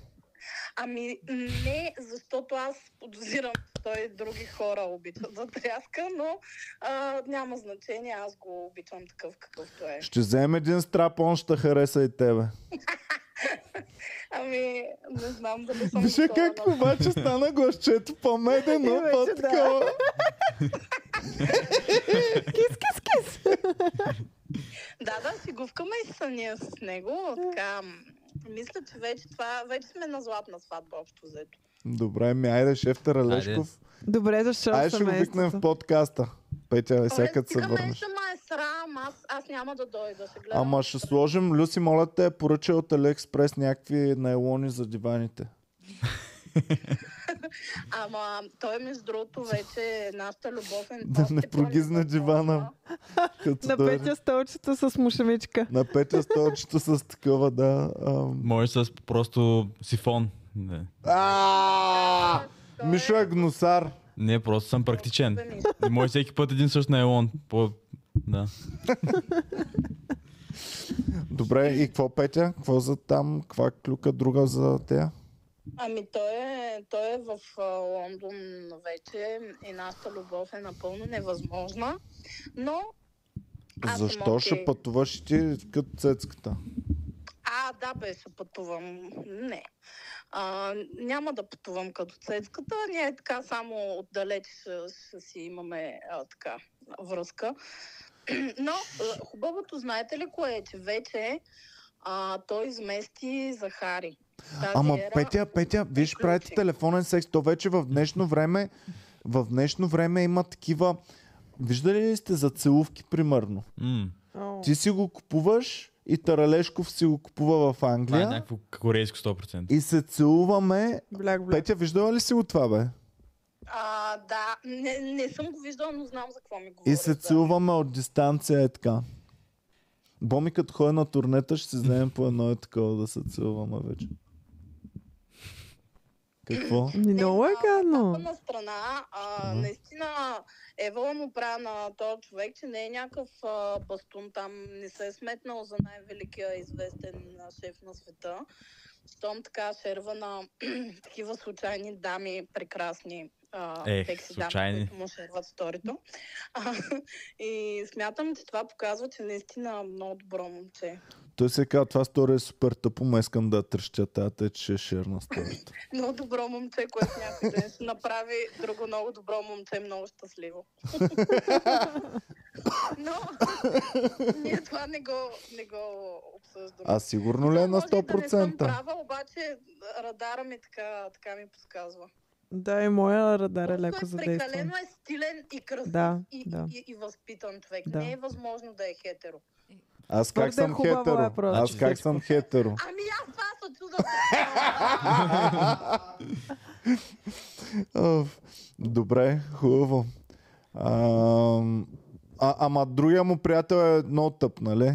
[SPEAKER 7] Ами не, защото аз подозирам, че той други хора обича да тряска, но а, няма значение, аз го обичам такъв какъвто е.
[SPEAKER 1] Ще вземе един страп, он ще хареса и тебе.
[SPEAKER 7] Ами, не знам дали съм
[SPEAKER 1] Вижте
[SPEAKER 7] готова
[SPEAKER 1] е как
[SPEAKER 7] на-
[SPEAKER 1] обаче стана гласчето по-медено,
[SPEAKER 2] И вече да.
[SPEAKER 1] по-такова.
[SPEAKER 7] Да, да, си гувкаме и са ние с него. Така, м, мисля, че вече това, вече сме на златна сватба общо взето.
[SPEAKER 1] Добре, ми айде, шеф Таралешков.
[SPEAKER 2] Добре дошъл
[SPEAKER 1] Айде
[SPEAKER 2] Айде
[SPEAKER 1] ще го викнем в подкаста. Петя,
[SPEAKER 7] Оле,
[SPEAKER 1] всяка се
[SPEAKER 7] стига мен
[SPEAKER 1] върнеш.
[SPEAKER 7] ще ма е срам, аз, аз няма да дойда, ще гледам.
[SPEAKER 1] Ама ще сложим, Люси, моля те, поръча от Алиекспрес някакви найлони за диваните.
[SPEAKER 7] Ама той между другото вече нашата любов е
[SPEAKER 1] Да
[SPEAKER 7] още
[SPEAKER 1] не
[SPEAKER 7] по-любовна.
[SPEAKER 1] прогизне дивана. *laughs* Като
[SPEAKER 2] На
[SPEAKER 1] дойде.
[SPEAKER 2] петя столчета с мушамичка.
[SPEAKER 1] На петя столчето с такова, да. ам.
[SPEAKER 3] Може с просто сифон. Не,
[SPEAKER 1] А!
[SPEAKER 7] Той е
[SPEAKER 1] Мишо е гнусар.
[SPEAKER 3] не просто съм практичен.
[SPEAKER 7] просто Мишо.
[SPEAKER 3] Не може всеки път един същ найлон. По... Да.
[SPEAKER 1] Добре, и какво Петя? Какво за там? Каква клюка друга за тея?
[SPEAKER 7] Ами той е, той е в а, Лондон вече и нашата любов е напълно невъзможна, но Аз съм
[SPEAKER 1] Защо ще
[SPEAKER 7] окей. Ами,
[SPEAKER 1] пътуваш и ти като цецката?
[SPEAKER 7] А, да, бе, ще пътувам. Не. А, няма да пътувам като цецката. Ние така само отдалеч ще, ще си имаме а, така връзка. *clears throat* Но а, хубавото, знаете ли кое е, че вече а, той измести Захари. Тази
[SPEAKER 1] Ама
[SPEAKER 7] ера-
[SPEAKER 1] Петя, Петя, виж,
[SPEAKER 7] приключи.
[SPEAKER 1] правите телефонен секс. То вече в днешно време, в днешно време има такива... Виждали ли сте за целувки, примерно?
[SPEAKER 3] М,
[SPEAKER 2] О,
[SPEAKER 1] Ти си го купуваш и Таралешков си го купува в
[SPEAKER 3] Това е
[SPEAKER 1] Англия
[SPEAKER 3] някакво корейско 100%.
[SPEAKER 1] и се целуваме.
[SPEAKER 2] Бляк, бляк.
[SPEAKER 1] Петя, виждала ли си го това, бе?
[SPEAKER 7] А, да, не, не съм го виждала, но знам за какво ми говори.
[SPEAKER 1] И се целуваме от дистанция, е така. Боми като ходи на турнета, ще си вземем по едно и такова да се целуваме вече. Какво?
[SPEAKER 2] Ми много е
[SPEAKER 7] етапа
[SPEAKER 2] гадно.
[SPEAKER 7] на страна, а, наистина Ева му прави на този човек, че не е някакъв а, бастун там, не се е сметнал за най-великия известен а, шеф на света. Щом така шерва на *clears throat* такива случайни дами, прекрасни а,
[SPEAKER 3] Ех,
[SPEAKER 7] секси
[SPEAKER 3] случайни.
[SPEAKER 7] дами, които му шерват сторито. *laughs* А, и смятам, че това показва, че наистина е много добро момче.
[SPEAKER 1] Той се казва, това стори е супер тъпо, ма искам да я тръщя тая тет, ще е шерна сторията.
[SPEAKER 7] Много добро момче, което някой ден ще направи друго много добро момче, е много щастливо. Но ние това не го, не го обсъждаме.
[SPEAKER 1] А сигурно ли е на
[SPEAKER 7] Може и Да не съм
[SPEAKER 1] 100%?
[SPEAKER 7] права, обаче радара ми така, така ми подсказва.
[SPEAKER 2] Да, и моя радар е
[SPEAKER 7] Просто
[SPEAKER 2] леко
[SPEAKER 7] е прекалено
[SPEAKER 2] задействан.
[SPEAKER 7] е стилен и красив
[SPEAKER 2] Да,
[SPEAKER 7] и,
[SPEAKER 2] да.
[SPEAKER 7] и, и, възпитан човек.
[SPEAKER 2] Да.
[SPEAKER 7] Не е възможно да е хетеро.
[SPEAKER 1] Аз
[SPEAKER 2] Твърде
[SPEAKER 1] как съм
[SPEAKER 2] хубаво е
[SPEAKER 1] хетеро?
[SPEAKER 2] просто.
[SPEAKER 1] Аз как съм хетеро?
[SPEAKER 7] Ами аз това се чуда.
[SPEAKER 1] Оф. Добре, хубаво. Ам, А, ама другия му приятел е много тъп, нали?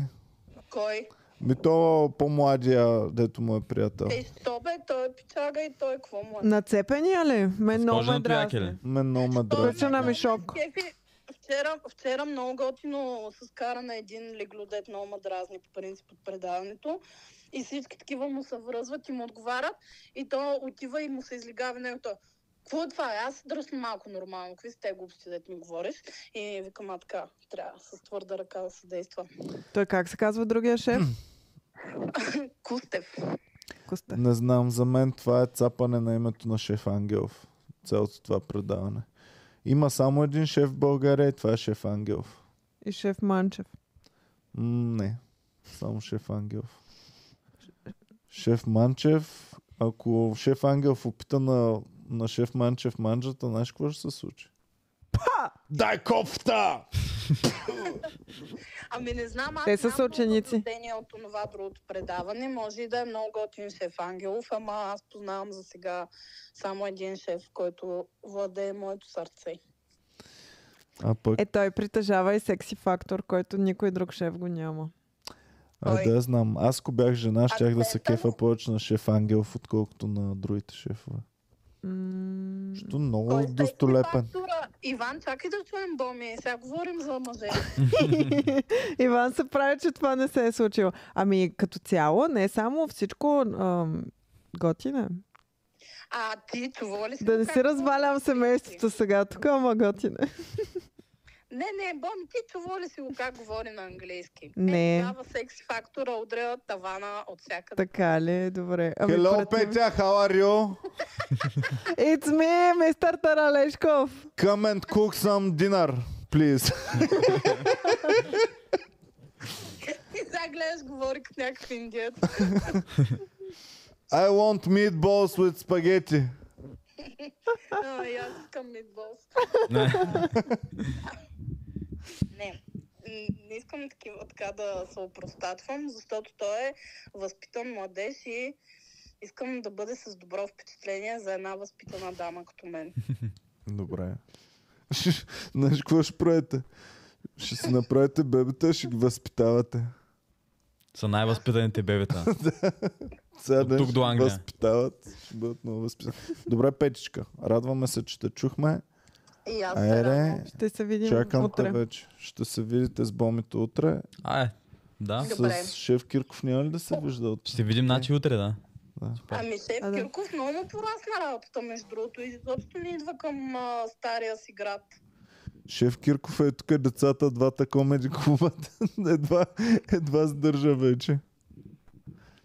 [SPEAKER 7] Кой?
[SPEAKER 1] Ми то по-младия, дето му е приятел.
[SPEAKER 7] Ей, що бе? Той е пичага и той какво му е?
[SPEAKER 2] Нацепения ли? Мен много ме
[SPEAKER 3] Коженото
[SPEAKER 2] дразни.
[SPEAKER 3] якеле.
[SPEAKER 1] Мен много ме
[SPEAKER 7] Той е
[SPEAKER 1] дразни.
[SPEAKER 2] Пръча на
[SPEAKER 7] много
[SPEAKER 2] мишок.
[SPEAKER 7] ме кефи. Вчера, вчера много готино с кара на един леглодет много ме дразни по принцип от предаването. И всички такива му се връзват и му отговарят. И то отива и му се излигава на него. той, Какво е това? Аз се дръсна малко нормално. Какви сте глупости, дет ми говориш? И викам, а така, трябва с твърда ръка да се действа.
[SPEAKER 2] Той как се казва другия шеф?
[SPEAKER 7] Кустев.
[SPEAKER 2] Коста.
[SPEAKER 1] Не знам, за мен това е цапане на името на шеф Ангелов. Цялото това предаване. Има само един шеф в България и това е шеф Ангелов.
[SPEAKER 2] И шеф Манчев.
[SPEAKER 1] М, не, само шеф Ангелов. Шеф Манчев, ако шеф Ангелов опита на, на шеф Манчев манджата, знаеш какво ще се случи? Па! Дай кофта!
[SPEAKER 7] Ами не знам, аз
[SPEAKER 2] Те са
[SPEAKER 7] нямам
[SPEAKER 2] съученици.
[SPEAKER 7] наблюдение от това другото предаване. Може и да е много готин шеф Ангелов, ама аз познавам за сега само един шеф, който владее моето сърце.
[SPEAKER 1] А пък,
[SPEAKER 2] Е, той притежава и секси фактор, който никой друг шеф го няма.
[SPEAKER 1] а да знам, аз ако бях жена, щях
[SPEAKER 2] е
[SPEAKER 1] да се
[SPEAKER 7] Акцента му.
[SPEAKER 1] кефа повече на шеф Ангелов, отколкото на другите шефове.
[SPEAKER 2] М,
[SPEAKER 1] Що много
[SPEAKER 7] Кой е
[SPEAKER 1] достолепен.
[SPEAKER 7] секси фактора? Иван, чакай да чуем Боми. Сега говорим за мъже.
[SPEAKER 2] Иван се прави, че това не се е случило. Ами като цяло, не само всичко ам, готине.
[SPEAKER 7] А ти чува ли си?
[SPEAKER 2] Да
[SPEAKER 7] го
[SPEAKER 2] не
[SPEAKER 7] как
[SPEAKER 2] си
[SPEAKER 7] го
[SPEAKER 2] развалям
[SPEAKER 7] наричаш?
[SPEAKER 2] семейството сега тук, ама е. готина.
[SPEAKER 7] Не, не, Боми, ти чува ли си го как говори на английски?
[SPEAKER 2] Не.
[SPEAKER 7] Е, тогава секс фактора удря от тавана от всякъде.
[SPEAKER 2] Така ли? Добре. Ами
[SPEAKER 1] Hello,
[SPEAKER 2] прати ми.
[SPEAKER 1] Петя, how are you?
[SPEAKER 2] It's me, мистер Таралешков.
[SPEAKER 1] Come and cook some dinner, please.
[SPEAKER 7] И *laughs* сега гледаш, говори като някакъв индиец.
[SPEAKER 1] I want meatballs with spaghetti.
[SPEAKER 7] А, и аз искам мидболс.
[SPEAKER 3] Не.
[SPEAKER 7] Не. М, Не искам такива така да се опростатвам, защото той е възпитан младеж и искам да бъде с добро впечатление за една възпитана дама като мен.
[SPEAKER 1] Добре. *laughs* Знаеш какво ще правите? Ще си направите бебета, ще ги възпитавате.
[SPEAKER 3] Са най-възпитаните бебета.
[SPEAKER 1] Сега
[SPEAKER 3] От
[SPEAKER 1] ден
[SPEAKER 3] тук
[SPEAKER 1] ще
[SPEAKER 3] до
[SPEAKER 1] ги
[SPEAKER 3] Англия.
[SPEAKER 1] Възпитават, ще бъдат много възпитани. Добре, Петичка, радваме се, че те чухме.
[SPEAKER 7] И аз се
[SPEAKER 1] Айде,
[SPEAKER 7] радвам.
[SPEAKER 2] Ще се видим
[SPEAKER 1] чакам те
[SPEAKER 2] утре.
[SPEAKER 1] вече. Ще се видите с бомито утре.
[SPEAKER 3] А, е. Да.
[SPEAKER 7] Добре.
[SPEAKER 1] С шеф Кирков няма ли да се вижда от
[SPEAKER 3] Ще се видим начи утре, да.
[SPEAKER 7] Ами шеф
[SPEAKER 2] А, да.
[SPEAKER 7] Кирков много му порасна работата, между другото. И изобщо не идва към а, стария си град.
[SPEAKER 1] Шеф Кирков е тук, децата, двата комеди клуба. *laughs* едва, едва сдържа вече.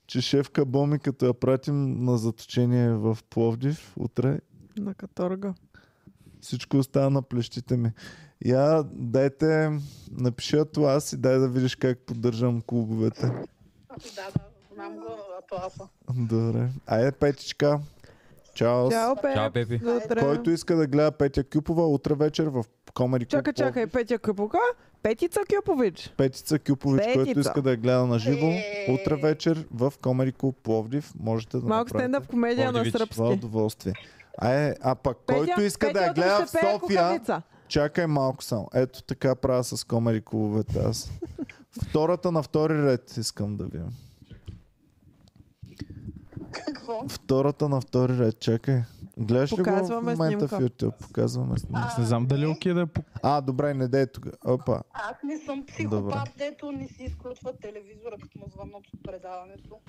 [SPEAKER 1] Че шефка Боми, като я пратим на заточение в Пловдив утре,
[SPEAKER 2] На каторга.
[SPEAKER 1] всичко остава на плещите ми. Я дайте, напиши атлас и дай да видиш как поддържам клубовете.
[SPEAKER 7] Да, да, знам го, Атласа.
[SPEAKER 1] Добре. Айде, Петичка. Чао.
[SPEAKER 2] Чао, Пеп.
[SPEAKER 3] Чао, Пепи.
[SPEAKER 2] До утре.
[SPEAKER 1] Който иска да гледа Петя Кюпова, утре вечер в Комеди
[SPEAKER 2] Чакай, чакай, Петя Къпука. Петица Кюпович.
[SPEAKER 1] Петица Кюпович,
[SPEAKER 2] Петица.
[SPEAKER 1] който иска да я гледа на живо,
[SPEAKER 7] Е.
[SPEAKER 1] утре вечер в Комери Клуб Пловдив можете да
[SPEAKER 2] Малко
[SPEAKER 1] направите
[SPEAKER 2] стендъп комедия на
[SPEAKER 3] Пловдивич.
[SPEAKER 1] това
[SPEAKER 2] сръбски.
[SPEAKER 1] удоволствие. А, е, а пък
[SPEAKER 2] Петя,
[SPEAKER 1] който иска да я
[SPEAKER 2] Петя,
[SPEAKER 1] гледа
[SPEAKER 2] утре
[SPEAKER 1] в
[SPEAKER 2] ще пее
[SPEAKER 1] София,
[SPEAKER 2] кукавица.
[SPEAKER 1] чакай малко само. Ето така правя с Комери Клубовете аз. Втората на втори ред искам да видя.
[SPEAKER 7] Какво?
[SPEAKER 1] Втората на втори ред, чакай. Гледаш ли го в
[SPEAKER 2] Показваме
[SPEAKER 1] момента в
[SPEAKER 2] снимка.
[SPEAKER 1] YouTube? Показваме снимка.
[SPEAKER 5] Аз не знам дали е окей да я пук-
[SPEAKER 1] А, добре, не дей тук. Опа.
[SPEAKER 7] Аз не съм психопат, дето не си изключва телевизора, като му звънат от предаването.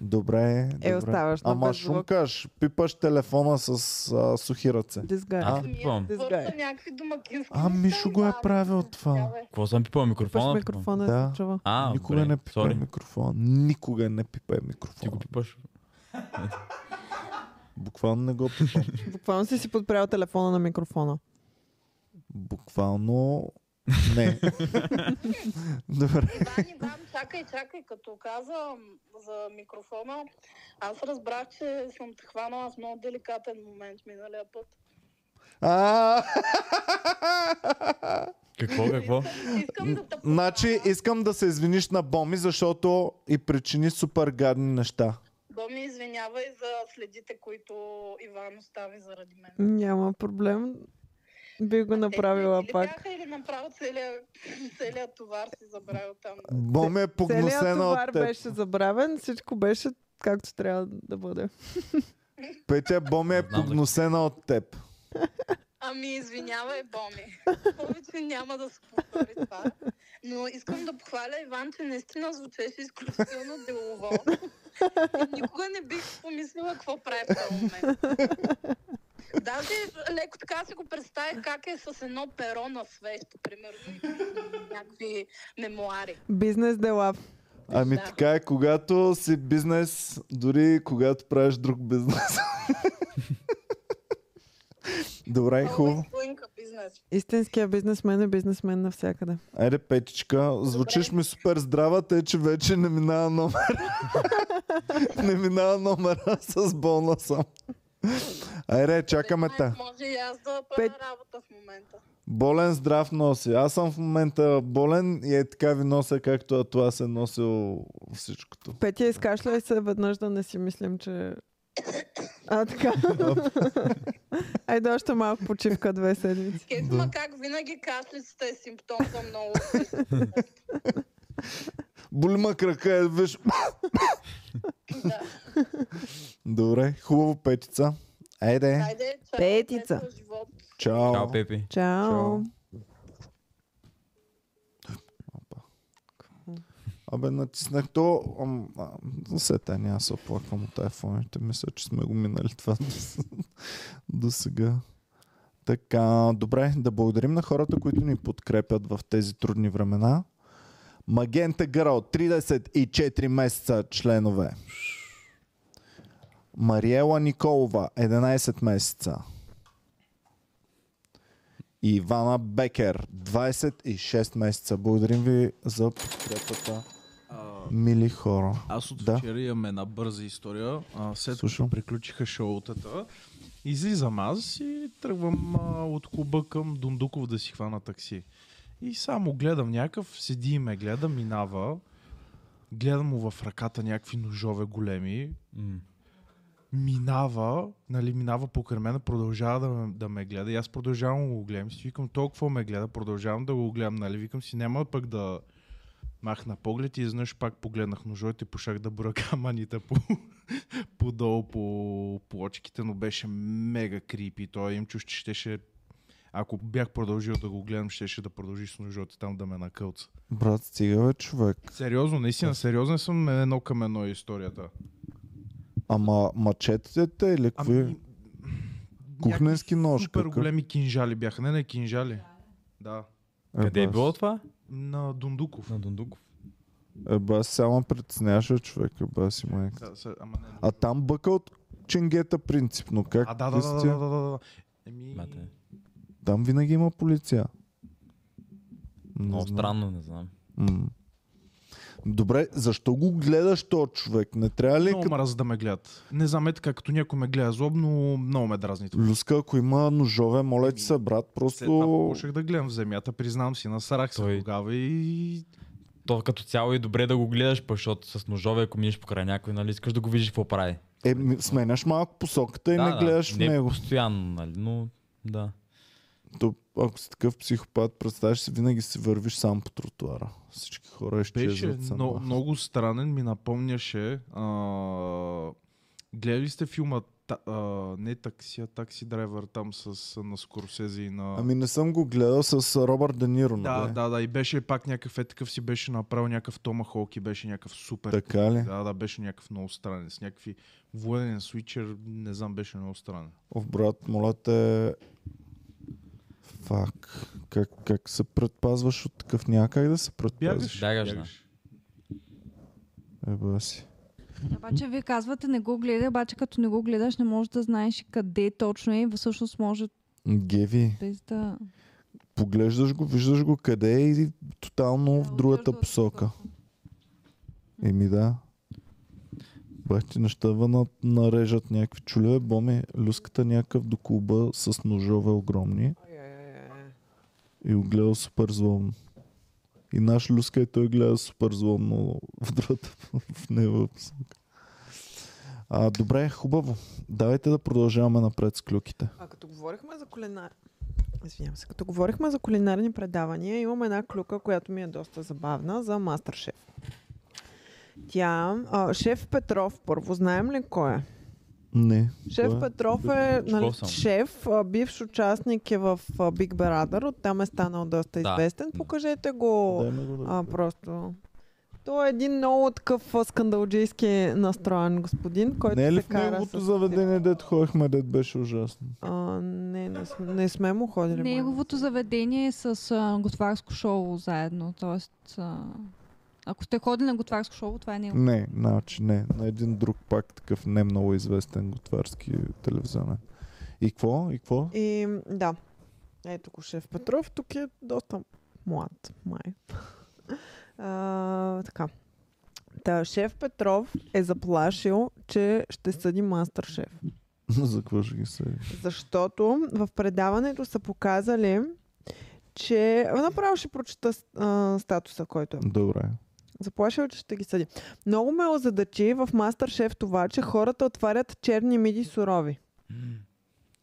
[SPEAKER 1] Добре, добре.
[SPEAKER 2] Е, оставаш на
[SPEAKER 1] Ама
[SPEAKER 2] без звук.
[SPEAKER 1] шумкаш, пипаш телефона с а, сухи ръце.
[SPEAKER 2] Дизгай.
[SPEAKER 3] Аз
[SPEAKER 7] е,
[SPEAKER 1] А.
[SPEAKER 3] не пипам.
[SPEAKER 2] This
[SPEAKER 7] Върта
[SPEAKER 2] guy.
[SPEAKER 7] някакви домакински.
[SPEAKER 1] А,
[SPEAKER 7] неща
[SPEAKER 1] Мишо го е
[SPEAKER 7] и
[SPEAKER 1] правил
[SPEAKER 7] бабите.
[SPEAKER 1] това.
[SPEAKER 7] Да, бе.
[SPEAKER 3] Какво съм пипал микрофона?
[SPEAKER 2] Пъш
[SPEAKER 3] пипам?
[SPEAKER 2] микрофона,
[SPEAKER 1] Да.
[SPEAKER 2] да се чува.
[SPEAKER 3] А,
[SPEAKER 1] Никога
[SPEAKER 3] добре.
[SPEAKER 1] не пипай
[SPEAKER 3] Sorry.
[SPEAKER 1] микрофона. Никога не пипай
[SPEAKER 3] Ти
[SPEAKER 1] микрофона.
[SPEAKER 3] го пипаш.
[SPEAKER 1] Буквално не го пипам.
[SPEAKER 2] Буквално си си подправил телефона на микрофона.
[SPEAKER 1] Буквално
[SPEAKER 2] *laughs*
[SPEAKER 1] не. добре.
[SPEAKER 7] Иван, Иван,
[SPEAKER 1] *laughs*
[SPEAKER 7] чакай, чакай, като каза м, за микрофона, аз разбрах, че съм те хванала в много деликатен момент миналия път.
[SPEAKER 1] А,
[SPEAKER 3] Какво, какво?
[SPEAKER 7] е. Искам да те похваля.
[SPEAKER 1] значи искам да се извиниш на Боми, защото и причини супер гадни неща.
[SPEAKER 7] Да ми извинявай за следите, които Иван остави заради мен.
[SPEAKER 2] Няма проблем. Би го направила
[SPEAKER 7] Те или
[SPEAKER 2] пак.
[SPEAKER 7] бяха, или направо целият, целият товар си забравил там.
[SPEAKER 1] Боми е
[SPEAKER 2] Целият
[SPEAKER 1] погносена от
[SPEAKER 2] товар
[SPEAKER 1] теб.
[SPEAKER 2] беше забравен, всичко беше както трябва да бъде.
[SPEAKER 1] Петя, Боми е
[SPEAKER 3] Не знам за-
[SPEAKER 1] погносена от теб.
[SPEAKER 7] Ами, извинявай, Боми. Повече няма да се повтори това. Но искам да похваля Иван, че наистина звучеше изключително делово. И никога не бих помислила какво прави в този момент. Даже леко така си го представих как е с едно перо на свещ, примерно, и пише някакви мемуари.
[SPEAKER 2] Бизнес дела.
[SPEAKER 1] Ами
[SPEAKER 7] Да.
[SPEAKER 1] така е, когато си бизнес, дори и когато правиш друг бизнес. *laughs* Добре, Е, хубаво.
[SPEAKER 7] Много изплънка е бизнес.
[SPEAKER 2] Истинския бизнесмен е бизнесмен навсякъде.
[SPEAKER 1] Айде, Петичка, звучиш ми супер здрава, те че вече не минава номер. не минава номера с бонуса. Айде, чакаме те.
[SPEAKER 7] Може и аз да правя
[SPEAKER 2] Пет-
[SPEAKER 7] работа в момента.
[SPEAKER 1] Болен здрав носи. Аз съм в момента болен и е така ви нося, както Атлас е носил всичкото.
[SPEAKER 2] Петя, изкашляй се веднъж да не си мислим, че... А, така. Айде още малко почивка, две седмици.
[SPEAKER 7] Кефма как винаги кашлицата е симптом за много.
[SPEAKER 1] Боли ма крака, е, виж.
[SPEAKER 7] да.
[SPEAKER 1] Добре, хубаво, Петица. Айде,
[SPEAKER 7] Хайде, е чао,
[SPEAKER 2] Петица.
[SPEAKER 7] светъл живот.
[SPEAKER 1] чао.
[SPEAKER 3] Чао, Пепи.
[SPEAKER 2] Чао.
[SPEAKER 1] Чао. Абе, натиснах то. Ам, а, се те, няма се оплаквам от айфоните. Мисля, че сме го минали това до, с- до сега. Така, добре, да благодарим на хората, които ни подкрепят в тези трудни времена. Магента Гърл, 34 месеца членове. Мариела Николова, 11 месеца. И Ивана Бекер, 26 месеца. Благодарим ви за подкрепата, мили хора.
[SPEAKER 5] Аз от
[SPEAKER 1] Да.
[SPEAKER 5] да. вчера имам една бърза история. А, след
[SPEAKER 1] Слушам.
[SPEAKER 5] като приключиха шоутата, излизам аз и тръгвам а, от клуба към Дундуков да си хвана такси. И само гледам някакъв, седи и ме гледа, минава. Гледам му в ръката някакви ножове големи.
[SPEAKER 3] М.
[SPEAKER 5] Минава, нали, минава покрай мен, продължава да ме, да ме гледа. И аз продължавам да го гледам. Си викам, толкова ме гледа, продължавам да го гледам, нали. Викам си, няма пък да, махна поглед и изведнъж пак погледнах ножовете и пошах да броя *laughs* камъните по, подолу по плочките, но беше мега крипи. Той им чуш, че щеше... Ако бях продължил да го гледам, щеше да продължи с ножовете там да ме накълца.
[SPEAKER 1] Брат, стига бе, човек.
[SPEAKER 5] Сериозно, наистина, сериозен съм едно към едно е историята.
[SPEAKER 1] Ама мачетите или какви?
[SPEAKER 5] Ами,
[SPEAKER 1] Кухненски нож.
[SPEAKER 5] супер
[SPEAKER 1] какъв?
[SPEAKER 5] големи кинжали бяха. Не, не, кинжали. Да.
[SPEAKER 1] Е,
[SPEAKER 3] Къде е
[SPEAKER 1] бас.
[SPEAKER 3] било това?
[SPEAKER 5] На Дундуков.
[SPEAKER 3] На Дундуков.
[SPEAKER 1] Е, бас, само притесняваше човек, е, бас и майка.
[SPEAKER 5] Да, са- ама не,
[SPEAKER 1] А там бъка от ченгета принципно. Как
[SPEAKER 5] а, да, да,
[SPEAKER 1] ви
[SPEAKER 5] да,
[SPEAKER 1] сте?
[SPEAKER 5] да, да, да, да. Еми...
[SPEAKER 3] Мате,
[SPEAKER 1] Там винаги има полиция. Не
[SPEAKER 3] много
[SPEAKER 1] знам.
[SPEAKER 3] странно, не знам.
[SPEAKER 1] М. Добре, защо го гледаш то човек? Не трябва ли
[SPEAKER 5] Много
[SPEAKER 1] Нали, като
[SPEAKER 5] ме мраза да ме гледат. Не знам, е така, като някой ме гледа злобно, много ме дразни. това.
[SPEAKER 1] Люска, ако има ножове, моля ти се, брат,
[SPEAKER 5] След това
[SPEAKER 1] просто...
[SPEAKER 5] почнах да гледам в земята, признавам си, насарах се
[SPEAKER 3] Той-
[SPEAKER 5] тогава и...
[SPEAKER 3] То като цяло е добре да го гледаш, па, защото с ножове, ако минеш покрай някой, нали, искаш да го видиш какво прави.
[SPEAKER 1] Е, ми- сменяш малко посоката и
[SPEAKER 3] да,
[SPEAKER 1] не гледаш в
[SPEAKER 3] не
[SPEAKER 1] него.
[SPEAKER 3] постоянно, нали, но да.
[SPEAKER 1] То, ако си такъв психопат, представяш си, винаги си вървиш сам по тротуара. Всички хора
[SPEAKER 5] Беше
[SPEAKER 1] изчезват
[SPEAKER 5] но,
[SPEAKER 1] само.
[SPEAKER 5] много странен, ми напомняше... А... Гледали сте филма та, а, не такси, а такси драйвер там с, на Скорсезе и на...
[SPEAKER 1] Ами не съм го гледал с Робърт Де Ниро,
[SPEAKER 5] да,
[SPEAKER 1] нали?
[SPEAKER 5] да, да, и беше пак някакъв е такъв си, беше направил някакъв Тома Холки, беше някакъв супер.
[SPEAKER 1] Така ли?
[SPEAKER 5] Да, да, беше някакъв много странен, с някакви военен свичер, не знам, беше много странен.
[SPEAKER 1] О, брат, моля те... Фак. Как, как се предпазваш от такъв някак да се предпазваш?
[SPEAKER 5] Бягаш?
[SPEAKER 3] Бягаш, да.
[SPEAKER 1] Еба си.
[SPEAKER 4] Обаче вие казвате не го гледай, обаче като не го гледаш не можеш да знаеш къде точно е и всъщност може
[SPEAKER 1] Геви,
[SPEAKER 4] без да...
[SPEAKER 1] поглеждаш го, виждаш го къде е и тотално в
[SPEAKER 4] Да,
[SPEAKER 1] другата
[SPEAKER 4] отиваш в
[SPEAKER 1] посока. Еми да. Бахти неща вън нарежат някакви чулеве, боми, люската някакъв до клуба с ножове огромни и го гледа супер злобно. И наш люска и той гледа супер злобно в другата, в него посока. А, добре, хубаво. Давайте да продължаваме напред с клюките.
[SPEAKER 2] А като говорихме за кулинар... Извинявам се. Като говорихме за кулинарни предавания, имам една клюка, която ми е доста забавна за Мастер-шеф. Тя... А, шеф Петров, първо, знаем ли кой е?
[SPEAKER 1] Не.
[SPEAKER 2] Шеф
[SPEAKER 1] кой е?
[SPEAKER 2] Петров е нали,
[SPEAKER 3] Чувал съм.
[SPEAKER 2] шеф, а, бивш участник е в а, Big Brother, оттам е станал доста
[SPEAKER 3] Да.
[SPEAKER 2] известен. Покажете го
[SPEAKER 1] Дай ми го да
[SPEAKER 2] а, просто. Той е един много такъв а, скандалджийски настроен господин, който
[SPEAKER 1] не е ли
[SPEAKER 2] се
[SPEAKER 1] в
[SPEAKER 2] кара
[SPEAKER 1] неговото
[SPEAKER 2] с...
[SPEAKER 1] заведение, дет ходихме, дет беше ужасно?
[SPEAKER 2] А, не, не, сме, не сме му ходили. май.
[SPEAKER 4] Неговото заведение е с а, готварско шоу заедно, т.е. ако сте ходили на готварско шоу, това е негово.
[SPEAKER 1] Не, значи не. На един друг пак такъв не много известен готварски телевизионен. И какво? И какво? *laughs*
[SPEAKER 2] И м, да, ето го шеф Петров, тук е доста млад, май. *laughs* А, така. Та, шеф Петров е заплашил, че ще съди мастер шеф.
[SPEAKER 1] За какво ще ги се...
[SPEAKER 2] Защото в предаването са показали, че... Направо ще прочета а, статуса, който е.
[SPEAKER 1] Добре.
[SPEAKER 2] Заплашил, че ще ги съди. Много ме озадачи в мастер шеф това, че хората отварят черни миди сурови.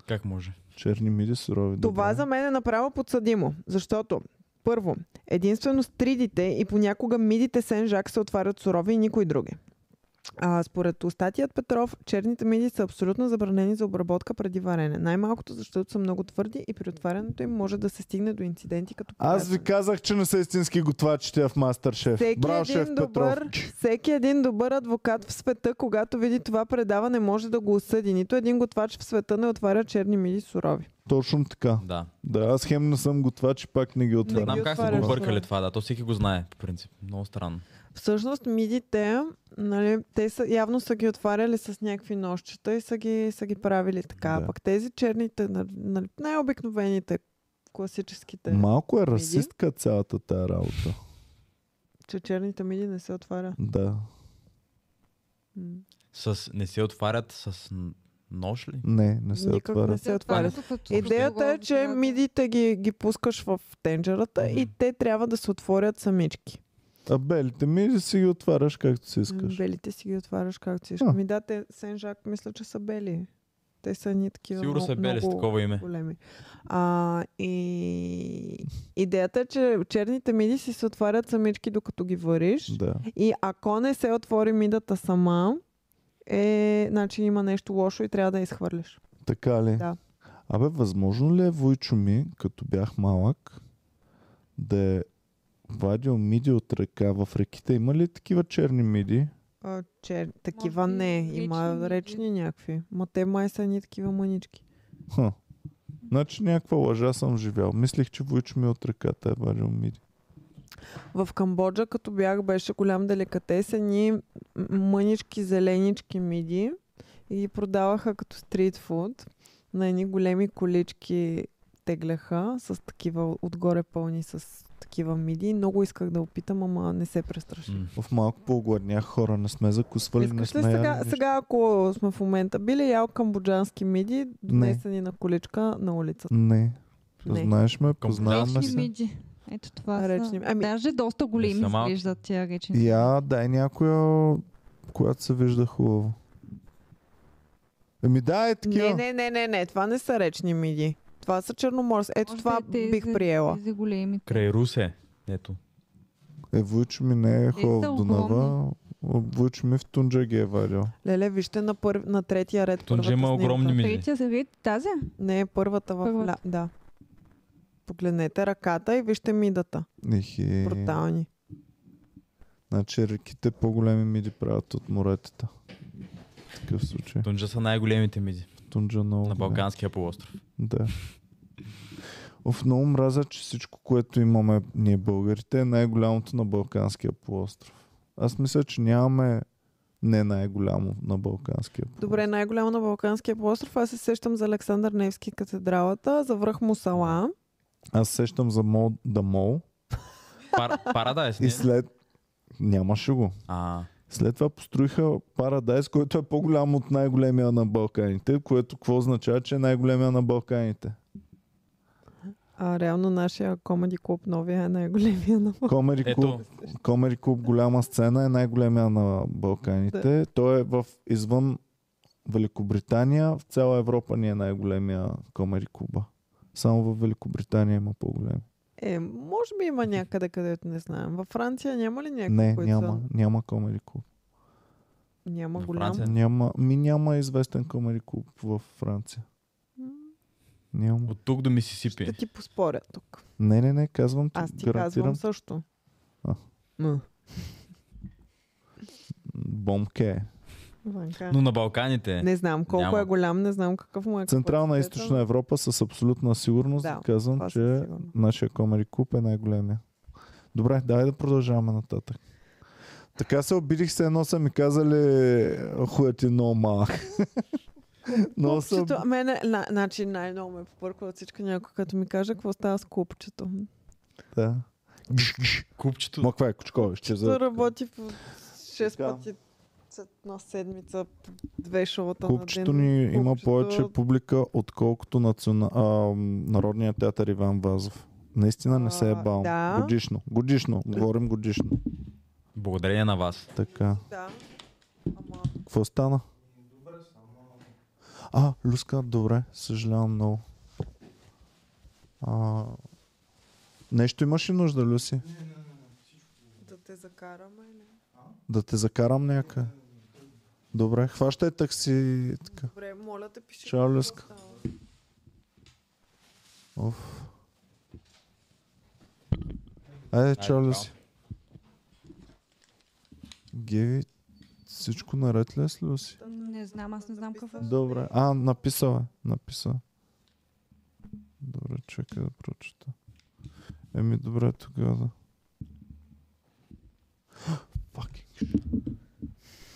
[SPEAKER 3] Как може?
[SPEAKER 1] Черни миди, сурови.
[SPEAKER 2] Това
[SPEAKER 1] добре.
[SPEAKER 2] за мен е направо подсъдимо, защото първо, единствено стридите и понякога мидите Сен-Жак се отварят сурови и никой други. А, според Остатият Петров, черните мидии са абсолютно забранени за обработка преди варене. Най-малкото, защото са много твърди и при отварянето им може да се стигне до инциденти като
[SPEAKER 1] Аз ви
[SPEAKER 2] подрязване.
[SPEAKER 1] казах, че не са истински готвачите в Мастер Шеф.
[SPEAKER 2] Всеки
[SPEAKER 1] Браво,
[SPEAKER 2] един
[SPEAKER 1] шеф
[SPEAKER 2] добър,
[SPEAKER 1] Петров.
[SPEAKER 2] Всеки един добър адвокат в света, когато види това предаване, може да го осъди. Нито един готвач в света не отваря черни миди сурови.
[SPEAKER 1] Точно така.
[SPEAKER 3] Да.
[SPEAKER 1] Да, аз хем не съм готвач и пак не ги отварям.
[SPEAKER 3] Знам
[SPEAKER 2] ги
[SPEAKER 3] как са
[SPEAKER 2] Ами отваряш,
[SPEAKER 3] го объркали
[SPEAKER 2] да.
[SPEAKER 3] това, да. То всеки го знае, по принцип. Много странно.
[SPEAKER 2] Всъщност мидите, нали, те са, явно са ги отваряли с някакви нощчета и са ги, са ги правили така.
[SPEAKER 1] Да.
[SPEAKER 2] Да. Пък тези черните, на- нали, най-обикновените, класическите, Ма...
[SPEAKER 1] Малко е расистка цялата тая работа.
[SPEAKER 2] че черните миди не се отваря.
[SPEAKER 1] Да.
[SPEAKER 2] М.
[SPEAKER 3] С... Не се отварят с н- нож ли?
[SPEAKER 1] Не, не се
[SPEAKER 2] Никак
[SPEAKER 1] отваря.
[SPEAKER 2] не се отваря.
[SPEAKER 4] Като
[SPEAKER 2] Идеята е, че
[SPEAKER 4] го-
[SPEAKER 2] мидите ги, ги пускаш в тенджерата и те трябва да се отворят самички.
[SPEAKER 1] А белите ми си ги отваряш както си
[SPEAKER 2] Ами,
[SPEAKER 1] искаш.
[SPEAKER 2] Белите си ги отваряш както си
[SPEAKER 1] А.
[SPEAKER 2] искаш. Ми да, те Сен-Жак мисля, че са бели. Те са ни такива
[SPEAKER 3] Сигурно
[SPEAKER 2] много,
[SPEAKER 3] са бели с
[SPEAKER 2] много
[SPEAKER 3] такова име.
[SPEAKER 2] големи. А, и... Идеята е, че черните миди си се отварят самички докато ги вариш.
[SPEAKER 1] Да.
[SPEAKER 2] И ако не се отвори мидата сама, е, значи има нещо лошо и трябва да я изхвърлиш.
[SPEAKER 1] Така ли?
[SPEAKER 2] Да.
[SPEAKER 1] Абе, възможно ли е Войчо ми, като бях малък, да е вадил миди от ръка в реките? Има ли такива черни миди?
[SPEAKER 2] А, чер... Такива
[SPEAKER 4] би
[SPEAKER 2] не. Има
[SPEAKER 4] речни миди.
[SPEAKER 2] речни, някакви. Ма те май са ни такива мънички.
[SPEAKER 1] Ха. Значи някаква лъжа съм живял. Мислих, че Войчо ми от ръката е вадил миди.
[SPEAKER 2] В Камбоджа, като бях, беше голям деликатес. Едни м- мънички зеленички миди и ги продаваха като стритфуд. На едни големи колички тегляха с такива отгоре пълни с такива миди. Много исках да опитам, ама не се престраших.
[SPEAKER 3] М.
[SPEAKER 1] В малко по-огладнях хора, не сме закусвали, не
[SPEAKER 2] Искаш
[SPEAKER 1] сме
[SPEAKER 2] ли сега,
[SPEAKER 1] яли
[SPEAKER 2] сега, ако сме в момента били ял камбоджански миди, донесени на количка на улицата?
[SPEAKER 1] Не.
[SPEAKER 2] Не.
[SPEAKER 1] Знаеш ме,
[SPEAKER 3] Към
[SPEAKER 1] познаваме
[SPEAKER 4] Речни
[SPEAKER 1] се.
[SPEAKER 4] миди. Ето това
[SPEAKER 2] Речни-
[SPEAKER 4] са.
[SPEAKER 2] ами-
[SPEAKER 4] Даже доста големи
[SPEAKER 3] Не са малки. Е,
[SPEAKER 4] изглеждат тия речни.
[SPEAKER 1] Я, дай някоя, която се вижда хубаво. Еми да, е такива.
[SPEAKER 2] Не, не, не, не, не, това не са речни миди. Това са черноморски. Ето
[SPEAKER 4] Може
[SPEAKER 2] това
[SPEAKER 4] би тези-
[SPEAKER 2] бих приела.
[SPEAKER 4] Тези големи.
[SPEAKER 3] Край Русе. Ето.
[SPEAKER 1] Е, Вуйчо ми не е хубав
[SPEAKER 4] са
[SPEAKER 1] в Дунава. Вуйчо ми в Тунджа ги е вадил.
[SPEAKER 2] Леле, вижте на, пър... на третия ред.
[SPEAKER 3] Тунджа
[SPEAKER 2] първата
[SPEAKER 3] има огромни
[SPEAKER 2] снимка.
[SPEAKER 3] миди.
[SPEAKER 4] Третия се ред, тази.
[SPEAKER 2] Не, първата в
[SPEAKER 4] Първата.
[SPEAKER 2] ля... Да. Погледнете ръката и вижте мидата.
[SPEAKER 1] Ихи.
[SPEAKER 2] Брутални.
[SPEAKER 1] Значи реките по-големи миди правят от моретата. В такъв случай.
[SPEAKER 3] Тунджа са най-големите миди
[SPEAKER 1] В Тунджа много.
[SPEAKER 3] на
[SPEAKER 1] голям.
[SPEAKER 3] Балканския полуостров.
[SPEAKER 1] Да. Оф, много мраза, че всичко, което имаме ние българите е най-голямото на Балканския полуостров. Аз мисля, че нямаме не най-голямо на Балканския полуостров.
[SPEAKER 2] Добре, най-голяма на Балканския полуостров. Аз се сещам за Александър Невски катедралата, за връх Мусала.
[SPEAKER 1] Аз сещам за Мол, да Мол
[SPEAKER 3] Пар, парадайс, не?
[SPEAKER 1] и след... Нямаше го.
[SPEAKER 3] А,
[SPEAKER 1] След това построиха Парадайс, който е по-голям от най-големия на Балканите, което какво означава, че е най-големия на Балканите.
[SPEAKER 2] А реално нашия комеди клуб новия е най-големия на Балканите.
[SPEAKER 1] Комери клуб,
[SPEAKER 3] ето.
[SPEAKER 1] Комери клуб голяма сцена е най-големия на Балканите. Да. Той е в извън Великобритания, в цяла Европа ни е най-големия комери клуба. Само в Великобритания има по-големи.
[SPEAKER 2] Е, може би има някъде, където не знаем. Във Франция няма ли някакви,
[SPEAKER 1] Не,
[SPEAKER 2] които
[SPEAKER 1] няма,
[SPEAKER 2] са...
[SPEAKER 1] няма комери клуб.
[SPEAKER 2] Няма
[SPEAKER 3] Във
[SPEAKER 2] голям.
[SPEAKER 3] Франция? Да.
[SPEAKER 1] Няма, ми няма известен комери клуб в Франция.
[SPEAKER 2] М,
[SPEAKER 1] Няма.
[SPEAKER 3] от тук до Мисисипи.
[SPEAKER 2] Ще ти поспоря тук.
[SPEAKER 1] Не, не, не, казвам ти.
[SPEAKER 2] Аз ти
[SPEAKER 1] гарантирам.
[SPEAKER 2] казвам също.
[SPEAKER 1] А.
[SPEAKER 2] М.
[SPEAKER 1] Бомке е.
[SPEAKER 2] Ванка.
[SPEAKER 3] Но на Балканите.
[SPEAKER 2] Не знам колко
[SPEAKER 3] Няма.
[SPEAKER 2] е голям, не знам какъв му е.
[SPEAKER 1] Централна и
[SPEAKER 2] капацитета.
[SPEAKER 1] източна Европа с абсолютна сигурност да,
[SPEAKER 2] Да,
[SPEAKER 1] казвам,
[SPEAKER 2] това със
[SPEAKER 1] че
[SPEAKER 2] сигурност.
[SPEAKER 1] нашия Комери Куб е най-големия. Добре, давай да продължаваме нататък. Така се обидих се, едно са ми казали хуят ти много малък. *laughs* Но са...
[SPEAKER 2] Купчето, мене, на, значи най-много ме попърква от всички някой, като ми каже какво става с купчето.
[SPEAKER 1] Да.
[SPEAKER 3] Купчето.
[SPEAKER 1] Ма каква е кучковище?
[SPEAKER 2] То
[SPEAKER 1] За...
[SPEAKER 2] работи по 6
[SPEAKER 1] Така.
[SPEAKER 2] пъти на седмица, по две шоута
[SPEAKER 1] Купчето
[SPEAKER 2] на ден.
[SPEAKER 1] ни има
[SPEAKER 2] Купчето-
[SPEAKER 1] повече публика, отколкото национа... а, Народния театър Иван Вазов. Наистина не се е
[SPEAKER 2] А,
[SPEAKER 1] бал.
[SPEAKER 2] да.
[SPEAKER 1] Годишно. Годишно. Говорим годишно.
[SPEAKER 3] Благодарение на вас.
[SPEAKER 1] Така.
[SPEAKER 2] Да. Ама...
[SPEAKER 1] Какво стана? А, Люска, добре, съжалявам много. А, нещо имаш ли нужда, Люси?
[SPEAKER 2] Да те закараме или?
[SPEAKER 1] Да те закарам някъде? Добре, хващай такси и така.
[SPEAKER 2] Добре, моля те пиши.
[SPEAKER 1] Чао,
[SPEAKER 2] какво
[SPEAKER 1] Люска.
[SPEAKER 2] става.
[SPEAKER 1] Оф. Айде, Е, чао си. Геви, всичко наред ли е с Люси?
[SPEAKER 4] Не знам, аз не знам какво.
[SPEAKER 1] Добре. А, написала. е, Написала. е. Добре, чакай да прочета. Еми, добре, тогава да. Fucking shit.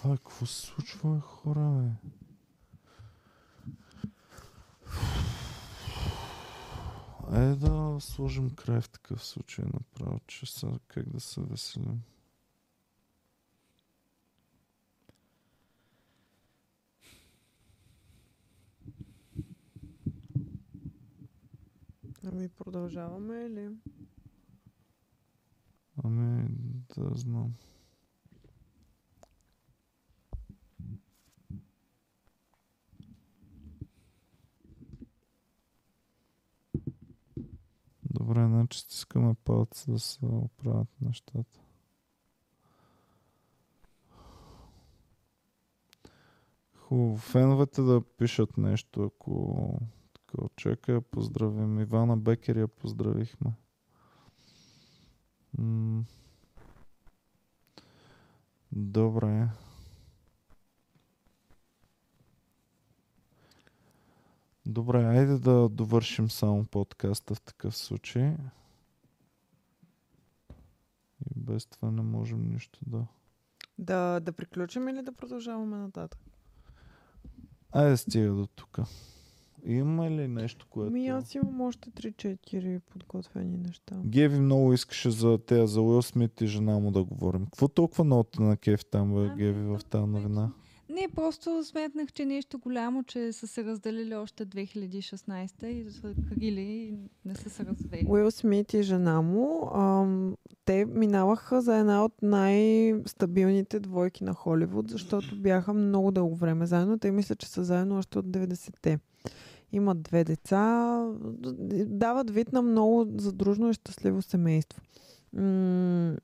[SPEAKER 1] А, какво се случва, бе, хора, бе? Е да сложим край в такъв случай направо, че са как да се веселим.
[SPEAKER 2] Ами продължаваме или?
[SPEAKER 1] Ами, да знам. Добре, значи стискаме палци да се оправят нещата. Хубаво. Феновете да пишат нещо, ако така чакай, я поздравим. Ивана Бекер я поздравихме. М. Добре. Добре, айде да довършим само подкаста в такъв случай. И без това не можем нищо да...
[SPEAKER 2] Да, да приключим или да продължаваме нататък?
[SPEAKER 1] Айде стига до тук. Има ли нещо, което... е.
[SPEAKER 2] Ми Ами аз имам още 3-4 подготвени неща.
[SPEAKER 1] Геви много искаше за тея, за Уил Смит и жена му да говорим. Какво толкова много те на кеф там, бе,
[SPEAKER 4] Ами,
[SPEAKER 1] Геви, в
[SPEAKER 4] то
[SPEAKER 1] тази
[SPEAKER 4] вече-
[SPEAKER 1] новина?
[SPEAKER 4] Не, просто сметнах, че нещо голямо, че са се разделили още 2016 и са крили и не са се развели.
[SPEAKER 2] Уил Смит и жена му, ам, те минаваха за една от най-стабилните двойки на Холивуд, защото бяха много дълго време заедно. Те мисля, че са заедно още от 90-те. Имат две деца, дават вид на много задружно и щастливо семейство. М-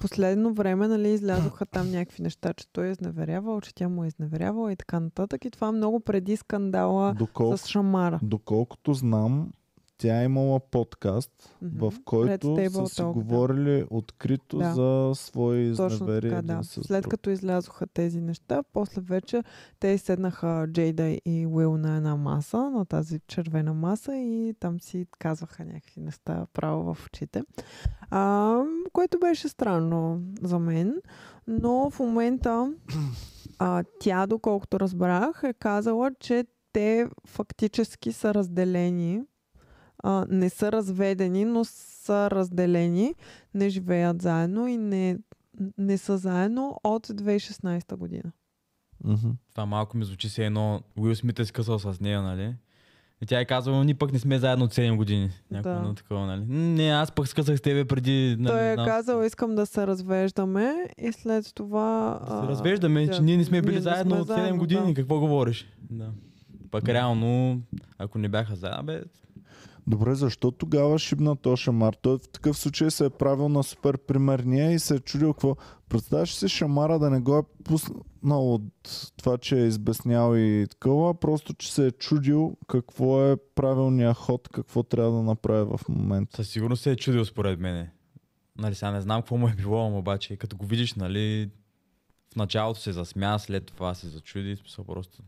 [SPEAKER 2] последно време, нали, излязоха там някакви неща, че той е изневерявал, че тя му е изневерявала и така нататък. И това е много преди скандала
[SPEAKER 1] Доколко,
[SPEAKER 2] с Шамара.
[SPEAKER 1] доколкото знам, тя е имала подкаст,
[SPEAKER 2] Мгм.
[SPEAKER 1] в който
[SPEAKER 2] Red
[SPEAKER 1] са
[SPEAKER 2] Table
[SPEAKER 1] си
[SPEAKER 2] Talk, да.
[SPEAKER 1] говорили открито
[SPEAKER 2] Да.
[SPEAKER 1] за свои
[SPEAKER 2] Точно
[SPEAKER 1] изневери.
[SPEAKER 2] така,
[SPEAKER 1] един
[SPEAKER 2] да.
[SPEAKER 1] с
[SPEAKER 2] След
[SPEAKER 1] друг.
[SPEAKER 2] като излязоха тези неща, после вече те седнаха Джейда и Уил на една маса, на тази червена маса и там си казваха някакви неща право в очите. А, което беше странно за мен, но в момента а, тя, доколкото разбрах, е казала, че те фактически са разделени. А, не са разведени, но са разделени, не живеят заедно и не, не са заедно от 2016 година.
[SPEAKER 1] Мгм.
[SPEAKER 3] Това малко ми звучи се едно Уил Смит е скъсал с нея, нали? И тя е казвала, ние пък не сме заедно от 7 години. Някакво
[SPEAKER 2] Да.
[SPEAKER 3] едно такова, нали? "М, Не, аз пък скъсах с тебе преди... нали,
[SPEAKER 2] Той е
[SPEAKER 3] една-
[SPEAKER 2] казал, искам да се развеждаме и след това...
[SPEAKER 3] Да се
[SPEAKER 2] а,
[SPEAKER 3] Разглеждаме, че
[SPEAKER 2] да,
[SPEAKER 3] ние не сме били
[SPEAKER 2] ние не
[SPEAKER 3] заедно
[SPEAKER 2] сме
[SPEAKER 3] от 7
[SPEAKER 2] заедно,
[SPEAKER 3] години.
[SPEAKER 2] да.
[SPEAKER 3] Какво говориш? Да. Пък реално, ако не бяха заедно, бе,
[SPEAKER 1] Добре, защо тогава шибна то Шамар? Той в такъв случай се е правил на супер примерния и се е чудил какво. Представяш си Шамара да не го е пуснал от това, че е избеснял и такова, просто че се е чудил какво е правилният ход, какво трябва да направи в момента.
[SPEAKER 3] със сигурност се е чудил според мене. Нали, сега не знам какво му е било, ама обаче, като го видиш, нали, в началото се засмя, след това се зачуди, в смисъл просто.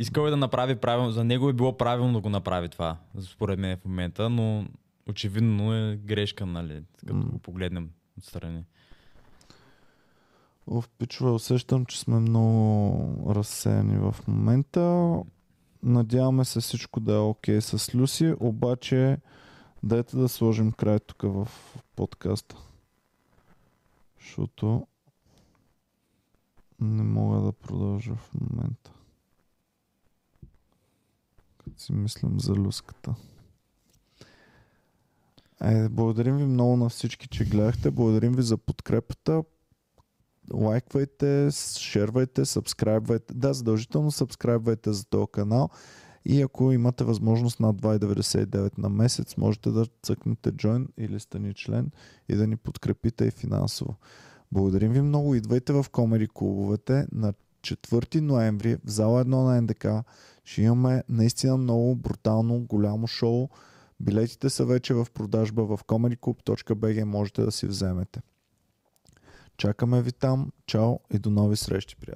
[SPEAKER 3] Искал е да направи правилно, за него е било правилно да го направи това, според мен в момента, но очевидно е грешка, нали, като
[SPEAKER 1] М.
[SPEAKER 3] го погледнем отстрани.
[SPEAKER 1] Оф, пичове, усещам, че сме много разсеяни в момента. Надяваме се всичко да е окей с Люси, обаче дайте да сложим край тук в подкаста. Защото не мога да продължа в момента. Като си мислям за люската. Айде, благодарим ви много на всички, че гледахте. Благодарим ви за подкрепата лайквайте, с- шервайте, сабскрайбвайте. Да, задължително сабскрайбвайте за този канал. И ако имате възможност над 2,99 на месец, можете да цъкнете join или стани член и да ни подкрепите и финансово. Благодарим ви много. Идвайте в комери клубовете на 4 ноември в зала 1 на НДК. Ще имаме наистина много брутално голямо шоу. Билетите са вече в продажба в comedyclub.bg. Можете да си вземете. Чакаме ви там. Чао и до нови срещи, приятели!